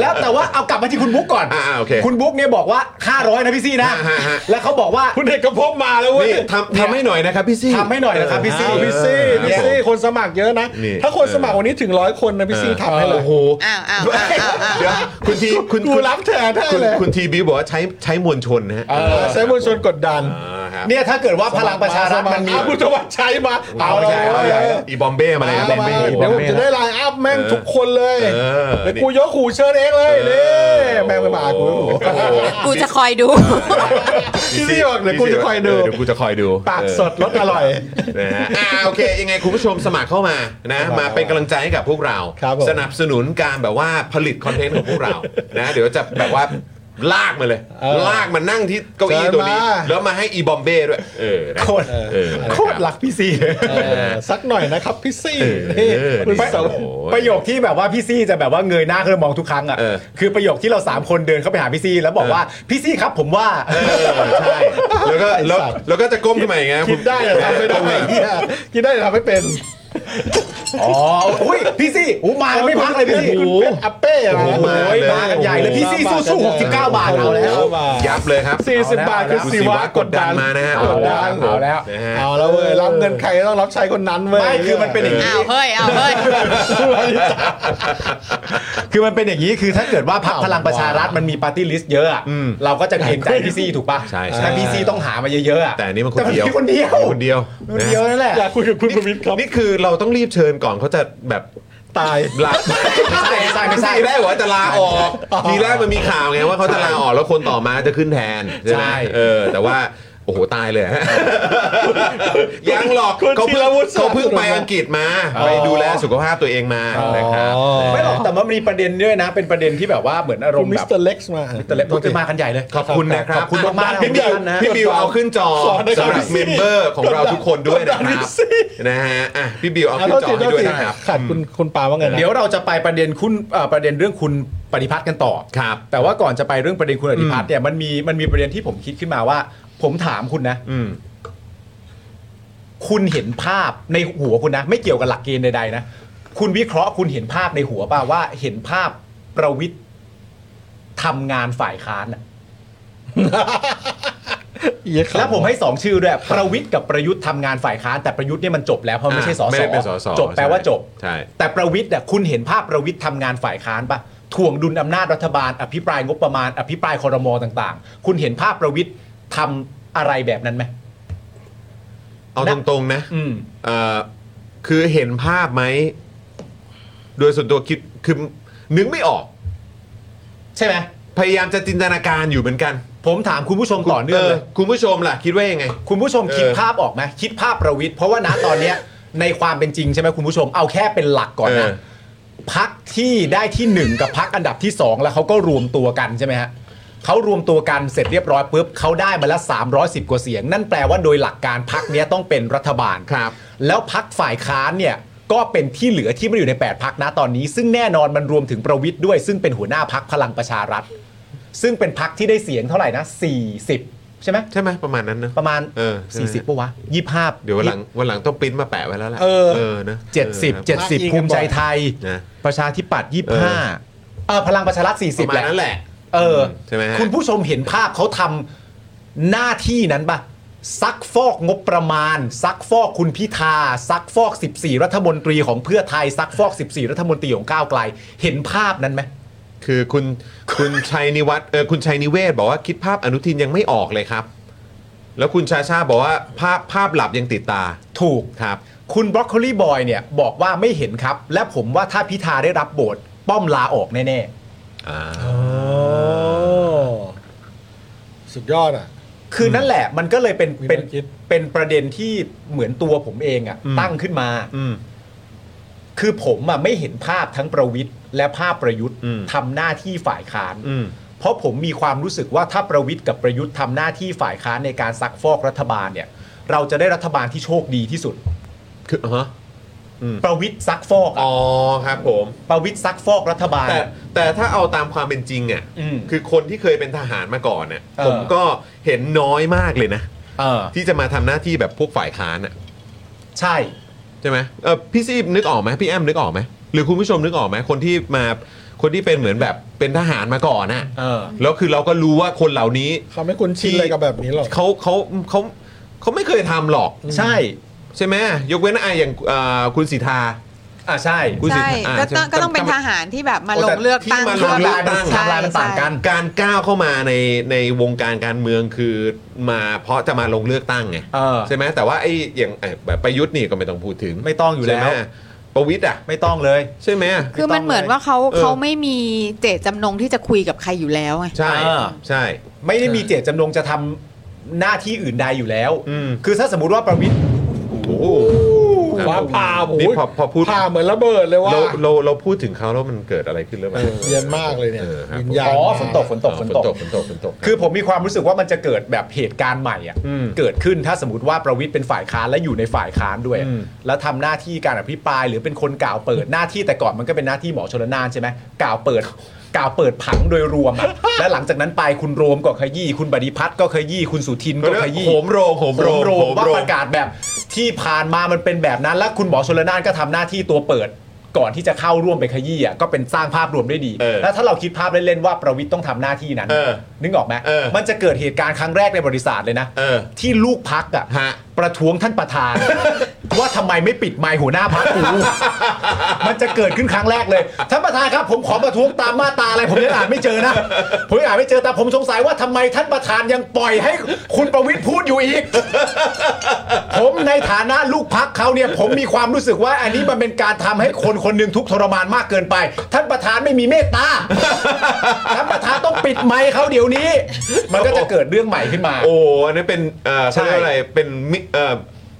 [SPEAKER 2] แล้วแต่ว่าเอากลับมาที่คุณบุ๊กก่อน
[SPEAKER 1] อ่าโอเค
[SPEAKER 2] คุณบุ๊กเนี่ยบอกว่า 500 นะพี่ซี่นะ
[SPEAKER 1] ฮะฮะฮะ
[SPEAKER 2] แล้วเขาบอกว่า
[SPEAKER 3] คุณเอกภพมาแล้วเว้ย
[SPEAKER 1] นี่ทำทำให้หน่อยนะครับพี่ซี่
[SPEAKER 2] ทำให้หน่อยนะครับพี่ซี่
[SPEAKER 3] พี่ซี่พี่ซี่คนสมัครเยอะนะ
[SPEAKER 1] นี่
[SPEAKER 3] ถ้าคนสมัครวันนี้ถึงร้อยคนนะพี่ซี่ทำให้เลย
[SPEAKER 1] โอ้โห
[SPEAKER 4] อ้าวอ้าวอ้าวอ้าวอ้าว
[SPEAKER 1] เดี๋ยวคุณทีคุณ
[SPEAKER 3] กูรับแทนได้
[SPEAKER 1] คุณ
[SPEAKER 3] เลย
[SPEAKER 1] คุณทีบิวบอกว่าใช้ใช้มวลชนนะฮะ
[SPEAKER 3] เออใช้มวลชนกดดัน
[SPEAKER 1] อ่าครับ
[SPEAKER 2] เนี่ยถ้าเกิดว่าพลังประชารัฐมันมี
[SPEAKER 3] อ่ะคุณจะมาใช้มา
[SPEAKER 2] เอาใหญ่เอาใหญ่
[SPEAKER 1] อีบอมเบ้มาเลยนะ
[SPEAKER 3] เอามา
[SPEAKER 1] บอมเบ้
[SPEAKER 3] เดี๋ยวผมจะได้ไลน์อัพแม่งทุกคนเลย
[SPEAKER 1] เออ
[SPEAKER 3] เดี๋ยวกูยกขู่เชิญเองเลยเน่แม่งไม่มากูไม่รู้
[SPEAKER 1] โอ้โห
[SPEAKER 4] กูจะคอยดู
[SPEAKER 3] พี่ซี่บอกเดี๋ยวกูจะคอยดู
[SPEAKER 1] เเดี๋ยวกูจะคอยดู
[SPEAKER 3] ปาก
[SPEAKER 1] เออ
[SPEAKER 3] สดรสอร่อย
[SPEAKER 1] นะฮะอ่าโอเค ยังไงคุณผู้ชมสมัครเข้ามานะ มาเป็นกำลังใจให้กับพวกเรา
[SPEAKER 3] ครับผม
[SPEAKER 1] สนับสนุนการแบบว่าผลิตคอนเทนต์ของพวกเรา นะ เดี๋ยวจะแบบว่าลากมาเลย ลากมานั่งที่เก้าอี้ตัวนี้ แล้วมาให้อีบอมเบ้ด้วย เออนะ
[SPEAKER 2] โคตร
[SPEAKER 1] เออนะ
[SPEAKER 2] โคตร
[SPEAKER 1] บ
[SPEAKER 2] รักพี่ซี่เลย
[SPEAKER 3] เออสักหน่อยนะครับพี่ซี่
[SPEAKER 1] เอ
[SPEAKER 3] นี่
[SPEAKER 1] อ
[SPEAKER 3] คุณ
[SPEAKER 1] นี่
[SPEAKER 3] สาว
[SPEAKER 1] โอ้โห
[SPEAKER 2] ประโยคที่แบบว่าพี่ซี่จะแบบว่าเงยหน้าขึ้นมามองทุกครั้งอ่ะ
[SPEAKER 1] เออ
[SPEAKER 2] คือประโยคที่เราสามคนเดินเข้าไปหาพี่ซี่แล้วบอกว่าพี่ซี่ครับผมว่า
[SPEAKER 1] ใช่ แล้วก็แล้วแล้วก็จะก้มขึ้นมาอย่างเงี้ย
[SPEAKER 3] คิดได้แต่ทำไม่ได้คิดได้แต่ทำไม่เป็น
[SPEAKER 2] อ๋ออุ้ยพี่ซี่อูมากันไม่พักเลยพี่ซี่
[SPEAKER 3] คุณเพชรอัปเป้อะไร
[SPEAKER 2] โอ้
[SPEAKER 3] นะ
[SPEAKER 2] โหมากันใหญ่เลยพี่ซี่สู้สู้ๆ69 บาทเอาแล้ว
[SPEAKER 1] ยับเลยครับ
[SPEAKER 3] 40 บาทคือ
[SPEAKER 1] คุณ
[SPEAKER 3] สี
[SPEAKER 1] ศิ
[SPEAKER 3] วะ
[SPEAKER 1] วะก
[SPEAKER 3] ก
[SPEAKER 1] ด
[SPEAKER 3] ด
[SPEAKER 1] ดั
[SPEAKER 3] ดั
[SPEAKER 1] น
[SPEAKER 3] น
[SPEAKER 1] มานะฮะ
[SPEAKER 3] กดดัน
[SPEAKER 2] เอาแล้ว
[SPEAKER 1] นะฮะ
[SPEAKER 3] เอาแล้วเว้ยรับเงินใครต้องรับใช้คนนั้นเว้ย
[SPEAKER 2] ไม่คือมันเป็นอย่างนี้
[SPEAKER 4] อ้าวเฮ้ย อ้าวเฮ้ย
[SPEAKER 2] คือมันเป็นอย่างนี้คือถ้าเกิดว่าพรรคพลังประชารัฐมันมีปาร์ตี้ลิสต์เยอะอะ
[SPEAKER 1] อืม
[SPEAKER 2] เราก็จะเกรงใจพี่ซี่ถูกป่ะ
[SPEAKER 1] ใช่ใช่
[SPEAKER 2] แต่พี่ซี่ต้องหามาเยอะๆอะ
[SPEAKER 1] แต่อันนี่มันคนเดียว
[SPEAKER 2] แต่มัมีคนเดียว
[SPEAKER 1] คนเดียว
[SPEAKER 2] คนเดียวนั่นแหละ
[SPEAKER 3] อยากคุยกับคุณประวิตรครับ
[SPEAKER 1] นี่คือเราต้องรีบเชิญก่อนเขาจะแบบ
[SPEAKER 3] ตาย
[SPEAKER 1] ลาไม่ใช่
[SPEAKER 2] ไม่ใช่ไม่
[SPEAKER 1] ไม่
[SPEAKER 2] ใช่
[SPEAKER 1] ใช่ได้ว่าจะลาออกทีแรกมันมีข่าวไงว่าเขาจะลาออกแล้วคนต่อมาจะขึ้นแทนใช่ไหม
[SPEAKER 2] ใช่
[SPEAKER 1] เออ แต่ว่า โอ้โห ตายเลยฮะ ยังหรอก
[SPEAKER 3] คุณ
[SPEAKER 1] เขา
[SPEAKER 3] ธี
[SPEAKER 1] เพิ่ง
[SPEAKER 3] รวุฒิ
[SPEAKER 1] เขาเพิ่งไป
[SPEAKER 3] สนับสนุน
[SPEAKER 1] อังกฤษมา ไปดูแลสุขภาพตัวเองมา
[SPEAKER 3] อ๋อ
[SPEAKER 1] นะครับ
[SPEAKER 2] ไม่หรอกแต่ว่ามันมีประเด็นด้วยนะ เป็นประเด็นที่แบบว่าเหมือนอาร
[SPEAKER 3] คุ
[SPEAKER 2] ม
[SPEAKER 3] ณ
[SPEAKER 2] ณ์
[SPEAKER 3] มิ
[SPEAKER 2] แบ
[SPEAKER 3] ส
[SPEAKER 2] บ
[SPEAKER 3] เตอร์เล็กซ์มา
[SPEAKER 2] แต่เล็กพูดจะมากันใหญ่เลย
[SPEAKER 1] ขอบคุณนะครับ
[SPEAKER 2] ขอบคุณมากๆ
[SPEAKER 1] พี่บิว
[SPEAKER 2] ขอบคุณนะ
[SPEAKER 1] พี่บิวเอาขึ้นจอ
[SPEAKER 3] ขอได้ครับ
[SPEAKER 1] สำหรับ
[SPEAKER 3] พี่
[SPEAKER 1] เมมเบอร์ของเราทุกคนด้วยนะครับ
[SPEAKER 3] ขอบคุณครับ
[SPEAKER 1] นะฮะอ่ะพี่บิวเอาขึ้น
[SPEAKER 3] โทษ
[SPEAKER 1] จอ
[SPEAKER 3] ที
[SPEAKER 1] ให้
[SPEAKER 3] โทษ
[SPEAKER 1] ด้วย
[SPEAKER 3] ที
[SPEAKER 1] นะครับ
[SPEAKER 3] ขาดคุณคุณปาว่าไงนะ
[SPEAKER 2] เดี๋ยวเราจะไปประเด็นคุณเอ่อประเด็นเรื่องคุณปฏิพัฒน์กันต่อ
[SPEAKER 1] ครับ
[SPEAKER 2] แต่ว่าก่อนจะไปเรื่องประเด็นคุณปฏิพัฒน์เนี่ยมันมีมันมีประเด็นที่ผมคิดขึ้นมาว่า ผมถามคุณนะ
[SPEAKER 1] อืม
[SPEAKER 2] คุณเห็นภาพในหัวคุณนะ ไม่เกี่ยวกับหลักเกณฑ์ใดๆนะ คุณวิเคราะห์คุณเห็นภาพในหัวป่าว่าเห็นภาพประวิทย์ทำงานฝ่ายค้านอะแล้วผมให้สองชื่อด้วยประวิทย์กับประยุทธ์ทำงานฝ่ายค้านแต่ประยุทธ์เนี่ยมันจบแล้วเพราะไม่ใช่ส
[SPEAKER 1] อ่ะไม่ได้เป็นสส
[SPEAKER 2] จบแปลว่าจบ
[SPEAKER 1] ใช่
[SPEAKER 2] แต่ประวิทย์เนี่ยคุณเห็นภาพประวิทย์ทำงานฝ่ายค้านปะถ่วงดุลอำนาจรัฐบาล อภิปรายงบประมาณ อภิปรายคอรมอต่างๆ คุณเห็นภาพประวิทย์ทำอะไรแบบนั้นไหม
[SPEAKER 1] เอาตรงๆนะ
[SPEAKER 2] อืม
[SPEAKER 1] เอ่อคือเห็นภาพไหม โดยส่วนตัวคิดคือนึกไม่ออก
[SPEAKER 2] ใช่ไหม
[SPEAKER 1] พยายามจะจินตนาการอยู่เหมือนกัน
[SPEAKER 2] ผมถามคุณผู้ชมต่อเนื่
[SPEAKER 1] เออ
[SPEAKER 2] องเลย
[SPEAKER 1] คุณผู้ชมล่ะ คิดว่ายังไง
[SPEAKER 2] คุณผู้ชมคิด
[SPEAKER 1] เออ
[SPEAKER 2] ภาพออกไหมคิดภาพประวิทย์เพราะว่าณตอนเนี้ย ในความเป็นจริงใช่ไหมคุณผู้ชมเอาแค่เป็นหลักก่อนนะ
[SPEAKER 1] เออ
[SPEAKER 2] พักที่ได้ที่หนึ่งกับพักอันดับที่สองแล้วเขาก็รวมตัวกันใช่ไหมฮะเขารวมตัวกันเสร็จเรียบร้อยปุ๊บเขาได้มาละ310 กว่าเสียง นั่นแปลว่าโดยหลักการพักนี้ยต้องเป็นรัฐบาล
[SPEAKER 1] ครับ
[SPEAKER 2] แล้วพักฝ่ายค้านเนี่ยก็เป็นที่เหลือที่ไม่อยู่ใน 8 พักนะตอนนี้ ซึ่งแน่นอนมันรวมถึงประวิทย์ด้วย ซึ่งเป็นหัวหน้าพักพลังประชารัฐ ซึ่งเป็นพักที่ได้เสียงเท่าไหร่นะ40 ใช่ไหม
[SPEAKER 1] ใช่ไหมประมาณนั้นนะ
[SPEAKER 2] ประมาณ
[SPEAKER 1] เออใช่ไหม
[SPEAKER 2] 40ปะวะยี่ห้า
[SPEAKER 1] เดี๋ยววันหลังวันหลังต้องปริ้นมาแปะไว้แล้วแหละ
[SPEAKER 2] เออ
[SPEAKER 1] เออนะ
[SPEAKER 2] เจ็ดสิบ
[SPEAKER 1] ออ
[SPEAKER 2] เจ็ดสิบ
[SPEAKER 3] มากยิ่ง
[SPEAKER 2] ภูมิใจไทย
[SPEAKER 1] นะ
[SPEAKER 2] ประชาธิปัตย์ยี่ห้าเออพลังประชารัฐสี่
[SPEAKER 1] ป
[SPEAKER 2] สิบ
[SPEAKER 1] ระมาณนั้นแหละ
[SPEAKER 2] เออ
[SPEAKER 1] ใช่ไหมฮะ
[SPEAKER 2] คุณผู้ชมเห็นภาพเขาทำหน้าที่นั้นปะซักฟอกงบประมาณ ซักฟอกคุณพิธา ซักฟอก 14 รัฐมนตรีของเพื่อไทย ซักฟอก 14 รัฐมนตรีของก้าวไกล เห็นภาพนั้นไหม
[SPEAKER 1] คือคุณคุณชัยนิวัฒน์เออคุณชัยนิเวศน์บอกว่าคิดภาพอนุทินยังไม่ออกเลยครับ แล้วคุณชาชาบอกว่าภาพภาพหลับยังติดตา
[SPEAKER 2] ถูก
[SPEAKER 1] ครับ
[SPEAKER 2] คุณบรอกโคลีบอยเนี่ยบอกว่าไม่เห็นครับ และผมว่าถ้าพิธาได้รับโบทป้อมลาออกแน่ๆ
[SPEAKER 1] อ่า
[SPEAKER 3] สุดยอดอ่ะ
[SPEAKER 2] คือนั่นแหละมันก็เลยเป็น
[SPEAKER 3] วิธี
[SPEAKER 2] เป็น
[SPEAKER 3] คิด
[SPEAKER 2] เป็นประเด็นที่เหมือนตัวผมเองอะ
[SPEAKER 1] อืม
[SPEAKER 2] ตั้งขึ้นมา
[SPEAKER 1] อืม
[SPEAKER 2] คือผมอะไม่เห็นภาพทั้งประวิทย์และภาพประยุทธ์
[SPEAKER 1] อืม
[SPEAKER 2] ทำหน้าที่ฝ่ายค้าน
[SPEAKER 1] อืม
[SPEAKER 2] เพราะผมมีความรู้สึกว่าถ้าประวิทย์กับประยุทธ์ทำหน้าที่ฝ่ายค้านในการซักฟอกรัฐบาลเนี่ย เราจะได้รัฐบาลที่โชคดีที่สุด
[SPEAKER 1] คืออ่าฮะ
[SPEAKER 2] ประวิตรซักฟอกอะ
[SPEAKER 1] อ๋อครับผม
[SPEAKER 2] ประวิตรซักฟอกรัฐบาล
[SPEAKER 1] แต่แต่ถ้าเอาตามความเป็นจริงอ่ะ
[SPEAKER 2] อืม
[SPEAKER 1] คือคนที่เคยเป็นทหารมาก่อนเนี่ย
[SPEAKER 2] เออ
[SPEAKER 1] ผมก็เห็นน้อยมากเลยนะ
[SPEAKER 2] เออ
[SPEAKER 1] ที่จะมาทำหน้าที่แบบพวกฝ่ายค้านอ่ะ
[SPEAKER 2] ใช่
[SPEAKER 1] ใช่ไหมเออพี่ซีนึกออกไหมพี่แอมนึกออกไหมหรือคุณผู้ชมนึกออกไหมคนที่มาคนที่เป็นเหมือนแบบเป็นทหารมาก่อนอ่ะ
[SPEAKER 2] เออ
[SPEAKER 1] แล้วคือเราก็รู้ว่าคนเหล่านี้
[SPEAKER 3] เขาไม่คุ้นชินอะไรกับแบบนี้หรอก
[SPEAKER 1] เขาเขาเขาเขาไม่เคยทำหรอก
[SPEAKER 2] ใช่
[SPEAKER 1] ใช่ไหมยกเว้นไอะอย่างเอ่อคุณสิทธา
[SPEAKER 2] อ่ะใช่
[SPEAKER 1] คุณสิท
[SPEAKER 4] ใช่
[SPEAKER 1] ธาา
[SPEAKER 4] ก็ต้อง
[SPEAKER 1] ใช่
[SPEAKER 4] ก็ต้องเป็น
[SPEAKER 1] แต่
[SPEAKER 4] ทหารที่แบบมา
[SPEAKER 1] โอ้
[SPEAKER 4] ล
[SPEAKER 1] แต่
[SPEAKER 4] งเลือกตั้ง
[SPEAKER 1] ที่มาล
[SPEAKER 4] เพื่
[SPEAKER 1] ง
[SPEAKER 4] อ
[SPEAKER 1] เลื
[SPEAKER 4] แบอก บ
[SPEAKER 1] ตั้ง
[SPEAKER 4] ใช่
[SPEAKER 2] ทำลายมันต่างกัน
[SPEAKER 1] การก้าวเข้ามาในในวงการการเมืองคือมาเพราะจะมาลงเลือกตั้งไง
[SPEAKER 2] เออ
[SPEAKER 1] ใช่ไหมแต่ว่าไอ้อย่างเอ่อแบบประยุทธ์นี่ก็ไม่ต้องพูดถึง
[SPEAKER 2] ไม่ต้องอยู่แล้
[SPEAKER 1] ใช่
[SPEAKER 2] ว
[SPEAKER 1] ไหมประวิทย์อ่ะ
[SPEAKER 2] ไม่ต้องเลย
[SPEAKER 1] ใช่ไหม
[SPEAKER 4] คือมันเหมือนว่าเขา
[SPEAKER 1] ออ
[SPEAKER 4] เขาไม่มีเจตจำนงที่จะคุยกับใครอยู่แล้วไง
[SPEAKER 1] ใช่
[SPEAKER 2] อ่า
[SPEAKER 1] ใช่
[SPEAKER 2] ไม่ได้มีเจตจำนงจะทำหน้าที่อื่นใดอยู่แล้ว
[SPEAKER 1] อืม
[SPEAKER 2] คือถ้าสมมติว่าประวิตร
[SPEAKER 1] โอ้โห
[SPEAKER 3] ฟ้าผ่าโอ้โห
[SPEAKER 1] นี่พอพอพูด
[SPEAKER 3] ผ่าเหมือนระเบิดเลยว่า
[SPEAKER 1] เราเราเราพูดถึงเขาแล้วมันเกิดอะไรขึ้นหรือเปล่า
[SPEAKER 3] เย็นมากเลยเนี่ย
[SPEAKER 1] ออครับ
[SPEAKER 3] วิญญาณ
[SPEAKER 2] อ๋อฝนตกฝนตก
[SPEAKER 1] อ๋อ
[SPEAKER 2] ฝ
[SPEAKER 1] ฝ
[SPEAKER 2] น
[SPEAKER 1] น
[SPEAKER 2] ต
[SPEAKER 1] ต
[SPEAKER 2] ก
[SPEAKER 1] กฝนตกฝนตก
[SPEAKER 2] คือผมมีความรู้สึกว่ามันจะเกิดแบบเหตุการณ์ใหม่อะ
[SPEAKER 1] อืม
[SPEAKER 2] เกิดขึ้นถ้าสมมติว่าประวิทย์เป็นฝ่ายค้านและอยู่ในฝ่ายค้านด้วย
[SPEAKER 1] อืม
[SPEAKER 2] แล้วทำหน้าที่การอภิปราย หรือเป็นคนกล่าวเปิดหน้าที่แต่ก่อนมันก็เป็นหน้าที่หมอชลนานใช่ไหมกล่าวเปิดกล่าวเปิดผังโดยรวมอะและหลังจากนั้นไปคุณโรมก็ขยี้คุณบดิพัฒน์ก็ขยี้คุณสุทิน
[SPEAKER 1] เขา
[SPEAKER 2] ก็
[SPEAKER 1] เรียก
[SPEAKER 2] ข
[SPEAKER 1] ว่า
[SPEAKER 2] ยี้
[SPEAKER 1] โหมโรงโหม
[SPEAKER 2] ผม
[SPEAKER 1] โรง
[SPEAKER 2] โรงว่า
[SPEAKER 1] โหมโง
[SPEAKER 2] ประกาศแบบที่ผ่านมามันเป็นแบบนั้น แล้วคุณหมอชลนานก็ทำหน้าที่ตัวเปิด ก่อนที่จะเข้าร่วมไปขยี้อ่ะก็เป็นสร้างภาพรวมได้ดี
[SPEAKER 1] เออ
[SPEAKER 2] แล้วถ้าเราคิดภาพเล่นๆว่าประวิทย์ต้องทำหน้าที่นั้น
[SPEAKER 1] เออ
[SPEAKER 2] นึกออกไหม
[SPEAKER 1] เออ
[SPEAKER 2] มันจะเกิดเหตุการณ์ครั้งแรกในบริษัทเลยนะ
[SPEAKER 1] เออ
[SPEAKER 2] ที่ลูกพักอ่ะ
[SPEAKER 1] ฮะ
[SPEAKER 2] ประท้วงท่านประธาน ว่าทำไมไม่ปิดไมค์หัวหน้าพักกู มันจะเกิดขึ้นครั้งแรกเลยท่านประธานครับผมขอประท้วงตามมาตราอะไรผมยังอ่านไม่เจอนะผมยังอ่านไม่เจอแต่ผมสงสัยว่าทำไมท่านประธานยังปล่อยให้คุณประวิทย์พูดอยู่อีก ผมในฐานะลูกพักเขาเนี่ย ผมมีความรู้สึกว่าอันนี้มันเป็นการทำให้คนคนหนึ่งทุกข์ทรมานมากเกินไป ท่านประธานไม่มีเมตตา ท่านประธานต้องปิดไมค์เขาเดี๋ยวนี้ มันก็จะเกิดเรื่องใหม่ขึ้นมา
[SPEAKER 1] โอ้อันนั้นเป็นเอ่อ
[SPEAKER 2] ใช่
[SPEAKER 1] เขาเรียกว่าอะไร เป็นมิเอ่อ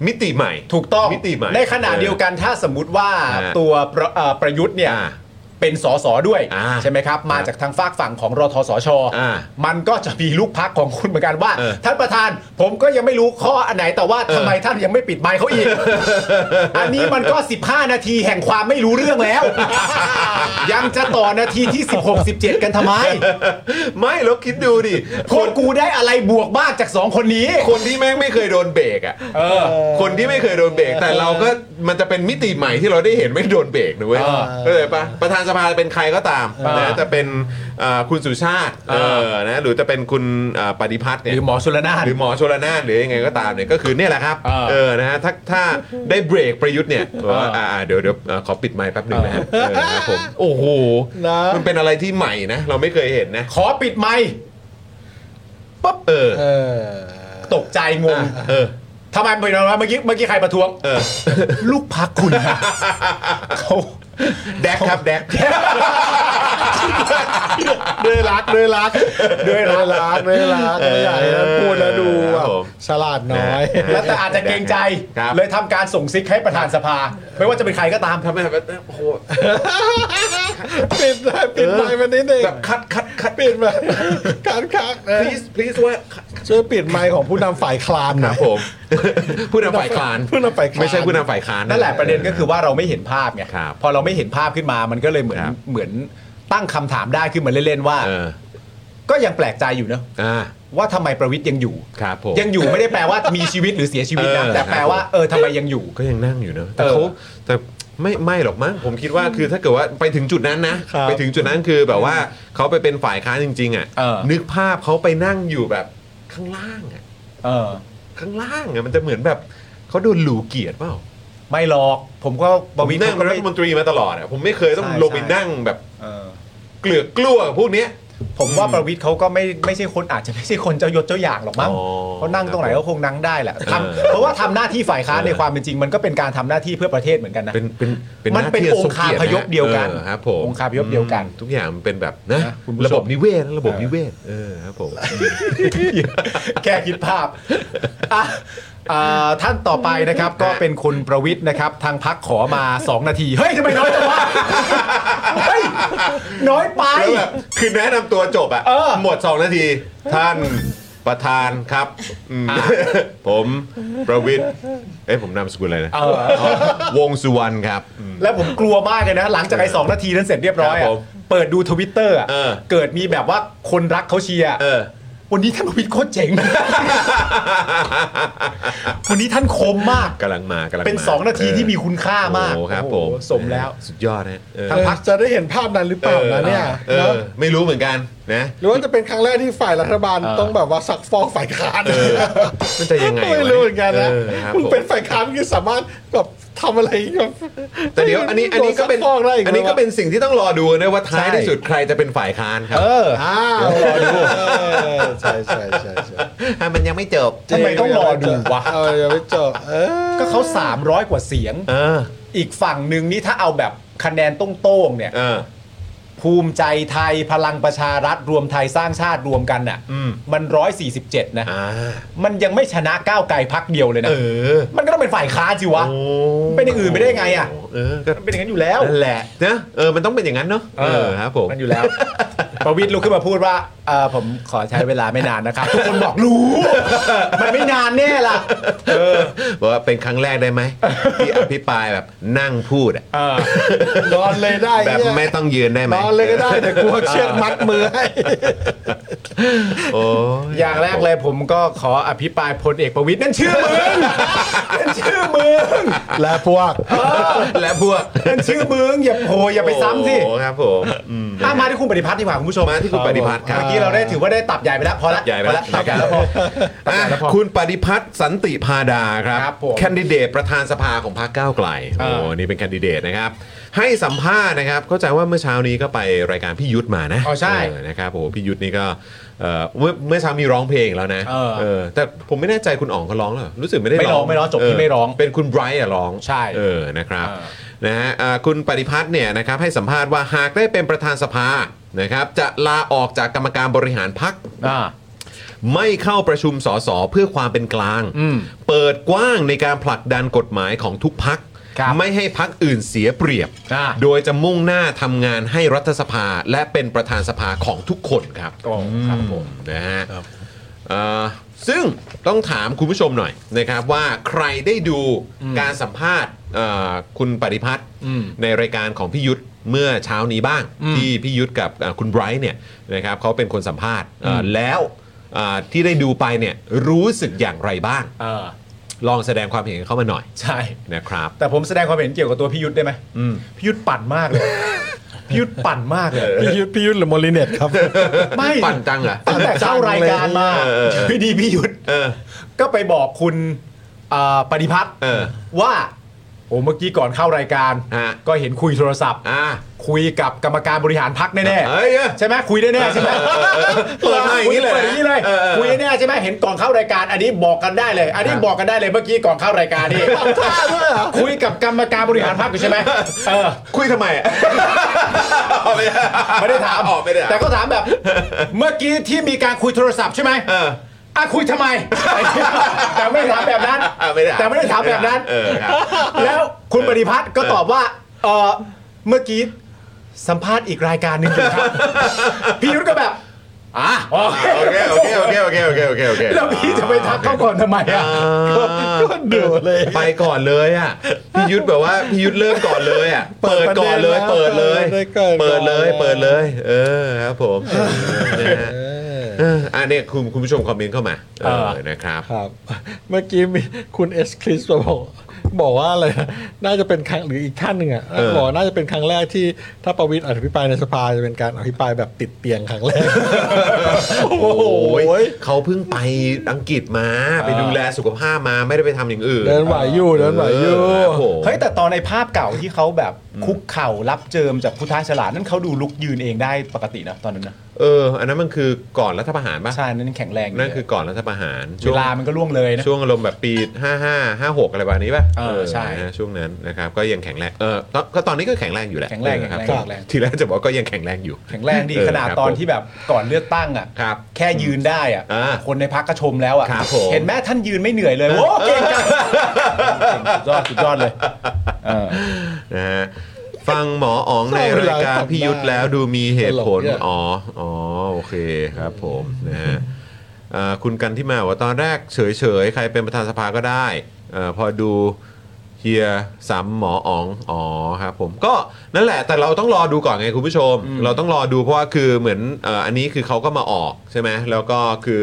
[SPEAKER 1] มิติใหม่
[SPEAKER 2] ถูกต้อง
[SPEAKER 1] มิติใหม่
[SPEAKER 2] ในขณะเดียวกันถ้าสมมติว่า
[SPEAKER 1] อ่า
[SPEAKER 2] ตัวประเอ่อประยุทธ์เนี่ย
[SPEAKER 1] อ่า
[SPEAKER 2] เป็นสสด้วย
[SPEAKER 1] อ่า
[SPEAKER 2] ใช่ไหมครับ มาจากทางฝากฝั่งของรทสช
[SPEAKER 1] อ่า
[SPEAKER 2] มันก็จะมีลูกพักของคุณเหมือนกันว่า
[SPEAKER 1] เออ
[SPEAKER 2] ท่านประธานผมก็ยังไม่รู้ข้ออันไหนแต่ว่า
[SPEAKER 1] เออ
[SPEAKER 2] ทำไมท่านยังไม่ปิดไมค์เขา อีก อันนี้มันก็ 15 นาทีแห่งความไม่รู้เรื่อง แล้ว ยังจะต่อนาทีที่ 16 17 กันทำไม
[SPEAKER 1] ไม่แล้วคิดดู ดิ
[SPEAKER 2] พวกกูได้อะไรบวกบ้างจากสองคนนี้
[SPEAKER 1] คนที่แม่งไม่เคยโดนเบรกอ่ะ
[SPEAKER 2] เออ
[SPEAKER 1] คนที่ไม่เคยโดนเบรก แต่เราก็มันจะเป็นมิติใหม่ที่เราได้เห็นไม่โดนเบรกนะเว้ย
[SPEAKER 2] เออ
[SPEAKER 1] เข้าใจปะประธานสภาจะเป็นใครก็ตาม
[SPEAKER 2] เออ
[SPEAKER 1] นะจะเป็นเอ่อคุณสุชาติ
[SPEAKER 2] เออ
[SPEAKER 1] เออนะหรือจะเป็นคุณเอ่อปฏิพัฒน์
[SPEAKER 2] ห
[SPEAKER 1] เนี่ย
[SPEAKER 2] รือหมอชลนาน
[SPEAKER 1] หรือหมอชลนานหรือยังไงก็ตามเนี่ยก็คือเนี่ยแหละครับ
[SPEAKER 2] เออ
[SPEAKER 1] เออนะฮะถ้าถ้าได้เบรกประยุทธ์เนี่ยว่าอ่าอ่าเดี๋ยวเดี๋ยวเอ่อขอปิดไมค์แป๊บหนึ่งนะฮะเออครับผมโอ้โห
[SPEAKER 3] นะ
[SPEAKER 1] มันเป็นอะไรที่ใหม่นะ เราไม่เคยเห็นนะ
[SPEAKER 2] ขอปิดไมค์
[SPEAKER 1] ปั๊บเออ
[SPEAKER 3] เออ
[SPEAKER 2] ตกใจงง
[SPEAKER 1] เออ
[SPEAKER 2] ทำไมไม่นอนวะเมื่อกี้เมื่อกี้ใครประท้วง
[SPEAKER 1] เออ
[SPEAKER 2] ลูกพักคุณ ฮะเขา
[SPEAKER 1] แดกครับแดก
[SPEAKER 3] ด้วยรักด้วยรักด้วยรักด้วยรักไม่อยากให้ท่านพูดแล้วดู
[SPEAKER 1] ครั
[SPEAKER 3] อ่ะ
[SPEAKER 1] บผม
[SPEAKER 3] ฉลาดน้อย
[SPEAKER 2] แล้วแต่อาจจะเกรงใจ
[SPEAKER 1] ครับ
[SPEAKER 2] เลยทำการส่งซิกให้ประธานสภา ไม่ว่าจะเป็นใครก็ตาม
[SPEAKER 1] ทำไมแบบโอ้โห
[SPEAKER 3] ปิดเลยปิดไมค์มันนิดหนึง
[SPEAKER 1] แบบคัดคัดคัด
[SPEAKER 3] ปิดมาการคักนะ
[SPEAKER 1] พีซพีซว่า
[SPEAKER 3] ช่วยปิดไมค์ของผู้นำฝ่ายคลาน
[SPEAKER 1] ค
[SPEAKER 3] หน่
[SPEAKER 1] รั
[SPEAKER 3] อ
[SPEAKER 1] ผม
[SPEAKER 3] บ ย
[SPEAKER 1] ผู้นำฝ่ายค้าน
[SPEAKER 3] ผู้นำฝ่ายค้าน
[SPEAKER 1] ไม่ใช่ผู้นำฝ่ายค้าน
[SPEAKER 2] นั่นแหละประเด็นก็คือว่าเราไม่เห็นภาพไง
[SPEAKER 1] ครับ
[SPEAKER 2] พอเราไม่เห็นภาพขึ้นมามันก็เลยเหมือน
[SPEAKER 1] ครับ
[SPEAKER 2] เหมือนตั้งคำถามได้ขึ้นมาเล่นๆว่า
[SPEAKER 1] เออ
[SPEAKER 2] ก็ยังแปลกใจอยู่เนอะ
[SPEAKER 1] อ่า
[SPEAKER 2] ว่าทำไมประวิทย์ยังอยู่
[SPEAKER 1] ครับผม
[SPEAKER 2] ยังอยู่ไม่ได้แปลว่ามีชีวิตหรือเสียชีวิตนะ
[SPEAKER 1] เออ
[SPEAKER 2] แต่แปล
[SPEAKER 1] ครับ
[SPEAKER 2] ว่าเออทำไมยังอยู่
[SPEAKER 1] ก็ยังนั่งอยู่เนอะแต่
[SPEAKER 2] เออ
[SPEAKER 1] เขาแต่ไม่ไม่หรอกมั้งผมคิด ว่าคือถ้าเกิดว่าไปถึงจุดนั้นนะ
[SPEAKER 3] ครับ
[SPEAKER 1] ไปถึงจุดนั้นคือแบบว่าเขาไปเป็นฝ่ายค้านจริง ๆ อ่ะ
[SPEAKER 2] เออ
[SPEAKER 1] นึกภาพเขาไปนั่งอยู่แบบข้างล่างอ่ะ
[SPEAKER 2] เออ
[SPEAKER 1] ข้างล่างอ่ะมันจะเหมือนแบบเขาโดนหลูเกียรติเปล่า
[SPEAKER 2] ไม่หรอกผมก็ป
[SPEAKER 1] ผ
[SPEAKER 2] ระ
[SPEAKER 1] ม
[SPEAKER 2] วิทย์
[SPEAKER 1] นั่ง
[SPEAKER 2] เขา
[SPEAKER 1] เป็น
[SPEAKER 2] ก็
[SPEAKER 1] รั
[SPEAKER 2] ไม่
[SPEAKER 1] ฐมนตรีมาตลอดอ่ะผมไม่เคยต้อง
[SPEAKER 2] ใช่
[SPEAKER 1] ลงไป
[SPEAKER 2] ใช่
[SPEAKER 1] นั่งแบบ
[SPEAKER 2] เออ
[SPEAKER 1] เกลือกกลัวกับพวกเนี้ย
[SPEAKER 2] ผมว่าประวิทย์เขาก็ไม่ไม่ใช่คนอาจจะไม่ใช่คนเจ้ายศเจ้าอย่างหรอกมั้ง
[SPEAKER 1] อ๋อ
[SPEAKER 2] เขานั่งตรงไหนก็คงนั่งได้แหละ
[SPEAKER 1] เออ
[SPEAKER 2] ทำเพราะว่าทำหน้าที่ฝ่ายค้าน
[SPEAKER 1] เออ
[SPEAKER 2] ในความเป็นจริง มันก็เป็นการทำหน้าที่เพื่อประเทศเหมือนกันนะ
[SPEAKER 1] เป็นเป็นเป็น
[SPEAKER 2] มันเป็น
[SPEAKER 1] หที่
[SPEAKER 2] องคาพยพ
[SPEAKER 1] ทรงกีรตินะ
[SPEAKER 2] เดียวกัน
[SPEAKER 1] ออครับผม
[SPEAKER 2] องคาพยพเดียวกัน
[SPEAKER 1] ทุกอย่างมันเป็นแบบนะ
[SPEAKER 2] นะคุณผู้ชม
[SPEAKER 1] ระบบนิเวศนะระบบนิเวศเออครับผม
[SPEAKER 2] แค่คิดภาพอ่ะอ่าท่านต่อไปนะครับ ก็เป็นคุณประวิทย์นะครับ ทางพักขอมา 2 นาที เฮ้ยทำไมน้อยจังวะเฮ้ยน้อยไป
[SPEAKER 1] แล้วแบบคือแนะนำตัวจบอะ
[SPEAKER 2] เออ
[SPEAKER 1] หมด 2 นาที ท่าน ประธานครับอืมผมประวิทย์เอ้ยผมนามสกุลอะไรนะ
[SPEAKER 2] เออ
[SPEAKER 1] วงสุวรรณครับ
[SPEAKER 2] แล้วผมกลัวมากเลยนะ หลังจากไอ้สองนาทีนั้นเสร็จเรียบร้อย
[SPEAKER 1] ครับ
[SPEAKER 2] อะ
[SPEAKER 1] ผม
[SPEAKER 2] เปิดดูทวิตเตอร์
[SPEAKER 1] เออ
[SPEAKER 2] เกิดมีแบบว่าคนรักเขาเชียร์
[SPEAKER 1] เออ
[SPEAKER 2] วันนี้ท่านประวิ ทย์โคตรเจ๋ง วันนี้ท่านคมมาก
[SPEAKER 1] กำลังมากำลังมา
[SPEAKER 2] เป็น 2 นาทีที่มีคุณค่ามาก
[SPEAKER 1] โอ้โหครับผ
[SPEAKER 2] โอ้
[SPEAKER 1] ม
[SPEAKER 2] โหสมแล้ว
[SPEAKER 1] สุดยอดนะเออ
[SPEAKER 3] เออจะได้เห็นภาพนั้นหรือเปล่านะเนี่ย
[SPEAKER 1] เออ
[SPEAKER 3] เนอะ
[SPEAKER 1] ไม่รู้เหมือนกันนะ
[SPEAKER 3] หรือว่าจะเป็นครั้งแรกที่ฝ่ายรัฐบาลต้องแบบว่าซักฟอกฝ่ายค้าน
[SPEAKER 1] มันจะยังไงวะ
[SPEAKER 3] ไม่รู้เหมือนกันนะ
[SPEAKER 1] เออครับ
[SPEAKER 3] คุณ
[SPEAKER 1] ผม
[SPEAKER 3] เป็นฝ่ายค้านคุณสามารถแบบทำอะไรกับ
[SPEAKER 1] แต่เดี๋ยวอันนี้อันนี้ก็เป็น
[SPEAKER 3] โดซัฟอกได้อีก
[SPEAKER 1] อันนี้ก็เป็นสิ่งที่ต้องรอดูนะว่าท้าย
[SPEAKER 2] ใช่
[SPEAKER 1] ที่สุดใครจะเป็นฝ่ายค้านครับ
[SPEAKER 2] เออ
[SPEAKER 3] อ้าวรอดูเออใช่ใช่ใช่ใช่
[SPEAKER 1] อ่ะมันยังไม่จบ
[SPEAKER 2] ทำไมต้องรอดูวะ
[SPEAKER 3] เออยังไม่จบเออ
[SPEAKER 2] ก็เขา 300 กว่าเสียง
[SPEAKER 1] เออ
[SPEAKER 2] อีกฝั่งหนึ่งนี่ถ้าเอาแบบคะแนนต้งโต้งๆเนี่ย
[SPEAKER 1] เออ
[SPEAKER 2] ภูมิใจไทยพลังประชารัฐรวมไทยสร้างชาติรวมกันน่ะ
[SPEAKER 1] อืม
[SPEAKER 2] มัน 147 นะ
[SPEAKER 1] อ่า
[SPEAKER 2] มันยังไม่ชนะก้าวไกลพักเดียวเลยนะ
[SPEAKER 1] เออ
[SPEAKER 2] มันก็ต้องเป็นฝ่ายค้านสิวะ
[SPEAKER 1] โอ้
[SPEAKER 2] เป็นอย่างอื่นไม่ได้ไงอะ
[SPEAKER 1] เออก็
[SPEAKER 2] มันเป็นอย่างนั้นอยู่แล้ว
[SPEAKER 1] นั่นแหละนะเออมันต้องเป็นอย่างนั้นเนาะเออครับผม
[SPEAKER 2] มันอยู่แล้ว ประวิทย์ลุกขึ้นมาพูดว่าเอ่อผมขอใช้เวลาไม่นานนะครับ ทุกคนบอกรู้ มันไม่นานแน่ล่ะ เออ
[SPEAKER 1] บอกว่าเป็นครั้งแรกได้ไหมที่อภิปรายแบบนั่งพูดอะ
[SPEAKER 2] เออน
[SPEAKER 3] อนเลยได้
[SPEAKER 1] แบบ
[SPEAKER 3] เนี่ย
[SPEAKER 1] ไม่ต้องยืนได้ไหม
[SPEAKER 3] นอนเลยก็ได้แต่กลัวเชือกมัดมือให้
[SPEAKER 1] โอ้ย
[SPEAKER 2] อย่างแรกเลยผมก็ขออภิปรายพลเอกประวิทย์นั่นชื่อมึง นั่นชื่อมึง
[SPEAKER 3] และพวก
[SPEAKER 1] และพวก
[SPEAKER 2] นั่นชื่อมึงอย่าโผอย่าไปซ้ำสิ
[SPEAKER 1] โอ้ครับผมอืม
[SPEAKER 2] อ่ะมาที่คุณปฏิพัฒน์ดีกว่าคุณผู้ชม
[SPEAKER 1] มาที่คุณปฏิพัฒน์ครับ
[SPEAKER 2] เมื่อกี้เราได้ถือว่าได้ตับใหญ่ไปแล้ว พอละ
[SPEAKER 1] ใหญ่ไป
[SPEAKER 2] พอ
[SPEAKER 1] แล้
[SPEAKER 2] ละ
[SPEAKER 1] ว
[SPEAKER 2] ตับใหญ่แล้วพอ
[SPEAKER 1] อ่ะคุณปฏิพัฒน์สันติพาดาครับ
[SPEAKER 2] ครับผม
[SPEAKER 1] แคนดิเดตประธานสภาของพรรคก้าวไกล โอ้นี่เป็นแคนดิเดตนะครับ ให้สัมภาษณ์นะครับ เข้าใจว่าเมื่อเช้านี้ก็ไปรายการพี่ยุทธมานะ
[SPEAKER 2] อ๋อใช่
[SPEAKER 1] เนะครับโอ้โหพี่ยุทธนี่ก็เอ่อเมื่อเมื่อเช้ามีร้องเพลงแล้วนะ
[SPEAKER 2] เออ
[SPEAKER 1] เออแต่ผมไม่แน่ใจคุณอ๋องเขาร้องหรอรู้สึกไม่ได้
[SPEAKER 2] ไม่ร้องไม่ร้องจบที่
[SPEAKER 1] เ
[SPEAKER 2] ไม่ร้อง
[SPEAKER 1] เป็นคุณไบรท์อะร้อง
[SPEAKER 2] ใช่
[SPEAKER 1] เออนะครับ
[SPEAKER 2] เออ
[SPEAKER 1] นะฮะอ่าคุณปฏิพัฒน์เนี่ยนะครับให้สัมภาษณ์ว่าหากได้เป็นประธานสภานะครับจะลาออกจากกรรมการบริหารพรรค
[SPEAKER 2] อ่า
[SPEAKER 1] ไม่เข้าประชุมสสเพื่อความเป็นกลาง
[SPEAKER 2] อืม
[SPEAKER 1] เปิดกว้างในการผลักดันกฎหมายของทุกพัก
[SPEAKER 2] ครับ
[SPEAKER 1] ไม่ให้พักอื่นเสียเปรียบ
[SPEAKER 2] อ่า
[SPEAKER 1] โดยจะมุ่งหน้าทำงานให้รัฐสภาและเป็นประธานสภาของทุกคนครับ
[SPEAKER 2] ครับผม
[SPEAKER 1] นะฮะเอ่อซึ่งต้องถามคุณผู้ชมหน่อยนะครับว่าใครได้ดูการสัมภาษณ์เอ่อคุณปฏิพัฒน์
[SPEAKER 2] อืม
[SPEAKER 1] ในรายการของพี่ยุทธเมื่อเช้านี้บ้าง ที่พี่ยุทธกับเอ่อคุณไบรท์เนี่ยนะครับเขาเป็นคนสัมภาษณ์เอ่อแล้วเอ่อที่ได้ดูไปเนี่ยรู้สึกอย่างไรบ้าง
[SPEAKER 2] เออ
[SPEAKER 1] ลองแสดงความเห็นเข้ามาหน่อย
[SPEAKER 2] ใช่
[SPEAKER 1] นะครับ
[SPEAKER 2] แต่ผมแสดงความเห็นเกี่ยวกับตัวพี่ยุทธได้ไหมพี่ยุทธปั่นมากเลย พี่ยุทธปั่นมากเลย
[SPEAKER 3] พี่ยุทธพี่ยุทธหรือโมลิเนตครับ
[SPEAKER 2] ไม่
[SPEAKER 1] ปั่นจังเหรอ
[SPEAKER 2] ตั้งแต่เข้ารายการมา
[SPEAKER 1] เออเออ
[SPEAKER 2] พี่ดีพี่ยุทธ
[SPEAKER 1] เออ
[SPEAKER 2] ก็ไปบอกคุณอ่าปฏิพัฒน์
[SPEAKER 1] เออ
[SPEAKER 2] ว่าโอ้เมื่อกี้ก่อนเข้ารายการ
[SPEAKER 1] ฮะ
[SPEAKER 2] ก็เห็นคุยโทรศัพท์
[SPEAKER 1] อ่ะ
[SPEAKER 2] คุยกับกรรมการบริหารพักแน่ๆ
[SPEAKER 1] เอ้ยเอ้ย
[SPEAKER 2] ใช่ไหมคุยแน่ๆใช่ไหม
[SPEAKER 1] เปิดมาอย่างนี้เลยนะ
[SPEAKER 2] ปิดมางนี้เลย
[SPEAKER 1] เออเออ
[SPEAKER 2] คุยแน่ๆใช่ไหมเห็นก่อนเข้ารายการ อันนี้บอกกันได้เลย อันนี้บอกกันได้เลยเมื่อกี้ก่อนเข้ารายการนี่คุยกับกรรมการบริหารพรรคอยู่ใช่ไหมเออ
[SPEAKER 1] คุยทำไมอ่ะ
[SPEAKER 2] ไม่ได้ถาม
[SPEAKER 1] ออกไม่ได้ถาม
[SPEAKER 2] แต่ก็ถามแบบ เมื่อกี้ที่มีการคุยโทรศัพท์ใช่ไหม
[SPEAKER 1] เออ
[SPEAKER 2] อ่ะคุยทำไม แต่ไม่ได้ถามแบบนั้น
[SPEAKER 1] อ่ะไม่ได้
[SPEAKER 2] แต่ไม่ได้ถามแบบนั้น
[SPEAKER 1] เออครับ
[SPEAKER 2] แล้วคุณปฏิพัฒน์ก็ตอบว่าเออเมื่อกี้สัมภาษณ์อีกรายการหนึ่งอยู่ ครับ พี่ยุทธก็แบบอ่ะโอเค
[SPEAKER 1] โอเคโอเคโอเคโอเคโอเคโอเคโอเค
[SPEAKER 2] แล้วพี่จะไปทักเขาก่อนทำไมอ่ะ
[SPEAKER 1] ก็เดือเลย ไปก่อนเลยอ่ะพี่ยุทธแบบว่าพี่ยุทธเริ่มก่อนเลยอ่ะ
[SPEAKER 3] เปิ
[SPEAKER 1] เปิด
[SPEAKER 3] ดประเด็น
[SPEAKER 1] ก่อนเลย
[SPEAKER 3] แล้ว
[SPEAKER 1] เปิดเลย
[SPEAKER 3] เปิดก่อน
[SPEAKER 1] เปิดเลย เปิดเลย เออครับผมนะฮะเอออันนี้คุณคุณผู้ชมคอมเมนต์เข้ามา เออ
[SPEAKER 2] เออ
[SPEAKER 1] นะครับ
[SPEAKER 3] ครับ เมื่อกี้มีคุณเอสคริสบอกบอกว่าอะไรนะน่าจะเป็นครั้งหรืออีกท่านหนึ่งอ่ะ
[SPEAKER 1] เออ
[SPEAKER 3] บอกว่าน่าจะเป็นครั้งแรกที่ถ้าประวิตยอภิปรายในสภาจะเป็นการอภิปรายแบบติดเตียงครั้งแรก
[SPEAKER 1] โอ้โหเขาเพิ่งไปอังกฤษมา ไปดูแลสุขภาพมาไม่ได้ไปทำอย่างอื่น
[SPEAKER 3] เดินไหวอยู่เดินไหวอยู่
[SPEAKER 1] เครับผม
[SPEAKER 2] เฮ้ยแต่ตอนในภาพเก่าที่เขาแบบคุกเข่ารับเจิมจากพุทธฉลาดนั่นเขาดูลุกยืนเองได้ปกตินะตอนนั้นนะ
[SPEAKER 1] เออ อันนั้นมันคือก่อนรัฐประหารป่ะ
[SPEAKER 2] ใช่นั่นแข็งแรงยู่
[SPEAKER 1] นั่นคือก่อนรัฐประหาร
[SPEAKER 2] เว
[SPEAKER 1] ช่ง
[SPEAKER 2] ลามันก็ล่วงเลยนะ
[SPEAKER 1] ช่วงอารมณ์แบบปี 55 56 อะไรแบบนี้ป่ะ
[SPEAKER 2] เออใช่
[SPEAKER 1] นะช่วงนั้นนะครับก็ยังแข็งแรงเออตอนก็ตอนนี้ก็แข็งแรงอยู่แหละ
[SPEAKER 2] แข็งแรง
[SPEAKER 1] เออ
[SPEAKER 2] แข็งแรง
[SPEAKER 1] ครับ
[SPEAKER 2] แข็งแรง
[SPEAKER 1] ทีแรกจะบอกก็ยังแข็งแรงอยู่
[SPEAKER 2] แข็งแรงดี
[SPEAKER 1] เออ
[SPEAKER 2] ขนาด
[SPEAKER 1] ครับ
[SPEAKER 2] ตอนที่แบบก่อนเลือกตั้งอ่ะ
[SPEAKER 1] ครับ
[SPEAKER 2] แค่ยืนได้อ่ะ
[SPEAKER 1] อ่า
[SPEAKER 2] คนในพักก็ชมแล้วอ่ะ
[SPEAKER 1] ครับผม
[SPEAKER 2] เห็นไหมท่านยืนไม่เหนื่อยเลยโอ้เก่งจังสุดยอดสุดยอดเลยเออ
[SPEAKER 1] นะฮะฟังหมออ๋องในรายการพิยุทธ์แล้วดูมีเหตุผล
[SPEAKER 3] ตลกเนี่ย
[SPEAKER 1] อ๋อ อ๋อ โอเคครับผมนะฮะ เอ่อคุณกันที่มาบอกว่าตอนแรกเฉยๆ ใครเป็นประธานสภาก็ได้เออพอดูเฮียสามหมออ๋องอ๋อครับผมก็นั่นแหละแต่เราต้องรอดูก่อนไงคุณผู้ชม เราต้องรอดูเพราะว่าคือเหมือนเอ่ออันนี้คือเขาก็มาออกใช่ไหมแล้วก็คือ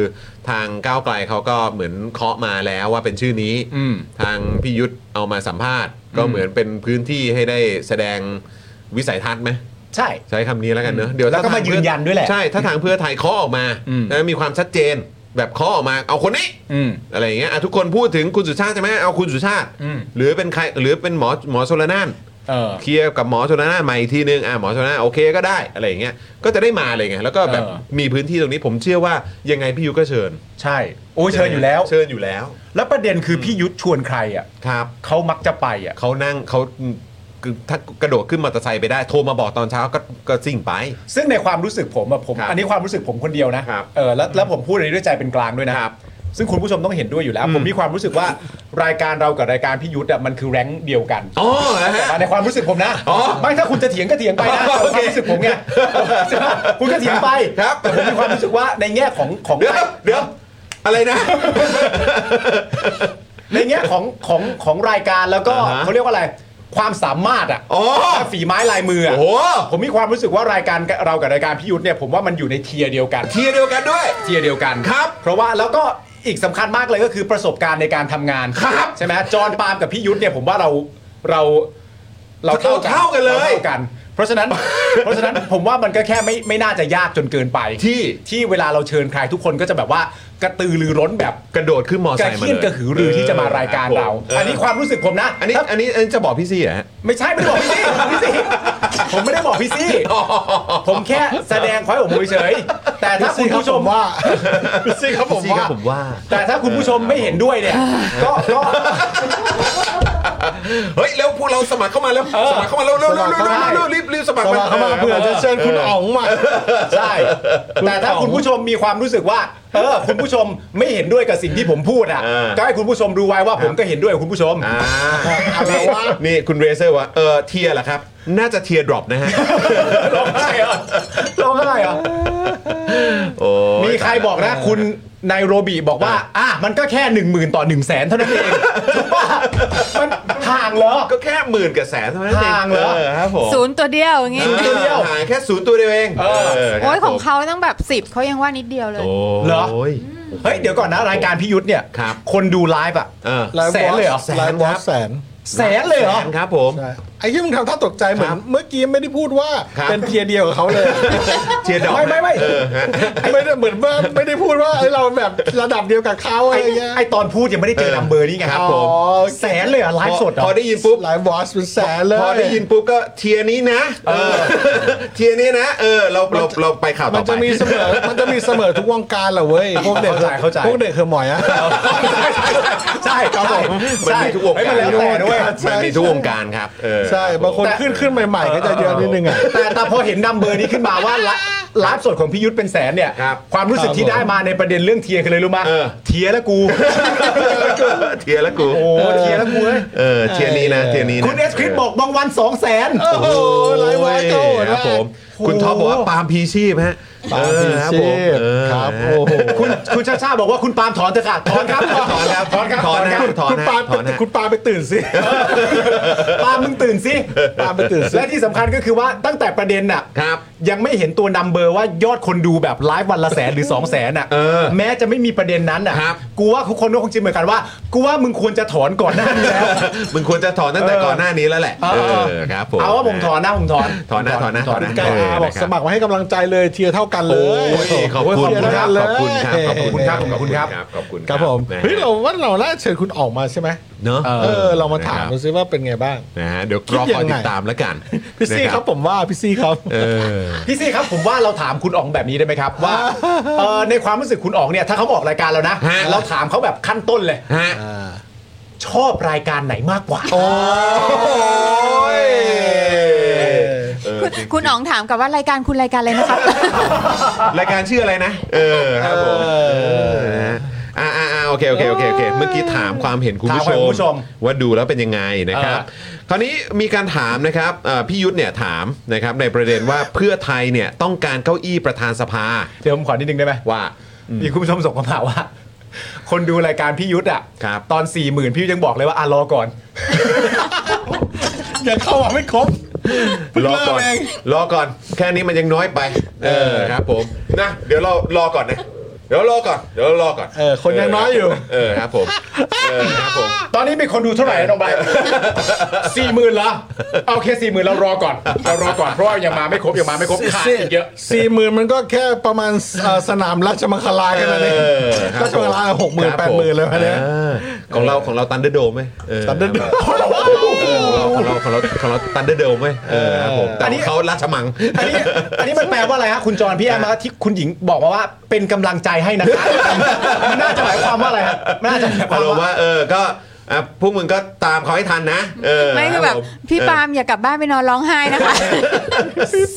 [SPEAKER 1] ทางก้าวไกลเขาก็เหมือนเคาะมาแล้วว่าเป็นชื่อนี้
[SPEAKER 2] อืม
[SPEAKER 1] ทางพี่ยุทธเอามาสัมภาษณ์ ก็เหมือนเป็นพื้นที่ให้ได้แสดงวิสัยทัศน์ไหม
[SPEAKER 2] ใช่
[SPEAKER 1] ใช้คำนี้แล้วกันเนอะเดี๋ยว
[SPEAKER 2] แล้วก็
[SPEAKER 1] ถ้ทง
[SPEAKER 2] มายืนยันด้วยแหละ
[SPEAKER 1] ใช่ถ้าทางเพื่อไทยเคาะออกมา
[SPEAKER 2] อืม
[SPEAKER 1] แล้วมีความชัดเจน แบบเคาะออกมาเอาคนนี้
[SPEAKER 2] อืม
[SPEAKER 1] อะไรอย่างเงี้ยอ่ะทุกคนพูดถึงคุณสุชาติใช่ไหมเอาคุณสุชาติ
[SPEAKER 2] อืม
[SPEAKER 1] หรือเป็นใครหรือเป็นหมอหมอชลนาน
[SPEAKER 2] เออ
[SPEAKER 1] เคลียร์กับหมอชลนานใหม่อีกทีนึงอ่ะหมอชลนานโอเคก็ได้อะไรอย่างเงี้ยก็จะได้มาเลยไงแล้วก็แบบ
[SPEAKER 2] เออ
[SPEAKER 1] มีพื้นที่ตรงนี้ผมเชื่อว่ายังไงพี่ยุทธก็เชิญ
[SPEAKER 2] ใช่ โอ้ยเชิญอยู่แล้ว
[SPEAKER 1] เชิญอยู่แล้ว
[SPEAKER 2] แล้วประเด็นคือพี่ยุทธชวนใครอ่ะ
[SPEAKER 1] ครับ
[SPEAKER 2] เขามักจะไปอ่ะ
[SPEAKER 1] เขานั่งเขาคือถ้ากระโดดขึ้นมอเตอร์ไซค์ไปได้โทรมาบอกตอนเช้าก็ก็ซิ่งไป
[SPEAKER 2] ซึ่งในความรู้สึกผมอะผม
[SPEAKER 1] ครับ
[SPEAKER 2] อันนี้ความรู้สึกผมคนเดียวนะครับ เออแล้วแล้วผมพูดอันนี้ด้วยใจเป็นกลางด้วยนะครับ ซึ่งคุณผู้ชมต้องเห็นด้วยอยู่แล้ว ผมมีความรู้สึกว่ารายการเรากับรายการพี่ยุทธอะมันคือแรงค์เดียวกัน
[SPEAKER 1] อ๋อเหรอฮะ
[SPEAKER 2] แต่ในความรู้สึกผมนะ
[SPEAKER 1] อ๋อ
[SPEAKER 2] ไม่ถ้าคุณจะเถียงก็เถียงไปนะแต่
[SPEAKER 1] โอ
[SPEAKER 2] ในค
[SPEAKER 1] เความ
[SPEAKER 2] รู้สึกผมไงคุณก็เถียงไป
[SPEAKER 1] ครับ
[SPEAKER 2] แต่ผมมีความรู้สึกว่าในแง่ของของ
[SPEAKER 1] เดี๋ยวเดี๋ยวอะไรนะ
[SPEAKER 2] ในแง่ของของของรายการแล้วก็
[SPEAKER 1] อ่าฮะ
[SPEAKER 2] เขาเรียกว่าอะไรความสามารถอ่ะ
[SPEAKER 1] อ๋อ
[SPEAKER 2] และฝีไม้ลายมืออะ
[SPEAKER 1] โอ้โห
[SPEAKER 2] ผมมีความรู้สึกว่ารายการเรากับรายการพี่ยุทธเนี่ยผมว่ามันอยู่ในเทียร์เดียวกัน
[SPEAKER 1] เทียร์เดียวกันด้วย
[SPEAKER 2] เทียร์เดียวกัน
[SPEAKER 1] ครับ
[SPEAKER 2] เพราะว่าแล้วก็อีกสำคัญมากเลยก็คือประสบการณ์ในการทำงาน
[SPEAKER 1] ครับ
[SPEAKER 2] ใช่ไหมจอห์นปาล์มกับพี่ยุทธเนี่ยผมว่าเราเราเรา
[SPEAKER 1] เราเท่ากันเลย
[SPEAKER 2] ราเท่ากัน เพราะฉะนั้น เพราะฉะนั้นผมว่ามันก็แค่ไม่ไม่น่าจะยากจนเกินไป
[SPEAKER 1] ที่
[SPEAKER 2] ที่เวลาเราเชิญใครทุกคนก็จะแบบว่ากระตือรือร้นแบบ
[SPEAKER 1] กระโดดขึ้นมอเตอร์
[SPEAKER 2] ก
[SPEAKER 1] ไซ
[SPEAKER 2] ระ
[SPEAKER 1] ค์มา
[SPEAKER 2] เคียน
[SPEAKER 1] เลย
[SPEAKER 2] กระหือรือที่จะมารายการเรา
[SPEAKER 1] ออ
[SPEAKER 2] อันนี้ความรู้สึกผมนะ
[SPEAKER 1] อันนี้
[SPEAKER 2] ถ้า
[SPEAKER 1] อันนี้อันนี้จะบอกพี่ซี่เหรอฮะ
[SPEAKER 2] ไม่ใช่ไม่ได้บอกพี่ซี่พี่ซี่ผมไม่ได้บอก พี่ซี่ ผมแค่แสดงความผมเฉยๆแต่ถ้าคุณผู้ชมว่า
[SPEAKER 1] ซี่ครับผมว่าผมว่า
[SPEAKER 2] แต่ถ้าคุณผู้ชมไม่เห็นด้วย เนี่ย ก็ก็
[SPEAKER 1] เฮ้ยแล้วพวกเราสมัครเข้ามาแล้ว
[SPEAKER 2] เออ
[SPEAKER 1] สมัครเข้ามาแล้วเร็วเร็วเร็ว
[SPEAKER 2] สมัครเข้ามา
[SPEAKER 1] เร็วเร็วรีบรีบสมัคร
[SPEAKER 3] สมัครเข้ามาเผื่อจะเชิญคุณอ๋องมา
[SPEAKER 2] ใช่ แต่ถ้าคุณผู้ชมมีความรู้สึกว่า เออ คุณผู้ชมไม่เห็นด้วยกับสิ่งที่ผมพูดอ่ะ ก็ให้คุณผู้ชมรู้ไว้ว่าผมก็เห็นด้วยกับคุณผู้ชม
[SPEAKER 1] อ่านี่นี่คุณเรเซอร์ว่าเออเทียร์เหรอครับ น่าจะเทียร์ดรอปนะฮะ
[SPEAKER 2] ร้องไห้เหรอร้องไห้เหรอ
[SPEAKER 1] โอ้ย
[SPEAKER 2] มีใครบอกนะคุณนายโรบีบอกว่า อ่ะมันก็แค่ 1 0,000 ต่อ 1 0 0 0 0แสนเท่านั้นเอง ถูกปะมันห่างเหรอ
[SPEAKER 1] ก็แค่หมื่นกับแสนเท่านั้นเอง
[SPEAKER 2] ห่างเหรอ
[SPEAKER 1] ครับผม
[SPEAKER 4] ศูนย์ตัวเดียวอย่างงี้
[SPEAKER 1] ออ
[SPEAKER 2] ตัวเดียว
[SPEAKER 1] ห่างแค่ศูนย์ตัวเดียวเอง
[SPEAKER 2] เออ
[SPEAKER 1] ครับ
[SPEAKER 4] โอ้ยของเขาต้องแบบสิบเขายังว่านิดเดียวเลย
[SPEAKER 1] โอ้ย
[SPEAKER 2] เหรอ เฮ้ย เดี๋ยวก่อนนะ รายการพิยุทธ์เนี่ย
[SPEAKER 1] ครับ
[SPEAKER 2] คนดูไลฟ์อ่ะ
[SPEAKER 1] เออ
[SPEAKER 3] ไลฟ์
[SPEAKER 2] แสนเลยเหรอ
[SPEAKER 3] วอชไลฟ์วอชแสน
[SPEAKER 2] แสนเลยเหรอ
[SPEAKER 1] แสนครับผม
[SPEAKER 3] ใช่ไอ้ที่มึงทำท่าตกใจเหมือ
[SPEAKER 1] คน รับ
[SPEAKER 3] เมื่อกี้ไม่ได้พูดว่า
[SPEAKER 1] ครับ
[SPEAKER 3] เป็นเทียร์เดียวกับเขาเลย
[SPEAKER 1] เชียร์ดอก
[SPEAKER 2] ไม่ไม่ไม่
[SPEAKER 1] เออฮะ
[SPEAKER 3] ไม่ได้เหมือนว่าไม่ได้พูดว่าไอ้เราแบบระดับเดียวกับเขาอะ
[SPEAKER 2] ไอ้
[SPEAKER 3] ไรเงี้ย
[SPEAKER 2] ไอตอนพูดยังไม่ได้เจอ
[SPEAKER 1] เออ
[SPEAKER 2] นัมเบอร์นี่ไง
[SPEAKER 1] ครับผม
[SPEAKER 2] อ๋อแสนเลยเหรอ่ะไลฟ์สดเหร
[SPEAKER 1] พอพ
[SPEAKER 2] อ
[SPEAKER 1] อได้ยินปุ๊บ
[SPEAKER 3] ไลฟ์วอชเป็นแสนเลย
[SPEAKER 1] พอได้ยินปุ๊บก็เทียร์นี้นะเออเทียร์นี้นะเออเราเราเราไปข่าวต่
[SPEAKER 3] มั
[SPEAKER 1] อน ไป
[SPEAKER 3] จะมีเสมอ มันจะมีเสมอทุกวงการแหละเว้ย พวกเด็ก
[SPEAKER 2] เข้าใจเข้าใจ
[SPEAKER 3] พวกเด็กคือหมอยอะ
[SPEAKER 2] ใช่ครับผม
[SPEAKER 1] มันมีทุกวง
[SPEAKER 2] ไม่
[SPEAKER 1] การ
[SPEAKER 2] เป็นแล้วแต่ด้วย
[SPEAKER 1] มั
[SPEAKER 3] ใช่
[SPEAKER 1] นมีทุกวงการครับเออ
[SPEAKER 3] ใช่ บางคนขึ้นขึ้นใหม่ ๆ ก็จะเยอะนิดนึงอะ
[SPEAKER 2] แต่แต่พอเห็นนัมเบอร์นี้ขึ้นมาว่าไลฟ์ไลฟ์สดของพี่ยุทธเป็นแสนเนี่ย
[SPEAKER 1] ครับ
[SPEAKER 2] ความรู้สึกที่ได้มาในประเด็นเรื่องเทียร์คืออะไรรู้ไหม
[SPEAKER 1] เออ
[SPEAKER 2] เทียร์แล้วกู
[SPEAKER 1] เทียร์แล้วกู
[SPEAKER 2] โอ้เทียร์แล้วกูเลย
[SPEAKER 1] เออเทียร์นี้นะเทียร์นี้นะ
[SPEAKER 2] คุณเอสคริสบอกบางวัน2 0 0 0 0น
[SPEAKER 1] โอ้โห
[SPEAKER 3] หลายวัยโตนะ
[SPEAKER 1] ครับผม คุณท็อปบอกว่าปาล์มพีชีพฮะ
[SPEAKER 3] ปาปี
[SPEAKER 1] เออครับผ
[SPEAKER 3] ชี
[SPEAKER 1] ม
[SPEAKER 3] พ
[SPEAKER 1] เออ
[SPEAKER 3] ครับ
[SPEAKER 1] นะฮะ
[SPEAKER 3] โอ้โห
[SPEAKER 2] คุณคุณชาชาบอกว่าคุณปาล์มถอนเถอะค่ะถอนครับ
[SPEAKER 1] ถอนครับ
[SPEAKER 2] ถอนครับ
[SPEAKER 1] ถอนนะถอน
[SPEAKER 3] คุณ
[SPEAKER 1] นะ
[SPEAKER 3] ปา
[SPEAKER 1] ถอนนะ
[SPEAKER 3] คุณปาไปตื่นสิ
[SPEAKER 2] ปาล์มมึงตื่นสิ
[SPEAKER 3] ปาล์มมึงตื่นสิ
[SPEAKER 2] และที่สำคัญก็คือว่าตั้งแต่ประเด็นน่ะ
[SPEAKER 1] ครับ
[SPEAKER 2] ยังไม่เห็นตัวนัมเบอร์ว่ายอดคนดูแบบไลฟ์วันละแสน หรือ 2 0 0แสนอ่ะ
[SPEAKER 1] เออ
[SPEAKER 2] แม้จะไม่มีประเด็นนั้นอ่ะ
[SPEAKER 1] ครับ
[SPEAKER 2] กูว่าทุกคนก็คงจะเหมือนกันว่า กูว่ามึงควรจะถอนก่อนหน้านี้แล้ว
[SPEAKER 1] มึงควรจะถอนตั้งแต่
[SPEAKER 2] เออ
[SPEAKER 1] ก่อนหน้านี้แล้วแหละ
[SPEAKER 2] เอ
[SPEAKER 1] เอ
[SPEAKER 2] อ
[SPEAKER 1] อครับผม
[SPEAKER 2] เอาว่าผมถอนนะผมถอน
[SPEAKER 1] ถอนนะถอนนะ
[SPEAKER 2] ถอน
[SPEAKER 1] นะ
[SPEAKER 2] คุณกาย
[SPEAKER 1] เ
[SPEAKER 3] อ่าบอก
[SPEAKER 1] นะ
[SPEAKER 3] สมัครมาให้กำลังใจเลยเทียร์เท่ากันเล
[SPEAKER 1] โอ้
[SPEAKER 3] ย
[SPEAKER 1] ยขอบคุณ
[SPEAKER 3] เทียร์
[SPEAKER 1] ครั
[SPEAKER 3] เท่ากับ นเลย
[SPEAKER 1] ขอบคุณครับขอบคุณครับ
[SPEAKER 2] ขอบคุณครับ
[SPEAKER 1] ขอบคุณ
[SPEAKER 3] ครับผมเฮ้ยเราว่าเราน่าเชิญคุณออกมาใช่ไหม
[SPEAKER 1] เนาะ
[SPEAKER 3] เออ เรามาถาม
[SPEAKER 1] นะครับ
[SPEAKER 3] ดูซิว่าเป็นไงบ้าง
[SPEAKER 1] นะฮะเดี๋ยวรอคอยติดตามแล้วกัน
[SPEAKER 3] พี่ซี่
[SPEAKER 1] นะครับ
[SPEAKER 3] ผมว่าพี่ซี่ครับ
[SPEAKER 1] เออ
[SPEAKER 2] พี่ซี่ครับผมว่าเราถามคุณอ๋องแบบนี้ได้ไหมครับ ว่าเอ่อในความรู้สึกคุณอ๋องเนี่ยถ้าเขามาออกรายการเรานะ
[SPEAKER 1] ฮะ
[SPEAKER 2] เราถามเขาแบบขั้นต้นเลย
[SPEAKER 1] ฮะ
[SPEAKER 2] ชอบรายการไหนมากกว่า
[SPEAKER 1] เออจริง
[SPEAKER 4] คุณอ๋องถามกลับว่ารายการคุณรายการอะไรนะครับ
[SPEAKER 1] รายการชื่ออะไรนะ เออครับผมเออนะอ่าอ่าอ่าโอเคโอเคโอเคโอเค เมื่อกี้ถามความเห็นคุณ
[SPEAKER 2] ถาม
[SPEAKER 1] ผู้
[SPEAKER 2] ความเห็นคุณผู้
[SPEAKER 1] ช
[SPEAKER 2] ช
[SPEAKER 1] ม
[SPEAKER 2] ม
[SPEAKER 1] ว่าดูแล้วเป็นยังไงนะครับ คราวนี้มีการถามนะครับเอ่อพี่ยุทธเนี่ยถามนะครับในประเด็นว่า เพื่อไทยเนี่ยต้องการเก้าอี้ประธานสภา
[SPEAKER 2] เดี๋ยวผมขอนิดนึงได้ไหม
[SPEAKER 1] ว่า
[SPEAKER 2] มีคุณผู้ชมส่งเข้ามา ว่า คนดูรายการพี่ยุทธอ่ะ
[SPEAKER 1] ครับ
[SPEAKER 2] ตอน4ี่หมื่นพี่ยุทธยังบอกเลยว่าอ่ะรอก่อน ยังเข้ามาไม่ครบ
[SPEAKER 1] รอก่อน
[SPEAKER 2] เพิ่งเริ่มเอง
[SPEAKER 1] รอก่อน แค่นี้มันยังน้อยไป เออครับผม นะ เดี๋ยวเรารอก่อนนะ เดี๋ยวรอก่อน เดี๋ยวรอก่อน
[SPEAKER 2] เออคนยังน้อยอยู่
[SPEAKER 1] เออครับผม เออครับผม
[SPEAKER 2] ตอนนี้มีคนดูเท่าไหร่ น้องใบสี่หมื่นเหรอเอาโอเคสี่หมื่นเรารอก่อนเรารอก่อนเพราะว่ายังมาไม่ครบยังมาไม่ครบขาดอีกเยอะ
[SPEAKER 3] สี่หมื่นมันก็แค่ประมาณเอ่อสนามราชมังคลาแค่นั้นเอง
[SPEAKER 1] เออครับ
[SPEAKER 3] ราชมังคลาหกหมื่น
[SPEAKER 1] ครับ
[SPEAKER 3] แปด
[SPEAKER 1] ผ
[SPEAKER 3] หมื่นเลยพันเนี้ย
[SPEAKER 1] เออของเราของเราตันเดอร์โดมไหมตันเดอร์โดมของเราของเราของเราตันเดอร์โดมไหมเออครับผมแต่
[SPEAKER 2] อัน
[SPEAKER 1] ข
[SPEAKER 2] นี้
[SPEAKER 1] องเขาราชมัง
[SPEAKER 2] อันนี้อันนี้มันแปลว่าอะไรฮะคุณจรพี่แอมฮะที่คุณหญิงบอกมาว่าเป็นกำลังใจให้นะคะ มันน่าจะหมายความว่าอะไรฮะมันน่าจะหมาย
[SPEAKER 1] อาว
[SPEAKER 2] คาม
[SPEAKER 1] รมณ์
[SPEAKER 2] ว่า
[SPEAKER 1] ว่าเออ ก็อ่ะพวกมึงก็ตามเขาให้ทันนะ เออ
[SPEAKER 4] ไม่คือแบบ
[SPEAKER 1] รัผม
[SPEAKER 4] พี่
[SPEAKER 1] เออ
[SPEAKER 4] ปาล์มอย่ากลับบ้านไปนอนร้องไห้นะคะ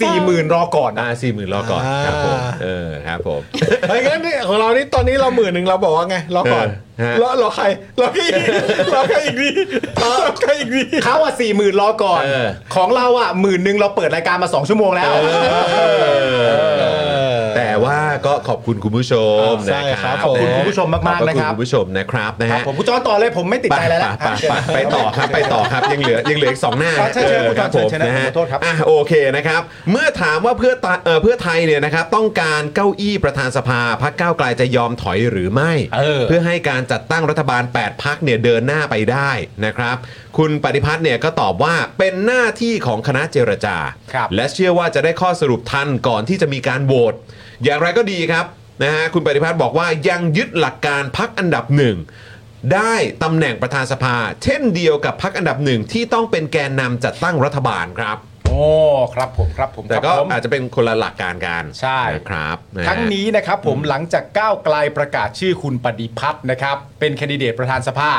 [SPEAKER 2] สี่หมื่นรอก่อนนะ
[SPEAKER 1] อ่าสี่หมื่นรอก่อนครับผม เออครับผม
[SPEAKER 3] เฮ้ยงั้นเนี่ยของเรานี่ตอนนี้เราหมื่นหนึ่งเราบอกว่าไงรอก่อน
[SPEAKER 1] เออฮะ
[SPEAKER 3] รอรอใครรอใครอีก รอใครอีกดีรอใครอีกดี
[SPEAKER 2] เขาอ่ะสี่หมื่นรอก่อน
[SPEAKER 1] เออ
[SPEAKER 2] ของเราอ่ะหมื่นหนึ่งเราเปิดรายการมาสองชั่วโมงแล้ว
[SPEAKER 1] แต่ว่าก็ขอบคุณคุณผู้ชม
[SPEAKER 2] ใช่
[SPEAKER 1] นะครับ
[SPEAKER 2] ครับผมขอบคุณคุณผู้ชมมากๆนะครับ
[SPEAKER 1] ขอณคุณผู้ชมนะครับนะ
[SPEAKER 2] ครับ
[SPEAKER 1] ฮะ
[SPEAKER 2] ผมคุณจรต่อเลยผมไม่ติดใจอะไรแล้ว
[SPEAKER 1] ไปไปไปไปต่อครับไปต่อครับยังเหลือยังเหลืออีกสองหน้า
[SPEAKER 2] ครับใช่ใช่
[SPEAKER 1] เออ
[SPEAKER 2] คุณจอห์น
[SPEAKER 1] ผม
[SPEAKER 2] เชิญนะ
[SPEAKER 1] นะฮะ
[SPEAKER 2] ขอโทษครับ
[SPEAKER 1] อ่ะโอเคนะครับ เมื่อถามว่าเพื่อตาเอ่อเพื่อไทยเนี่ยนะครับต้องการเก้าอี้ประธานสภาพักก้าวไกลจะยอมถอยหรือไม่
[SPEAKER 2] เออ
[SPEAKER 1] เพื่อให้การจัดตั้งรัฐบาล 8 พักเนี่ยเดินหน้าไปได้นะครับ คุณปฏิพัฒน์เนี่ยก็ตอบว่าเป็นหน้าที่ของคณะเจรจา
[SPEAKER 2] ครับ
[SPEAKER 1] และเชื่อว่าจะได้ข้อสรุปทันก่อนที่จะมีการโหวตอย่างไรก็ดีครับนะฮะคุณปฏิพัฒน์บอกว่ายังยึดหลักการพักอันดับหนึ่งได้ตำแหน่งประธานสภา เช่นเดียวกับพักอันดับหนึ่งที่ต้องเป็นแกนนำจัดตั้งรัฐบาลครับ
[SPEAKER 2] โอ้ครับผมครับผม
[SPEAKER 1] แต่
[SPEAKER 2] ครับ
[SPEAKER 1] ก็
[SPEAKER 2] ผม
[SPEAKER 1] อาจจะเป็นคนละหลักการกัน
[SPEAKER 2] ใช่
[SPEAKER 1] นะครับะฮะ
[SPEAKER 2] ทั้งนี้นะครับผมหลังจากก้าวไกลประกาศชื่อคุณปฏิพัฒน์นะครับ เป็นแคนดิเดตประธานสภา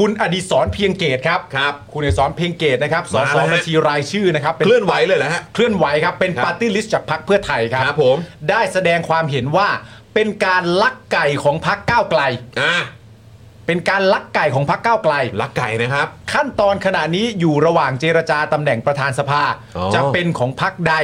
[SPEAKER 2] คุณอดิศรเพียงเกตครับ
[SPEAKER 1] ครับ
[SPEAKER 2] คุณอดิศรเพียงเกตนะครับส
[SPEAKER 1] มา
[SPEAKER 2] ส
[SPEAKER 1] แล้วฮะ
[SPEAKER 2] บัญชีรายชื่อนะครับป็
[SPEAKER 1] เคลื่อนไหวเลยแหละฮะ
[SPEAKER 2] เคลื่อนไหวครับ เป็น
[SPEAKER 1] ครับ
[SPEAKER 2] ปาร์ตี้ลิสต์จากพักเพื่อไทยครับ
[SPEAKER 1] ครับผม
[SPEAKER 2] ได้แสดงความเห็นว่าเป็นการลักไก่ของพักก้าวไกล
[SPEAKER 1] อ่ะ
[SPEAKER 2] เป็นการลักไก่ของพักก้าวไกล
[SPEAKER 1] ลักไก่นะครับ
[SPEAKER 2] ขั้นตอนขณะนี้อยู่ระหว่างเจรจาตำแหน่งประธานสภา
[SPEAKER 1] อ๋อ
[SPEAKER 2] จะเป็นของพักใด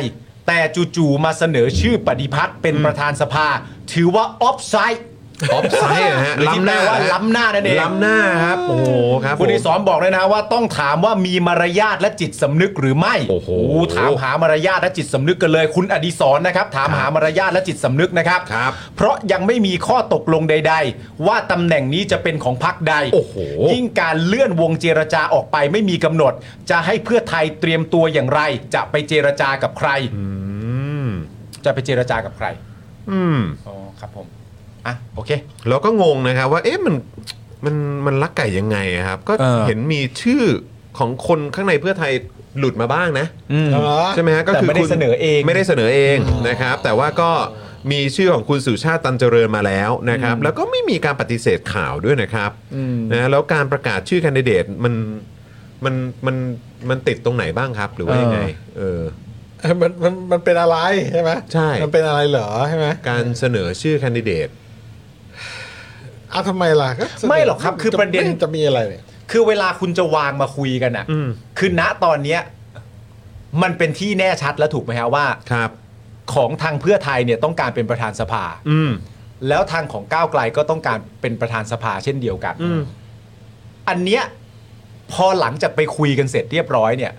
[SPEAKER 2] แต่จู่ๆมาเสนอชื่อปฏิพัฒน์เป็นประธานสภา ถือว่าออฟไซด์
[SPEAKER 1] ออฟไซด์นะฮะ
[SPEAKER 2] หรือที่แปลว่าล้ำหน้านั่นเอง
[SPEAKER 1] ล้ำหน้าครับ โอ้โหครับ
[SPEAKER 2] คุณ
[SPEAKER 1] ผม
[SPEAKER 2] ที่สอนบอกเลยนะว่าต้องถามว่ามีมารยาทและจิตสำนึกหรือไม่
[SPEAKER 1] โอ้โห
[SPEAKER 2] ถามหามารยาทและจิตสำนึกกันเลย คุณอดีศรนะครับ ถามหามารยาทและจิตสำนึกนะครับ
[SPEAKER 1] ครับ
[SPEAKER 2] เพราะยังไม่มีข้อตกลงใด ๆ ว่าตำแหน่งนี้จะเป็นของพรรคใด
[SPEAKER 1] โอ้โห
[SPEAKER 2] ยิ่งการเลื่อนวงเจรจาออกไปไม่มีกำหนด จะให้เพื่อไทยเตรียมตัวอย่างไร จะไปเจรจากับใคร
[SPEAKER 1] อืม
[SPEAKER 2] จะไปเจรจากับใคร
[SPEAKER 1] อืม
[SPEAKER 2] อ๋อครับผมอ่ะโอเค
[SPEAKER 1] เราก็งงนะครับว่า เอ๊ะ มัน มัน มันลักไก่ยังไงอะครับ ก็
[SPEAKER 2] เออ
[SPEAKER 1] เห็นมีชื่อของคนข้างในเพื่อไทยหลุดมาบ้างนะ
[SPEAKER 2] อืม
[SPEAKER 3] เหรอ
[SPEAKER 1] ใช่ไหมฮะ ก็
[SPEAKER 2] แต่
[SPEAKER 1] คือ
[SPEAKER 2] ไม่ได้
[SPEAKER 1] คุณ
[SPEAKER 2] เสนอเอง
[SPEAKER 1] ไม่ได้เสนอเองนะครับ แต่ว่าก็มีชื่อของคุณสุชาติตันเจริญมาแล้วนะครับ แล้วก็ไม่มีการปฏิเสธข่าวด้วยนะครับนะแล้วการประกาศชื่อแคนดิเดตมันมันมันมันติดตรงไหนบ้างครับ หรือว่ายังไง เออ
[SPEAKER 3] มันมันมันเป็นอะไรใช่ไหม
[SPEAKER 1] ใช่
[SPEAKER 3] มันเป็นอะไรเหรอใช่ไหม
[SPEAKER 1] การเสนอชื่อแคนดิเดต
[SPEAKER 3] อ้าวทำไมล่ะก็
[SPEAKER 2] ไม่หรอกครับคือประเด็น
[SPEAKER 3] ไม่จะมีอะไรเนี่ย
[SPEAKER 2] คือเวลาคุณจะวางมาคุยกันอ่ะ
[SPEAKER 1] อืม
[SPEAKER 2] คือณตอนเนี้ยมันเป็นที่แน่ชัดแล้วถูกไหมฮะว่า
[SPEAKER 1] ครับ
[SPEAKER 2] ของทางเพื่อไทยเนี่ยต้องการเป็นประธานสภา
[SPEAKER 1] อืม
[SPEAKER 2] แล้วทางของก้าวไกลก็ต้องการเป็นประธานสภาเช่นเดียวกัน
[SPEAKER 1] อืม
[SPEAKER 2] อันเนี้ยพอหลังจากไปคุยกันเสร็จเรียบร้อยเนี่ย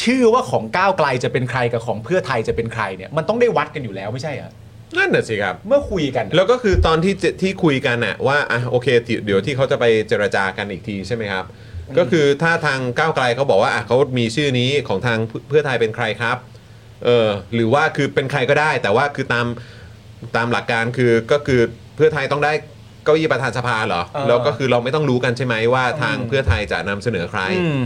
[SPEAKER 2] ชื่อว่าของก้าวไกลจะเป็นใครกับของเพื่อไทยจะเป็นใครเนี่ยมันต้องได้วัดกันอยู่แล้วไม่ใช่เหรอ
[SPEAKER 1] นั่นน่ะสิครับ
[SPEAKER 2] เมื่อคุยกันอะ
[SPEAKER 1] แล้วก็คือตอนที่เจที่คุยกันน่ะว่าอ่ะโอเคเดี๋ยวเดี๋ยวที่เขาจะไปเจรจากันอีกทีใช่ไหมครับ ก็คือถ้าทางก้าวไกลเขาบอกว่าอ่ะเขามีชื่อนี้ของทางเพื่อเพื่อไทยเป็นใครครับเออหรือว่าคือเป็นใครก็ได้ แต่ว่าคือตามตามหลักการคือก็คือเพื่อไทยต้องได้เก้าอี้ประธานสภาเหรอแล้วก็คือเราไม่ต้องรู้กันใช่ไหมว่าทางเพื่อไทยจะนำเสนอใคร
[SPEAKER 2] อืม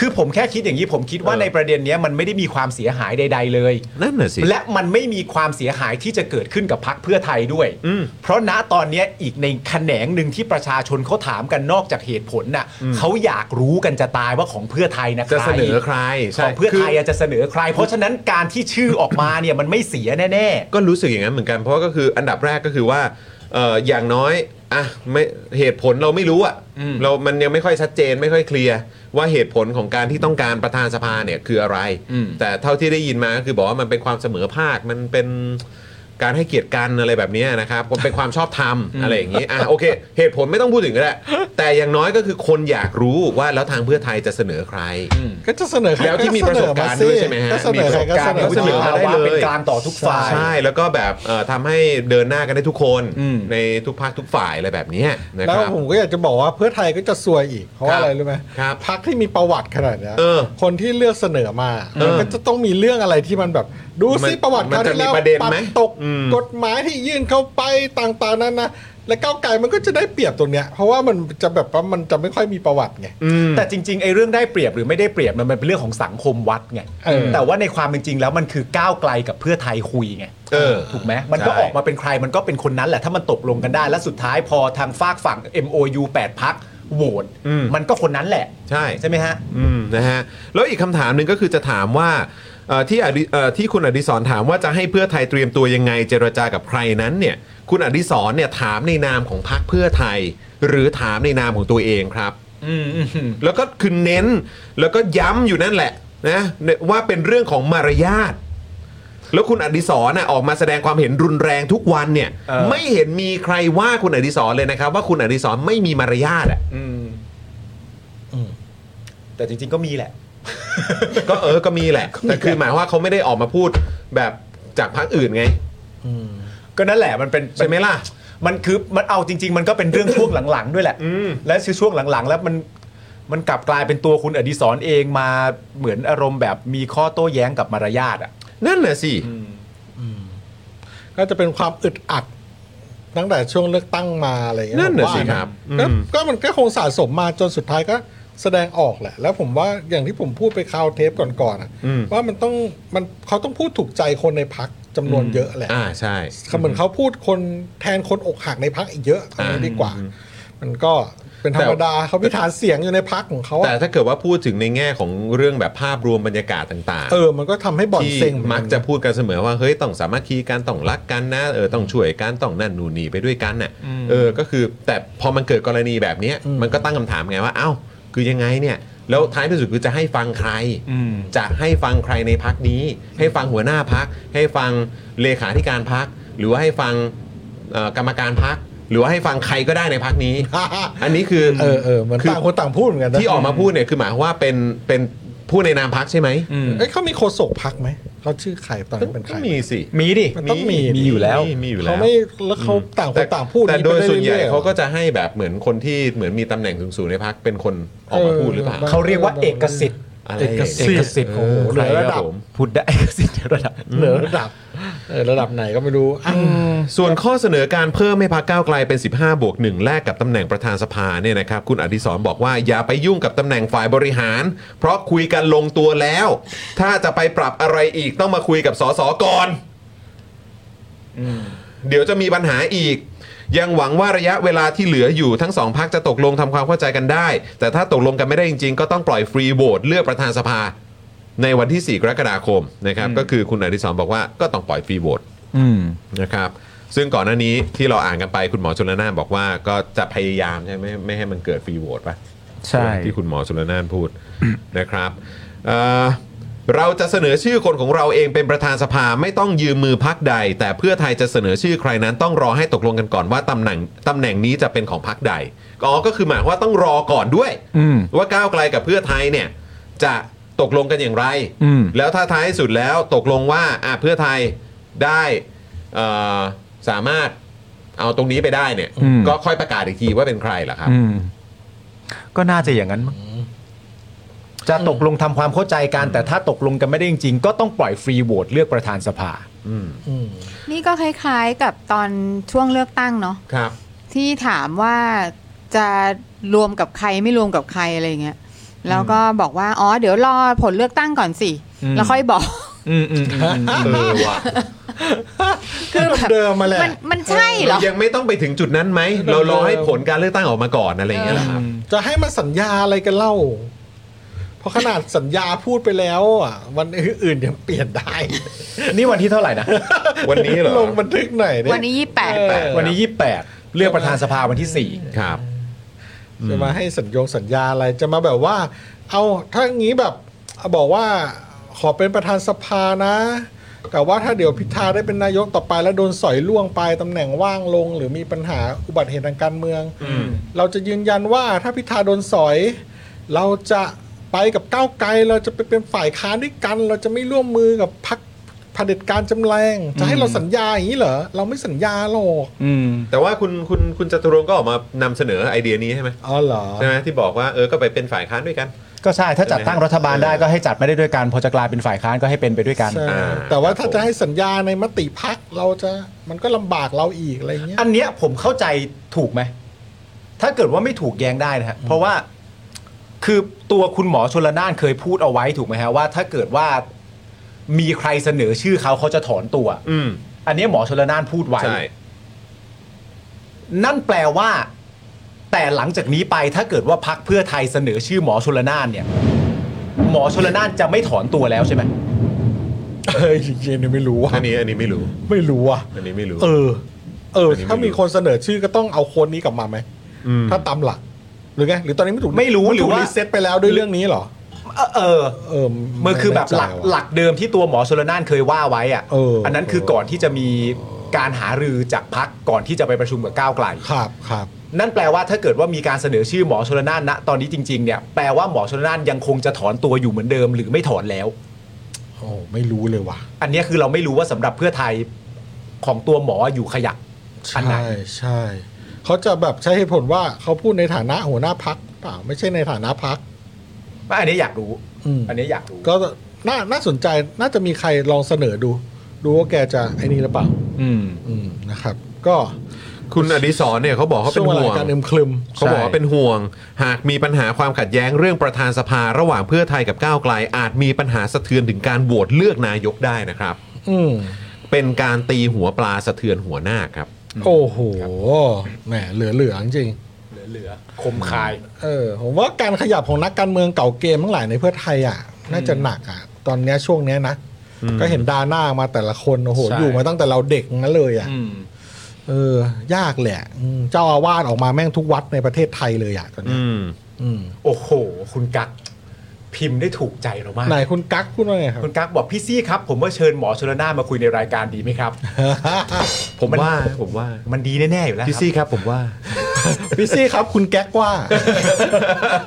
[SPEAKER 2] คือผมแค่คิดอย่างนี้ผมคิดว่า
[SPEAKER 1] เออ
[SPEAKER 2] ในประเด็นเนี้ยมันไม่ได้มีความเสียหายใด ๆ เลย
[SPEAKER 1] นั่นน่ะสิ
[SPEAKER 2] และมันไม่มีความเสียหายที่จะเกิดขึ้นกับพักเพื่อไทยด้วย
[SPEAKER 1] อืม
[SPEAKER 2] เพราะณตอนเนี้ยอีกในแขนงหนึ่งที่ประชาชนเขาถามกันนอกจากเหตุผลน่ะเขาอยากรู้กันจะตายว่าของเพื่อไทยนะ
[SPEAKER 1] จะเสนอใครใช่
[SPEAKER 2] ของเพื่อไทยอะจะเสนอใคร เพราะฉะนั้นการที่ชื่อออกมาเนี่ยมันไม่เสียแน่
[SPEAKER 1] ก็รู้สึกอย่างนั้นเหมือนกันเพราะก็คืออันดับแรกก็คือว่าเอ่ออย่างน้อยอ่ะไม่เหตุผลเราไม่รู้อ่ะ
[SPEAKER 2] อืม
[SPEAKER 1] เรา มันยังไม่ค่อยชัดเจนไม่ค่อยเคลียร์ว่าเหตุผลของการที่ต้องการประธานสภาเนี่ยคืออะไร แต่เท่าที่ได้ยินมาก็คือบอกว่ามันเป็นความเสมอภาคมันเป็น การให้เกียรติกันอะไรแบบเนี้ยนะครับเป็นความชอบธรรมอะไรอย่างนี้อ่ะโอเค เหตุผลไม่ต้องพูดถึงก็ได้แต่อย่างน้อยก็คือคนอยากรู้ว่าแล้วทางเพื่อไทยจะเสนอใคร
[SPEAKER 3] ก็จะเสนอใค
[SPEAKER 1] แล้วที่มีประสบการณ์ด้วยใช่ไหมฮะ
[SPEAKER 3] ก็เสนอใครก็
[SPEAKER 2] กา
[SPEAKER 3] เส
[SPEAKER 2] ร
[SPEAKER 3] นอ
[SPEAKER 2] วุฒิภาวะเป็นกลางต่อทุกฝ่าย
[SPEAKER 1] ใช่แล้วก็แบบเอ่อทำให้เดินหน้ากันได้ทุกคน
[SPEAKER 2] อืม
[SPEAKER 1] ในทุกภาคทุกฝ่ายอะไรแบบเนี้ยนะ
[SPEAKER 3] แล้
[SPEAKER 1] คว รับ
[SPEAKER 3] ผมก็อยากจะบอกว่าเพื่อไทยก็จะซวยอีก เพราะ
[SPEAKER 1] ครั
[SPEAKER 3] ว่า
[SPEAKER 1] บ
[SPEAKER 3] อะไรรู้ไหม
[SPEAKER 1] ครับ
[SPEAKER 3] พักที่มีประวัติขนาดเนี้ย
[SPEAKER 1] เออ
[SPEAKER 3] คนที่เลือกเสนอมา
[SPEAKER 1] เออ
[SPEAKER 3] มันก็จะต้องมีเรื่องอะไรที่มันแบบ ดู
[SPEAKER 1] มัน
[SPEAKER 3] ซิประวัติ
[SPEAKER 1] มัน
[SPEAKER 3] เขาว
[SPEAKER 1] จะ
[SPEAKER 3] ที่แล้ว
[SPEAKER 1] มีประเด็นไหม
[SPEAKER 3] ปัดตก
[SPEAKER 1] อืม
[SPEAKER 3] กฎหมายที่ยื่นเข้าไปต่างๆนั้นนะและก้าวไกลมันก็จะได้เปรียบตรงเนี้ยเพราะว่ามันจะแบบว่ามันจะไม่ค่อยมีประวัติไง
[SPEAKER 2] แต่จริงๆไอ้เรื่องได้เปรียบหรือไม่ได้เปรียบมันเป็นเรื่องของสังคมวัดไง
[SPEAKER 3] เออ
[SPEAKER 2] แต่ว่าในความเป็นจริงแล้วมันคือก้าวไกลกับเพื่อไทยคุยไง
[SPEAKER 1] เออ
[SPEAKER 2] ถูกไหมมันก็
[SPEAKER 1] ใช่
[SPEAKER 2] ออกมาเป็นใครมันก็เป็นคนนั้นแหละถ้ามันตกลงกันได้ และสุดท้ายพอทางฝากฝั่ง MOU 8พักโหวต
[SPEAKER 1] อืม
[SPEAKER 2] มันก็คนนั้นแหละ
[SPEAKER 1] ใช่
[SPEAKER 2] ใช่ไหมฮะ
[SPEAKER 1] อืมนะฮะแล้วอีกคำถามหนึ่งก็คือจะถามว่าเอ่อที่อดิเอ่อที่คุณอดิศรถามว่าจะให้เพื่อไทยเตรียมตัวยังไงเจรจากับใครนั้นเนี่ย คุณอดิศรเนี่ยถามในนามของพรรคเพื่อไทย หรือถามในนามของตัวเองครับ
[SPEAKER 2] อืมอืมอืม
[SPEAKER 1] แล้วก็คือเน้นแล้วก็ย้ำอยู่นั่นแหละนะว่าเป็นเรื่องของมารยาทแล้วคุณอดิศรน่ะออกมาแสดงความเห็นรุนแรงทุกวันเนี่ย
[SPEAKER 2] เออ
[SPEAKER 1] ไม่เห็นมีใครว่าคุณอดิศรเลยนะครับ ว่าคุณอดิศรไม่มีมารยาทอ่ะ
[SPEAKER 2] แต่จริง ๆก็มีแหละ
[SPEAKER 1] ก็เออ ก็มีแหละ แต่คือหมายว่าเขาไม่ได้ออกมาพูดแบบจากพรรคอื่นไง
[SPEAKER 2] ก็นั่นแหละมันเป็น
[SPEAKER 1] ใช่ไหมล่ะ
[SPEAKER 2] มันคือมันเอาจริง ๆ มันก็เป็นเรื่อง ช่วงหลังๆ ด้วยแหละและคือช่วงหลังๆ แล้วมันมันกลับกลายเป็นตัวคุณอดิศรเองมาเหมือนอารมณ์แบบมีข้อโต้แย้งกับมารยาทอ่ะ
[SPEAKER 1] นั่นน่ะสิ
[SPEAKER 3] ก็จะเป็นความอึดอัดตั้งแต่ช่วงเลือกตั้งมาอะไรอย่างเงี้ย
[SPEAKER 1] นั่นน่ะ
[SPEAKER 3] ผมว่า
[SPEAKER 1] สิครับ
[SPEAKER 3] ก็
[SPEAKER 1] อืม
[SPEAKER 3] ก็มันก็คงสะสมมาจนสุดท้ายก็แสดงออกแหละ แล้วผมว่าอย่างที่ผมพูดไปคราวเทปก่อนๆอะว่ามันต้องมันเขาต้องพูดถูกใจคนในพักจำนวนเยอะแหละ
[SPEAKER 1] อ่าใช่
[SPEAKER 3] เขาเหมือนเขาพูดคนแทนคนอกหักในพักอีกเยอะอันนี้ดีกว่า มันก็เป็นธรรมดาเขาพิธานเสียงอยู่ในพักของเขาอะ
[SPEAKER 1] แต่ถ้าเกิดว่าพูดถึงในแง่ของเรื่องแบบภาพรวมบรรยากาศต่าง
[SPEAKER 3] เออมันก็ทำให้บ่อน
[SPEAKER 1] ที่
[SPEAKER 3] เซ็งเหอนน
[SPEAKER 1] มักจะพูดกันเสมอว่าเฮ้ยต้องสามัคคีกันต้องรักกันนะเออต้องช่วยกันต้องนั่นนู่นนี่ไปด้วยกันน่ะเออก็คือแต่พอมันเกิดกรณีแบบเนี้ยมันก็ตั้งคำถามไงว่าเอ้าคือยังไงเนี่ยแล้วท้ายที่สุดคือจะให้ฟังใคร จะให้ฟังใครในพักนี้ ให้ฟังหัวหน้าพัก ให้ฟังเลขาธิการพัก หรือว่าให้ฟังเอ่อกรรมการพัก หรือว่าให้ฟังใครก็ได้ในพักนี้ อันนี้คือ
[SPEAKER 3] เออเออเหมือน
[SPEAKER 1] คื
[SPEAKER 3] ต่างคนต่างพูดเหมือนกันนะ
[SPEAKER 1] ที่ออกมาพูดเนี่ยคือหมายความว่าเป็นเป็นผู้ในนามพักใช่ไหม
[SPEAKER 3] เอ้ยเขามีโฆษกพักไหมเขาชื่อใครตอนนั้นเป็นใค
[SPEAKER 1] ก็
[SPEAKER 3] ร
[SPEAKER 1] มีสิ
[SPEAKER 2] มีดิ
[SPEAKER 3] มันต้องมี
[SPEAKER 2] มีอยู่แล้ว
[SPEAKER 1] มีอยู่แล้
[SPEAKER 3] เขา
[SPEAKER 1] ว
[SPEAKER 3] ไม่แล้วเขาต่างคนต่างพูด
[SPEAKER 1] แต่โดยส่วนใหญ่
[SPEAKER 3] รื่อๆ
[SPEAKER 1] เขาก็จะให้แบบเหมือนคนที่เหมือนมีตำแหน่งสูงๆในพักเป็นคนออกมาพูดหรือเปล่า
[SPEAKER 2] เขาเรียกว่าเอกสิทธิ์
[SPEAKER 1] อะไร
[SPEAKER 3] เอกสิทธิ์โอ้โหเห
[SPEAKER 1] ใค
[SPEAKER 3] ลื
[SPEAKER 1] ร
[SPEAKER 3] อ
[SPEAKER 1] ค
[SPEAKER 3] ระดั
[SPEAKER 1] รับบ ผม
[SPEAKER 2] พูดได้เอกสิทธิ์ระดับ
[SPEAKER 3] เหลือระดับเออระดับไหนก็ไม่รู้อ่ะ
[SPEAKER 1] ส่วนข้อเสนอการเพิ่มให้พักก้าวไกลเป็น 15 บวกหนึ่งแลกกับตำแหน่งประธานสภาเนี่ยนะครับคุณอดิศรบอกว่าอย่าไปยุ่งกับตำแหน่งฝ่ายบริหาร เพราะคุยกันลงตัวแล้ว ถ้าจะไปปรับอะไรอีกต้องมาคุยกับสสก่อน เดี๋ยวจะมีปัญหาอีก ยังหวังว่าระยะเวลาที่เหลืออยู่ทั้งสองพักจะตกลงทำความเข้าใจกันได้ แต่ถ้าตกลงกันไม่ได้จริงๆ ก็ต้องปล่อยฟรีโหวตเลือกประธานสภา ในวันที่ 4 กรกฎาคมนะครับก็คือคุณอดิศรบอกว่าก็ต้องปล่อยฟรีโหวต
[SPEAKER 2] อืม
[SPEAKER 1] นะครับซึ่งก่อนหน้านี้ที่เราอ่านกันไปคุณหมอชลนานบอกว่าก็จะพยายามใช่ไหมไม่ให้มันเกิดฟรีโหวตปะ
[SPEAKER 10] ใช่
[SPEAKER 1] ที่คุณหมอชลนานพูด นะครับเอ่อเราจะเสนอชื่อคนของเราเองเป็นประธานสภาไม่ต้องยืมมือพักใด แต่เพื่อไทยจะเสนอชื่อใครนั้นต้องรอให้ตกลงกันก่อนว่าตำแหน่งตำแหน่งนี้จะเป็นของพักใดก็ก็คือหมายว่าต้องรอก่อนด้วย
[SPEAKER 2] อืม
[SPEAKER 1] ว่าก้าวไกลกับเพื่อไทยเนี่ยจะตกลงกันอย่างไร
[SPEAKER 2] อืม
[SPEAKER 1] แล้วถ้าท้ายสุดแล้วตกลงว่าอ่ะเพื่อไทยได้เอ่อสามารถเอาตรงนี้ไปได้เนี่ย
[SPEAKER 2] อืม
[SPEAKER 1] ก็ค่อยประกาศอีกทีว่าเป็นใครเหรอครับ
[SPEAKER 2] อืม ก็น่าจะอย่างนั้นมั้งจะตกลงทำความเข้าใจกันแต่ถ้าตกลงกันไม่ได้จริงๆก็ต้องปล่อยฟรีโหวตเลือกประธานสภา
[SPEAKER 3] อืม
[SPEAKER 4] นี่ก็คล้ายๆกับตอนช่วงเลือกตั้งเนาะ
[SPEAKER 1] ครับ
[SPEAKER 4] ที่ถามว่าจะรวมกับใครไม่รวมกับใครอะไรอย่างเงี้ยแล้วก็บอกว่าอ๋อเดี๋ยวรอผลเลือกตั้งก่อนสิ
[SPEAKER 2] อืม
[SPEAKER 4] แล้วค่อยบอก
[SPEAKER 2] อืมอืมอืม
[SPEAKER 1] เออว่ะ
[SPEAKER 4] คือแบบ
[SPEAKER 3] เดิมมาแหละ
[SPEAKER 4] มันมันใช่เหรอ
[SPEAKER 1] ยังไม่ต้องไปถึงจุดนั้นไหม เรารอให้ผลการเลือกตั้งออกมาก่อนอะไรอย่างเงี้ยเหรอครับ
[SPEAKER 3] จะให้มันสัญญาอะไรกันเล่าเพราะขนาดสัญญาพูดไปแล้ว อ่ะ วันอื่นๆยังเปลี่ยนได้
[SPEAKER 2] นี่วันที่เท่าไหร่นะ
[SPEAKER 1] วันนี้เหรอ
[SPEAKER 3] ลงบันทึกหน่อยดิ
[SPEAKER 4] วันนี้ยี่แปด
[SPEAKER 3] เออ
[SPEAKER 2] วันนี้ 28 เลือกประธานสภาวันที่
[SPEAKER 1] ครับ
[SPEAKER 3] จะมาให้สัญญงสัญญาอะไรจะมาแบบว่า เอาถ้างี้แบบบอกว่าขอเป็นประธานสภานะ แต่ว่าถ้าเดี๋ยวพิธาได้เป็นนายกต่อไปแล้วโดนสอยล่วงไปตำแหน่งว่างลง หรือมีปัญหาอุบัติเหตุทางการเมือง เราจะยืนยันว่าถ้าพิธาโดนสอย เราจะไปกับก้าวไกลเราจะไปเป็นฝ่ายค้านด้วยกัน เราจะไม่ร่วมมือกับพรรคเผด็จการจำแรง จะให้เราสัญญาอย่างนี้เหรอเราไม่สัญญาหรอก
[SPEAKER 2] อืม
[SPEAKER 1] แต่ว่าคุณคุณคุณจตุรงค์ก็ออกมานำเสนอไอเดียนี้ใช่ไหม
[SPEAKER 3] อ๋อเหรอ
[SPEAKER 1] ใช่ไหมที่บอกว่าเออก็ไปเป็นฝ่ายค้านด้วยกัน
[SPEAKER 2] ก็ใช่ถ้าจัดตั้งรัฐบาลได้ก็ให้จัดไม่ได้ด้วยกันพอจะกลายเป็นฝ่ายค้านก็ให้เป็นไปด้วยกัน
[SPEAKER 3] ใช่
[SPEAKER 1] อ่า
[SPEAKER 3] แต่ว่า
[SPEAKER 1] ครับ
[SPEAKER 3] ถ้า
[SPEAKER 1] ผ
[SPEAKER 3] จะ
[SPEAKER 1] ม
[SPEAKER 3] ให้สัญญาในมติพักเราจะมันก็ลำบากเราอีกอะไรเงี้ย
[SPEAKER 2] อันเนี้ยผมเข้าใจถูกไหม ถ้าเกิดว่าไม่ถูกแย้งได้นะฮะ เพราะว่าคือตัวคุณหมอชลนานเคยพูดเอาไว้ถูกไหมฮะว่า ถ้าเกิดว่ามีใครเสนอชื่อเขาเขาจะถอนตัว
[SPEAKER 1] อืม
[SPEAKER 2] อันเนี้ยหมอชลนานพูดไว้
[SPEAKER 1] ใช่
[SPEAKER 2] นั่นแปลว่า แต่หลังจากนี้ไปถ้าเกิดว่าพักเพื่อไทยเสนอชื่อหมอชลนานเนี่ย หมอชลนานจะไม่ถอนตัวแล้วใช่ไหม
[SPEAKER 3] เฮ้ยจริงๆเนี่ยไม่รู้ว่า
[SPEAKER 1] อันนี้อันนี้ไม่รู้
[SPEAKER 3] ไม่รู้อ่ะ
[SPEAKER 1] อันนี้ไม่รู้
[SPEAKER 3] เออ เออ
[SPEAKER 1] อันนี้ไม่รู้
[SPEAKER 3] ถ้ามีคนเสนอชื่อก็ต้องเอาคนนี้กลับมาไหม
[SPEAKER 1] ม
[SPEAKER 3] ถ้าตามหลักหรือไงหรือตอนนี้ไม่ถูก
[SPEAKER 2] ไม่รู้
[SPEAKER 3] น
[SPEAKER 2] หรือ
[SPEAKER 3] ถูก
[SPEAKER 2] ว่า
[SPEAKER 3] รีเซ็ตไปแล้วด้วยเรื่องนี้เหรอ
[SPEAKER 2] เออเออ
[SPEAKER 3] เออไ
[SPEAKER 2] มันคือแบบหลัก
[SPEAKER 3] แน่ใจว่ะ
[SPEAKER 2] หลักเดิมที่ตัวหมอชลนานเคยว่าไว้อะ
[SPEAKER 3] เอออั
[SPEAKER 2] นนั้นคือก่อนที่จะมีการหารือจากพักก่อนที่จะไปประชุมกับก้าวไกล
[SPEAKER 3] ครับครับ
[SPEAKER 2] นั่นแปลว่าถ้าเกิดว่ามีการเสนอชื่อหมอชลนานณตอนนี้จริงๆเนี่ยแปลว่าหมอชลนานยังคงจะถอนตัวอยู่เหมือนเดิมหรือไม่ถอนแล้ว
[SPEAKER 3] โอ้ไม่รู้เลยว่ะ
[SPEAKER 2] อันเนี้ยคือเราไม่รู้ว่าสำหรับเพื่อไทยของตัวหมออยู่ขยักอันไหน
[SPEAKER 3] ใช่ใช่เขาจะแบบใช้เหตุผลว่าเขาพูดในฐานะหัวหน้าพักเปล่าไม่ใช่ในฐานะพัก
[SPEAKER 2] ไม่อันเนี้ยอยากรู้
[SPEAKER 3] อืม
[SPEAKER 2] อันเนี้ยอยากรู้
[SPEAKER 3] ก็น่าน่าสนใจน่าจะมีใครลองเสนอดู ดูว่าแกจะไอ้นี่หรือเปล่า
[SPEAKER 2] อืม
[SPEAKER 3] อืมนะครับ ก็
[SPEAKER 1] คุณอดิศรเนี่ยเขาบอกเขา
[SPEAKER 3] ช่
[SPEAKER 1] เป็
[SPEAKER 3] วน งเวลา
[SPEAKER 1] ห่วง
[SPEAKER 3] การอึมครึม
[SPEAKER 1] เขาบอกว่าเป็นห่วง หากมีปัญหาความขัดแย้งเรื่องประธานสภาระหว่างเพื่อไทยกับก้าวไกล อาจมีปัญหาสะเทือนถึงการโหวตเลือกนายกได้นะครับ
[SPEAKER 3] อืม
[SPEAKER 1] เป็นการตีหัวปลาสะเทือนหัวหน้าครับ
[SPEAKER 3] โอ้โห แหม เหลือเหลือจริง
[SPEAKER 2] เหลือๆคมคาย
[SPEAKER 3] ๆเออ ผมว่าการขยับของนักการเมืองเก่าเกมทั้งหลายในเพื่อไทยอ่ะ น่าจะหนักอ่ะ ตอนเนี้ยช่วงเนี้ยนะ ก็เห็นดาหน้ามาแต่ละคน โอ้โห
[SPEAKER 2] ใช่
[SPEAKER 3] อยู่มาตั้งแต่เราเด็กงั้นเลยอ่ะ
[SPEAKER 2] อืม
[SPEAKER 3] เออ ยากแหละอืมเจ้าอาวาสออกมาแม่งทุกวัดในประเทศไทยเลยอ่ะตอนเนี้ย
[SPEAKER 1] อืม
[SPEAKER 3] อืม
[SPEAKER 2] โอ้โห คุณกักพิมพ์ได้ถูกใจเรามาก
[SPEAKER 3] ไหนคุณกั๊กพูดว่าไงครับ
[SPEAKER 2] คุณกั๊กบอกพี่ซี่ครับ ผมว่าเชิญหมอชลนานมาคุยในรายการดีไหมครับ
[SPEAKER 1] ผมว่าผมว่า
[SPEAKER 2] มันดีแน่ ๆ อยู่แล้ว
[SPEAKER 1] พี่ซี่ครับผมว่า
[SPEAKER 3] พี่ซี่ครับ คุณแก๊กว่า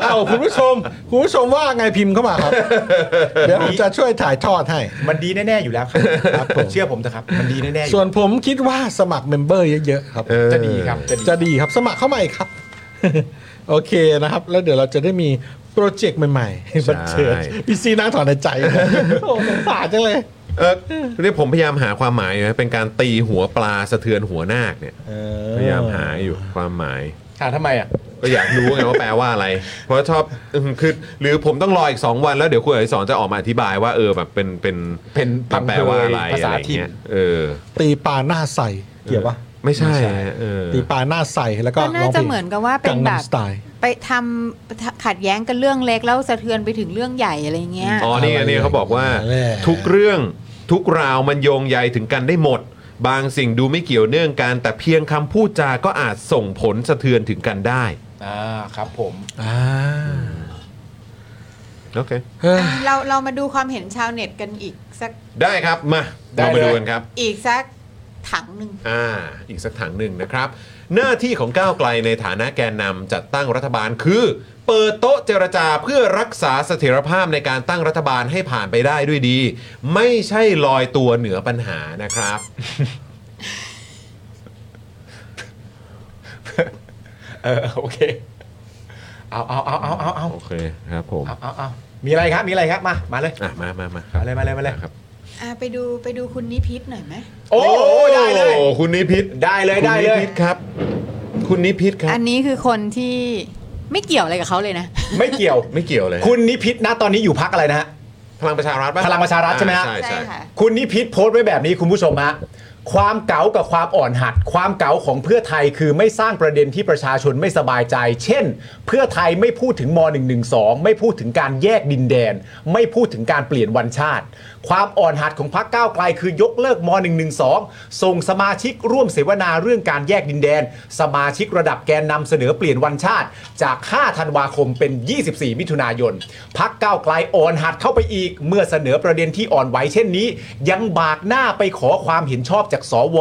[SPEAKER 3] เอาคุณผู้ชม คุณผู้ชมว่าไงพิมพ์เข้ามาครับ เดี๋ยวผมจะช่วยถ่ายทอดให้
[SPEAKER 2] มันดีแน่ ๆ อยู่แล้วครับ
[SPEAKER 3] ครับผม
[SPEAKER 2] เชื่อผมเถอะครับ มันดีแน่ ๆ อยู่
[SPEAKER 3] ส่วนผมคิดว่าสมัครเมมเบอร์เยอะๆครับ
[SPEAKER 1] เออ
[SPEAKER 2] จะดีครับ จะดี
[SPEAKER 3] จะดีครับสมัครเข้ามาอีกครับ โอเคนะครับ แล้วเดี๋ยวเราจะได้มีโปรเจกต์ใหม่ๆบันเทิงพี่ซีน่าถอนหายใจ โอ้สงสารจังเลย
[SPEAKER 1] เออนี่ผมพยายามหาความหมายอยู่นะเป็นการตีหัวปลาสะเทือนหัวหน้าเนี่ยพยายามหาอยู่ความหมาย
[SPEAKER 2] ถามทำไมอ่ะ
[SPEAKER 1] ก็อยากรู้ไงว่าแปลว่าอะไร เพราะชอบ อืมคือหรือผมต้องรออีก 2 วันแล้วเดี๋ยวคุณอดิศรจะออกมาอธิบายว่าเออแบบเป็นเป็น
[SPEAKER 2] เป็น
[SPEAKER 1] มันแปลว่าอะไร
[SPEAKER 2] ภาษา
[SPEAKER 1] อะไรอย่ง
[SPEAKER 2] ถิ่น
[SPEAKER 1] เงี้ยเออ
[SPEAKER 3] ตีปลาหน้าใสเกี่ยวปะ
[SPEAKER 1] ไม่ใช่เออ
[SPEAKER 3] ตีปลาหน้าใสแล้วก็
[SPEAKER 4] ก็
[SPEAKER 3] ร้
[SPEAKER 4] น่า
[SPEAKER 3] องเพ
[SPEAKER 4] จะ
[SPEAKER 3] ลง
[SPEAKER 4] เหมือนกับว่าเป็
[SPEAKER 3] กัน ง
[SPEAKER 4] แบ
[SPEAKER 3] นัม
[SPEAKER 4] บ
[SPEAKER 3] สไตล์
[SPEAKER 4] ไปทำขัดแย้งกันเรื่องเล็กแล้วสะเทือนไปถึงเรื่องใหญ่อะไรเงี้ย
[SPEAKER 1] อ๋อนี่ไงนี่เขาบอกว่า
[SPEAKER 3] แหละ
[SPEAKER 1] ทุกเรื่องทุกราวมันโยงใยถึงกันได้หมด บางสิ่งดูไม่เกี่ยวเนื่องกัน แต่เพียงคำพูดจาก็อาจส่งผลสะเทือนถึงกันได้
[SPEAKER 2] อ่าครับผม
[SPEAKER 3] อ่า
[SPEAKER 1] โอเค
[SPEAKER 3] เฮ้ย
[SPEAKER 4] เราเรามาดูความเห็นชาวเน็ตกันอีกสัก
[SPEAKER 1] ได้ครับมา
[SPEAKER 2] ได้
[SPEAKER 1] เรามา
[SPEAKER 2] เลย
[SPEAKER 1] ดูกันครับ
[SPEAKER 4] อีกสักถังหนึ่ง
[SPEAKER 1] อ่าอีกสักถังหนึ่งนะครับ หน้าที่ของก้าวไกลในฐานะแกนนำจัดตั้งรัฐบาลคือ เปิดโต๊ะเจรจาเพื่อรักษาเสถียรภาพในการตั้งรัฐบาลให้ผ่านไปได้ด้วยดี ไม่ใช่ลอยตัวเหนือปัญหานะครับ
[SPEAKER 2] เออโอเค เอาเอาเอาเอาเอาเอา
[SPEAKER 1] โอเคครับผม
[SPEAKER 2] เอาเอาเอามีอะไรครับมีอะไรครับมามาเลย
[SPEAKER 1] อ่ะมามามาครั
[SPEAKER 2] มา
[SPEAKER 1] บ
[SPEAKER 2] เลยมาเลยมาเลย
[SPEAKER 1] ครับ
[SPEAKER 4] อ่ะไปดูไปดูคุณนิพิษหน่อยไหม
[SPEAKER 2] โอ้ได้เลย
[SPEAKER 1] โอ้คุณนิพิษ
[SPEAKER 2] ได้เลยได้เล
[SPEAKER 1] คุณ
[SPEAKER 2] ย
[SPEAKER 1] นิพิษครับ คุณนิพิษครับ
[SPEAKER 4] อันนี้คือคนที่ไม่เกี่ยวอะไรกับเขาเลยนะ
[SPEAKER 2] ไม่เกี่ยว
[SPEAKER 1] ไม่เกี่ยวเลย
[SPEAKER 2] คุณนิพิษนะตอนนี้อยู่พักอะไรนะฮะ
[SPEAKER 1] พลังประชารัฐปะ
[SPEAKER 2] พลังประชารัฐใช่ไหมฮะ
[SPEAKER 1] ใช่ใช่
[SPEAKER 4] ค่ะ
[SPEAKER 2] คุณนิพิษโพสต์ไว้แบบนี้คุณผู้ชมฮะความเก๋ากับความอ่อนหัด ความเก๋าของเพื่อไทยคือไม่สร้างประเด็นที่ประชาชนไม่สบายใจ เช่น เพื่อไทยไม่พูดถึงม .112 ไม่พูดถึงการแยกดินแดน ไม่พูดถึงการเปลี่ยนวันชาติ ความอ่อนหัดของพักก้าวไกลคือยกเลิกม .112 ส่งสมาชิกร่วมเสวนาเรื่องการแยกดินแดน สมาชิกระดับแกนนำเสนอเปลี่ยนวันชาติ จาก 5 ธันวาคมเป็น 24 มิถุนายนพักก้าวไกลอ่อนหัดเข้าไปอีก เมื่อเสนอประเด็นที่อ่อนไหวเช่นนี้ ยังบากหน้าไปขอความเห็นชอบจากสว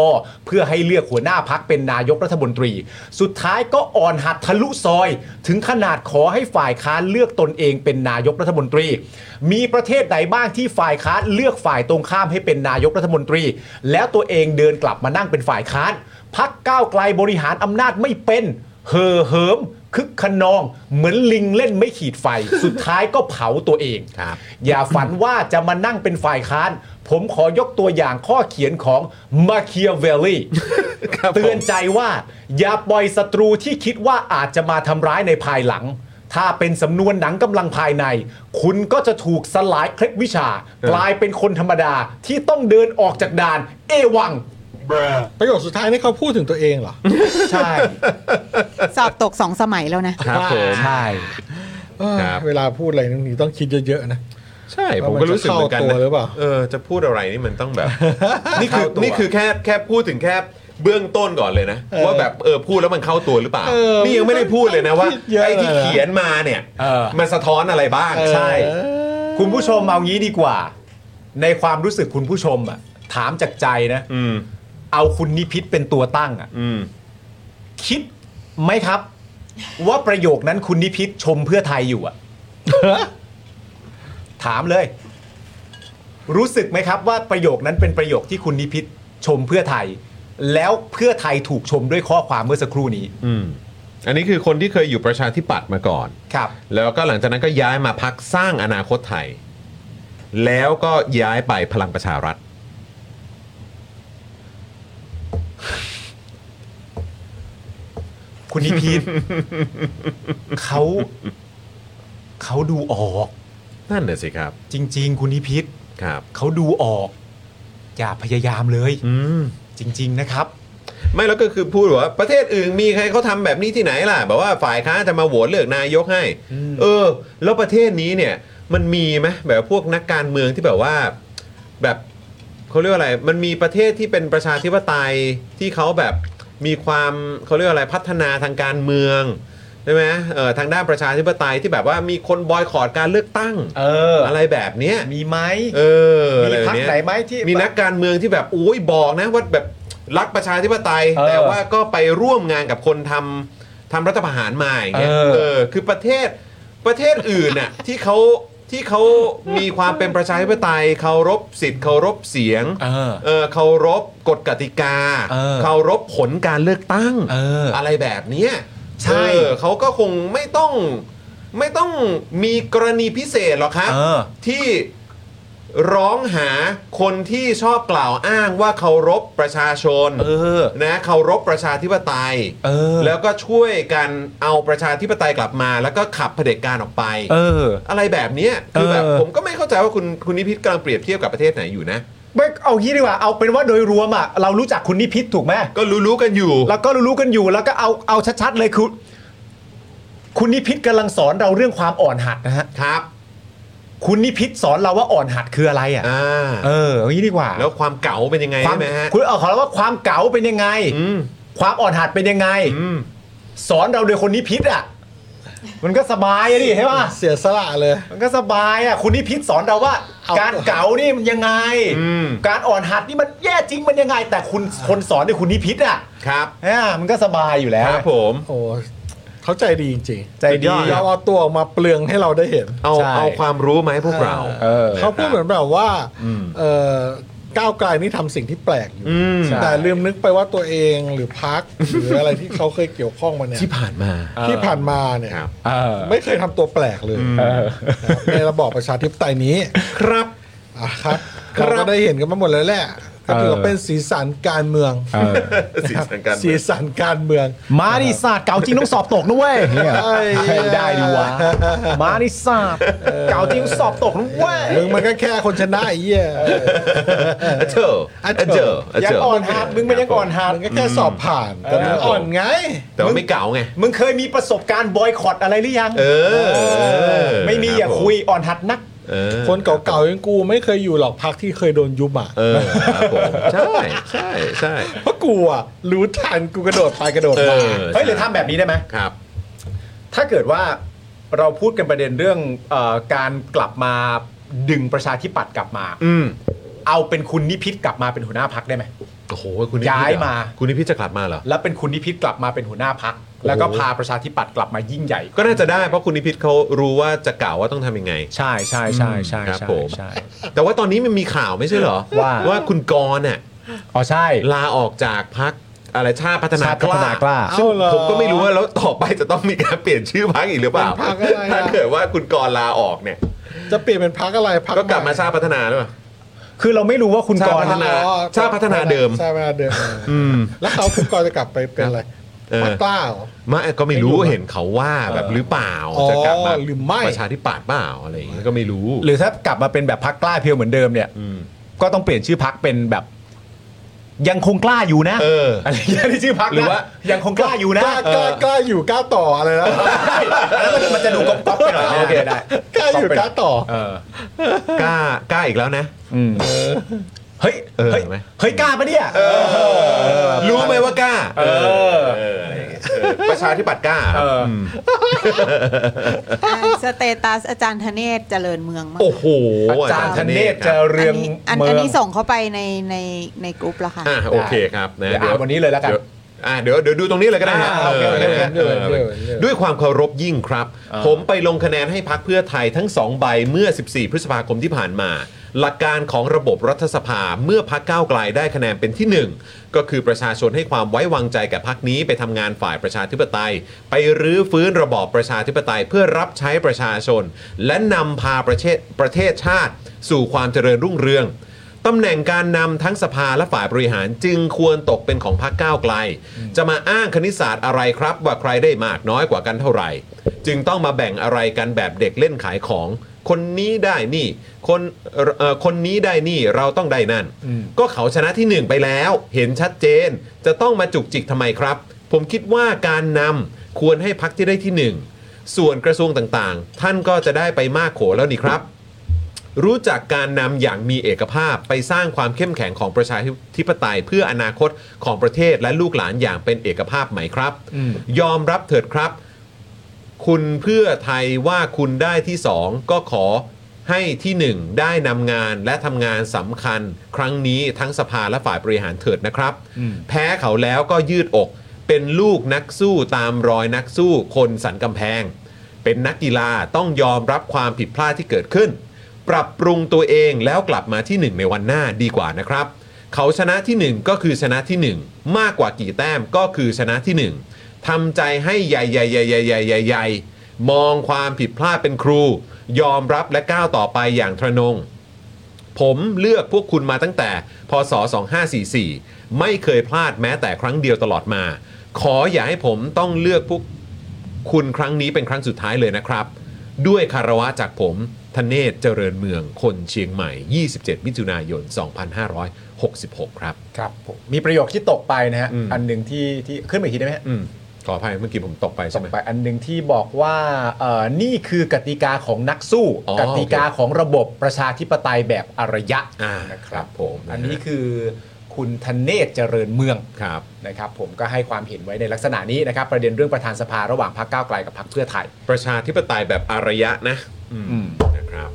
[SPEAKER 2] เพื่อให้เลือกหัวหน้าพักเป็นนายกรัฐมนตรี สุดท้ายก็อ่อนหัดทะลุซอย ถึงขนาดขอให้ฝ่ายค้านเลือกตนเองเป็นนายกรัฐมนตรี มีประเทศไหนบ้างที่ฝ่ายค้านเลือกฝ่ายตรงข้ามให้เป็นนายกรัฐมนตรี แล้วตัวเองเดินกลับมานั่งเป็นฝ่ายค้าน พักก้าวไกลบริหารอำนาจไม่เป็น เห่อเหิม คึกขนอง เหมือนลิงเล่นไม่ขีดไฟ สุดท้ายก็เผาตัวเอง อย่าฝันว่าจะมานั่งเป็นฝ่ายค้าน ผมขอยกตัวอย่างข้อเขียนของมาเคียเวล ลี่ เตือนใจว่า อย่าปล่อยศัตรูที่คิดว่าอาจจะมาทำร้ายในภายหลัง ถ้าเป็นสำนวนหนังกำลังภายใน คุณก็จะถูกสลายเคล็ดวิชา กลายเป็นคนธรรมดาที่ต้องเดินออกจากด่าน เอวัง
[SPEAKER 3] ประโยคสุดท้ายนี่เขาพูดถึงตัวเองเหรอ
[SPEAKER 2] ใช่
[SPEAKER 4] สอบตกสองสมัยแล้วนะ
[SPEAKER 1] ครับผม
[SPEAKER 2] ใช่
[SPEAKER 3] เอ้ย
[SPEAKER 1] ครับ
[SPEAKER 3] เวลาพูดอะไรนึงนี้ต้องคิดเยอะๆนะ
[SPEAKER 1] ใช่ ผมก็รู้สึกเหมือนกัน
[SPEAKER 3] ว่ามันจะเข้าตัวหรือเปล่า
[SPEAKER 1] เออจะพูดอะไรนี่มันต้องแบบ นี่คือ
[SPEAKER 2] เข้าตัว
[SPEAKER 1] นี่คือแค่แค่พูดถึงแค่เบื้องต้นก่อนเลยนะ ว่าแบบเออพูดแล้วมันเข้าตัวหรือเปล่า
[SPEAKER 3] เออ
[SPEAKER 1] นี่ยังไม่ได้พูดเลยนะว่า
[SPEAKER 3] คิดเยอะ
[SPEAKER 1] ไอ้ที่
[SPEAKER 3] เลยนะ
[SPEAKER 1] เขียนมาเนี่ย
[SPEAKER 2] เออ
[SPEAKER 1] มันสะท้อนอะไรบ้าง
[SPEAKER 2] ใช่ คุณผู้ชมเอางี้ดีกว่า ในความรู้สึกคุณผู้ชมอ่ะถามจากใจนะ
[SPEAKER 1] อืม
[SPEAKER 2] เอาคุณนิพิษเป็นตัวตั้งอ่ะ
[SPEAKER 1] อืม
[SPEAKER 2] คิดไหมครับ ว่าประโยคนั้นคุณนิพิษชมเพื่อไทยอยู่อ่ะ ถามเลย รู้สึกไหมครับ ว่าประโยคนั้นเป็นประโยคที่คุณนิพิษชมเพื่อไทย แล้วเพื่อไทยถูกชมด้วยข้อความเมื่อสักครู่นี้
[SPEAKER 1] อืมอันนี้คือคนที่เคยอยู่ประชาธิปัตย์มาก่อน
[SPEAKER 2] ครับ
[SPEAKER 1] แล้วก็หลังจากนั้นก็ย้ายมาพักสร้างอนาคตไทย แล้วก็ย้ายไปพลังประชารัฐ
[SPEAKER 2] คุณนิพิ ษ เขาเขาดูออก
[SPEAKER 1] นั่นน่ะสิครับ
[SPEAKER 2] จริง ๆ คุณนิพิษ
[SPEAKER 1] ครับ
[SPEAKER 2] เขาดูออก อย่าพยายามเลย
[SPEAKER 1] อืม
[SPEAKER 2] จริง ๆ นะครับ
[SPEAKER 1] ไม่แล้วก็คือพูดว่าประเทศอื่นมีใครเขาทำแบบนี้ที่ไหนล่ะแบบว่าฝ่ายค้านจะมาโหวตเลือกนายกให้ เออ แล้วประเทศนี้เนี่ยมันมีไหมแบบพวกนักการเมืองที่แบบว่า แบบเขาเรียกว่าอะไร มันมีประเทศที่เป็นประชาธิปไตยที่เขาแบบมีความเขาเรียกว่าอะไรพัฒนาทางการเมืองใช่ไหมเออทางด้านประชาธิปไตยที่แบบว่ามีคนบอยคอรดการเลือกตั้ง
[SPEAKER 2] เออ
[SPEAKER 1] อะไรแบบเนี้ย
[SPEAKER 2] มีไหม
[SPEAKER 1] เอออะไรแบบ
[SPEAKER 2] มีพร
[SPEAKER 1] เนี้ย
[SPEAKER 2] รคไหนไหมที่
[SPEAKER 1] มีนักการเมืองที่แบบอุ้ยบอกนะว่าแบบรักประชาธิปไตย
[SPEAKER 2] เออ
[SPEAKER 1] แต่ว่าก็ไปร่วมงานกับคนทำทำรัฐประหารมาอย่างเงี้ย
[SPEAKER 2] เออ
[SPEAKER 1] เออคือประเทศประเทศอื่นน่ะ ที่เขาที่เขามีความเป็นประชาธิปไตยเคารพสิทธิ์เคารพเสียง
[SPEAKER 2] เออ
[SPEAKER 1] เออเคารพกฎกติกา
[SPEAKER 2] เออ
[SPEAKER 1] รพผลการเลือกตั้ง
[SPEAKER 2] เอออ
[SPEAKER 1] ไรแบบเนี้ย
[SPEAKER 2] ใช่
[SPEAKER 1] เออเขาก็คงไม่ต้องไม่ต้องมีกรณีพิเศษหรอกครับ
[SPEAKER 2] เออ
[SPEAKER 1] ที่ ร้องหาคนที่ชอบกล่าวอ้างว่าเคารพประชาชน
[SPEAKER 2] เออ
[SPEAKER 1] นะเคารพประชาธิปไตย
[SPEAKER 2] เออ
[SPEAKER 1] แล้วก็ช่วยกันเอาประชาธิปไตยกลับมา แล้วก็ขับเผด็จการออกไป
[SPEAKER 2] เออ
[SPEAKER 1] อะไรแบบเนี้ยคือแบบ
[SPEAKER 2] เออ
[SPEAKER 1] ผมก็ไม่เข้าใจว่าคุณคุณนิพิษกำลังเปรียบเทียบกับประเทศไหนอยู่นะ
[SPEAKER 2] ไม่เอางี้ดีกว่า เอาเป็นว่าโดยรวมอ่ะ เรารู้จักคุณนิพิษถูกไหม
[SPEAKER 1] ก็รู้ๆกันอยู่
[SPEAKER 2] แล้วก็รู้ๆกันอยู่ แล้วก็เอาเอาชัดๆเลยคือคุณนิพิษกำลังสอนเราเรื่องความอ่อนหัดนะฮะ
[SPEAKER 1] ครับ
[SPEAKER 2] คุณนิพิษสอนเราว่าอ่อนหัดคืออะไรอ่ะ
[SPEAKER 1] อ่า
[SPEAKER 2] เออเอางี้ดีกว่า
[SPEAKER 1] แล้วความเก๋าเป็นยังไง
[SPEAKER 2] ควา
[SPEAKER 1] ใช่
[SPEAKER 2] ม
[SPEAKER 1] ไหมฮะ
[SPEAKER 2] คุณเอาขอแล้วว่าความเก๋าเป็นยังไง
[SPEAKER 1] อืม
[SPEAKER 2] ความอ่อนหัดเป็นยังไง
[SPEAKER 1] อืม
[SPEAKER 2] สอนเราโดยคนนิพิษอ่ะ มันก็สบายอะดิใช่ป่ะ
[SPEAKER 3] เสียสละเลย
[SPEAKER 2] มันก็สบายอ่ะ คุณนิพิษสอนเราว่า การเก๋านี่มันยังไง
[SPEAKER 1] อืม
[SPEAKER 2] การอ่อนหัดนี่มันแย่จริงมันยังไง แต่คุณคนสอนเนี่ยคุณนิพิษอ่ะ
[SPEAKER 1] ครับ
[SPEAKER 2] อ่ามันก็สบายอยู่แล้ว
[SPEAKER 1] ครับผม
[SPEAKER 3] โอ้เขาใจดีจริงๆ
[SPEAKER 2] ใจดี
[SPEAKER 3] เราเอาตัวออกมาเปลืองให้เราได้เห็น
[SPEAKER 1] เอา
[SPEAKER 2] ใช่
[SPEAKER 1] เอาความรู้มาให้พวกเรา
[SPEAKER 2] เออ
[SPEAKER 3] เขาพูดเหมือนแบบว่า
[SPEAKER 1] อืม
[SPEAKER 3] เอ่อก้าวไกลนี่ทำสิ่งที่แปลกอยู่
[SPEAKER 1] อืม
[SPEAKER 2] ใช่
[SPEAKER 3] แต่ลืมนึกไปว่าตัวเองหรือพัก หรืออะไรที่เขาเคยเกี่ยวข้องมาเนี่ย
[SPEAKER 1] ที่ผ่านมา
[SPEAKER 3] ที่ผ่านมาเนี่ย
[SPEAKER 1] ครับ
[SPEAKER 2] เออ
[SPEAKER 3] ไม่เคยทำตัวแปลกเลยนะครับในระบอบประชาธิปไตยนี้
[SPEAKER 1] ครับ
[SPEAKER 3] อ่ะครับ
[SPEAKER 1] ครับ
[SPEAKER 3] เราก็ได้เห็นกันมาหมดแล้วแหละก็ถือว่าเป็นสีสันการเมือง
[SPEAKER 1] สีสัน การเมือง
[SPEAKER 3] สีสันการเมือง
[SPEAKER 2] มาดิศาสตร์เก่าจริงต้องสอบตกนะเว้ยเนี่ย
[SPEAKER 3] เอ้ย
[SPEAKER 2] ได้ดีวะมาดิศาสตร์เก่าจริงสอบตกนะเว้ย
[SPEAKER 3] มึงมันก็แค่คนชนะไอ้เหี้ย
[SPEAKER 1] เจอ
[SPEAKER 3] อ่ะ
[SPEAKER 1] เจอ
[SPEAKER 3] เจอ
[SPEAKER 1] เจอ
[SPEAKER 2] ยังอ่อนหัดมึงมันยังอ่อนหัด
[SPEAKER 3] มันก็แค่สอบผ่านแต่มึงอ่อนไง
[SPEAKER 1] แต่ว่าไม่เก่าไง
[SPEAKER 2] มึงเคยมีประสบการณ์บอยคอตอะไรหรือยัง
[SPEAKER 1] เออ
[SPEAKER 2] ไม่มีอย่าคุยอ่อนหัดนัก
[SPEAKER 1] เออ
[SPEAKER 3] คนเก่าๆอยังกูไม่เคยอยู่หรอกพักที่เคยโดนยุบอ่ะ
[SPEAKER 1] เออครับผมใช่ใช่ใช่
[SPEAKER 3] เพราะกูอ่ะรู้ทันกูกระโดดไปกระโดด
[SPEAKER 1] เอ
[SPEAKER 3] มา
[SPEAKER 1] อ
[SPEAKER 2] เฮ้ยหรือทำแบบนี้ได้ไหม
[SPEAKER 1] ครับ
[SPEAKER 2] ถ้าเกิดว่าเราพูดกันประเด็นเรื่องเออการกลับมาดึงประชาธิปัตย์กลับมา
[SPEAKER 1] อืม
[SPEAKER 2] เอาเป็นคุณนิพิษกลับมาเป็นหัวหน้าพักได้ไหม
[SPEAKER 1] โอ้โหคุณนิพิษ
[SPEAKER 2] ย้ายมา
[SPEAKER 1] เหรอคุณนิพิษจะกลับมาเหรอ
[SPEAKER 2] แล้วเป็นคุณนิพิษกลับมาเป็นหัวหน้าพัก แล้วก็พาประชาธิปัตย์กลับมายิ่งใหญ่
[SPEAKER 1] ก็น่าจะได้เพราะคุณนิพิษเขารู้ว่าจะกล่าวว่าต้องทำยังไง
[SPEAKER 2] ใช่ใช่ใช่ใช่
[SPEAKER 1] ครับ
[SPEAKER 2] ใช่
[SPEAKER 1] ผม
[SPEAKER 2] ใช่
[SPEAKER 1] แต่ว่าตอนนี้มันมีข่าวไม่ใช่เหรอ
[SPEAKER 2] ว่า
[SPEAKER 1] ว่าคุณกรณ์น่ะ
[SPEAKER 2] อ๋อใช่
[SPEAKER 1] ลาออกจากพักอะไรชาติพัฒนา
[SPEAKER 2] ชาติพัฒนากล้า
[SPEAKER 1] ซึ่ง
[SPEAKER 3] เอ้าเหรอ
[SPEAKER 1] ผมก็ไม่รู้ว่าแล้วต่อไปจะต้องมีการเปลี่ยนชื่อพักอีกหรือเปล่า
[SPEAKER 3] เป็นพรรคอะไรอะ
[SPEAKER 1] ถ้าเกิดว่าคุณกรณ์ลาออกเนี่ย
[SPEAKER 3] จะเปลี่ยนเป็นพักอะไรพัก
[SPEAKER 1] ก็กลับมาชาติพัฒนาหรือเปล่า
[SPEAKER 2] คือเราไม่รู้ว่าคุณ
[SPEAKER 1] ชา
[SPEAKER 2] กร
[SPEAKER 1] ติพัฒ
[SPEAKER 2] ณ์
[SPEAKER 1] นา ชาติพัฒนาเดิม
[SPEAKER 3] ชาติพัฒนาเดิม
[SPEAKER 1] อืม
[SPEAKER 3] แล้วเขาคุณกรจะกลับไปเป็นอะไร
[SPEAKER 1] เออ
[SPEAKER 3] พักกล้าเหรอ
[SPEAKER 1] ไม่ก็ไม่รู้เห็นเขาว่าแบบหรือเปล่า
[SPEAKER 3] อ๋อ
[SPEAKER 1] จะกลับมา
[SPEAKER 3] หรือไม่
[SPEAKER 1] ประชาธิปัตย์เปล่าอะไรอย่างเงี้ยก็ไม่รู้
[SPEAKER 2] หรือถ้ากลับมาเป็นแบบพักกล้าเพียวเหมือนเดิมเนี่ย
[SPEAKER 1] ม
[SPEAKER 2] ก็ต้องเปลี่ยนชื่อพักเป็นแบบ ยังคงกล้าอยู่นะ
[SPEAKER 1] เออ
[SPEAKER 2] อะไรอย่างเงี้ยที่ชื่อพัก
[SPEAKER 1] หรือว่า
[SPEAKER 2] ยังคงกล้าอยู่นะ
[SPEAKER 3] กล้ากล้ากล้าอยู่กล้าต่ออะไรนะ
[SPEAKER 2] แล้วมันมันจะดูก๊อปก๊อปไปหน่อยนะโอเคได้
[SPEAKER 3] กล้าอยู่กล้าต่อ
[SPEAKER 2] เออก
[SPEAKER 1] ล้ากล้าอีกแล้วนะ
[SPEAKER 2] อืมเฮ้ย
[SPEAKER 1] เออ
[SPEAKER 2] เฮ้ย
[SPEAKER 1] ไหม
[SPEAKER 2] เฮ้ยกล้าปะเนี่ย
[SPEAKER 1] รู้ไหมว่ากล้า
[SPEAKER 2] เออ
[SPEAKER 1] เอออะไรอย่างเงี้ยเออประชาธิปัตย์กล้าค
[SPEAKER 2] เอ
[SPEAKER 1] รับ
[SPEAKER 2] ออ
[SPEAKER 4] อ่าสเตตัสอาจารย์ธเนศเจริญเมืองมาก
[SPEAKER 1] โอ้โห
[SPEAKER 2] อาจารย์ธเนศ
[SPEAKER 1] ค
[SPEAKER 2] จะ
[SPEAKER 1] รับ
[SPEAKER 2] เรือง
[SPEAKER 4] นนี้อน
[SPEAKER 2] เมื
[SPEAKER 4] อั
[SPEAKER 2] อน ง
[SPEAKER 4] นี้ส่งเข้าไปในในในกรุ๊ปละค่ะ
[SPEAKER 1] อ่ะโอเคครับนะ
[SPEAKER 2] เดี๋ยวอ่านวันนี้เลยแล้วกัน
[SPEAKER 1] ดี๋อ่ะเดี๋ยวเดี๋ยวดูตรงนี้เลยก็ได้ฮะ
[SPEAKER 3] อ่าโอเค
[SPEAKER 1] เออนะฮะ
[SPEAKER 3] เดี๋ยว
[SPEAKER 1] เออ
[SPEAKER 3] เดี๋ยวเดี๋ยว
[SPEAKER 1] ด้วยความเคารพยิ่งครับ ผมไปลงคะแนนให้พักเพื่อไทยทั้ง 2 ใบเมื่อ 14 พฤษภาคมที่ผ่านมา หลักการของระบบรัฐสภาเมื่อพักก้าวไกลได้คะแนนเป็นที่ 1 ก็คือประชาชนให้ความไว้วางใจแก่พักนี้ไปทำงานฝ่ายประชาธิปไตย ไปรื้อฟื้นระบอบประชาธิปไตยเพื่อรับใช้ประชาชน และนำพาประเทศประเทศชาติ สู่ความเจริญรุ่งเรือง ตำแหน่งการนำทั้งสภาและฝ่ายบริหารจึงควรตกเป็นของพรรคก้าวไกล จะมาอ้างคณิตศาสตร์อะไรครับ ว่าใครได้มากน้อยกว่ากันเท่าไหร่ จึงต้องมาแบ่งอะไรกันแบบเด็กเล่นขายของ คนนี้ได้นี่ คนเอ่อคนนี้ได้นี่เราต้องได้นั่น ก็เขาชนะที่หนึ่งไปแล้ว เห็นชัดเจน จะต้องมาจุกจิกทำไมครับ ผมคิดว่าการนำควรให้พักที่ได้ที่หนึ่งส่วนกระทรวงต่างๆ ท่านก็จะได้ไปมากโขแล้วนี่ครับ รู้จักการนำอย่างมีเอกภาพไปสร้างความเข้มแข็งของประชาธิปไตย เพื่ออนาคตของประเทศและลูกหลานอย่างเป็นเอกภาพไหมครับ ยอมรับเถิดครับ คุณเพื่อไทยว่าคุณได้ที่สองก็ขอให้ที่หนึ่งได้นำงานและทำงานสำคัญ ครั้งนี้ทั้งสภาและฝ่ายบริหารเถิดนะครับ แพ้เขาแล้วก็ยืดอก เป็นลูกนักสู้ตามรอยนักสู้คนสันกำแพง เป็นนักกีฬาต้องยอมรับความผิดพลาดที่เกิดขึ้น ปรับปรุงตัวเองแล้วกลับมาที่หนึ่งในวันหน้าดีกว่านะครับ เขาชนะที่หนึ่งก็คือชนะที่หนึ่งมากกว่ากี่แต้มก็คือชนะที่หนึ่งทำใจให้ใหญ่ใหญ่ใหญ่ใหญ่ใหญ่ใหญ่ใหญ่มองความผิดพลาดเป็นครู ยอมรับและก้าวต่อไปอย่างทะนง ผมเลือกพวกคุณมาตั้งแต่พศ 2544 ไม่เคยพลาดแม้แต่ครั้งเดียวตลอดมา ขออย่าให้ผมต้องเลือกพวก คุณครั้งนี้เป็นครั้งสุดท้ายเลยนะครับ ด้วยคารวะจากผมธเนศเจริญเมืองคนเชียงใหม่ 27 มิถุนายน 2566 ครับ
[SPEAKER 2] ครับผมมีประโยคที่ตกไปนะฮะ
[SPEAKER 1] อืม
[SPEAKER 2] อันหนึ่งที่ที่ขึ้นไปอีกทีได้ไหมฮะ
[SPEAKER 1] อืมขออภัยเมื่อกี้ผมตกไป
[SPEAKER 2] ต
[SPEAKER 1] ใช่
[SPEAKER 2] ก
[SPEAKER 1] ไหม
[SPEAKER 2] ไปอันหนึ่งที่บอกว่าเอ่อนี่คือกติกาของนักสู้
[SPEAKER 1] อ๋อก
[SPEAKER 2] ติกาของระบบประชาธิปไตยแบบอารยะ
[SPEAKER 1] อ่า
[SPEAKER 2] นะค
[SPEAKER 1] ครั
[SPEAKER 2] รับบ
[SPEAKER 1] ผมนะฮะ
[SPEAKER 2] อันนี้คือคุณธเนศเจริญเมือง
[SPEAKER 1] ครับ
[SPEAKER 2] นะครับ ผมก็ให้ความเห็นไว้ในลักษณะนี้นะครับ ประเด็นเรื่องประธานสภาระหว่างพรรคก้าวไกลกับพรรคเพื่อไทย
[SPEAKER 1] ประชาธิปไตยแบบอารยะนะอืม
[SPEAKER 2] อืม
[SPEAKER 1] นะครับ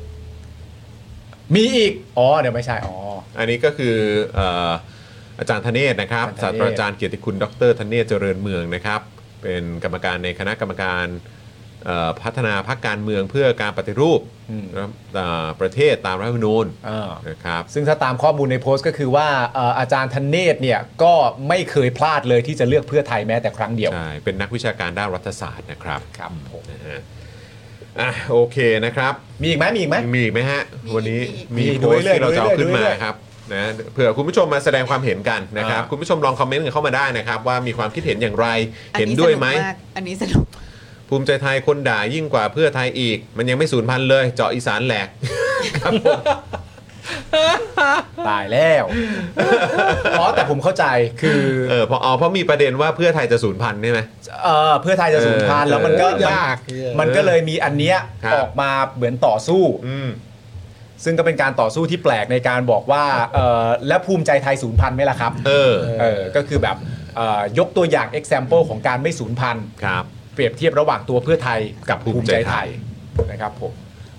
[SPEAKER 2] มีอีกอ๋อเดี๋ยวไม่ใช่อ๋อ
[SPEAKER 1] อันนี้ก็คือเอ่ออาจารย์ธเนศนะครับ
[SPEAKER 2] อาจา
[SPEAKER 1] ศาร ส
[SPEAKER 2] ย์ธเนศ
[SPEAKER 1] ตราจารย์เกียรติคุณดรธเนศเจริญเมืองนะครับ เป็นกรรมการในคณะกรรมการเอ่อพัฒนาพรรคการเมืองเพื่อการปฏิรูป
[SPEAKER 2] อืม
[SPEAKER 1] นะครับเอ่อประเทศตามรัฐธรรมนูญ
[SPEAKER 2] อ่า
[SPEAKER 1] นะครับ
[SPEAKER 2] ซึ่งถ้าตามข้อมูลในโพสต์ก็คือว่าเอ่ออาจารย์ธเนศเนี่ยก็ไม่เคยพลาดเลยที่จะเลือกเพื่อไทยแม้แต่ครั้งเดียว
[SPEAKER 1] ใช่ เป็นนักวิชาการด้านรัฐศาสตร์นะครับ
[SPEAKER 2] ครับผม
[SPEAKER 1] นะฮะอ่ะโอเคนะครับ
[SPEAKER 2] มีอีกไหมมีอีกไหม
[SPEAKER 1] มีอีกไหมฮะ
[SPEAKER 7] มี
[SPEAKER 1] วันนี้มี
[SPEAKER 2] มีอีก
[SPEAKER 1] โพสต์
[SPEAKER 2] ดูเรื่อย
[SPEAKER 1] ที่เราจะเอา
[SPEAKER 2] ดู
[SPEAKER 1] ขึ้น
[SPEAKER 2] เรื่
[SPEAKER 1] มา
[SPEAKER 2] อย
[SPEAKER 1] ครับนะเผื่อคุณผู้ชมมาแสดงความเห็นกันนะครับ
[SPEAKER 2] อ่า
[SPEAKER 1] คุณผู้ชมลองคอมเมนต์กันเข้ามาได้นะครับ ว่ามีความคิดเห็นอย่างไร
[SPEAKER 4] อั
[SPEAKER 1] เห็น
[SPEAKER 4] ส
[SPEAKER 1] ด้วยไหม
[SPEAKER 4] กากอันนี้สนุก
[SPEAKER 1] ภูมิใจไทยคนด่ายิ่งกว่าเพื่อไทยอีก มันยังไม่สูญพันธุ์เลย เจาะอีสานแหลก ครับผม
[SPEAKER 2] ตายแล้ว อ๋อแต่ผมเข้าใจคือ
[SPEAKER 1] เออเพราะอ๋อเพราะมีประเด็นว่าเพื่อไทยจะสูญพันธุ์ใช่ไหม
[SPEAKER 2] เอ่อเพื่อไทยจะสูญพันธุ์แล้วมัน
[SPEAKER 1] เออย
[SPEAKER 2] ก็าย
[SPEAKER 3] าก ก
[SPEAKER 2] มันก็เลยมีอันเนี้ย
[SPEAKER 1] ครับ
[SPEAKER 2] ออกมาเหมือนต่อสู้
[SPEAKER 1] อืม
[SPEAKER 2] ซึ่งก็เป็นการต่อสู้ที่แปลกในการบอกว่าเอ่อและภูมิใจไทยศูนย์พันธุ์ไหมล่ะครับ
[SPEAKER 1] เออ
[SPEAKER 2] เออก็คือแบบเอ่อยกตัวอย่าง example ของการไม่สูญพันธุ์
[SPEAKER 1] ครับ
[SPEAKER 2] เปรียบเทียบระหว่างตัวเพื่อไทยกับ
[SPEAKER 1] ภู
[SPEAKER 2] ภู
[SPEAKER 1] มิ
[SPEAKER 2] มิใจ
[SPEAKER 1] ใจไท
[SPEAKER 2] ไท
[SPEAKER 1] ย
[SPEAKER 2] ยนะครับผม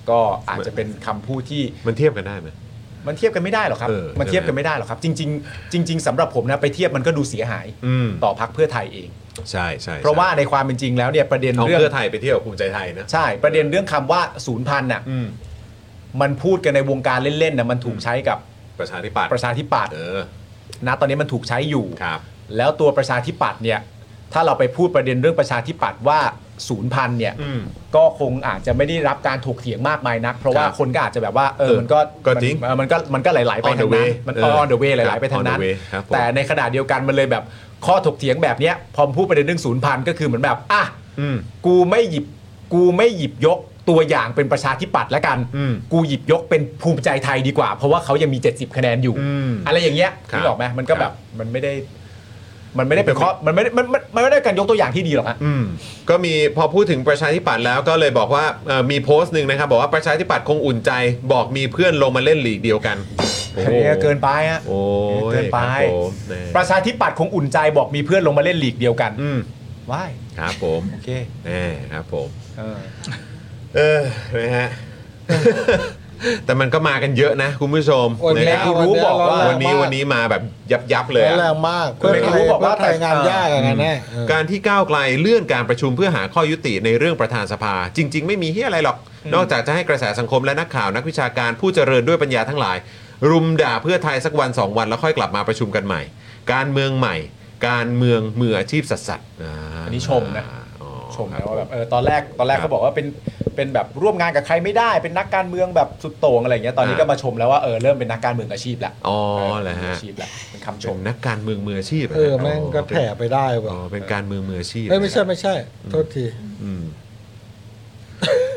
[SPEAKER 2] ก็อาจจะเป็นคำพูดที่
[SPEAKER 1] มันเทียบกันได้ไหม
[SPEAKER 2] มันเทียบกันไม่ได้หรอกครับ
[SPEAKER 1] เออ
[SPEAKER 2] มันเทียบกันไม่ได้หรอกครับ จริง ๆ จริง ๆสำหรับผมนะไปเทียบมันก็ดูเสียหาย
[SPEAKER 1] อืม
[SPEAKER 2] ต่อพักเพื่อไทยเอง
[SPEAKER 1] ใช่ใช่
[SPEAKER 2] เพราะว่าในความเป็นจริงแล้วเนี่ยประเด็น
[SPEAKER 1] เอา
[SPEAKER 2] เรื่อง
[SPEAKER 1] เพื่อไทยไปเที่ยวภูมิใจไทยนะ
[SPEAKER 2] ใช่ ประเด็นเรื่องคำว่าศูนย์พันธุ์น่ะ
[SPEAKER 1] อืม
[SPEAKER 2] มันพูดกันในวงการเล่นๆนะมันถูกใช้กับ
[SPEAKER 1] ประชาธิปัตย์
[SPEAKER 2] ประชาธิปัตย์
[SPEAKER 1] เออ
[SPEAKER 2] นะตอนนี้มันถูกใช้อยู่
[SPEAKER 1] ครับ
[SPEAKER 2] แล้วตัวประชาธิปัตย์เนี่ย ถ้าเราไปพูดประเด็นเรื่องประชาธิปัตย์ว่าศูนย์พันเนี่ย
[SPEAKER 1] อืม
[SPEAKER 2] ก็คงอาจจะไม่ได้รับการถกเถียงมากมายนัก เพราะว่า
[SPEAKER 1] ครับ
[SPEAKER 2] คนก็อาจจะแบบว่าเอ
[SPEAKER 1] เอ
[SPEAKER 2] อ
[SPEAKER 1] อ
[SPEAKER 2] มันก็
[SPEAKER 1] ก็จริง
[SPEAKER 2] มันเออมันก็มันก็ไหลๆไป
[SPEAKER 1] On the
[SPEAKER 2] ทางนั้น
[SPEAKER 1] way
[SPEAKER 2] มัน
[SPEAKER 1] เอ
[SPEAKER 2] อ
[SPEAKER 1] อ
[SPEAKER 2] อนเดอะเวไห
[SPEAKER 1] ค
[SPEAKER 2] ล
[SPEAKER 1] รับ
[SPEAKER 2] ๆไปทาง
[SPEAKER 1] on the
[SPEAKER 2] นั้น
[SPEAKER 1] way ครับผม
[SPEAKER 2] แต่ในขณะเดียวกันมันเลยแบบข้อถกเถียงแบบเนี้ยพอพูดประเด็นเรื่องศูนย์พันก็คือเหมือนแบบอ่ะ
[SPEAKER 1] อืม
[SPEAKER 2] กูไม่หยิบกูไม่หยิบยกตัวอย่างเป็นประชาธิปัตย์ละกัน
[SPEAKER 1] อืม
[SPEAKER 2] กูหยิบยกเป็นภูมิใจไทยดีกว่า เพราะว่าเขายังมี 70 คะแนนอยู่
[SPEAKER 1] อืม
[SPEAKER 2] อะไรอย่างเงี้ย
[SPEAKER 1] ครับ
[SPEAKER 2] นึกออกไหมมันก็
[SPEAKER 1] ค
[SPEAKER 2] แบ
[SPEAKER 1] รับ
[SPEAKER 2] บมันไม่ได้ มันไม่ได้เป็นข้อมันไม่ได้มันมันมันไม่ได้การยกตัวอย่างที่ดีหรอกฮะ
[SPEAKER 1] อืมก็มีพอพูดถึงประชาธิปัตย์แล้วก็เลยบอกว่าเอ่อมีโพสต์หนึ่งนะครับ บอกว่าประชาธิปัตย์คงอุ่นใจ บอกมีเพื่อนลงมาเล่นหลีกเดียวกันโอ้โห
[SPEAKER 2] เนี่ยเกินไปอะ
[SPEAKER 1] โอ้ย
[SPEAKER 2] เกินไป
[SPEAKER 1] ครับผมนะ
[SPEAKER 2] ประชาธิปัตย์คงอุ่นใจบอกมีเพื่อนลงมาเล่นลีกเดียวกัน
[SPEAKER 1] อืม
[SPEAKER 2] ว้าย
[SPEAKER 1] ครับผม
[SPEAKER 2] โอเค
[SPEAKER 1] แน่ครับผม
[SPEAKER 2] เออ
[SPEAKER 1] เออนะฮะ แต่มันก็มากันเยอะนะ คุณผู้ชม
[SPEAKER 3] โอ้ย
[SPEAKER 1] นะ
[SPEAKER 3] แม่
[SPEAKER 1] ครับ
[SPEAKER 3] กูรู้บอกว่า
[SPEAKER 1] วันนี้วันนี้มาแบบยับยับๆเลย
[SPEAKER 3] ร้อน
[SPEAKER 1] อะ
[SPEAKER 3] แรงมาก
[SPEAKER 2] เพื่อน
[SPEAKER 3] ไท
[SPEAKER 2] รู้
[SPEAKER 3] ย
[SPEAKER 2] บอกว่า
[SPEAKER 3] เพื่ไทยงานยากอะงานแน่เออ
[SPEAKER 1] การที่ก้าวไกลเลื่อนการประชุมเพื่อหาข้อยุติในเรื่องประธานสภา จริง ๆ ไม่มีเฮียอะไรหรอก นอกจากจะให้กระแสสังคมและนักข่าวนักวิชาการผู้เจริญด้วยปัญญาทั้งหลาย รุมด่าเพื่อไทยสักวัน 2 วันแล้วค่อยกลับมาประชุมกันใหม่ การเมืองใหม่ การเมืองมืออาชีพสัสสัสๆ
[SPEAKER 2] อันนี้ชมนะ
[SPEAKER 1] อ๋อ
[SPEAKER 2] ชมนะว่าแบบเออตอนแรกตอนแรกเขาบอกว่าเป็นเป็นแบบร่วมงานกับใครไม่ได้ เป็นนักการเมืองแบบสุดโต่งอะไรอย่างเงี้ยตอนนี้ก็มาชมแล้วว่าเออเริ่มเป็นนักการเมืองอาชีพละ
[SPEAKER 1] อ๋อ
[SPEAKER 2] เอ
[SPEAKER 1] เหร
[SPEAKER 2] อ
[SPEAKER 1] อ
[SPEAKER 2] เป็นมือ
[SPEAKER 1] ฮะ
[SPEAKER 2] อาชีพละเป็นคำช
[SPEAKER 1] ช
[SPEAKER 2] ม
[SPEAKER 1] มนักการเมืองมืออาชีพะ
[SPEAKER 3] เออแม่งก็แผ่ไปได้
[SPEAKER 1] อ๋
[SPEAKER 3] ว่ะ
[SPEAKER 1] อเป็นการเมืองมืออาชีพ
[SPEAKER 3] เอ้ยไม่ใช่ไม่ใช่ โทษที
[SPEAKER 1] อืม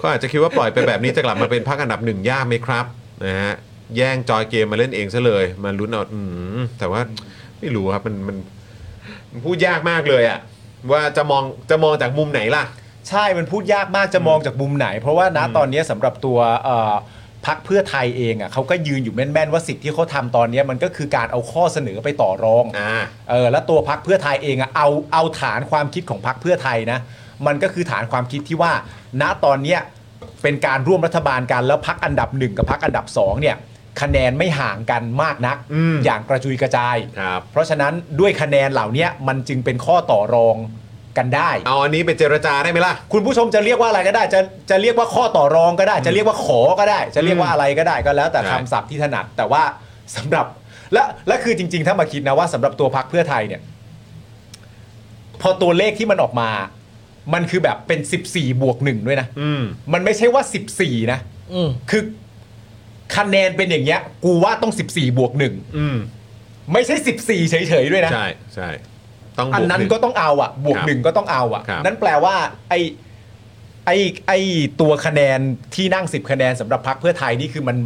[SPEAKER 1] ก็อาจจะคิดว่าปล่อยไปแบบนี้จะกลับมาเป็นพักอันดับหนึ่งยากไหมครับนะฮะแย่งจอยเกมมาเล่นเองซะเลยมาลุ้นเอาอืมแต่ว่าไม่รู้ครับมันมันมันพูดยากมากเลยอะว่าจะมองจะมองจากมุมไหนล่ะ
[SPEAKER 2] ใช่มันพูดยากมากจะมองจากมุมไหน เพราะว่าณตอนเนี้ยสำหรับตัวเอ่อพักเพื่อไทยเองอ่ะเขาก็ยืนอยู่แม่นๆว่าสิ่งที่เขาทำตอนเนี้ยมันก็คือการเอาข้อเสนอไปต่อรอง
[SPEAKER 1] อ่า
[SPEAKER 2] เออแล้วตัวพักเพื่อไทยเองอะเอาเอาฐานความคิดของพักเพื่อไทยนะมันก็คือฐานความคิดที่ว่า ณตอนเนี้ยเป็นการร่วมรัฐบาลกันแล้วพักอันดับหนึ่งกับพักอันดับสองเนี่ยคะแนนไม่ห่างกันมากนัก
[SPEAKER 1] อืม
[SPEAKER 2] ย่างกระจุยกระจาย
[SPEAKER 1] ครับ
[SPEAKER 2] เพราะฉะนั้นด้วยคะแนนเหล่าเนี้ยมันจึงเป็นข้อต่อรองกันได้
[SPEAKER 1] เอาอันนี้ไปเจรจาได้ไหมล่ะ
[SPEAKER 2] คุณผู้ชมจะเรียกว่าอะไรก็ได้ จะจะเรียกว่าข้อต่อรองก็ได้ จะเรียกว่าขอก็ได้ จะเรียกว่าอะไรก็ได้ก็แล้วแต่
[SPEAKER 1] ใช่
[SPEAKER 2] คำศัพท์ที่ถนัด แต่ว่าสำหรับและและคือจริง ๆ ถ้ามาคิดนะว่าสำหรับตัวพักเพื่อไทยเนี่ย พอตัวเลขที่มันออกมา มันคือแบบเป็น 14 บวกหนึ่งด้วยนะ
[SPEAKER 1] อืม
[SPEAKER 2] มันไม่ใช่ว่า 14 นะ
[SPEAKER 9] อืม
[SPEAKER 2] คือคะแนนเป็นอย่างเงี้ย กูว่าต้อง 14 บวกหนึ่ง
[SPEAKER 1] อืม
[SPEAKER 2] ไม่ใช่ 14 เฉยๆด้วยนะ
[SPEAKER 1] ใช่ใช่ต้องบว
[SPEAKER 2] อันนั้น
[SPEAKER 1] ห
[SPEAKER 2] ก็ต้องเอาอ่ะ บวก
[SPEAKER 1] ครับ
[SPEAKER 2] หนึ่งก็ต้องเอาอ่ะ
[SPEAKER 1] ครับ
[SPEAKER 2] นั่นแปลว่า ไอ้ไอ้ไอ้ตัวคะแนนที่นั่งสิบคะแนนสำหรับพักเพื่อไทยนี่คือมัน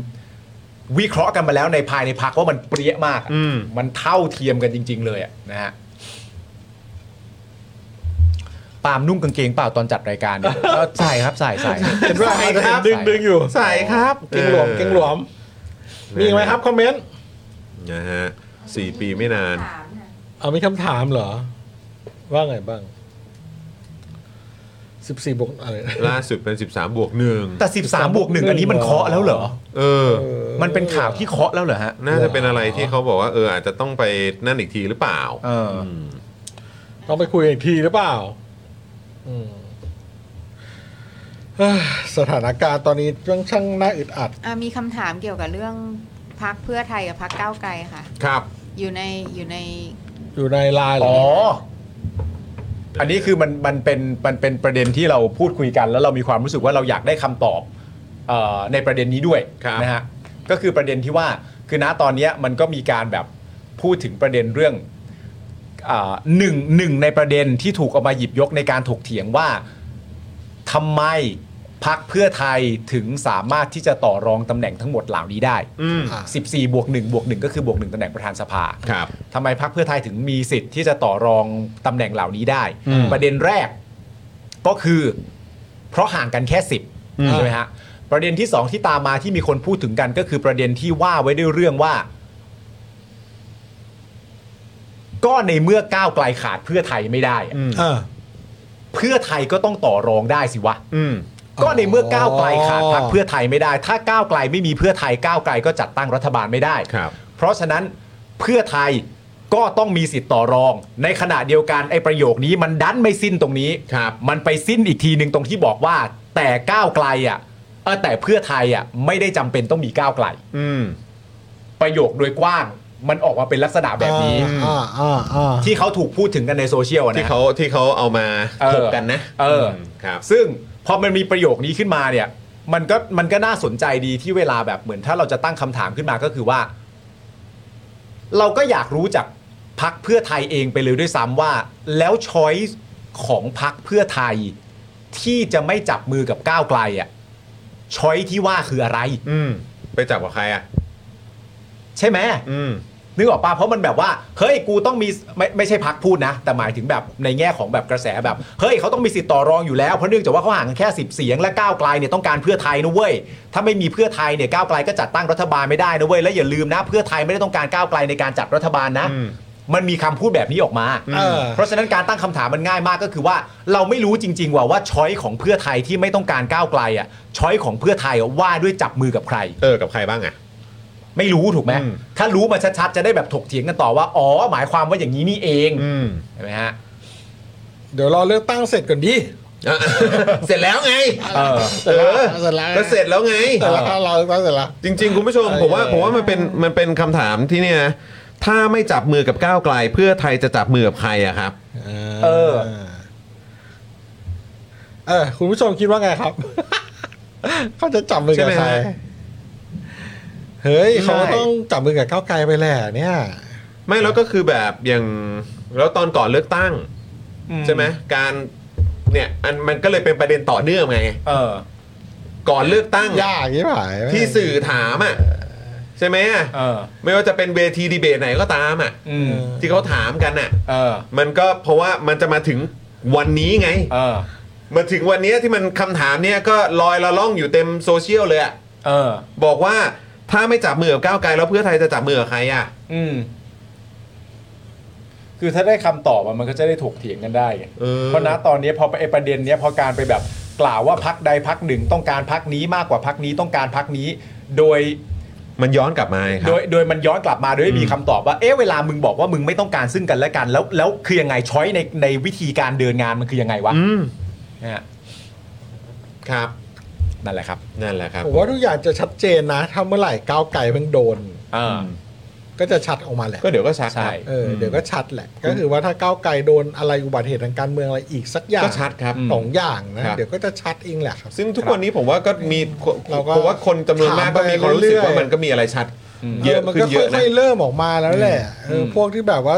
[SPEAKER 2] วิเคราะห์กันมาแล้วในภายในพักว่ามันเปรี้ยมากอะ
[SPEAKER 1] อืม
[SPEAKER 2] มันเท่าเทียมกันจริง ๆ เลยอะนะฮะปาล์มนุ่งกางเกงเปล่าตอนจัดรายการเนี่ย เออใส่ครับใส่ใส่
[SPEAKER 1] เห็นว่าครับ
[SPEAKER 3] ดึงดึงอยู่
[SPEAKER 1] ใส่ครับ
[SPEAKER 3] เก่งหลวมเก่งหลวม มีอีกไหมครับ คอมเมนต์
[SPEAKER 1] นะฮะสี่ปีไม่นาน
[SPEAKER 8] ถามนะ
[SPEAKER 3] เอามีคำถามเหรอ ว่าไงบ้างสิบสี่บวกอะไรนะ
[SPEAKER 1] ล่าสุดเป็น 13 บวกหนึ่ง
[SPEAKER 2] แต่สิบสามบวกหนึ่งอันนี้มันเคาะแล้วเหรอ
[SPEAKER 1] เออ
[SPEAKER 2] มันเป็นข่าวที่เคาะแล้วเหรอฮะ
[SPEAKER 1] น่าจะเป็นอะไรที่เขาบอกว่าเอออาจจะต้องไปนั่นอีกทีหรือเปล่า
[SPEAKER 2] เอออ
[SPEAKER 1] ม
[SPEAKER 3] ต้องไปคุยอีกทีหรือเปล่า อืมเอ้ยสถานการณ์ตอนนี้เรื่องช่างน่าอึดอัด
[SPEAKER 4] อ่ะมีคำถามเกี่ยวกับเรื่องพักเพื่อไทยกับพักก้าวไกลค่ะ
[SPEAKER 1] ครับ
[SPEAKER 4] อยู่ในอยู่ใน
[SPEAKER 3] อยู่ในไลน์เหร
[SPEAKER 2] อ๋
[SPEAKER 3] อ
[SPEAKER 2] อ อันนี้คือมันมันเป็นมันเป็นประเด็นที่เราพูดคุยกัน แล้วเรามีความรู้สึกว่าเราอยากได้คำตอบเออในประเด็นนี้ด้วย
[SPEAKER 1] ครับ
[SPEAKER 2] นะฮะก็คือประเด็นที่ว่าคือณตอนเนี้ยมันก็มีการแบบพูดถึงประเด็นเรื่องเออหนึ่งหนึ่งในประเด็นที่ถูกเอามาหยิบยกในการถกเถียงว่าทำไมพักเพื่อไทยถึงสามารถที่จะต่อรองตำแหน่งทั้งหมดเหล่านี้ได้
[SPEAKER 1] อืม
[SPEAKER 2] 14บวก1บวก1ก็คือบวก1ตำแหน่งประธานสภา
[SPEAKER 1] ครับ
[SPEAKER 2] ทำไมพักเพื่อไทยถึงมีสิทธิ์ที่จะต่อรองตำแหน่งเหล่านี้ได้ ประเด็นแรกก็คือ เพราะห่างกันแค่สิบใช่ไหมฮะ ประเด็นที่สองที่ตามมาที่มีคนพูดถึงกันก็คือประเด็นที่ว่าไว้ด้วยเรื่องว่า ก็ในเมื่อก้าวไกลขาดเพื่อไทยไม่ได้อะ
[SPEAKER 3] อ่า
[SPEAKER 2] เพื่อไทยก็ต้องต่อรองได้สิวะ
[SPEAKER 1] อืม
[SPEAKER 2] ก็ในเมื่อก้าวไกลขาดพรรค
[SPEAKER 3] อ๋อ
[SPEAKER 2] เพื่อไทยไม่ได้ ถ้าก้าวไกลไม่มีเพื่อไทยก้าวไกลก็จัดตั้งรัฐบาลไม่ได้
[SPEAKER 1] ครับ
[SPEAKER 2] เพราะฉะนั้นเพื่อไทยก็ต้องมีสิทธิ์ต่อรอง ในขณะเดียวกันไอ้ประโยคนี้มันดันไม่สิ้นตรงนี้
[SPEAKER 1] ครับ
[SPEAKER 2] มันไปสิ้นอีกทีหนึ่งตรงที่บอกว่า แต่ก้าวไกลอ่ะเออแต่เพื่อไทยอ่ะไม่ได้จำเป็นต้องมีก้าวไกล
[SPEAKER 1] อืม
[SPEAKER 2] ประโยคโดยกว้างมันออกมาเป็นลักษณะแบบนี้
[SPEAKER 3] อ่าอ่าอ่า
[SPEAKER 2] ที่เขาถูกพูดถึงกันในโซเชียลอะนะ
[SPEAKER 1] ที่เขาที่เขาเอามาถกกันนะ
[SPEAKER 2] เออ
[SPEAKER 1] มครับ
[SPEAKER 2] ซึ่งพอมันมีประโยคนี้ขึ้นมาเนี่ย มันก็มันก็น่าสนใจดีที่เวลาแบบเหมือนถ้าเราจะตั้งคำถามขึ้นมาก็คือว่า เราก็อยากรู้จากพักเพื่อไทยเองไปเลยด้วยซ้ำว่า แล้วช้อยส์ของพักเพื่อไทย ที่จะไม่จับมือกับก้าวไกลอ่ะช้อยที่ว่าคืออะไร
[SPEAKER 1] อืม ไปจับกับใครอ่ะ
[SPEAKER 2] ใช่ไหม
[SPEAKER 1] อืม
[SPEAKER 2] นึกออกป่ะเพราะมันแบบว่า เฮ้ยกูต้องมีไม่ไม่ใช่พักพูดนะ แต่หมายถึงแบบในแง่ของแบบกระแสแบบเฮ้ยเขาต้องมีสิทธิ์ต่อรองอยู่แล้วเพราะเนื่องจากว่าเขาห่างกันแค่ 10 เสียงและก้าวไกลเนี่ยต้องการเพื่อไทยนะเว้ยถ้าไม่มีเพื่อไทยเนี่ยก้าวไกลก็จัดตั้งรัฐบาลไม่ได้นะเว้ยและอย่าลืมนะ เพื่อไทยไม่ได้ต้องการก้าวไกลในการจัดรัฐบาลนะ
[SPEAKER 1] อืม
[SPEAKER 2] มันมีคำพูดแบบนี้ออกมา
[SPEAKER 3] อ่า
[SPEAKER 2] เพราะฉะนั้นการตั้งคำถามมันง่ายมากก็คือว่า เราไม่รู้จริง ๆ ว่าว่าช้อยของเพื่อไทยที่ไม่ต้องการก้าวไกลอ่ะช้อยของเพื่อไทยอะว่าด้วยจับมือกับใคร
[SPEAKER 1] เออ กับใครบ้างอ่ะ
[SPEAKER 2] ไม่รู้ถูกไหม
[SPEAKER 1] อืม
[SPEAKER 2] ถ้ารู้มาชัดๆ จะได้แบบถกเถียงกันต่อว่า อ๋อ หมายความว่าอย่างนี้นี่เอง
[SPEAKER 1] อืม
[SPEAKER 2] เห็นไหมฮะ
[SPEAKER 3] เดี๋ยวรอเลือกตั้งเสร็จก่อนดิ
[SPEAKER 1] อ่ะ เสร็จแล้วไง
[SPEAKER 2] เออ
[SPEAKER 1] เออ
[SPEAKER 3] เสร็จแล้ว
[SPEAKER 1] ก็เสร็จแล้วไง
[SPEAKER 3] เสร็จแล้วเราเลือกตั้งเสร็จแล้ว
[SPEAKER 1] จริง ๆ คุณผู้ชม ผมว่า
[SPEAKER 3] เออ
[SPEAKER 1] ผมว่ามันเป็นมันเป็นคำถามที่เนี่ย ถ้าไม่จับมือกับก้าวไกล เพื่อไทยจะจับมือกับใครอะครับ
[SPEAKER 2] เออ
[SPEAKER 3] เออ คุณผู้ชมคิดว่าไงครับ เขาจะจับมือกับ
[SPEAKER 1] ใช่ไหม
[SPEAKER 3] ใคร
[SPEAKER 1] ฮะ
[SPEAKER 3] เฮ้ย เขา
[SPEAKER 1] ใช่
[SPEAKER 3] ต้องจับมือกับก้าวไกลไปแหละเนี่ย
[SPEAKER 1] ไม่แล้วก็คือแบบอย่างแล้วตอนก่อนเลือกตั้ง ใช่ไหมการเนี่ยอันมันก็เลยเป็นประเด็นต่อเนื่องไง
[SPEAKER 2] เออ
[SPEAKER 1] ก่อนเลือกตั้ง
[SPEAKER 3] ยากยี่หาย
[SPEAKER 1] ที่สื่อถามอ่ะใช่ไหมอะ
[SPEAKER 2] เออ
[SPEAKER 1] ไม่ว่าจะเป็นเวทีดีเบตไหนก็ตามอ่ะ
[SPEAKER 2] อืม
[SPEAKER 1] ที่เขาถามกันอ่ะ
[SPEAKER 2] เออ
[SPEAKER 1] มันก็เพราะว่ามันจะมาถึงวันนี้ไง
[SPEAKER 2] เออ
[SPEAKER 1] มาถึงวันนี้ที่มันคำถามเนี่ยก็ลอยละล่องอยู่เต็มโซเชียลเลยอะ
[SPEAKER 2] เออ
[SPEAKER 1] บอกว่าถ้าไม่จับมือกับก้าวไกลแล้วเพื่อไทยจะจับมือกับใครอะ
[SPEAKER 2] อืม คือถ้าได้คำตอบอะมันก็จะได้ถกเถียงกันได้ไง
[SPEAKER 1] เออ
[SPEAKER 2] เพราะนะตอนนี้พอไปไอ้ประเด็นเนี้ยพอการไปแบบกล่าวว่าพักใดพักหนึ่งต้องการพักนี้มากกว่าพักนี้ต้องการพักนี้ โดย
[SPEAKER 1] มันย้อนกลับมาไงครั
[SPEAKER 2] โด
[SPEAKER 1] บ
[SPEAKER 2] ยโดยมันย้อนกลับมาโดยไม่มีคำตอบว่า เอ๊ะเวลามึงบอกว่ามึงไม่ต้องการซึ่งกันและกัน แล้วแล้วคือยังไงช้อยในในวิธีการเดินงานมันคือยังไงวะ
[SPEAKER 1] อืม
[SPEAKER 2] นะฮะ
[SPEAKER 1] ครับ
[SPEAKER 2] นั่นแหละครับ
[SPEAKER 1] นั่นแหละครับ
[SPEAKER 3] ผมว่าทุกอย่างจะชัดเจนนะถ้าเมื่อไหร่ก้าวไกลมันโดน
[SPEAKER 2] อ่า
[SPEAKER 3] ก็จะชัดออกมาแหละ
[SPEAKER 1] ก็เดี๋ยวก็ชัดค
[SPEAKER 2] ใช่
[SPEAKER 1] รับ
[SPEAKER 3] เออเดี๋ยวก็ชัดแหละ ก็คือว่าถ้าก้าวไกลโดนอะไรอุบัติเหตุทางการเมืองอะไรอีกสักอย่าง
[SPEAKER 1] ก็ชัดครับ
[SPEAKER 2] อืม
[SPEAKER 3] สองอย่างนะ
[SPEAKER 1] ครับ
[SPEAKER 3] เดี๋ยวก็จะชัดเองแหละครับ
[SPEAKER 1] ซึ่งทุกวันนี้ผมว่าก็มี
[SPEAKER 3] เราก็
[SPEAKER 1] ผมว่าคนจำนวนมากก็มีความรู้สึก
[SPEAKER 3] ถามไปเรื่อยๆ
[SPEAKER 1] ว่ามันก็มีอะไรชัด เยอะ
[SPEAKER 3] มัน
[SPEAKER 1] ขึ้
[SPEAKER 3] ก็
[SPEAKER 1] นเยอะนะ
[SPEAKER 3] ค่อยๆเริ่มออกมาแล้วแหละเอออ
[SPEAKER 2] ม
[SPEAKER 3] พวกที่แบบว่า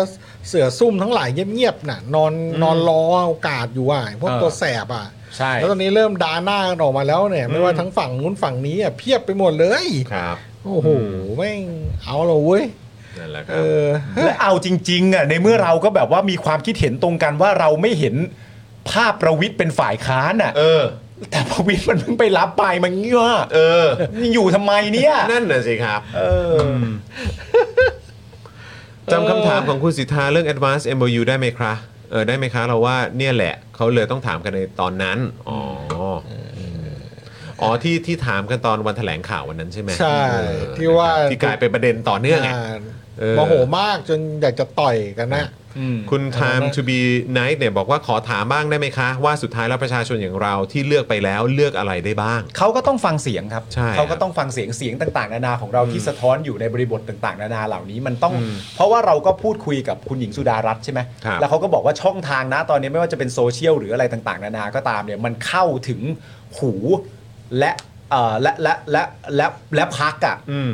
[SPEAKER 3] เสือซุ่มทั้งหลายเงียบๆน่ะ นอนนอนรอโอกาสอยู่อ่ะพวกตัวแสบอ่ะ
[SPEAKER 2] ใช่
[SPEAKER 3] แล้วตอนนี้เริ่มดาหน้ากันออกมาแล้วเนี่ย ไม่ว่าทั้งฝั่งนู้นฝั่งนี้อ่ะเพียบไปหมดเลย
[SPEAKER 1] ครับ
[SPEAKER 3] โอ้โห
[SPEAKER 1] อืม
[SPEAKER 3] แม่งเอาเราเว้ย
[SPEAKER 1] นั่นแหละค
[SPEAKER 3] เอ
[SPEAKER 1] รับ
[SPEAKER 3] อ
[SPEAKER 2] และเอาจริงๆอ่ะในเมื่อเราก็แบบว่ามีความคิดเห็นตรงกันว่าเราไม่เห็นภาพประวิทย์เป็นฝ่ายค้านอ่ะ
[SPEAKER 1] เออ
[SPEAKER 2] แต่ประวิทย์มันเพิ่งไปรับไปมันเงี้ย
[SPEAKER 1] เออ
[SPEAKER 2] อยู่ทำไมเนี่ย
[SPEAKER 1] นั่นน่ะสิครับ
[SPEAKER 2] เอออ
[SPEAKER 1] จำคำถามของคุณสิทธาเรื่อง advance MOU ได้ไหมคะเออได้ไหมคะเราว่าเนี่ยแหละเขาเลยต้องถามกันในตอนนั้น อ๋ออ๋อที่ที่ถามกันตอนวันแถลงข่าววันนั้นใช่ไหม
[SPEAKER 3] ใช่
[SPEAKER 1] เออ
[SPEAKER 3] ที่ว่า
[SPEAKER 1] ที่กลายเป็นประเด็นต่อเนื่องไง เออ
[SPEAKER 3] โมโหมากจนอยากจะต่อยกันนะ
[SPEAKER 1] คุณ time to be night เนี่ยบอกว่าขอถามบ้างได้ไหมคะ ว่าสุดท้ายแล้วประชาชนอย่างเราที่เลือกไปแล้วเลือกอะไรได้บ้าง
[SPEAKER 2] เขาก็ต้องฟังเสียงครับ
[SPEAKER 1] ใช่
[SPEAKER 2] เขาก็ต้องฟังเสียงเสียงต่างๆ นานาของเราที่สะท้อนอยู่ในบริบทต่างๆ นานาเหล่านี้มันต้อง เพราะว่าเราก็พูดคุยกับคุณหญิงสุดารัตน์ใช่ไหม
[SPEAKER 1] ครับ
[SPEAKER 2] แล้วเขาก็บอกว่าช่องทางนะตอนนี้ไม่ว่าจะเป็นโซเชียลหรืออะไรต่างๆ นานาก็ตามเนี่ยมันเข้าถึงหูและเอ่อและและและและและพักอ่ะ
[SPEAKER 1] อืม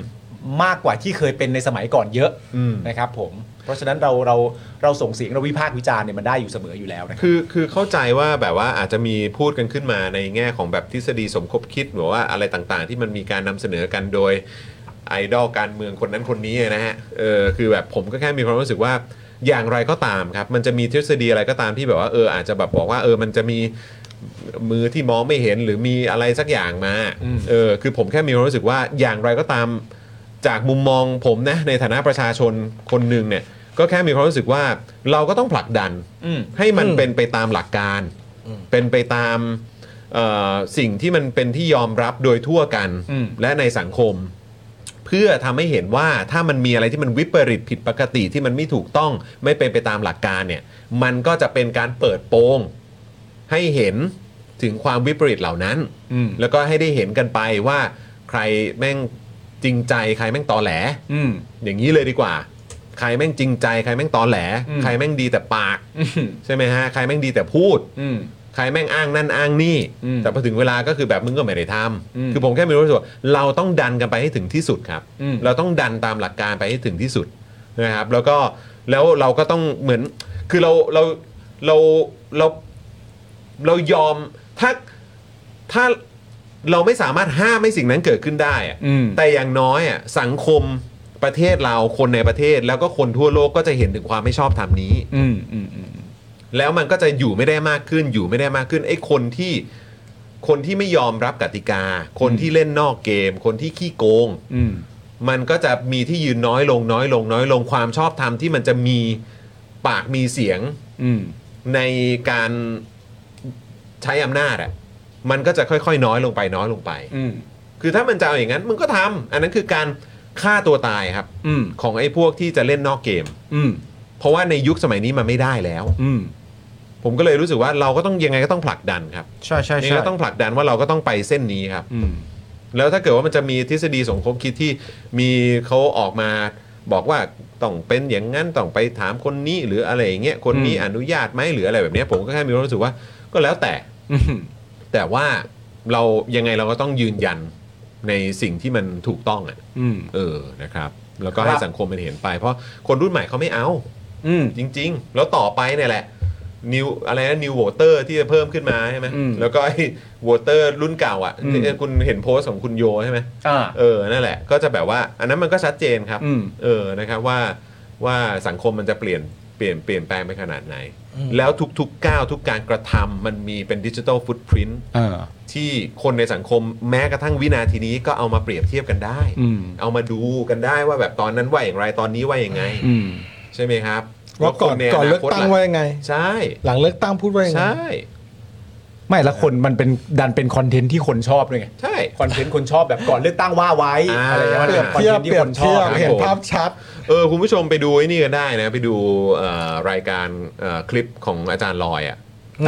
[SPEAKER 2] มากกว่าที่เคยเป็นในสมัยก่อนเยอะ
[SPEAKER 1] อืม
[SPEAKER 2] นะครับผมเพราะฉะนั้นเราเราเราส่งเสียงเราวิพากษ์วิจารณ์เนี่ยมันได้อยู่เสมออยู่แล้วนะครับ
[SPEAKER 1] คือคือเข้าใจว่าแบบว่าอาจจะมีพูดกันขึ้นมาในแง่ของแบบทฤษฎีสมคบคิดหรือว่าอะไรต่างๆ ที่มันมีการนำเสนอกันโดยไอดอลการเมืองคนนั้นคนนี้นะฮะเออคือแบบผมก็แค่มีความรู้สึกว่าอย่างไรก็ตามครับ มันจะมีทฤษฎีอะไรก็ตามที่แบบว่าเอออาจจะแบบบอกว่าเออมันจะมี มือที่มองไม่เห็นหรือมีอะไรสักอย่างมา
[SPEAKER 2] อืม
[SPEAKER 1] เออคือผมแค่มีความรู้สึกว่าอย่างไรก็ตามจากมุมมองผมนะในฐานะประชาชนคนหนึ่งเนี่ยก็แค่มีความรู้สึกว่าเราก็ต้องผลักดัน
[SPEAKER 2] อืม
[SPEAKER 1] ให้มัน
[SPEAKER 9] อืม
[SPEAKER 1] เป็นไปตามหลักการ
[SPEAKER 9] อืม
[SPEAKER 1] เป็นไปตามเอ่อสิ่งที่มันเป็นที่ยอมรับโดยทั่วกัน
[SPEAKER 2] อืม
[SPEAKER 1] และในสังคม เพื่อทำให้เห็นว่าถ้ามันมีอะไรที่มันวิปริตผิดปกติที่มันไม่ถูกต้องไม่เป็นไปตามหลักการเนี่ย มันก็จะเป็นการเปิดโปงให้เห็นถึงความวิปริตเหล่านั้น
[SPEAKER 2] อืม
[SPEAKER 1] แล้วก็ให้ได้เห็นกันไปว่าใครแม่งจริงใจใครแม่งตอแหล
[SPEAKER 2] อืม
[SPEAKER 1] อย่างนี้เลยดีกว่า ใครแม่งจริงใจ ใครแม่งตอแหล
[SPEAKER 2] อืม
[SPEAKER 1] ใครแม่งดีแต่ปาก
[SPEAKER 2] อืม
[SPEAKER 1] ใช่ไหมฮะ ใครแม่งดีแต่พูด
[SPEAKER 2] อืม
[SPEAKER 1] ใครแม่งอ้างนั่นอ้างนี่
[SPEAKER 2] อืม
[SPEAKER 1] แต่พอถึงเวลาก็คือแบบมึงก็ไม่ได้ท
[SPEAKER 2] อืม
[SPEAKER 1] ำคือผมแค่มีรู้สึกว่าเราต้องดันกันไปให้ถึงที่สุดครับ
[SPEAKER 2] อืม
[SPEAKER 1] เราต้องดันตามหลักการไปให้ถึงที่สุดนะครับ แล้วก็แล้วเราก็ต้องเหมือน คือเราเราเราเราเรายอมถ้าถ้าเราไม่สามารถห้ามให้สิ่งนั้นเกิดขึ้นได้อะ
[SPEAKER 2] อืม
[SPEAKER 1] แต่อย่างน้อยอ่ะสังคมประเทศเราคนในประเทศแล้วก็คนทั่วโลกก็จะเห็นถึงความไม่ชอบธรรมนี้
[SPEAKER 2] อืมอืมอืม
[SPEAKER 1] แล้วมันก็จะอยู่ไม่ได้มากขึ้น อยู่ไม่ได้มากขึ้นไอ้คนที่คนที่ไม่ยอมรับกติกา คน
[SPEAKER 2] อืม
[SPEAKER 1] ที่เล่นนอกเกม คนที่ขี้โกง
[SPEAKER 2] อืม
[SPEAKER 1] มันก็จะมีที่ยืนน้อยลงน้อยลงน้อยลงความชอบธรรมที่มันจะมีปากมีเสียง
[SPEAKER 2] อืม
[SPEAKER 1] ในการใช้อำนาจอ่ะมันก็จะค่อยๆ น้อยลงไปน้อยลงไป
[SPEAKER 2] อืม
[SPEAKER 1] คือถ้ามันจะเอาอย่างนั้นมึงก็ทำอันนั้นคือการฆ่าตัวตายครับ
[SPEAKER 2] อืม
[SPEAKER 1] ของไอ้พวกที่จะเล่นนอกเกม
[SPEAKER 2] อืม
[SPEAKER 1] เพราะว่าในยุคสมัยนี้มันไม่ได้แล้ว
[SPEAKER 2] อืม
[SPEAKER 1] ผมก็เลยรู้สึกว่าเราก็ต้องยังไงก็ต้องผลักดันครับ
[SPEAKER 2] ใช่ใช่
[SPEAKER 1] ยังไง
[SPEAKER 2] ใช่
[SPEAKER 1] ก็ต้องผลักดันว่าเราก็ต้องไปเส้นนี้ครับ
[SPEAKER 2] อืม
[SPEAKER 1] แล้วถ้าเกิดว่ามันจะมีทฤษฎีสมคบคิดที่มีเขาออกมาบอกว่าต้องเป็นอย่างนั้นต้องไปถามคนนี้หรืออะไรอย่างเงี้ยคนนี้
[SPEAKER 2] อืม
[SPEAKER 1] อนุญาตไหมหรืออะไรแบบเนี้ยผมก็แค่มีความรู้สึกว่าก็แล้วแต่
[SPEAKER 2] อืม
[SPEAKER 1] แต่ว่าเรายังไงเราก็ต้องยืนยันในสิ่งที่มันถูกต้องอ่ะ
[SPEAKER 2] อืม
[SPEAKER 1] เออนะครับ แล้วก็
[SPEAKER 2] ครับ
[SPEAKER 1] ให้สังคมมันเห็นไป เพราะคนรุ่นใหม่เขาไม่เอา
[SPEAKER 2] อืม
[SPEAKER 1] จริง ๆ แล้วต่อไปเนี่ยแหละนิวอะไรนะนิวโวเตอร์ที่จะเพิ่มขึ้นมาใช่ไหม
[SPEAKER 2] อืม
[SPEAKER 1] แล้วก็ไอ้โวเตอร์รุ่นเก่าอ่ะ
[SPEAKER 2] อืม
[SPEAKER 1] ที่คุณเห็นโพสต์ของคุณโยใช่ไหม
[SPEAKER 2] อ่า
[SPEAKER 1] เออนั่นแหละ ก็จะแบบว่า อันนั้นมันก็ชัดเจนครับ
[SPEAKER 2] อืม
[SPEAKER 1] เออนะครับว่าว่าสังคมมันจะเปลี่ยนเปลี่ยนเปลี่ยนแปลงไปขนาดไหน
[SPEAKER 9] อืม
[SPEAKER 1] แล้วทุกๆก้าวทุกการกระทำมันมีเป็นดิจิทัลฟุตพิ้น
[SPEAKER 2] อ่า
[SPEAKER 1] ที่คนในสังคมแม้กระทั่งวินาทีนี้ก็เอามาเปรียบเทียบกันได้
[SPEAKER 2] อืม
[SPEAKER 1] เอามาดูกันได้ว่าแบบตอนนั้นว่าอย่างไรตอนนี้ว่าอย่างไง
[SPEAKER 2] อืม
[SPEAKER 1] ใช่ไหมครับ
[SPEAKER 3] ว่าก่อน
[SPEAKER 1] แล้วค
[SPEAKER 3] ก่อนเลือก
[SPEAKER 1] ใาคต
[SPEAKER 3] ตั้งว่ายังไง
[SPEAKER 1] ใช่
[SPEAKER 3] หลังเลือกตั้งพูดว่ายังไง
[SPEAKER 1] ใช่
[SPEAKER 2] ไม่ละคนมันเป็นดันเป็นคอนเทนต์ที่คนชอบด้วยไง
[SPEAKER 1] ใช่
[SPEAKER 2] คอนเทนต์คนชอบแบบก่อนเลือกตั้งว่าไว้
[SPEAKER 1] อ่า
[SPEAKER 2] อะไรอย่างเงี้ยมัน
[SPEAKER 3] เปรีย
[SPEAKER 2] เป็
[SPEAKER 3] บ
[SPEAKER 2] นคอน
[SPEAKER 3] เทีย
[SPEAKER 2] เท
[SPEAKER 3] บ
[SPEAKER 2] นต์
[SPEAKER 3] เปรียบเที
[SPEAKER 2] ที่คนชอย บบ ครับ
[SPEAKER 3] เห็น
[SPEAKER 2] ผม
[SPEAKER 3] ภาพชัด
[SPEAKER 1] เออคุณผู้ชมไปดูไอ้นี่กันได้นะ ไปดูเอ่อรายการเอ่อคลิปของอาจารย์ลอยอ่ะ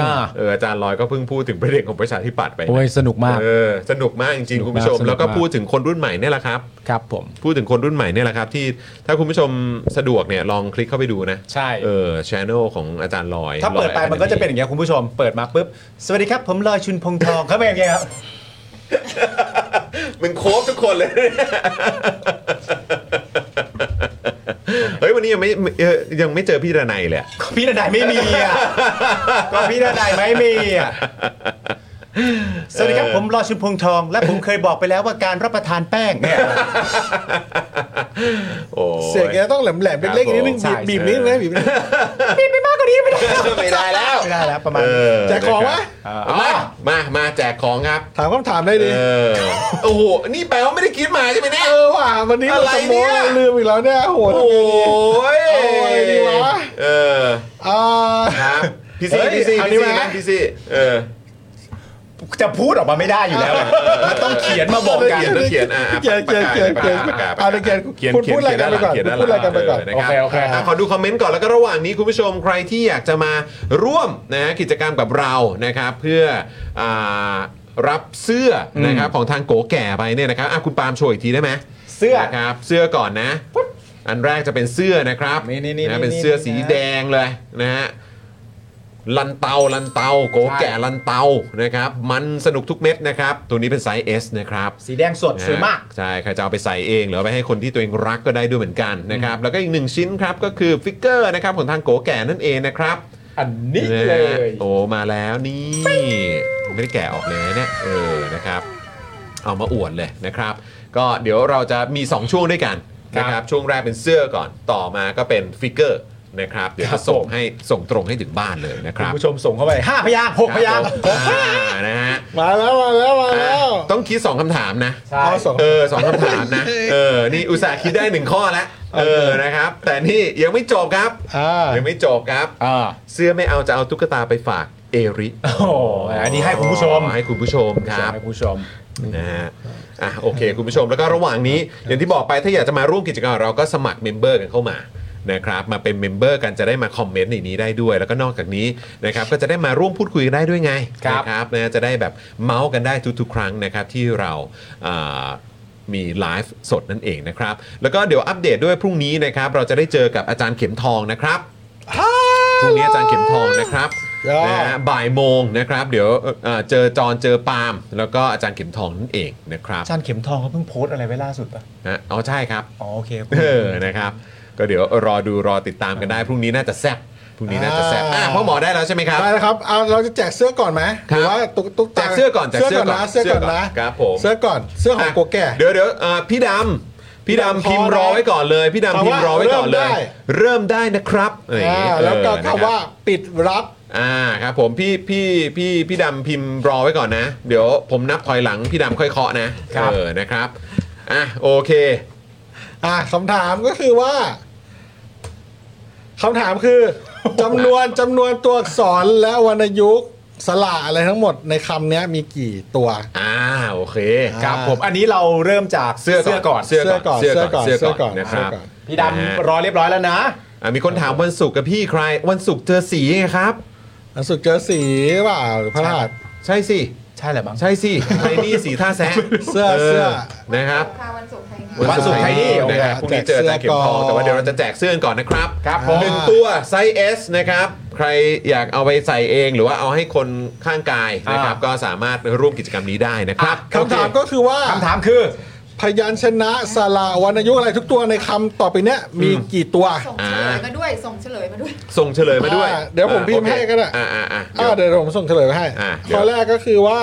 [SPEAKER 2] อ่า
[SPEAKER 1] เอออาจารย์ลอยก็เพิ่งพูดถึงประเด็นของประชาธิปัตย์ไปนะ
[SPEAKER 2] โอ้ยสนุกมาก
[SPEAKER 1] เออสนุกมากจริงๆ คุณผู้ชม
[SPEAKER 2] สนุกมาก
[SPEAKER 1] แล้วก็พูดถึงคนรุ่นใหม่เนี่ยแหละครับ
[SPEAKER 2] ครับผม
[SPEAKER 1] พูดถึงคนรุ่นใหม่เนี่ยแหละครับ ที่ถ้าคุณผู้ชมสะดวกเนี่ยลองคลิกเข้าไปดูนะ
[SPEAKER 2] ใช่
[SPEAKER 1] เออชแนลของอาจารย์ลอย
[SPEAKER 2] ถ้าเปิดไป
[SPEAKER 1] ลย
[SPEAKER 2] มันก็จะเป็นอย่างเงี้ยคุณผู้ชม เปิดมาปุ๊บ สวัสดีครับ ผมลอยชุนพงทองเข้าไปอย่างเงี้ยครับ
[SPEAKER 1] มึงโคฟทุกคนเลย เฮ้ยวันนี้ยังไม่เอ่อยังไม่เจอพี่ระไนยเลยอะ
[SPEAKER 2] ก็พี่นายไม่มีอ่ะ ก็พี่นายไม่มีอ่ะ สวัสดีครับผมลอยชุนพงทอง และผมเคยบอกไปแล้วว่าการรับประทานแป้งเนี่ย
[SPEAKER 1] โอ้
[SPEAKER 3] เสียงแกต้องแหลมๆเป็นเล็กนิดนึง
[SPEAKER 2] ใช่
[SPEAKER 3] บีบบีบนิดนึงนะบีบนิดนึง
[SPEAKER 1] ไม่ได้แล้ว
[SPEAKER 2] ไม่ได้แล้วประมาณ
[SPEAKER 1] เอ
[SPEAKER 2] นี้
[SPEAKER 1] อ
[SPEAKER 3] แจกของวะ
[SPEAKER 1] นะครับเอามามามาแจกของครับ
[SPEAKER 3] ถามคำถามได้
[SPEAKER 1] เอ
[SPEAKER 3] ดิ
[SPEAKER 1] อ โอ้โห นี่แปลว่าไม่ได้คิดมาใช่ไหมเนี่ย
[SPEAKER 3] เออว่ะวันนี้เราจะโม้
[SPEAKER 1] อะไรเนี่ย
[SPEAKER 3] ลืมอีกแล้วเนี่ยโอ้โห
[SPEAKER 1] โอ้ย
[SPEAKER 3] เอาไงดีวะ
[SPEAKER 1] เออ
[SPEAKER 3] อ่า
[SPEAKER 1] ครับพี่ซี
[SPEAKER 3] เฮ้ย
[SPEAKER 1] พี่ซี
[SPEAKER 3] เอานี่
[SPEAKER 1] พี่ซี
[SPEAKER 3] มา
[SPEAKER 1] นะพี่ซีเออ
[SPEAKER 2] จะพูดออกมาไม่ได้อยู่แล้วเลยมันต้องเขียนมาบอกกัน
[SPEAKER 1] เขียนต้องเขียนอ่ะอ่ะ
[SPEAKER 3] เขียนเขียนเขียน
[SPEAKER 1] ประ
[SPEAKER 3] เขียน
[SPEAKER 1] กาศประกาศ
[SPEAKER 3] อ่ะเขียน
[SPEAKER 1] เขียน
[SPEAKER 3] คุณ
[SPEAKER 1] เขียน
[SPEAKER 3] พูดอะไรกันไปก่อน
[SPEAKER 1] เขียน
[SPEAKER 3] คุณพูดอะไรกันไปก่อน
[SPEAKER 1] ะรับ
[SPEAKER 2] โอเคโอเค
[SPEAKER 1] ะขอดูคอมเมนต์ก่อนแล้วก็ระหว่างนี้คุณผู้ชมใครที่อยากจะมาร่วมนะฮะกิจกรรมกับเรานะครับเพื่ออ่ารับเสื้อนะครับของทางโกแก่ไปเนี่ยนะครับอ่ะคุณปาล์มโชว์อีกทีได้ไหม
[SPEAKER 2] เสื้อ
[SPEAKER 1] นะครับเสื้อก่อนนะ อันแรกจะเป็นเสื้อนะครับ
[SPEAKER 2] นี่นี่นี่
[SPEAKER 1] ะ
[SPEAKER 2] นี่
[SPEAKER 1] เป็นเสื้อสี
[SPEAKER 2] นี่นะ
[SPEAKER 1] แดงเลยนะฮะลันเตาลันเตาโกแก่
[SPEAKER 2] ใช่
[SPEAKER 1] ลันเตานะครับ มันสนุกทุกเม็ดนะครับ ตัวนี้เป็นไซส์ S นะครับ
[SPEAKER 2] สีแดงสดสวยมาก
[SPEAKER 1] ใช่ ใครจะเอาไปใส่เอง หรือเอาไปให้คนที่ตัวเองรักก็ได้ด้วยเหมือนกันนะครับ แล้วก็อีกหนึ่งชิ้นครับ ก็คือฟิกเกอร์นะครับของทางโกแก่นั่นเองนะครับ
[SPEAKER 2] อันนี้เล
[SPEAKER 1] นะฮะ
[SPEAKER 2] ย
[SPEAKER 1] โอ้ มาแล้วนี่ไม่ได้แกะออกเลยนะเนี่ยเออนะครับ เอามาอวดเลยนะครับ ก็เดี๋ยวเราจะมี 2 ช่วงด้วยกัน
[SPEAKER 2] ครับ
[SPEAKER 1] นะครับ ช่วงแรกเป็นเสื้อก่อนต่อมาก็เป็นฟิกเกอร์ นะครับเดี๋ยว
[SPEAKER 2] ครั
[SPEAKER 1] จะ
[SPEAKER 2] บ
[SPEAKER 1] ส่งให้ส่งตรงให้ถึงบ้านเลยนะค
[SPEAKER 2] คุณ
[SPEAKER 1] รับ
[SPEAKER 2] ผู้ชมส่งเข้าไป 5 พยางค์6พยางค์
[SPEAKER 1] ครับผมอ่านะฮะ
[SPEAKER 3] มาแล้วมาแล้วมา
[SPEAKER 1] อ่ะ
[SPEAKER 3] แล้ว
[SPEAKER 1] ต้องคิด 2คำถามนะ
[SPEAKER 2] ใช่
[SPEAKER 3] เอาสอง
[SPEAKER 1] เออสองคำถามนะ เออ นี่อุตส่าห์คิดได้หนึ่งข้อแล้ว เออนะครับ แต่นี่ยังไม่จบครับ
[SPEAKER 3] อ่า
[SPEAKER 1] ยังไม่จบครับ เสื้อไม่เอาจะเอาตุ๊กตาไปฝากเอริ
[SPEAKER 2] โอ้โหอันนี้ให้คุณผู้ชม
[SPEAKER 1] ให้คุณผู้ชมครับ
[SPEAKER 2] ให้คุณผู้ชม
[SPEAKER 1] นะฮะ อ่ะโอเค คุณผู้ชมแล้วก็ระหว่างนี้ อย่างที่บอกไปถ้าอยากจะมาร่วมกิจกรรมกับเราก็สมัครเมมเบอร์กันเข้ามานะครับมาเป็นเมมเบอร์กันจะได้มาคอมเมนต์ในนี้ได้ด้วย แล้วก็นอกจากนี้นะครับก็จะได้มาร่วมพูดคุยกันได้ด้วยไง
[SPEAKER 2] ครับ
[SPEAKER 1] นะครับนะจะได้แบบเมาส์กันได้ทุกๆ ครั้งนะครับที่เราอ่ามีไลฟ์สดนั่นเองนะครับ แล้วก็เดี๋ยวอัปเดตด้วยพรุ่งนี้นะครับเราจะได้เจอกับอาจารย์เข็มทองนะครับ พรุ่งนี้อาจารย์เข็มทองนะครับนะฮะบ่ายโมงนะครับ เดี๋ยวเอ่อเจอจอนเจอปาล์มแล้วก็อาจารย์เข็มทองนั่นเองนะครับ
[SPEAKER 2] อาจารย์เข็มทองเขาเพิ่งโพสต์อะไรไว้ล่าสุดป่ะ
[SPEAKER 1] นะอ๋อใช่ครับ
[SPEAKER 2] อ๋อโอเค
[SPEAKER 1] เออนะครับ ก็เดี๋ยวรอดูรอติดตามกันได้ พรุ่งนี้น่าจะแซ่บพรุ่งนี้น่าจะแซ่บอ่ะพ่อหมอได้แล้วใช่ไหมครับ
[SPEAKER 3] ได้แล้วครับเอาเราจะแจกเสื้อก่อนไหมหรือว่าตุ๊กตุ๊กตา
[SPEAKER 1] แจกเสื้อก่อนแจกเสื้อก่อน
[SPEAKER 3] เสื้อก่อ
[SPEAKER 1] เสื้อก่อน
[SPEAKER 3] นนะเสื้อก่อนนะครับ
[SPEAKER 1] ผม
[SPEAKER 3] เสื้อก่อนเสื้อของโกแก่
[SPEAKER 1] เดี๋ยวเดี๋ยวเอ่อพี่ดำพี่ดำพิมพ์รอไว้ก่อนเลย พี่ดำ
[SPEAKER 3] คำว่า
[SPEAKER 1] พิมพ์รอไว้ก่อนเลย
[SPEAKER 3] เริ่มได้
[SPEAKER 1] เริ่มได้นะครับอะไรอย่าง
[SPEAKER 3] อ่า
[SPEAKER 1] งี้
[SPEAKER 3] แล้วก็
[SPEAKER 1] เออนะครับ
[SPEAKER 3] คำว่าปิดรับ
[SPEAKER 1] อ่าครับผมพี่พี่พี่พี่ดำพิมพ์รอไว้ก่อนนะ เดี๋ยวผมนับถอยหลังพี่ดำค่อยเคาะนะเออนะครับอ่ะโอเค
[SPEAKER 3] อ่าคำถามก็คือว่าคำถาม คือจำนวนจำนวนตัวอักษรและวรรณยุกต์สระอะไรทั้งหมดในคำเนี้ยมีกี่ตัว
[SPEAKER 1] อ่าโอเค
[SPEAKER 2] ครับผมอันนี้เราเริ่มจาก
[SPEAKER 1] เสื้อก่อน
[SPEAKER 2] เสื้อก่อน
[SPEAKER 1] เสื้อก่อน
[SPEAKER 3] เสื้
[SPEAKER 1] เสื้อ
[SPEAKER 3] อก่
[SPEAKER 1] ก่
[SPEAKER 3] อน
[SPEAKER 1] อน
[SPEAKER 3] เสื้อก่อน
[SPEAKER 1] นะครับ
[SPEAKER 3] เสื้อก่อน
[SPEAKER 2] พี่
[SPEAKER 1] นะฮะ
[SPEAKER 2] ดำรอเรียบร้อยแล้วนะ
[SPEAKER 1] อ่ะมีคนถามวันศุกร์กับพี่ใคร วันศุกร์เจอสีไงครับ
[SPEAKER 3] อันสุดเจอสีเปล่าหรือพระรหัส
[SPEAKER 1] ใช่สิ
[SPEAKER 2] ใช่แหละบ้าง
[SPEAKER 1] ใช่สิไทนี่สีท่าแซะ
[SPEAKER 3] เสื้อเสื้อ
[SPEAKER 1] นะครับ
[SPEAKER 8] พาวันศุกร์ใครงาน
[SPEAKER 2] วันศุกร์ไทยนี่โอเค
[SPEAKER 1] นะครับพรุ่งนี้เจออาจารย์เข็มทองแต่ว่าเดี๋ยวเราจะแจกเสื้อกันก่อนนะครับ
[SPEAKER 2] ครับผ
[SPEAKER 3] อ่า
[SPEAKER 2] ม
[SPEAKER 1] หนึ่งตัวไซส์ S นะครับ ใครอยากเอาไปใส่เองหรือว่าเอาให้คนข้างกายนะครับ ก็สามารถร่วมกิจกรรมนี้ได้นะครับ
[SPEAKER 3] คำถามก็คือว่า
[SPEAKER 2] คำถามคือ
[SPEAKER 3] พยัญชนะสระวรรณยุกต์อะไรทุกตัวในคำต่อไปเนี้ยมีกี่ตัว
[SPEAKER 8] ส่งเฉลยมาด้วย ส่งเฉลยมาด้วย
[SPEAKER 1] ส่งเฉลยมาด้วย
[SPEAKER 3] อ่าเดี๋ยวผมพิมพ์ให้ก็ได้
[SPEAKER 1] อ่าอ่าอ่าเดี๋
[SPEAKER 3] อ่า
[SPEAKER 1] ยว
[SPEAKER 3] เดี๋ยวผมส่งเฉลยไปให้
[SPEAKER 1] อ่าเดี๋ยว
[SPEAKER 3] ข้อแรกก็คือว่า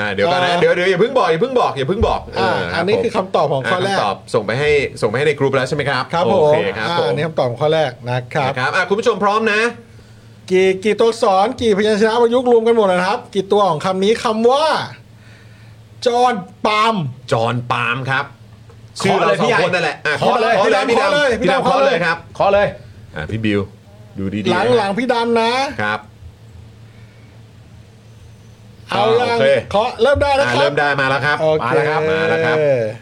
[SPEAKER 1] อ่าเดี๋ยวก่อนนะ
[SPEAKER 3] อ่า
[SPEAKER 1] เดี๋ยวเดี๋ยวอย่าเพิ่งบอกอย่าเพิ่งบอกอย่าเพิ่งบอก
[SPEAKER 3] อ่า
[SPEAKER 1] เ
[SPEAKER 3] อันนี้คือ
[SPEAKER 1] รับ
[SPEAKER 3] คำตอบของข้อ
[SPEAKER 1] ผม
[SPEAKER 3] แรก
[SPEAKER 1] คำตอบส่งไปให้ส่งไปให้ในกลุ่มแล้วใช่ไหมครับ
[SPEAKER 3] ครับผ
[SPEAKER 1] โอ
[SPEAKER 3] ม
[SPEAKER 1] เคครับ
[SPEAKER 3] อ่า
[SPEAKER 1] ผม
[SPEAKER 3] อันนี้คำตอบของข้อแรกนะครับ
[SPEAKER 1] นะครับอ่ะคุณผู้ชมพร้อมนะ
[SPEAKER 3] กี่กี่ตัวอักษรกี่พยัญชนะประยุกต์รวมกันหมดนะครับ กี่ตัวของคำนี้คำว่า จอร์นปาล์ม
[SPEAKER 1] จอห์นปาล์มครับชื่อเราสองคนนั่นแหละอ่ะ
[SPEAKER 3] ขอเลย
[SPEAKER 1] ขอเลย
[SPEAKER 3] พี่
[SPEAKER 1] พี่
[SPEAKER 3] ดำขอเลย
[SPEAKER 1] ดำพี่ดำ
[SPEAKER 3] พี่ดำ
[SPEAKER 1] ขอเลย
[SPEAKER 3] ขอเลย
[SPEAKER 1] ครับ
[SPEAKER 2] ขอเลย
[SPEAKER 1] อ่ะพี่บิวดูดีๆ
[SPEAKER 3] หลังหลังพี่ดำนะ
[SPEAKER 1] ครับ
[SPEAKER 3] เอายั
[SPEAKER 1] อ่าง โอเค
[SPEAKER 3] เคาะเริ่มได้นะ
[SPEAKER 1] อ่า
[SPEAKER 3] ครับ
[SPEAKER 1] เริ่มได้มาแล้วครับ
[SPEAKER 3] โอเค
[SPEAKER 1] มาแล้วครับมาแล้วครับ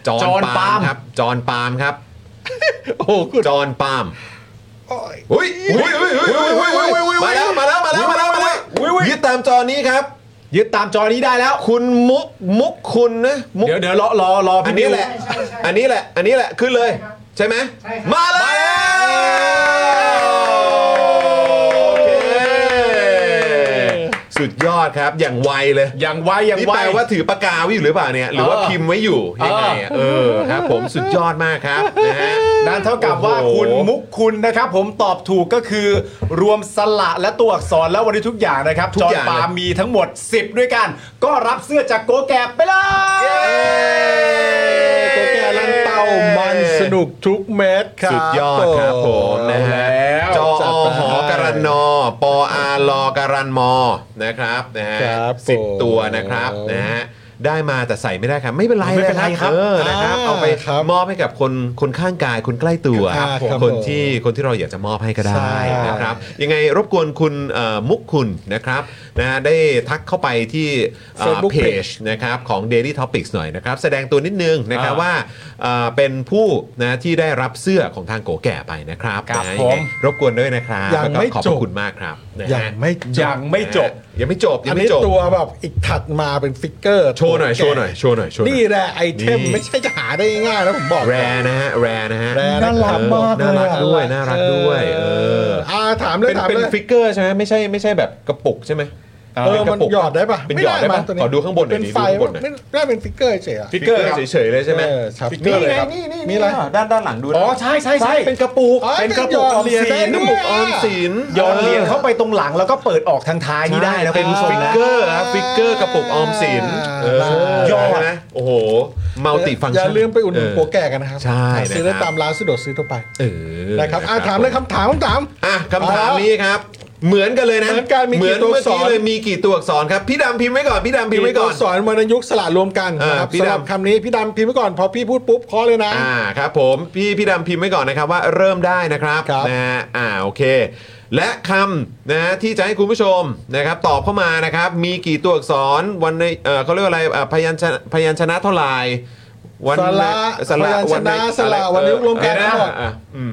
[SPEAKER 1] จอ
[SPEAKER 2] จอห์
[SPEAKER 1] ห์น
[SPEAKER 2] น
[SPEAKER 1] ปา
[SPEAKER 2] ปาล์
[SPEAKER 1] ล์ม
[SPEAKER 2] ม
[SPEAKER 1] ครับจอห์นปาล์มครับ
[SPEAKER 3] โอ้โหคุณ
[SPEAKER 1] จอห์นปาล์ม
[SPEAKER 3] โอ้ย
[SPEAKER 1] อุ้ยอุ้ยอุ้ยอุ้ยอุ้ยอุ้ยอุ้ยอุ้ยมาแล้วมาแล้วมาแล้วมาแล้วมาแล้วยึดตามจอนี้ครับ
[SPEAKER 2] ยึดตามจอนี้ได้แล้ว
[SPEAKER 1] คุณมุกมุกคุณนะมุก
[SPEAKER 2] เดี๋ยวเดี๋ยวรอรอรอ
[SPEAKER 1] อั
[SPEAKER 2] พี่
[SPEAKER 1] น
[SPEAKER 2] บิ
[SPEAKER 1] นี้
[SPEAKER 2] ว
[SPEAKER 1] แหละ อันนี้แหละ อันนี้แหละขึ้นเลย ใช่ไหมมาแล้วโอเคสุดยอดครับอย่างไวเลย
[SPEAKER 2] อย่างไวอย่าง
[SPEAKER 1] นี่
[SPEAKER 2] ไว
[SPEAKER 1] แปลว่าถือปากกาไว้อยู่หรือเปล่าเนี่ย หรือว่า
[SPEAKER 2] เออ
[SPEAKER 1] พิมพ์ไว้อยู่ยังไงอะเออครับ ผมสุดยอดมากครับนะฮะ
[SPEAKER 2] นั่นเท่ากับว่า
[SPEAKER 1] โอ้โห
[SPEAKER 2] คุณมุกคุณนะครับ ผมตอบถูกก็คือ รวมสละและตัวอักษรแล้ววันนี้ทุกอย่างนะครับจอห์นปาล์มมีทั้งหมด 10 ด้วยกัน ก็รับเสื้อจากโกแกบไปเลย
[SPEAKER 3] โกแกลันเต้ามันสนุกทุกเม็ดครับ
[SPEAKER 1] สุดยอดครับผมนะฮะ
[SPEAKER 2] แล้ว
[SPEAKER 1] จอ
[SPEAKER 3] จัดไป
[SPEAKER 1] หอการันนอปออาลอการันมอนะครับนะฮะ
[SPEAKER 3] ครับ
[SPEAKER 1] สิบ
[SPEAKER 3] ผม
[SPEAKER 1] ตัวนะครับนะฮะได้มาแต่ใส่ไม่ได้ครับ ไม่เป็นไร
[SPEAKER 2] ไม่เป็นไรครับ
[SPEAKER 1] เออนะครับ
[SPEAKER 3] อ่า
[SPEAKER 1] เอาไป
[SPEAKER 3] ครับ
[SPEAKER 1] มอบให้กับคนคนข้างกายคนใกล้ตัว
[SPEAKER 3] ครับผม
[SPEAKER 1] คนที่คนที่เราอยากจะมอบให้ก็
[SPEAKER 3] ใช่
[SPEAKER 1] ได้นะครับ ยังไงรบกวนคุณเอ่อมุกคุณนะครับนะฮะได้ทักเข้าไปที่เอ่อ
[SPEAKER 3] Facebook
[SPEAKER 1] เพจนะครับของ Daily Topics หน่อยนะครับ แสดงตัวนิดนึงนะครับ
[SPEAKER 2] อ่า
[SPEAKER 1] ว่า เอ่อเป็นผู้นะที่ได้รับเสื้อของทางโกแก่ไปนะครับ
[SPEAKER 2] ครับ
[SPEAKER 1] นะ
[SPEAKER 2] ผ
[SPEAKER 1] ยั
[SPEAKER 2] ม
[SPEAKER 1] งไงรบกวนด้วยนะครับ
[SPEAKER 3] ยัง
[SPEAKER 1] แล้วก็
[SPEAKER 3] ไม่
[SPEAKER 1] ขอบ
[SPEAKER 3] จ
[SPEAKER 1] พ
[SPEAKER 3] บ
[SPEAKER 1] ระคุณมากครับนะฮะ
[SPEAKER 3] ยังไม่จ
[SPEAKER 2] ยั
[SPEAKER 3] บ
[SPEAKER 2] งไม่จบ
[SPEAKER 1] นะฮะยังไม่จบยั
[SPEAKER 3] อั
[SPEAKER 1] ง
[SPEAKER 3] น
[SPEAKER 1] ไม่
[SPEAKER 3] นี้
[SPEAKER 1] จบ
[SPEAKER 3] ตัวแบบอีกถัดมาเป็นฟิกเกอร์
[SPEAKER 1] โชว์หน่อยโชว์หน่อยโชว์หน่อยโชว์หน่อย
[SPEAKER 3] นี่แหละไอเทมไม่ใช่จะหาได้ง่ายนะผมบอก
[SPEAKER 1] แรนะฮะแรนะฮะ
[SPEAKER 3] แรร์ะ
[SPEAKER 2] น่ารักมากเลย
[SPEAKER 1] น่ารักด้วยน่ารักด้วยเออ
[SPEAKER 3] อ่าถามเลย
[SPEAKER 1] เป็น
[SPEAKER 3] ถาม
[SPEAKER 1] เป็น
[SPEAKER 3] เลย
[SPEAKER 1] ฟิกเกอร์ใช่ไหมไม่ใช่ไม่ใช่แบบกระปุกใช่ไหม
[SPEAKER 3] เออมัน
[SPEAKER 1] ป็กระปุก
[SPEAKER 3] หยอดได้ปะ
[SPEAKER 1] เป็นหยอดได้
[SPEAKER 3] มั
[SPEAKER 1] ปะ
[SPEAKER 3] งตัวนี้
[SPEAKER 1] ขอดูข้างบนหน่อย
[SPEAKER 3] เป็น
[SPEAKER 1] ดิ
[SPEAKER 3] ไฟ
[SPEAKER 1] ดูข้างบนหน่อย
[SPEAKER 3] ไม่ได้เป็นฟิกเกอร์เฉยๆอะ
[SPEAKER 1] ฟิกเกอร์เฉยๆเลยใช่ไหม
[SPEAKER 3] เออครับ
[SPEAKER 1] ฟิกเกอร์เลยครับ
[SPEAKER 3] นี่ไงนี่
[SPEAKER 1] มี
[SPEAKER 3] นี่
[SPEAKER 1] อะ
[SPEAKER 3] อะไร ไร
[SPEAKER 1] ด้านด้านหลังดูนะ
[SPEAKER 2] อ๋อใช่ใช่ใช่
[SPEAKER 1] เป็นกระปุก
[SPEAKER 3] อ๋อ
[SPEAKER 1] เป็นกระปุก
[SPEAKER 3] เป็นหย
[SPEAKER 1] ออม
[SPEAKER 3] อด
[SPEAKER 1] สิน
[SPEAKER 3] ได้ด้ว
[SPEAKER 1] กระ
[SPEAKER 3] ย
[SPEAKER 1] ปุกออมสิน
[SPEAKER 2] หยอดเหรียญเข้าไปตรงหลังแล้วก็เปิดออกทางท้ายนี่ได้นะ
[SPEAKER 1] เป็น
[SPEAKER 2] คุณผู้ชม
[SPEAKER 1] ฟิก
[SPEAKER 2] นะ
[SPEAKER 1] เกอร์ครับฟิกเกอร์กระปุกออมสินเออย
[SPEAKER 2] อด
[SPEAKER 1] นะโอ้โหมัลติฟังก์
[SPEAKER 3] อ
[SPEAKER 1] ชัน
[SPEAKER 3] ย่าลืมไปอุดหนุนโปรแกกันนะครับ
[SPEAKER 1] ใช่นะครับ
[SPEAKER 3] ซื้อได้ตามร้านสะดวกซื้อทั่วไป
[SPEAKER 1] เออ
[SPEAKER 3] นะครับอ่ะถามเลยคำถามคำถาม
[SPEAKER 1] อ่ะคำถามนี้ครับ เหมือนกันเลยนะ
[SPEAKER 3] เหมือนกันมีกี่
[SPEAKER 1] เมื่อ
[SPEAKER 3] ตัวอักษ
[SPEAKER 1] กี้
[SPEAKER 3] ร
[SPEAKER 1] เลยมีกี่ตัวอักษรครับพี่ดำพิมพ์ไว้ก่อนพี่ดำพิมพ์ไว้ก่อน
[SPEAKER 3] สอนวรรณยุกต์สละรวมกัน
[SPEAKER 1] เออ
[SPEAKER 3] นะครับ
[SPEAKER 1] พี่ดำ
[SPEAKER 3] สำหรับคำนี้พี่ดำพิมพ์ไว้ก่อนพอพี่พูดปุ๊บเคอเลยนะ
[SPEAKER 1] อ่าครับผมพี่พี่ดำพิมพ์ไว้ก่อนนะครับว่าเริ่มได้นะครับ
[SPEAKER 3] ครับ
[SPEAKER 1] นะฮะอ่าโอเค และคำนะฮะที่จะให้คุณผู้ชมนะครับตอบเข้ามานะครับมีกี่ตัวอักษรวันในเอ่อเขาเรียกว่าอะไรอ่าพยัญชนะพยัญชนะเท่าไหร่
[SPEAKER 3] สละ
[SPEAKER 1] ส
[SPEAKER 3] พ
[SPEAKER 1] ละ
[SPEAKER 3] ยัญช
[SPEAKER 1] วันใน
[SPEAKER 3] นะสละ
[SPEAKER 1] อไร
[SPEAKER 3] วรรณยุกต์รวมกัน
[SPEAKER 1] เออ
[SPEAKER 3] ทั้งหมด
[SPEAKER 1] อ่ะอืม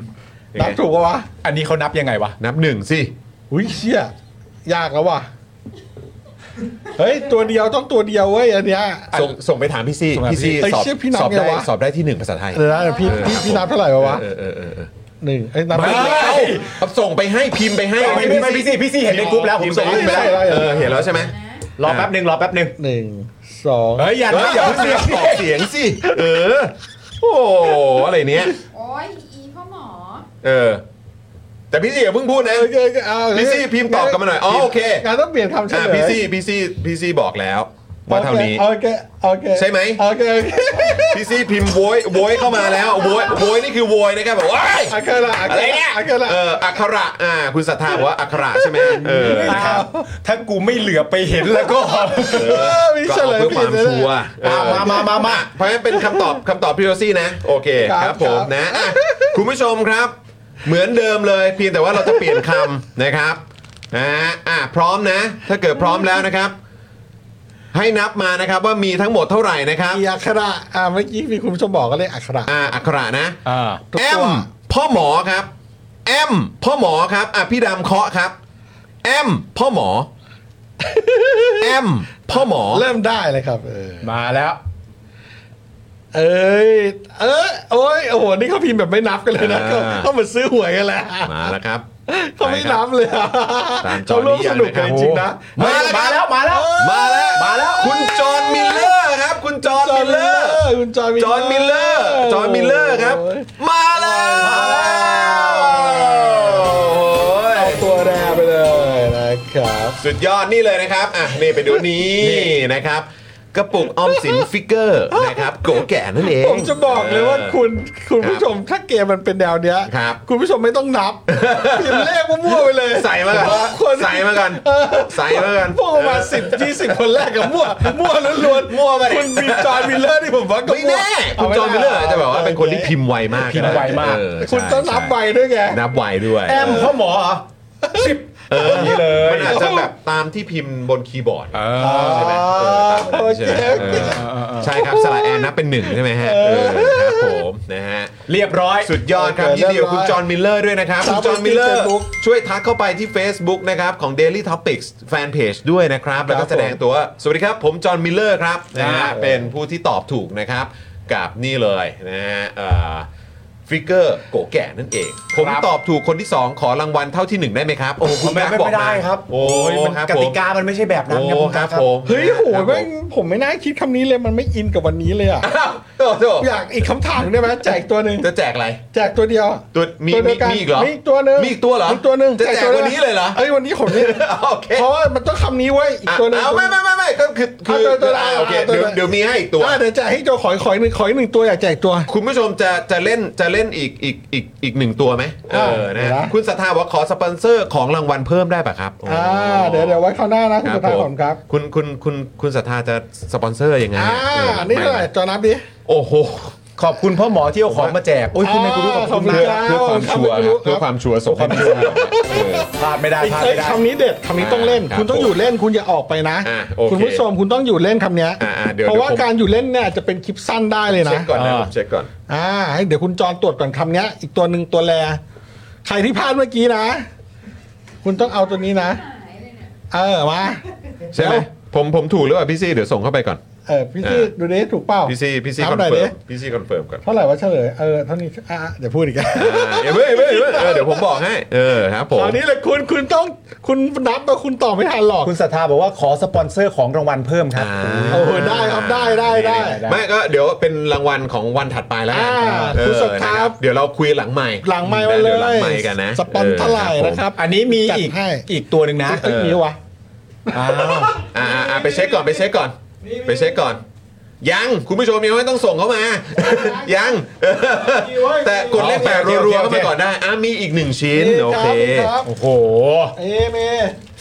[SPEAKER 1] ยัง
[SPEAKER 3] นั
[SPEAKER 1] ไง
[SPEAKER 3] บถูกปะวะ
[SPEAKER 2] อันนี้เขานับยังไงวะ
[SPEAKER 1] นับหนึ่งสิ
[SPEAKER 3] อุ้ยเชี่ยยากแล้วว่ะเฮ้ยตัวเดียวต้องตัวเดียวเว้ยอันเนี้ย
[SPEAKER 1] ส่งส่งไปถามพี่ซี่
[SPEAKER 3] ส่งไป
[SPEAKER 1] พี่ซี่
[SPEAKER 3] เอ้ย
[SPEAKER 1] สอบ
[SPEAKER 3] เชี่ยพี่นับ
[SPEAKER 1] สอบได้
[SPEAKER 3] ไงวะ
[SPEAKER 1] สอบได้ที่หนึ่งภาษาไทย
[SPEAKER 3] เดี๋ยวนะพี่พี่พี่นับเท่าไหร่ปะวะ
[SPEAKER 1] เออเออเออเออ
[SPEAKER 3] หนึ่งไอ้ยนับ
[SPEAKER 1] ไม่
[SPEAKER 3] ไม่ได้
[SPEAKER 1] เอาส่งไปให้พิมพ์ไปให้
[SPEAKER 2] ไม่ไม่ไม่พี่ซี่พี่ซี่เห็นในกรุ๊ปแล้วผมส่ง
[SPEAKER 1] พิพ์ไป
[SPEAKER 3] ไม่ได้
[SPEAKER 1] แล้ว
[SPEAKER 3] ไม่ได้
[SPEAKER 1] เออเห็นแล้วใช่ไหม
[SPEAKER 2] รอแป๊บหนึ่งรอแป๊บหนึ่ง
[SPEAKER 3] หนึ่งสอง
[SPEAKER 2] เฮ้ยอย่า
[SPEAKER 1] เฮ้ยอย่า
[SPEAKER 2] เพิ่
[SPEAKER 1] เพิ่งเสียงออ
[SPEAKER 2] งเสียง
[SPEAKER 1] กเสียงสิ เออ โอ้โหอะไรเนี้ย
[SPEAKER 8] โอ้ยอีพ่อหมอ
[SPEAKER 1] เออ แต่พี่ซี่อย่าเพิ่งพูดนะ
[SPEAKER 3] โอเคโอเคเอา
[SPEAKER 1] พี่ซี่พิมพ์ตอบกลันมาหน่อย อ๋อโอเค
[SPEAKER 3] งานต้องเปลี่ยนคำเฉล
[SPEAKER 1] อ่าย พี่ซี่พี่ซี่พี่ซี่บอกแล้วว่าเท่านี้
[SPEAKER 3] โอเคโอเค
[SPEAKER 1] ใช่ไหม
[SPEAKER 3] โอเคโอเค
[SPEAKER 1] พี่ซี่พิมพ์โวยโวยเข้ามาแล้วโวยโวยนี่คือโวยนะครับแบบว้าย
[SPEAKER 3] โอเคละโอ
[SPEAKER 1] อะ
[SPEAKER 3] เค
[SPEAKER 1] ไรเนี่ย
[SPEAKER 3] ละโอเคละ
[SPEAKER 1] เอออักขระ อ่า คุณศรัทธาบอกว่าอักขระใช่ไหมเออนะครับ
[SPEAKER 2] ถ้ากูไม่เหลือไปเห็นแล้วก็
[SPEAKER 3] มี
[SPEAKER 1] ก็
[SPEAKER 3] เฉ
[SPEAKER 1] เอา
[SPEAKER 3] ลย
[SPEAKER 1] เพื่อค
[SPEAKER 3] ผิ
[SPEAKER 1] วา
[SPEAKER 3] ด
[SPEAKER 1] ม
[SPEAKER 3] เลย
[SPEAKER 1] ชัวร์เออ
[SPEAKER 2] มามามามา
[SPEAKER 1] เพราะฉะนั้นเป็นคำตอบคำตอบพี่โรซี่นะ โอเค
[SPEAKER 3] ครับ
[SPEAKER 1] ครับผม
[SPEAKER 3] ครับ
[SPEAKER 1] นะอ่ะคุณผู้ชมครับ เหมือนเดิมเลยเพียงแต่ว่าเราจะเปลี่ยนคำ นะครับนะฮะอ่ะพร้อมนะ ถ้าเกิดพร้อมแล้วนะครับ ให้นับมานะครับว่ามีทั้งหมดเท่าไหร่นะครับ
[SPEAKER 3] มีอักขระอ่าเมื่อกี้มีคุณผู้ชมบอกก็เลยอักขระ
[SPEAKER 1] อ่าอักขระนะ
[SPEAKER 2] อ่า
[SPEAKER 3] ทุก
[SPEAKER 1] แอ
[SPEAKER 3] ตั
[SPEAKER 1] ม
[SPEAKER 3] ว
[SPEAKER 1] พ่อหมอครับแอมพ่อหมอครับอ่ะพี่ดำเคาะครับแอมพ่อหมอแอมพ่อหมอ
[SPEAKER 3] เริ่มได้เลยครับ เออ
[SPEAKER 2] มาแล้ว
[SPEAKER 3] เอ้ยเออโอ้ยโอ้โหนี่เขาพิมพ์แบบไม่นับกันเลยนะเขาเขาเหมือนซื้อหวยกันแหละ
[SPEAKER 1] มาแล้วครับ
[SPEAKER 3] เขาไม่นับเลยอะ
[SPEAKER 1] ตามจอ
[SPEAKER 3] เขาร่วมสนุกกันจริงๆนะ
[SPEAKER 1] มาแล้ว
[SPEAKER 2] มาแล้วมาแล้ว
[SPEAKER 1] มาแล้ว
[SPEAKER 2] มาแล้ว
[SPEAKER 1] คุณจอห์นมิลเลอร์ครับ คุณจอห์นมิลเลอร์
[SPEAKER 3] คุณจอห์นมิล
[SPEAKER 1] จ
[SPEAKER 3] เลอร์
[SPEAKER 1] อห์นมิลเลอร์จอห์นมิลเลอร์ครับ
[SPEAKER 3] โอ้ย
[SPEAKER 1] มาแล้ว
[SPEAKER 3] มาแล้ว
[SPEAKER 1] โอ้ย
[SPEAKER 3] เอาตัวแรกไปเลยนะครับ
[SPEAKER 1] สุดยอดนี่เลยนะครับอ่ะนี่ไปดูนี่นะครับ กระปุกออมสินฟิกเกอร์นะครับโกแก่นั่นเอง
[SPEAKER 3] ผมจะบอกเลยว่าคุณคุณผู้ชมถ้าเกมมันเป็นแนวเนี้ย
[SPEAKER 1] ครับ
[SPEAKER 3] คุณผู้ชมไม่ต้องนับพิมพ์เลขมั่วๆไปเลย
[SPEAKER 1] ใส่มาก่อน
[SPEAKER 3] คน
[SPEAKER 1] ใส่มาก่อน
[SPEAKER 3] เออ
[SPEAKER 1] ใส่มาก่อน
[SPEAKER 3] พวกประมาสิบยี่สิบคนแรกกับมั่วมั่วล้วนๆ
[SPEAKER 1] มั่วไปดิ
[SPEAKER 3] คุณมีจอห์นมิลเลอร์ที่ผมว่าก็
[SPEAKER 1] ไม่
[SPEAKER 3] มั่ว
[SPEAKER 1] แน่คุณจอห์นมิลเลอร์อาจจะแบบว่าเป็นคนที่พิมพ์ไวมาก
[SPEAKER 2] พิมพ์ไวมาก
[SPEAKER 1] เออใช่
[SPEAKER 3] คุณต้องนับใบด้วยไง
[SPEAKER 1] นับไวด้วย
[SPEAKER 2] แอมพ่อหมอเหรอสิบ
[SPEAKER 1] เออ
[SPEAKER 2] นี่เลย
[SPEAKER 1] มันอาจจะแบบตามที่พิมพ์บนคีย์บอร์ด
[SPEAKER 2] เออ
[SPEAKER 1] ใช่ไหมเออตามนั้น
[SPEAKER 3] โอเค
[SPEAKER 1] ใช่ไหมเออใช่ครับสระแอนนับเป็นหนึ่งใช่ไหมฮะเออครับผมนะฮะ
[SPEAKER 2] เรียบร้อย
[SPEAKER 1] สุดยอดครับ
[SPEAKER 3] เออ
[SPEAKER 1] ยินดีกับ
[SPEAKER 3] เรียบร้อย
[SPEAKER 1] คุณจอห์นมิลเลอร์ด้วยนะครับ
[SPEAKER 3] ค
[SPEAKER 1] คุ
[SPEAKER 3] รับ
[SPEAKER 1] ณจอห์นมิลเลอ
[SPEAKER 3] ที่
[SPEAKER 1] ร์
[SPEAKER 3] Facebook
[SPEAKER 1] ช่วยทักเข้าไปที่ Facebook นะครับของ Daily Topics Fanpage ด้วยนะครับ แล้วก็
[SPEAKER 3] ครับผม
[SPEAKER 1] แสดงตัวว่าสวัสดีครับ ผมจอห์นมิลเลอร์ครับนะ
[SPEAKER 2] ครั
[SPEAKER 1] ฮะ
[SPEAKER 2] บ
[SPEAKER 1] เป็นผู้ที่ตอบถูกนะครับกับนี่เลยนะฮะฟิกเกอร์โกแก่นั่นเอง ผมตอบถูกคนที่ 2 ขอรางวัลเท่าที่ 1 ได้ไหมครับ โอ้โหคุณแม่
[SPEAKER 2] ไม่
[SPEAKER 1] บอก
[SPEAKER 2] ไม่ได้
[SPEAKER 1] มา
[SPEAKER 2] ครับ
[SPEAKER 1] โอ้ย
[SPEAKER 2] มัน
[SPEAKER 1] ครับ
[SPEAKER 2] ก
[SPEAKER 1] ผม
[SPEAKER 2] ติกามันไม่ใช่แบบนั้น
[SPEAKER 1] โอ้
[SPEAKER 2] ครับ
[SPEAKER 1] ครับ
[SPEAKER 2] คุณตาครับ
[SPEAKER 1] ผม
[SPEAKER 3] เฮ้ยโห
[SPEAKER 1] ครับผ
[SPEAKER 3] แม่งผมไม่น่าคิดคำนี้เลยมันไม่อินกับวันนี้เลยอ่ะ
[SPEAKER 1] โอ้โห
[SPEAKER 3] อยากอีกคำถามได้ไหมแจกตัวหนึ่ง
[SPEAKER 1] จะแจกอะไร
[SPEAKER 3] แจกตัวเดียว
[SPEAKER 1] ตัวมี
[SPEAKER 3] ตัวเดี
[SPEAKER 1] มี
[SPEAKER 3] ยวกัน
[SPEAKER 1] มีอีกเหรอ
[SPEAKER 3] มีอีกตัวหนึ่ง
[SPEAKER 1] มีอีกตัวเหรอ
[SPEAKER 3] มีตัวหนึ่ง
[SPEAKER 1] จะแจก
[SPEAKER 3] ห
[SPEAKER 1] วันนี้เลยเหรอ
[SPEAKER 3] เอ้ยวันนี้ผมนี่
[SPEAKER 1] โอเค
[SPEAKER 3] เพราะว่ามันต้องคำนี้เว้ยอีกตัวหนึง
[SPEAKER 1] เอาไม่ไม่ไม่ไม่ก็คือคือ
[SPEAKER 3] เอาตัวตัว
[SPEAKER 1] อ่า
[SPEAKER 3] เอา
[SPEAKER 1] โอเค
[SPEAKER 3] ตัว
[SPEAKER 1] เดี๋ยว
[SPEAKER 3] ตัว
[SPEAKER 1] เดี๋ยวมีให้อีกตัว
[SPEAKER 3] อ่ะเดี๋ยวแจกให้โจขอยขอยหนึ่งขอยหนึ่งตัวอยากแจกตัว
[SPEAKER 1] คุณผู้ชมจะจะเล่นจะเล่นอีกอีกอีกอีกหนึ่งตัวไหมเอ
[SPEAKER 3] อ่า
[SPEAKER 1] อนะ
[SPEAKER 3] เดี๋ยวนะ
[SPEAKER 1] คุณศรัทธาบอกว่าขอสปอนเซอร์ของรางวัลเพิ่มได้ป่ะครับ
[SPEAKER 3] อ่าเดี๋ยวเดี๋ยวไว้คราวหน้านะคุณ
[SPEAKER 1] รับ
[SPEAKER 3] ประธานผมครับ
[SPEAKER 1] คุณคุณคุณคุณศรัทธาจะสปอนเซอร์ยังไง
[SPEAKER 3] อ่า
[SPEAKER 1] เออ
[SPEAKER 3] นี่เท่าไหร่จอนับดิ
[SPEAKER 1] โอ้โห
[SPEAKER 2] ขอบคุณพ่อหมอที่เอาของมาแจก โอ้ยคุณนายกูรู้ขอบคุณมาก
[SPEAKER 3] า
[SPEAKER 1] เพื่อความชัวร์ครับ
[SPEAKER 3] ข
[SPEAKER 1] เพื่
[SPEAKER 3] อ
[SPEAKER 1] อบ ค
[SPEAKER 3] ณ
[SPEAKER 1] วามชัวร์ส่งให้ดูเออ
[SPEAKER 2] พลาดไม่ได้พลาด
[SPEAKER 3] เอ้ย
[SPEAKER 2] ไม่ได้
[SPEAKER 3] คำนี้เด็ดคำนี้ต้องเล่น
[SPEAKER 1] ครับ
[SPEAKER 3] คุณต้องอยู่เล่นคุณอย่าออกไปนะ
[SPEAKER 1] อ่ะโอเค
[SPEAKER 3] คุณผู้ชมคุณต้องอยู่เล่นคำเนี้ย
[SPEAKER 1] อ่ะอ่ะเดี๋ยว
[SPEAKER 3] เพราะว่า
[SPEAKER 1] เดี๋ยวผม
[SPEAKER 3] การอยู่เล่นเนี่ยจะเป็นคลิปสั้นได้เลยนะ
[SPEAKER 1] เช็คก่อนนะ
[SPEAKER 2] อ่า
[SPEAKER 1] ผมเช็คก่อน
[SPEAKER 3] อ่าให้เดี๋ยวคุณจอนตรวจก่อนคำเนี้ย อีกตัวหนึ่งตัวแล ใครที่พลาดเมื่อกี้นะ คุณต้องเอาตัวนี้นะ เออมา
[SPEAKER 1] ใช่ไหม
[SPEAKER 3] เดี๋ยว
[SPEAKER 1] ผมผมถูกหรือเปล่าพี่ซี่เดี๋ยวส่งเข้าไปก่อน
[SPEAKER 3] เออพี่ซี่
[SPEAKER 1] อ่า
[SPEAKER 3] ดูดิถูกเปล่า
[SPEAKER 1] พี่ซี่พี่ซี่
[SPEAKER 3] ถา
[SPEAKER 1] คอน
[SPEAKER 3] หย
[SPEAKER 1] เฟิ
[SPEAKER 3] ดิ
[SPEAKER 1] ร์มพี่ซี่คอนเฟิร์มก่อน
[SPEAKER 3] เท่าไหร่วะเฉลยเออเท่านี้อ่ะอ่ะเดี๋ยวพูดอีกอ่ะ
[SPEAKER 1] อ่าเอ้ยเว้ยเว้ยเว้ยเออเดี๋ยวผมบอกให้เออครับผม
[SPEAKER 3] คราวนี้แหละคุณคุณต้องคุณนับมาคุณตอบไม่ทันหรอก
[SPEAKER 2] คุณศรัทธาบอกว่าขอสปอนเซอร์ของรางวัลเพิ่มครับ
[SPEAKER 1] า
[SPEAKER 3] โอ้โหได้ครับได้ได้ได้
[SPEAKER 1] ไม่ก็เดี๋ยวเป็นรางวัลของวันถัดไปแล้วกัน
[SPEAKER 3] อ่า
[SPEAKER 1] เออ
[SPEAKER 3] คุณศรัทธา
[SPEAKER 1] นะเดี๋ยวเราคุยหลังใหม่
[SPEAKER 3] หลังไมค์ไว้เลย
[SPEAKER 1] หลังไมค์กันนะ
[SPEAKER 3] สปอนเท่าไหร่
[SPEAKER 1] เออ
[SPEAKER 3] นะครับ
[SPEAKER 2] อันนี้มี
[SPEAKER 3] จัด
[SPEAKER 2] อีก
[SPEAKER 3] ให้
[SPEAKER 2] อีกตัวหนึ่งนะ
[SPEAKER 3] ตึ๊กนี้วะ
[SPEAKER 2] อ้าว
[SPEAKER 1] อ่าอ่าอ่าไปเช็คก่อนไปเช็คก่อน ไปเช็คก่อน ยังคุณผู้ชมยังไม่ต้องส่งเข้ามา ยังเออแต่กดเลขแปดรัวๆเข้ามาก่อนได้อ่ะมีอีกหนึ่งชิ้น
[SPEAKER 3] นี่ครับ
[SPEAKER 1] โอเค
[SPEAKER 3] ครับ
[SPEAKER 2] โอ้โห
[SPEAKER 3] เอเม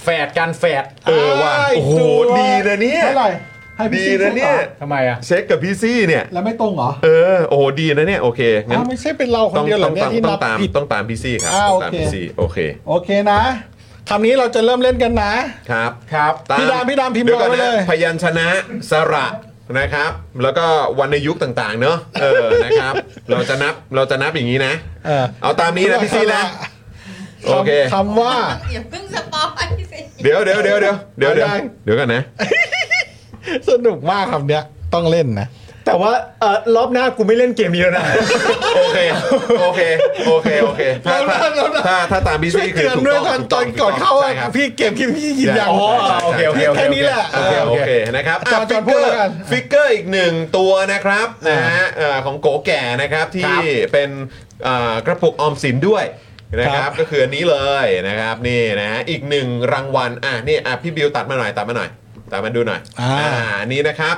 [SPEAKER 2] แฝดกันแฝด
[SPEAKER 1] เออว่ะโอ้โหดีนะเนี่ย
[SPEAKER 3] เท่าไหร่ให้พี่
[SPEAKER 1] ดี
[SPEAKER 3] ซี่
[SPEAKER 1] นะ
[SPEAKER 3] เช็ค
[SPEAKER 1] เนี่ย
[SPEAKER 3] ก่อ
[SPEAKER 2] ทำไมอ่ะ
[SPEAKER 1] เช็คกับพี่ซี่เนี่ย
[SPEAKER 3] แล้วไม่ตรงเหรอ
[SPEAKER 1] เออโอ้โหดีนะเนี่ยโอเคงั้น
[SPEAKER 3] อ้าวไม่ใช่เป็นเราคน
[SPEAKER 1] ต้อง
[SPEAKER 3] เดียวเหร
[SPEAKER 1] ต้
[SPEAKER 3] อ
[SPEAKER 1] อง
[SPEAKER 3] เนี่
[SPEAKER 1] ตา
[SPEAKER 3] ย
[SPEAKER 1] ม
[SPEAKER 3] ที่
[SPEAKER 1] ต้อง
[SPEAKER 3] นับ
[SPEAKER 1] ตาม
[SPEAKER 3] ผิด
[SPEAKER 1] ต้องตามพี่ซี่ครับ
[SPEAKER 3] อ่า
[SPEAKER 1] ต้องตาม
[SPEAKER 3] โอเค
[SPEAKER 1] พี่ซี่โอเค
[SPEAKER 3] โอเคนะคำนี้เราจะเริ่มเล่นกันนะ
[SPEAKER 1] ครับ
[SPEAKER 2] ครับ
[SPEAKER 1] ต
[SPEAKER 3] พี่ดามพี่ดามพิมพ์
[SPEAKER 1] เดี๋ยวก่อน
[SPEAKER 3] รอไว้
[SPEAKER 1] นะ
[SPEAKER 3] เลย
[SPEAKER 1] พยัญชนะสระนะครับ แล้วก็วรรณยุกต์ต่างๆ เนอะเออนะครับ เราจะนับเราจะนับอย่างนี้นะ
[SPEAKER 3] เออ
[SPEAKER 1] เอาตามนี้นะพี่ซี่นะโอเค
[SPEAKER 3] คำว่า
[SPEAKER 8] อย่าเพิ่งสปอยสิ
[SPEAKER 1] เดี๋ยวเดี๋ยวเดี๋ยวเดี๋ยวเดี๋ยวเดี๋ยว
[SPEAKER 3] ได้
[SPEAKER 1] เดี๋ยวกันนะ
[SPEAKER 3] สนุกมากคำเนี้ยต้องเล่นนะ
[SPEAKER 2] แต่ว่าเออรอบหน้ากูไม่เล่นเกมนี้แล้วนะ
[SPEAKER 1] โอเคโอเคโอเคโอเคถ้าถ้า
[SPEAKER 3] เราได้เราได้
[SPEAKER 1] ถ้าถ้าตามพี่
[SPEAKER 3] ช่วย
[SPEAKER 1] ซี่คือ
[SPEAKER 3] เตือน
[SPEAKER 1] ถูก
[SPEAKER 3] ด้ว
[SPEAKER 1] ต้
[SPEAKER 3] ย
[SPEAKER 1] อง
[SPEAKER 3] ตอน
[SPEAKER 1] ถู
[SPEAKER 3] ตอน
[SPEAKER 1] ง
[SPEAKER 3] ก่อนเข้า
[SPEAKER 1] ใช่
[SPEAKER 3] อะ
[SPEAKER 1] ครับ
[SPEAKER 3] พี่เกมคิดพี่ยินยัง
[SPEAKER 1] อ๋อ
[SPEAKER 2] โอเคโอเคโอเค
[SPEAKER 3] แค่นี้แหละ
[SPEAKER 1] โอเคโอเคนะครับ
[SPEAKER 3] จอจอ
[SPEAKER 1] ฟิก
[SPEAKER 3] พู
[SPEAKER 1] เกอ
[SPEAKER 3] ดแล้
[SPEAKER 1] ร์
[SPEAKER 3] วกัน
[SPEAKER 1] ฟิกเกอร์อีกหนึ่งตัวนะครับนะฮะเอ่อของโกแก่นะครับที่เป็นเอ่อกระปุกออมสินด้วยนะครับก็คืออันนี้เลยนะครับนี่นะฮะอีกหนึ่งรางวัลอ่ะนี่อ่ะพี่บิวตัดมาหน่อยตัดมาหน่อยตัดมาดูหน่อย
[SPEAKER 3] อ่า
[SPEAKER 1] อันนี้นะครับ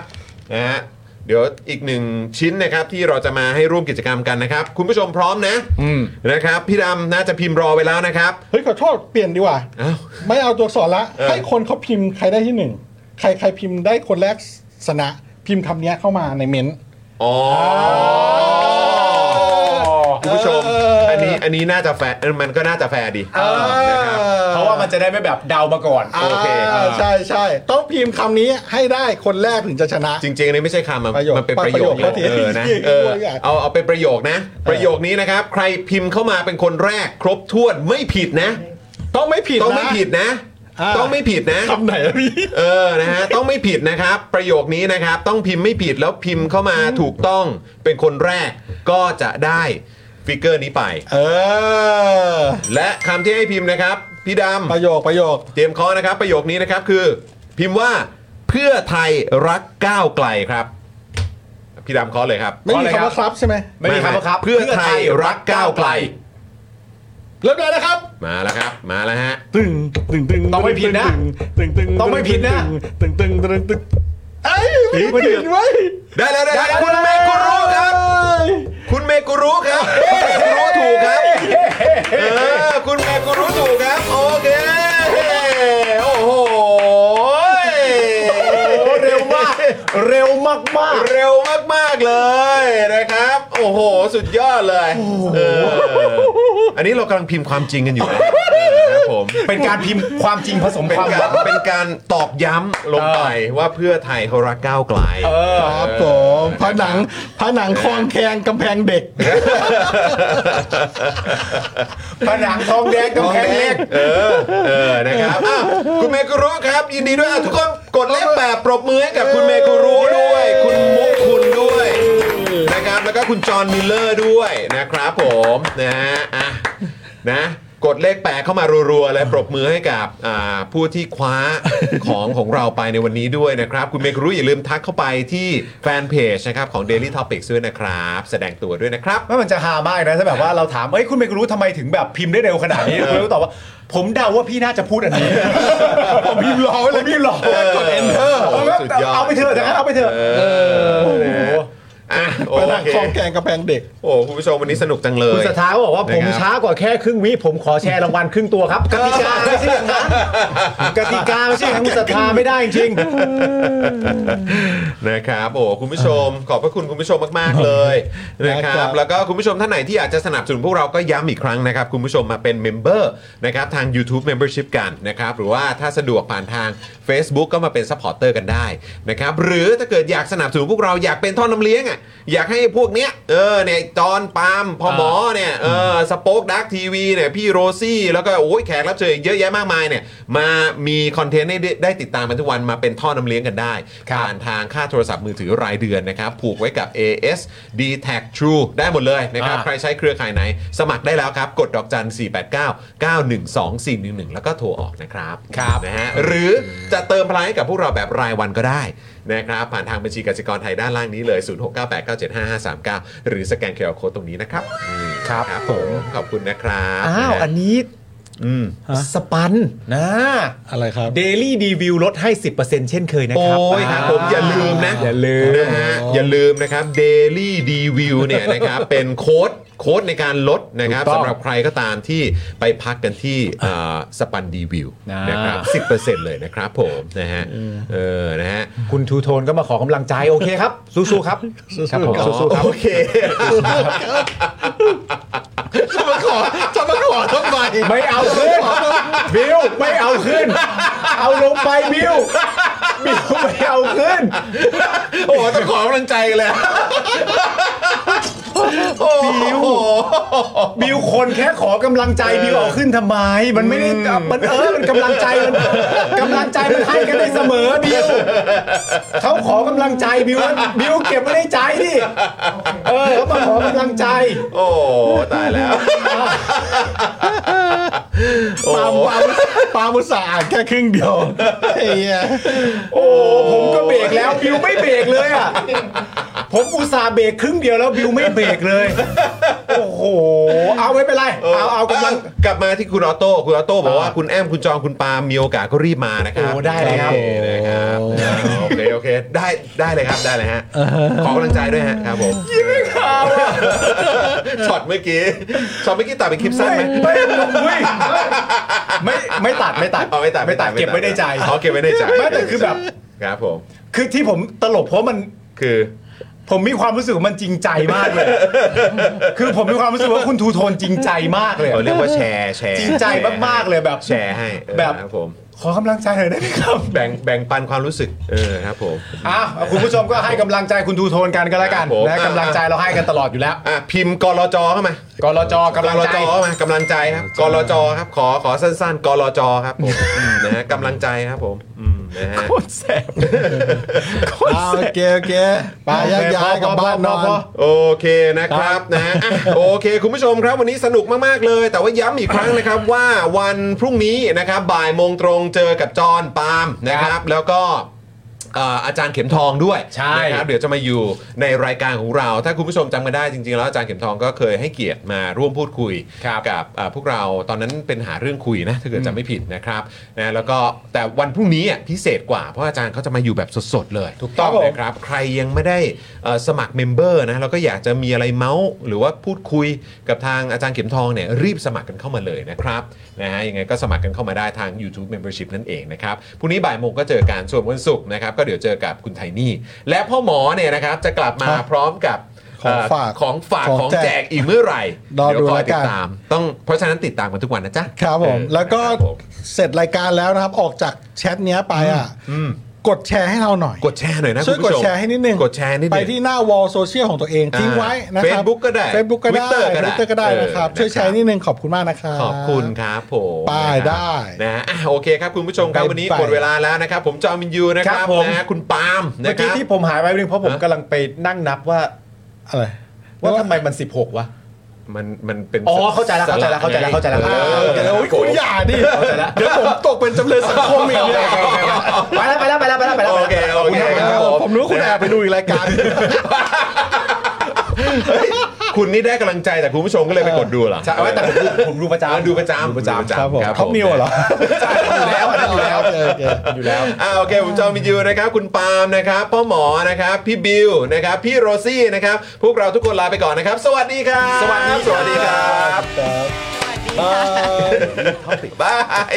[SPEAKER 1] นะฮะเดี๋ยวอีกหนึ่งชิ้นนะครับที่เราจะมาให้ร่วมกิจกรรมกันนะครับ คุณผู้ชมพร้อมนะนะครับพี่ดำน่าจะพิมพ์รอไว้แล้วนะครับ
[SPEAKER 3] เฮ้ยขอโทษเปลี่ยนดีกว่า
[SPEAKER 1] อ้าว
[SPEAKER 3] ไม่เอาตัวอักษรละ
[SPEAKER 1] เออ
[SPEAKER 3] ให้คนเขาพิมพ์ใครได้ที่หนึ่งใครใครพิมพ์ได้คนแรกชนะ พิมพ์คำเนี้ยเข้ามาในเม้นต์
[SPEAKER 1] อ๋อ คุณผู้ชม
[SPEAKER 3] เอออั
[SPEAKER 1] อันนี้อันนี้น่าจะแฟร์เออมันก็น่าจะแฟร์ดีนะครับ
[SPEAKER 2] เพราะว่ามันจะได้ไม่แบบเดามาก่อน
[SPEAKER 1] โอเค
[SPEAKER 3] าใช่ใช่ต้องพิมพ์คำนี้ให้ได้คนแรกถึงจะชนะ
[SPEAKER 1] จริงๆอันนี้ไม่ใช่คำมัน
[SPEAKER 3] ประโยค
[SPEAKER 1] มันเป็นประโยค
[SPEAKER 3] ประโยค
[SPEAKER 1] เออนะ
[SPEAKER 3] ประโยค
[SPEAKER 1] เออ
[SPEAKER 3] ประโยค
[SPEAKER 1] เอาเอาเป็นประโยคนะ ประโยคนี้นะครับ ใครพิมพ์เข้ามาเป็นคนแรก ครบถ้วนไม่ผิดนะ
[SPEAKER 3] ต้องไม่ผิดนะ
[SPEAKER 1] ต้องไม่ผิดนะ
[SPEAKER 3] อ่า
[SPEAKER 1] ต้องไม่ผิดนะ
[SPEAKER 3] คำไหนอะพี่
[SPEAKER 1] เออ นะฮะ ต้องไม่ผิดนะครับ ประโยคนี้นะครับ ต้องพิมพ์ไม่ผิดแล้วพิมพ์เข้ามาถูกต้องเป็นคนแรกก็จะได้ฟิกเกอร์นี้ไป
[SPEAKER 3] เออ
[SPEAKER 1] และคำที่ให้พิมพ์นะครับพี่ดำ
[SPEAKER 3] ประโยคประโยค
[SPEAKER 1] เตรียมเคอนะครับ ประโยคนี้นะครับคือ พิมพ์ว่าเพื่อไทยรักก้าวไกลครับ พี่ดำเคอเลยครับ
[SPEAKER 3] ไม่มี
[SPEAKER 2] อะไร
[SPEAKER 3] คำ
[SPEAKER 2] ครั
[SPEAKER 3] ว่า
[SPEAKER 2] บ
[SPEAKER 3] ครับใช่ไหม
[SPEAKER 2] ไม่มีคำว่าครับ
[SPEAKER 1] เพื่อไทยรักก้าวไกล
[SPEAKER 3] เริ่มเลยนะครับ
[SPEAKER 1] มาแล้วครับ มาแล้วฮะ
[SPEAKER 3] ตึงตึงตึง
[SPEAKER 2] ต้องไม่ผิดนะ
[SPEAKER 3] ตึงตึง
[SPEAKER 2] ต้องไม่ผิดนะ
[SPEAKER 3] ตึงตึงตึงตึงเอ้ยไม่ผิดเว้ย
[SPEAKER 1] ได้แล้วได้แล้วคุณเมกุรุครับ คุณเมกุรุครับคุณเมกุรุถูกครับเออคุณเมกุรุถูกครับ โอเคโอ้โหเร็วมาก
[SPEAKER 2] เร็วมากมาก
[SPEAKER 1] เร็วมาก ๆ เลยนะครับ โอ้โห สุดยอดเลยเอออันนี้เรากำลังพิมพ์ความจริงกันอยู่นะเออครับผม
[SPEAKER 2] ๆเป็นการพิมพ์ความจริงผสม
[SPEAKER 1] เป็น
[SPEAKER 2] ความ
[SPEAKER 1] กาว
[SPEAKER 2] หาร น
[SPEAKER 1] เป็นการตอกย้ำลงไปว่าเพื่อไทยเขารักก้าวไกล
[SPEAKER 3] ครับผมผนังผนังคลองแคงกำแพงเด็ก
[SPEAKER 2] ผนังทองแดงกำแพงเหล็ก
[SPEAKER 1] เออ เออ นะครับอ้าวคุณเมกุรุครับ ยินดีด้วยอ่ะทุกคนกดเลขแบบปรบมือให้กับคุณเมกุรุด้วย คุณมุกคุณด้วยนะครับ แล้วก็คุณจอห์นมิลเลอร์ด้วยนะครับผมนะฮะอ่ะนะ กดเลขแปดเข้ามารัวๆเลยปรบมือให้กับอ่าผู้ที่คว้าของของเราไปในวันนี้ด้วยนะครับ คุณเมกุรุอย่าลืมทักเข้าไปที่แฟนเพจนะครับของ Daily Topics ด้วยนะครับ แสดงตัวด้วยนะครับ
[SPEAKER 2] ไม่มันจะฮามากนะถ้าแบบว่าเราถามเอ้ยคุณไม่รู้ทำไมถึงแบบพิมพ์ได้เร็วขนาดนี้คุณรู้ตอบว่า ผมเดาว่าพี่น่าจะพูดอันนี้ ผมพิมพ์รอไว้เลยพิมพ์รอไว้กด enter
[SPEAKER 1] โอ้โหสุดยอด
[SPEAKER 2] เอาไปเถอะนะเอาไปเถอะ
[SPEAKER 1] เออนะฮะอ่ะโอ
[SPEAKER 3] ผนัง
[SPEAKER 1] เค
[SPEAKER 3] คลองแคงกำแพงเด็ก
[SPEAKER 1] โอ้โหคุณผู้ชมวันนี้สนุกจังเลย
[SPEAKER 2] คุณสถาก็บอกว่าผมช้ากว่าแค่ครึ่งวิผมขอแชร์รางวัลครึ่งตัวครับ กติกาไม่ใช่อย่างนั้นกติกาไม่ใช่อย่างนั้นคุณสถาไม่ได้จริง
[SPEAKER 1] นะครับโอ้คุณผู้ชม ขอบพระคุณคุณผู้ชมมาก ๆ เลยนะครับ แล้วก็คุณผู้ชมท่านไหนที่อยากจะสนับสนุนพวกเราก็ย้ำอีกครั้งนะครับ คุณผู้ชมมาเป็นเมมเบอร์นะครับทาง YouTube Membership กันนะครับ หรือว่าถ้าสะดวกผ่านทาง Facebook ก็มาเป็นซัพพอร์ตเตอร์กันได้นะครับ หรือถ้าเกิดอยากสนับสนุนพวกเราอยากเป็นท่อน้ำเลี้ยงอ่ะ อยากให้พวกเนี้ยเออเนี่ยจอนปาล์มพอหมอเนี่ยเออสป็อคดักทีวีเนี่ยพี่โรซี่ แล้วก็โอ้ยแขกรับเชิญอีกเยอะแยะมากมายเนี่ยมามีคอนเทนต์ให้ได้ได้ติดตามกันทุกวันมาเป็นท่อน้ำเลี้ยงกันได้ ผ่านทางค่าโทรศัพท์มือถือรายเดือนนะครับ ผูกไว้กับ AS d t a c True ได้หมดเลยนะครับ
[SPEAKER 2] อ่า
[SPEAKER 1] ใครใช้เครือข่ายไหน สมัครได้แล้วครับ กดดอกจัน 489 912 411 แล้วก็โทรออกนะครับ
[SPEAKER 2] ครับ
[SPEAKER 1] นะฮะหรือจะเติมพลังให้กับพวกเราแบบรายวันก็ได้นะครับผ่านทางบัญชีกสิกรไทยด้านล่างนี้เลย 0698975539 หรือสแกนเคอร์โคตรงนี้นะครับนี่
[SPEAKER 2] ครับ
[SPEAKER 1] ครับ
[SPEAKER 2] ผ
[SPEAKER 1] ผม มขอบคุณนะครับ
[SPEAKER 2] อ้าว
[SPEAKER 1] ะฮะ
[SPEAKER 2] อันนี้
[SPEAKER 1] อืม
[SPEAKER 11] ฮะ
[SPEAKER 2] สปันนะ
[SPEAKER 11] อะไรครับ
[SPEAKER 2] เดลี่ดีวิวลดให้ 10%เช่นเคยนะค
[SPEAKER 1] โอ้
[SPEAKER 2] รับ
[SPEAKER 1] ยครับผมอย่าลืมนะ
[SPEAKER 2] อย่าลืม
[SPEAKER 1] นะฮะอย่าลืมนะครับ Daily d v i e w เนี่ย นะครับ เป็นโค้ดโค้ดในการลดนะครับ
[SPEAKER 2] ถูกต้อง
[SPEAKER 1] สำหรับใครก็ตามที่ไปพักกันที่สปันดีวิว
[SPEAKER 2] อ่าน
[SPEAKER 1] นะครับสิเลยนะครับผมนะฮะเออนะฮะ
[SPEAKER 2] คุณทูโทนก็มาขอกำลังใจโอเคครับ สู้ๆครับครับผมสู้ๆครับ
[SPEAKER 1] โอ เคจะมาขอจะมาขอทำไม
[SPEAKER 2] ไม่เอาขึ้นบิวไม่เอาขึ้น เอาลงไปบิวบิวไม่เอาขึ้น
[SPEAKER 1] โอ้โหต้องขอกำลังใจกันเลยโอ้โห
[SPEAKER 2] บิวคนแค่ขอกำลังใจบิวเอาขึ้นทำไม มันไม่ได้มันเออมันกำลังใจมันกำลังใจมันให้กันได้เสมอบิวเขาขอกำลังใจบิวบิวเก็บไว้ในใจดิเออเขามาขอกำลังใจ
[SPEAKER 1] โอ้ตายแล้ว
[SPEAKER 2] ปาล์มปาล์มปาล์มอุตสาห์อ่านแค่ครึ่งเดียวไอ้เหี้ยโอ้ผมก็เบรกแล้วบิวไม่เบรกเลยอ่ะผมอุตส่าห์เบรกครึ่งเดียวแล้วบิวไม่เบรกเลยโอ้โหเอาไม่เป็นไรเอาเอากำลัง
[SPEAKER 1] กลับมาที่คุณออโต้คุณออโต้บอกว่าคุณแอมคุณจองคุณปาล์มมีโอกาสก็รีบมานะครับ
[SPEAKER 2] โอ้ได้เลยครับ
[SPEAKER 1] โอเนะครับโอเคโอเคได้ได้เลยครับได้เลย ฮะขอกำลังใจด้วยฮะครับผมยิ้มข่าวช็อตเมื่อกี้ช็อตเมื่อกี้ตัดเป็นคลิปสั้นไหม
[SPEAKER 2] ไม่ไม่ไม่ไม่ตัดไม่ตัด
[SPEAKER 1] เอาไม่ตัด
[SPEAKER 2] ไม่ตัดเก็บไว้ในใจ
[SPEAKER 1] เอาเก็บไว้ในใจ
[SPEAKER 2] ไม่แต่คือแบบ
[SPEAKER 1] ครับผม
[SPEAKER 2] คือที่ผมตลกเพราะมัน
[SPEAKER 1] คือ
[SPEAKER 2] ผมมีความรู้สึกว่ามันจริงใจมากเลย คือผมมีความรู้สึกว่าคุณทูโทนจริงใจมากเลย
[SPEAKER 1] เราเรียกว่าแชร์แชร์
[SPEAKER 2] จริงใจมากๆเลยแบบ
[SPEAKER 1] แชร์ให้เออ
[SPEAKER 2] แบบ
[SPEAKER 1] ครับผม
[SPEAKER 2] ขอกำลังใจหน่อยได้ไหมครับ
[SPEAKER 1] แบ่งแบ่งปันความรู้สึกเออครับผม
[SPEAKER 2] อ้าวคุณผู้ชมก็ให้กำลังใจคุณทูโทนกันก็แล้วกัน
[SPEAKER 1] ครับผม
[SPEAKER 2] นะกำลังใจเราให้กันตลอดอยู่แล้ว
[SPEAKER 1] อ่ะพิมพ์กรจเข้ามาก
[SPEAKER 2] รจกำลังใจ
[SPEAKER 1] กรเข้ามากำลังใจครับกรจครับขอขอสั้นๆกรจครับผมอืมนะฮะกำลังใจครับผมอืมนะฮะ
[SPEAKER 2] โคตรแสบโคตรแส
[SPEAKER 11] โอบ เคโอเคไปแยกย้ายกลับบ้านนอน
[SPEAKER 1] โอเคนะครับนะฮะ อ่ะโอเค คุณผู้ชมครับวันนี้สนุกมาก ๆ เลย แต่ว่าย้ำอีกครั้งนะครับ ว่าวันพรุ่งนี้นะครับบ่ายโมงตรงเจอกับจอห์นปาล์มนะครับ แล้วก็เอ่ออาจารย์เข็มทองด้วย
[SPEAKER 2] ใช่
[SPEAKER 1] นะครับเดี๋ยวจะมาอยู่ในรายการของเรา ถ้าคุณผู้ชมจำกันได้จริง ๆ แล้วอาจารย์เข็มทองก็เคยให้เกียรติมาร่วมพูดคุย
[SPEAKER 2] ครับ
[SPEAKER 1] กับเอ่อพวกเราตอนนั้นเป็นหาเรื่องคุยนะถ้าเกิดจำไม่ผิดนะครับนะแล้วก็แต่วันพรุ่งนี้อ่ะพิเศษกว่าเพราะอาจารย์เขาจะมาอยู่แบบสดๆเลย
[SPEAKER 2] ถูกต้อง
[SPEAKER 1] นะ ครับใครยังไม่ได้เอ่อสมัครเมมเบอร์นะเราก็อยากจะมีอะไรเมาส์หรือว่าพูดคุยกับทางอาจารย์เข็มทองเนี่ยรีบสมัครกันเข้ามาเลยนะครับนะฮะยังไงก็สมัครกันเข้ามาได้ทาง YouTube Membership นั่นเองนะครับพรุ่งนี้บ่ายโมงก็เจอกันส่วนวันศุกร์นะครับก็เดี๋ยวเจอกับคุณไทนี่ และพ่อหมอเนี่ยนะครับจะกลับมาพร้อมกับ
[SPEAKER 11] ของ
[SPEAKER 1] เอ่อ
[SPEAKER 11] ฝาก
[SPEAKER 1] ของฝาก
[SPEAKER 11] ของ
[SPEAKER 1] ของ
[SPEAKER 11] แจก
[SPEAKER 1] แจกอีกเมื่อไหร่
[SPEAKER 11] รอ
[SPEAKER 1] เดี๋ยว
[SPEAKER 11] ดู
[SPEAKER 1] คอ
[SPEAKER 11] แล้
[SPEAKER 1] ย
[SPEAKER 11] ว
[SPEAKER 1] ติ
[SPEAKER 11] กั
[SPEAKER 1] ด
[SPEAKER 11] น
[SPEAKER 1] ตามต้องเพราะฉะนั้นติดตามกันทุกวันนะจ๊ะ
[SPEAKER 11] ครับผม
[SPEAKER 1] เออ
[SPEAKER 11] แล้วก็
[SPEAKER 1] ครับผม
[SPEAKER 11] เสร็จรายการแล้วนะครับ ออกจากแชทเนี้ยไปอ่ะกดแชร์ให้เราหน่อย
[SPEAKER 1] กดแชร์หน่อยนะ
[SPEAKER 11] ช่วย
[SPEAKER 1] คุ
[SPEAKER 11] ก
[SPEAKER 1] ณผู้
[SPEAKER 11] ด
[SPEAKER 1] ม
[SPEAKER 11] แชร์ให้นิดนึง
[SPEAKER 1] กดแชร์นิดนึง
[SPEAKER 11] ไปที่หน้าวอลโซเชียลของตัวเองทิ้งไว้นะครับ
[SPEAKER 1] Facebook ก็ได้
[SPEAKER 11] Facebook ก็ได้
[SPEAKER 1] Twitter ก็ได้
[SPEAKER 11] Twitter ก็ได้นะครับ
[SPEAKER 1] เออ
[SPEAKER 11] ช่วยแชร์นิดนึงขอบคุณมากนะครับ
[SPEAKER 1] ขอบคุณครับผม
[SPEAKER 11] ไปได้
[SPEAKER 1] นะฮะอ่ะโอเคครับคุณผู้ชมครับ
[SPEAKER 11] ไป
[SPEAKER 1] วันนี้
[SPEAKER 11] ไป
[SPEAKER 1] หมดเวลาแล้วนะครับ ผมจอมินยูนะค
[SPEAKER 2] ค
[SPEAKER 1] รั
[SPEAKER 2] รั
[SPEAKER 1] บบ
[SPEAKER 2] ผม
[SPEAKER 1] นะฮะคุณปาล์ม
[SPEAKER 2] เมื่
[SPEAKER 1] นะค
[SPEAKER 2] อกี้
[SPEAKER 1] รับ
[SPEAKER 2] ที่ผมหายไปนึงเพราะผมกำลังไปนั่งนับว่า
[SPEAKER 11] อะไร
[SPEAKER 2] ว่าทำไมมัน 16 วะ
[SPEAKER 1] มันมันเป็น
[SPEAKER 2] อ๋อเข้าใจแล้วเข้าใจแล้วเข้าใจแล้วเข้าใจแล้
[SPEAKER 11] เออ
[SPEAKER 1] ออ
[SPEAKER 2] ว
[SPEAKER 11] โอ้ยคุณอย่าดิ เดี๋ยวผมตกเป็นจำเลยสังคมอีกเนี่ย
[SPEAKER 2] ไปแล้วไปแล้วไปแล้วไปแล้วไปแล้ว
[SPEAKER 1] โอเคโอเค
[SPEAKER 11] ครับผมผมรู้ว่าคุณแอบไปดูอีกรายการ
[SPEAKER 1] คุณนี่ได้กำลังใจแต่คุณผู้ชมก็เลยไปกดดูเหรอ
[SPEAKER 2] ใช่แต่ผมดูผมดูประจำ
[SPEAKER 1] ดูประจำ
[SPEAKER 2] ดูประจำ
[SPEAKER 11] ครับผม
[SPEAKER 1] ครั
[SPEAKER 11] ท็อปนิวเหรอ
[SPEAKER 2] ใช่อยู่แล้วอันนั้นอยู่แล้ว
[SPEAKER 11] โเคโเค
[SPEAKER 2] อยู่แล้ว
[SPEAKER 1] อ่าโอเคผมจอมินยูนะครับคุณปาล์มนะครับพ่อหมอนะครับพี่บิวนะครับพี่โรซี่นะครับพวกเราทุกคนลาไปก่อนนะครับ สวัสดีครับ
[SPEAKER 2] สวัสดีครับ
[SPEAKER 1] สวัสดีครับ
[SPEAKER 8] สวัสดีค่ะ
[SPEAKER 1] บาย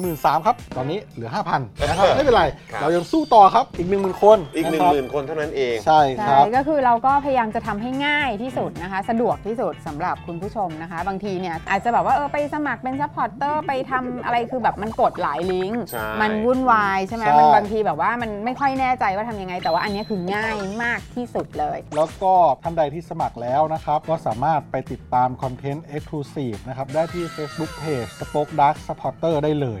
[SPEAKER 3] 1 3ื่นครับ ตอนนี้เหลือ 5,000นะครับไม่เป็นไร
[SPEAKER 1] ครับ
[SPEAKER 3] เรายังสู้ต่อครับอีก 10,000 คน
[SPEAKER 1] อีก1
[SPEAKER 3] ะครับ
[SPEAKER 1] 0,000คนเท่านั้นเอง
[SPEAKER 3] ใช่ค
[SPEAKER 12] ใช่
[SPEAKER 3] รับ
[SPEAKER 12] ก็คือเราก็พยายามจะทำให้ง่ายที่สุดนะคะ สะดวกที่สุดสำหรับคุณผู้ชมนะคะ บางทีเนี่ยอาจจะแบบว่าเออไปสมัครเป็นซัพพอร์ตเตอร์ไปทำอะไรคือแบบมันกดหลายลิงก์
[SPEAKER 1] ใช่
[SPEAKER 12] มันวุ่นวายใช่ไหม
[SPEAKER 3] ใช่
[SPEAKER 12] มันบางทีแบบว่ามันไม่ค่อยแน่ใจว่าทำยังไง แต่ว่าอันเนี้ยคือง่ายมากที่สุดเลย
[SPEAKER 3] แล้วก็ท่านใดที่สมัครแล้วนะครับ ก็สามารถไปติดตามคอนเทนต์ Exclusive นะครับ ได้ที่ Facebook Page Spoke Dark Supporter ได้เลย